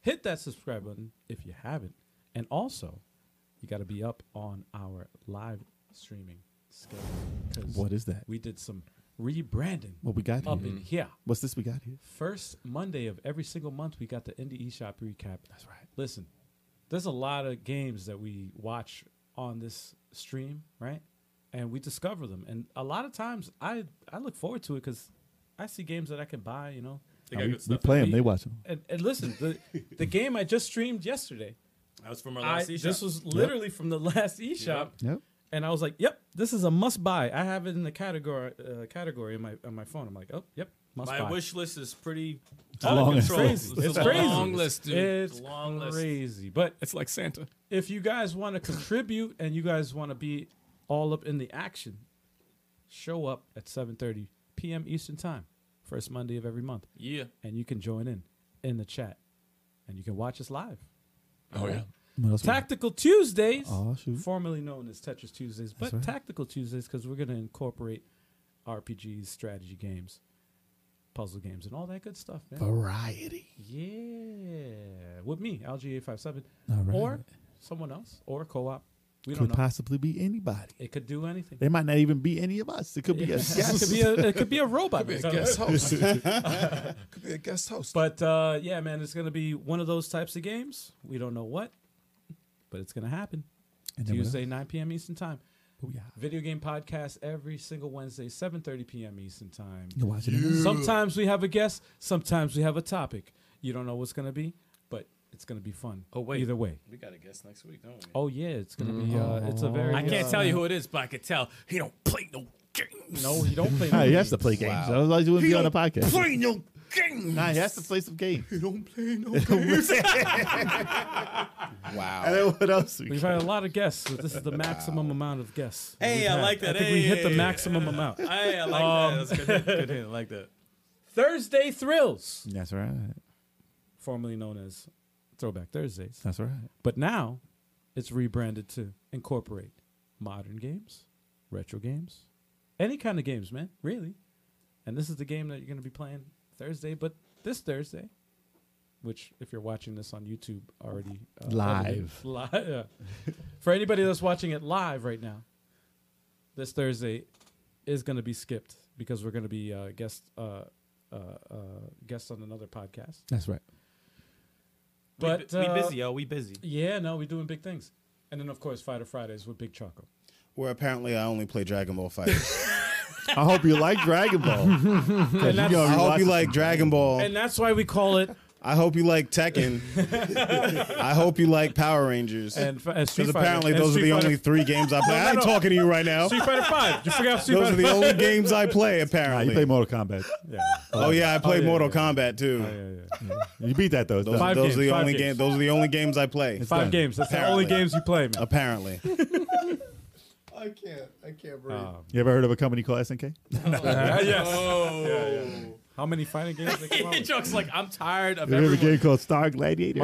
[SPEAKER 1] hit that subscribe button. If you haven't, and also, you got to be up on our live streaming schedule. 'cause
[SPEAKER 6] What is that? Mm-hmm.
[SPEAKER 1] We did some rebranding
[SPEAKER 6] What we got
[SPEAKER 1] up
[SPEAKER 6] here?
[SPEAKER 1] in here.
[SPEAKER 6] What's this we got here?
[SPEAKER 1] First Monday of every single month, we got the Indie eShop recap. That's right. Listen, there's a lot of games that we watch on this stream, right? And we discover them. And a lot of times, I, I look forward to it because I see games that I can buy, you know?
[SPEAKER 8] They
[SPEAKER 6] Uh,
[SPEAKER 8] got
[SPEAKER 6] we,
[SPEAKER 8] good
[SPEAKER 6] we
[SPEAKER 8] stuff.
[SPEAKER 6] play them.
[SPEAKER 1] We-
[SPEAKER 6] They watch them.
[SPEAKER 1] And, and listen, the, the game I just streamed yesterday,
[SPEAKER 8] That was from our
[SPEAKER 1] I,
[SPEAKER 8] last eShop.
[SPEAKER 1] this was literally from the [laughs] last eShop.
[SPEAKER 6] Yep.
[SPEAKER 1] And I was like, "Yep, this is a must buy." I have it in the category uh, category in my on my phone. I'm like, "Oh, yep, must
[SPEAKER 8] My
[SPEAKER 1] buy."
[SPEAKER 8] wish list is pretty
[SPEAKER 6] long
[SPEAKER 8] it's
[SPEAKER 6] as-
[SPEAKER 1] crazy.
[SPEAKER 8] It's,
[SPEAKER 1] It's
[SPEAKER 8] a
[SPEAKER 1] crazy.
[SPEAKER 8] long list, dude.
[SPEAKER 1] It's
[SPEAKER 8] a long list.
[SPEAKER 1] crazy. But
[SPEAKER 8] It's like Santa.
[SPEAKER 1] if you guys want to contribute and you guys want to be all up in the action, show up at 7:30 p.m. Eastern Time, first Monday of every month,
[SPEAKER 8] Yeah.
[SPEAKER 1] and you can join in in the chat, and you can watch us live.
[SPEAKER 3] Oh yeah.
[SPEAKER 6] What else we got?
[SPEAKER 1] Tactical Tuesdays,
[SPEAKER 6] Aw, shoot.
[SPEAKER 1] formerly known as Tetris Tuesdays, but
[SPEAKER 6] right.
[SPEAKER 1] Tactical Tuesdays because we're going to incorporate RPGs, strategy games, puzzle games, and all that good stuff, man.
[SPEAKER 6] Variety.
[SPEAKER 1] Yeah, with me, LGA57,
[SPEAKER 6] All right.
[SPEAKER 1] or someone else, or co-op, We don't
[SPEAKER 6] could
[SPEAKER 1] know.
[SPEAKER 6] possibly be anybody.
[SPEAKER 1] It could do anything.
[SPEAKER 6] They might not even be any of us. It could be
[SPEAKER 1] [laughs]
[SPEAKER 6] a
[SPEAKER 1] It
[SPEAKER 6] guest.
[SPEAKER 1] could be a, it could be a robot.
[SPEAKER 3] Could be a guest host. could [laughs] be a guest host.
[SPEAKER 1] But uh, yeah, man, it's gonna be one of those types of games. We don't know what, but it's gonna happen.
[SPEAKER 6] And then what
[SPEAKER 1] Tuesday, 9 p.m. Eastern Time.
[SPEAKER 6] Booyah.
[SPEAKER 1] Video game podcast every single Wednesday, 7:30 p.m. Eastern Time.
[SPEAKER 6] You're watching it now?
[SPEAKER 1] Sometimes we have a guest, sometimes we have a topic. You don't know what's gonna be, but it's gonna be fun.
[SPEAKER 8] Oh, wait.
[SPEAKER 1] either way.
[SPEAKER 8] We got a guest next week, don't we?
[SPEAKER 1] Oh yeah, it's gonna be. Uh, it's a very.
[SPEAKER 4] I can't
[SPEAKER 1] uh,
[SPEAKER 4] tell you who it is, but I could tell he don't play no games.
[SPEAKER 1] No, you
[SPEAKER 6] [laughs]
[SPEAKER 1] don't play.
[SPEAKER 6] Nah, he
[SPEAKER 1] movies.
[SPEAKER 6] has to play games. Otherwise, you wouldn't be on the podcast.
[SPEAKER 3] Play no games.
[SPEAKER 6] Nah, he has to play some games.
[SPEAKER 3] You don't play
[SPEAKER 4] [laughs]
[SPEAKER 3] no games.
[SPEAKER 6] And
[SPEAKER 2] Wow.
[SPEAKER 6] then [laughs] what else? We
[SPEAKER 1] We've
[SPEAKER 6] got?
[SPEAKER 1] had a lot of guests. but this is the maximum amount of guests. that
[SPEAKER 8] Hey,
[SPEAKER 1] we've
[SPEAKER 8] I
[SPEAKER 1] had.
[SPEAKER 8] like that.
[SPEAKER 1] I think we hit the
[SPEAKER 8] Hey. [laughs]
[SPEAKER 1] maximum amount.
[SPEAKER 8] Hey, I like that. That's
[SPEAKER 4] Um,
[SPEAKER 8] good. Good hint. I like that.
[SPEAKER 1] Thursday Thrills,
[SPEAKER 6] That's right.
[SPEAKER 1] formerly known as Throwback Thursdays,
[SPEAKER 6] That's right.
[SPEAKER 1] but now it's rebranded to incorporate modern games, retro games, any kind of games, man, really. And this is the game that you're going to be playing Thursday, but this Thursday, which if you're watching this on YouTube already uh,
[SPEAKER 6] Live.
[SPEAKER 1] [laughs] uploaded- live. yeah. For anybody that's watching it live right now, this Thursday is going to be skipped because we're going to be uh, guest uh, uh, uh, guests on another podcast.
[SPEAKER 6] That's right.
[SPEAKER 1] But
[SPEAKER 8] we, bu-
[SPEAKER 1] uh,
[SPEAKER 8] we busy, yo. We busy.
[SPEAKER 1] Yeah, no, we're doing big things. And then of course Fighter Fridays with Big Choco.
[SPEAKER 2] Where apparently I only play Dragon
[SPEAKER 1] [laughs]
[SPEAKER 2] Ball Fighters.
[SPEAKER 6] I hope you like Dragon Ball. 'Cause you
[SPEAKER 1] that's-
[SPEAKER 6] know,
[SPEAKER 2] I hope you
[SPEAKER 6] watching-
[SPEAKER 2] like Dragon Ball.
[SPEAKER 1] And that's why we call
[SPEAKER 2] [laughs]
[SPEAKER 1] it
[SPEAKER 2] I hope you like Tekken. I hope you like Power Rangers.
[SPEAKER 1] and, fi- and Street
[SPEAKER 2] Because
[SPEAKER 1] Fighter.
[SPEAKER 2] apparently
[SPEAKER 1] and
[SPEAKER 2] those are
[SPEAKER 1] Street
[SPEAKER 2] the
[SPEAKER 1] Fighter-
[SPEAKER 2] only three games I play. I ain't talking to you right
[SPEAKER 1] [laughs]
[SPEAKER 2] now.
[SPEAKER 1] Street Fighter Five. You forgot Street
[SPEAKER 2] Those are
[SPEAKER 1] Fighter
[SPEAKER 2] the
[SPEAKER 1] Five. [laughs]
[SPEAKER 2] only games I
[SPEAKER 6] Nah,
[SPEAKER 2] play,
[SPEAKER 6] you play
[SPEAKER 2] apparently.
[SPEAKER 6] Mortal Kombat.
[SPEAKER 2] Oh yeah, I play
[SPEAKER 1] yeah,
[SPEAKER 2] Mortal
[SPEAKER 1] yeah.
[SPEAKER 2] Kombat too.
[SPEAKER 6] You beat that though. It's done.
[SPEAKER 2] Those,
[SPEAKER 1] Five
[SPEAKER 2] those
[SPEAKER 1] games,
[SPEAKER 2] are the
[SPEAKER 1] five
[SPEAKER 2] only
[SPEAKER 1] games.
[SPEAKER 2] games. Those are the only games I play.
[SPEAKER 1] Five
[SPEAKER 6] done.
[SPEAKER 1] games. That's the only
[SPEAKER 2] Apparently.
[SPEAKER 1] games you play,
[SPEAKER 2] [laughs]
[SPEAKER 1] man. [laughs]
[SPEAKER 2] Apparently.
[SPEAKER 3] I can't. I can't breathe.
[SPEAKER 6] You ever heard of a company called SNK?
[SPEAKER 1] yes.
[SPEAKER 4] Oh.
[SPEAKER 1] How many fighting games they
[SPEAKER 2] [laughs]
[SPEAKER 4] [laughs]
[SPEAKER 1] come out with?
[SPEAKER 8] Chuck's like, I'm tired of
[SPEAKER 6] You ever heard of a
[SPEAKER 8] everyone.
[SPEAKER 6] game called Star Gladiator?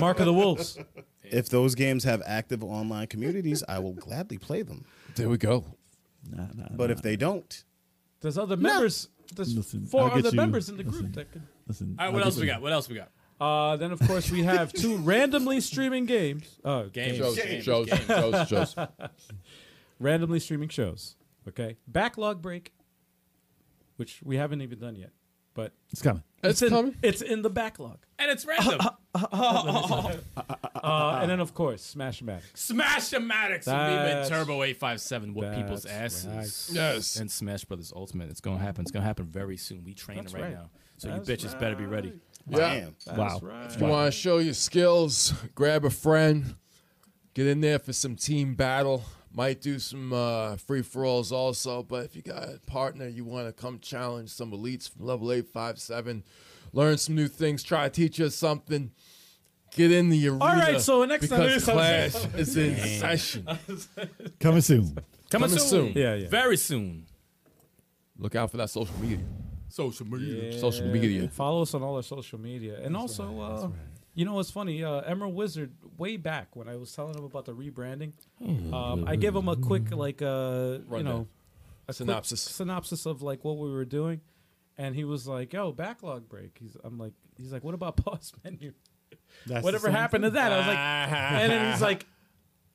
[SPEAKER 1] Mark of the Wolves.
[SPEAKER 2] If those games have active online communities, I will gladly play them.
[SPEAKER 3] There we go.
[SPEAKER 6] nah, nah,
[SPEAKER 2] But if they don't,
[SPEAKER 1] There's other members. There's
[SPEAKER 6] Listen,
[SPEAKER 1] four
[SPEAKER 6] I'll get
[SPEAKER 1] other
[SPEAKER 6] you-
[SPEAKER 1] members in the group
[SPEAKER 6] listen.
[SPEAKER 1] that can.
[SPEAKER 6] listen.
[SPEAKER 4] All right, what else we got? What else we got?
[SPEAKER 1] Uh, then of course we have
[SPEAKER 2] [laughs]
[SPEAKER 1] two randomly streaming games. Uh,
[SPEAKER 4] Games.
[SPEAKER 3] Shows,
[SPEAKER 4] games,
[SPEAKER 3] shows,
[SPEAKER 4] games.
[SPEAKER 1] [laughs]
[SPEAKER 3] shows, shows.
[SPEAKER 1] randomly streaming shows. Okay, backlog break, which we haven't even done yet, but
[SPEAKER 6] It's coming.
[SPEAKER 3] It's
[SPEAKER 1] in,
[SPEAKER 3] coming.
[SPEAKER 1] It's in the backlog.
[SPEAKER 4] And it's random.
[SPEAKER 1] Uh, and then of course Smash Maddox.
[SPEAKER 4] Uh-huh. Smash the Maddox and
[SPEAKER 1] That's-
[SPEAKER 4] Turbo 857 with people's
[SPEAKER 1] That's
[SPEAKER 4] asses.
[SPEAKER 1] right.
[SPEAKER 3] Yes.
[SPEAKER 4] And Smash Brothers Ultimate. It's going to happen. It's going to happen very soon. We training
[SPEAKER 1] That's
[SPEAKER 4] right,
[SPEAKER 1] right.
[SPEAKER 4] now. So you
[SPEAKER 1] That's
[SPEAKER 4] bitches better be ready.
[SPEAKER 3] Yeah.
[SPEAKER 2] damn.
[SPEAKER 6] Wow.
[SPEAKER 1] That's
[SPEAKER 3] If you
[SPEAKER 1] right.
[SPEAKER 3] want to show your skills, grab a friend, get in there for some team battle. Might do some uh, free for alls also, but if you got a partner, you want to come challenge some elites from level 857, learn some new things, try to teach us something, get in the arena.
[SPEAKER 1] All right, so next time-
[SPEAKER 3] because Clash is in session.
[SPEAKER 6] Coming soon.
[SPEAKER 4] Coming,
[SPEAKER 3] Coming soon.
[SPEAKER 1] Yeah, yeah.
[SPEAKER 4] Very soon.
[SPEAKER 3] Look out for that social media. Social media. Social
[SPEAKER 1] Yeah.
[SPEAKER 3] media.
[SPEAKER 1] Follow us on all our social media, and also, uh, you know, what's funny. Uh, Emerald Wizard, way back when I was telling him about the rebranding,
[SPEAKER 6] Hmm.
[SPEAKER 1] um, I gave him a quick like, uh, you know,
[SPEAKER 3] Rundown.
[SPEAKER 1] a quick
[SPEAKER 3] Synopsis.
[SPEAKER 1] synopsis of like what we were doing, and he was like, "Yo, backlog break." He's, I'm like, he's like, "What about pause [laughs] menu?
[SPEAKER 6] That's the
[SPEAKER 1] Whatever
[SPEAKER 6] same
[SPEAKER 1] happened to that?" I was
[SPEAKER 6] [laughs]
[SPEAKER 1] like, and
[SPEAKER 4] and
[SPEAKER 1] then he's like.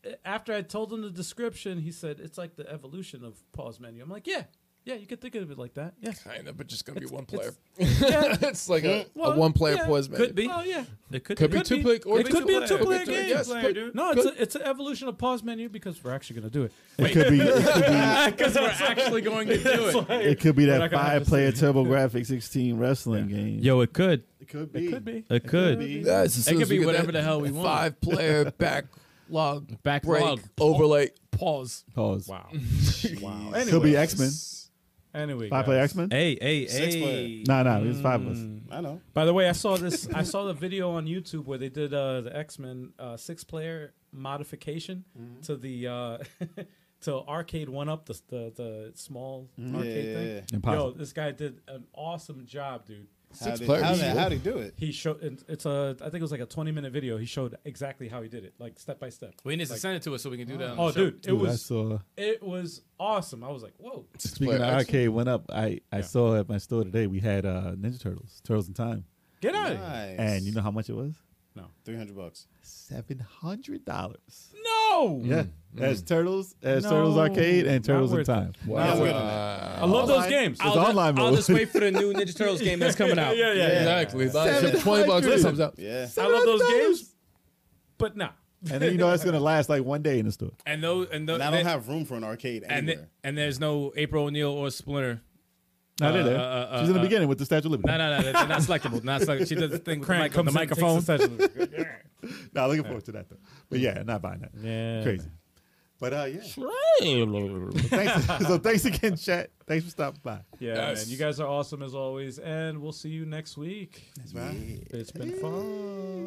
[SPEAKER 1] uh, After I told him the description, he said it's like the evolution of pause menu. I'm like, yeah, yeah, you could think of it like that. Yeah,
[SPEAKER 3] Kinda, but just gonna be one player.
[SPEAKER 1] yeah.
[SPEAKER 3] [laughs] It's like a,
[SPEAKER 1] Well,
[SPEAKER 3] a one player
[SPEAKER 1] yeah,
[SPEAKER 3] pause menu.
[SPEAKER 8] Could be.
[SPEAKER 1] Oh yeah,
[SPEAKER 8] It could,
[SPEAKER 3] Could be two player. or
[SPEAKER 1] it could be a two-player
[SPEAKER 3] Could be
[SPEAKER 1] game.
[SPEAKER 3] yes, could-
[SPEAKER 1] No, it's a, it's an evolution of pause menu because we're actually gonna do it.
[SPEAKER 6] It could be. It could be.
[SPEAKER 4] because we're actually going to do it.
[SPEAKER 6] It could be that
[SPEAKER 1] not gonna have
[SPEAKER 6] five
[SPEAKER 1] to [laughs]
[SPEAKER 6] player TurboGrafx 16 wrestling game.
[SPEAKER 8] Yo, it could.
[SPEAKER 6] it could be.
[SPEAKER 1] It could be.
[SPEAKER 8] It could.
[SPEAKER 6] be.
[SPEAKER 3] Yes, as soon
[SPEAKER 8] could
[SPEAKER 3] as we
[SPEAKER 8] be
[SPEAKER 3] get
[SPEAKER 8] whatever
[SPEAKER 3] that
[SPEAKER 8] the hell we want.
[SPEAKER 3] Five
[SPEAKER 8] [laughs]
[SPEAKER 3] player backlog
[SPEAKER 8] Backlog.
[SPEAKER 3] break overlay.
[SPEAKER 8] Pause.
[SPEAKER 6] Pause.
[SPEAKER 1] Wow.
[SPEAKER 2] Wow.
[SPEAKER 6] It could be X Men.
[SPEAKER 1] Anyway,
[SPEAKER 6] Five
[SPEAKER 1] guys.
[SPEAKER 6] player X Men.
[SPEAKER 8] Hey, hey,
[SPEAKER 2] Six
[SPEAKER 8] hey.
[SPEAKER 6] Nah, nah. It's five of us.
[SPEAKER 1] Mm,
[SPEAKER 2] I know.
[SPEAKER 1] By the way, I saw this. I saw the video on YouTube where they did uh, the X Men uh, six player modification to the uh, [laughs] to arcade one up the the, the small arcade
[SPEAKER 2] yeah, yeah.
[SPEAKER 1] thing.
[SPEAKER 6] Impossible.
[SPEAKER 1] Yo, this guy did an awesome job, dude.
[SPEAKER 2] How
[SPEAKER 3] Six
[SPEAKER 2] did,
[SPEAKER 3] players.
[SPEAKER 2] how, did, how did he do it?
[SPEAKER 1] He showed it- it's a I think it was like a twenty minute video. He showed exactly how he did it, like step by step.
[SPEAKER 4] We need to send it to us so we can do that. On
[SPEAKER 1] Oh,
[SPEAKER 4] the show.
[SPEAKER 1] dude, it
[SPEAKER 6] Dude, I
[SPEAKER 1] was
[SPEAKER 6] saw.
[SPEAKER 1] it was awesome. I was like, whoa.
[SPEAKER 6] Speaking of arcade, went up. I, I saw at my store today. We had uh, Ninja Turtles, Turtles in Time,
[SPEAKER 1] Get out of here.
[SPEAKER 2] Nice.
[SPEAKER 6] and you know how much it was?
[SPEAKER 2] three hundred bucks.
[SPEAKER 6] Seven hundred dollars.
[SPEAKER 1] No Whoa!
[SPEAKER 6] Yeah. As Turtles, as Turtles Arcade, and
[SPEAKER 1] No,
[SPEAKER 6] Turtles in
[SPEAKER 1] Mm, not
[SPEAKER 6] Time.
[SPEAKER 1] worth I love those games.
[SPEAKER 6] It's online
[SPEAKER 4] I'll
[SPEAKER 6] mode.
[SPEAKER 4] just wait for
[SPEAKER 1] [laughs]
[SPEAKER 4] the new Ninja Turtles game that's coming out.
[SPEAKER 1] yeah, yeah, yeah.
[SPEAKER 3] Exactly. Buy it for twenty bucks. when it comes out.
[SPEAKER 2] Yeah.
[SPEAKER 1] I love those games, but nah.
[SPEAKER 6] And then you
[SPEAKER 1] [laughs]
[SPEAKER 6] know it's gonna last like one day in the store.
[SPEAKER 4] And those and those
[SPEAKER 2] And I don't have room for an arcade
[SPEAKER 4] and,
[SPEAKER 2] anywhere.
[SPEAKER 4] and there's no April O'Neil or Splinter.
[SPEAKER 6] Not in there.
[SPEAKER 4] uh, uh,
[SPEAKER 6] She's in the beginning with the Statue of Liberty.
[SPEAKER 4] No, no, no, they're not selectable. Not selectable. She does the thing with the,
[SPEAKER 1] Crank
[SPEAKER 4] mic-
[SPEAKER 1] comes
[SPEAKER 4] the
[SPEAKER 1] in and takes
[SPEAKER 4] microphone. [laughs]
[SPEAKER 6] Nah, looking forward to that though. But yeah, not buying that.
[SPEAKER 1] Yeah,
[SPEAKER 6] Crazy. But uh, yeah. Thanks. [laughs] so thanks again, chat. Thanks for stopping by.
[SPEAKER 1] Yeah,
[SPEAKER 3] Yes.
[SPEAKER 1] man. You guys are awesome as always, and we'll see you next week. It's been fun.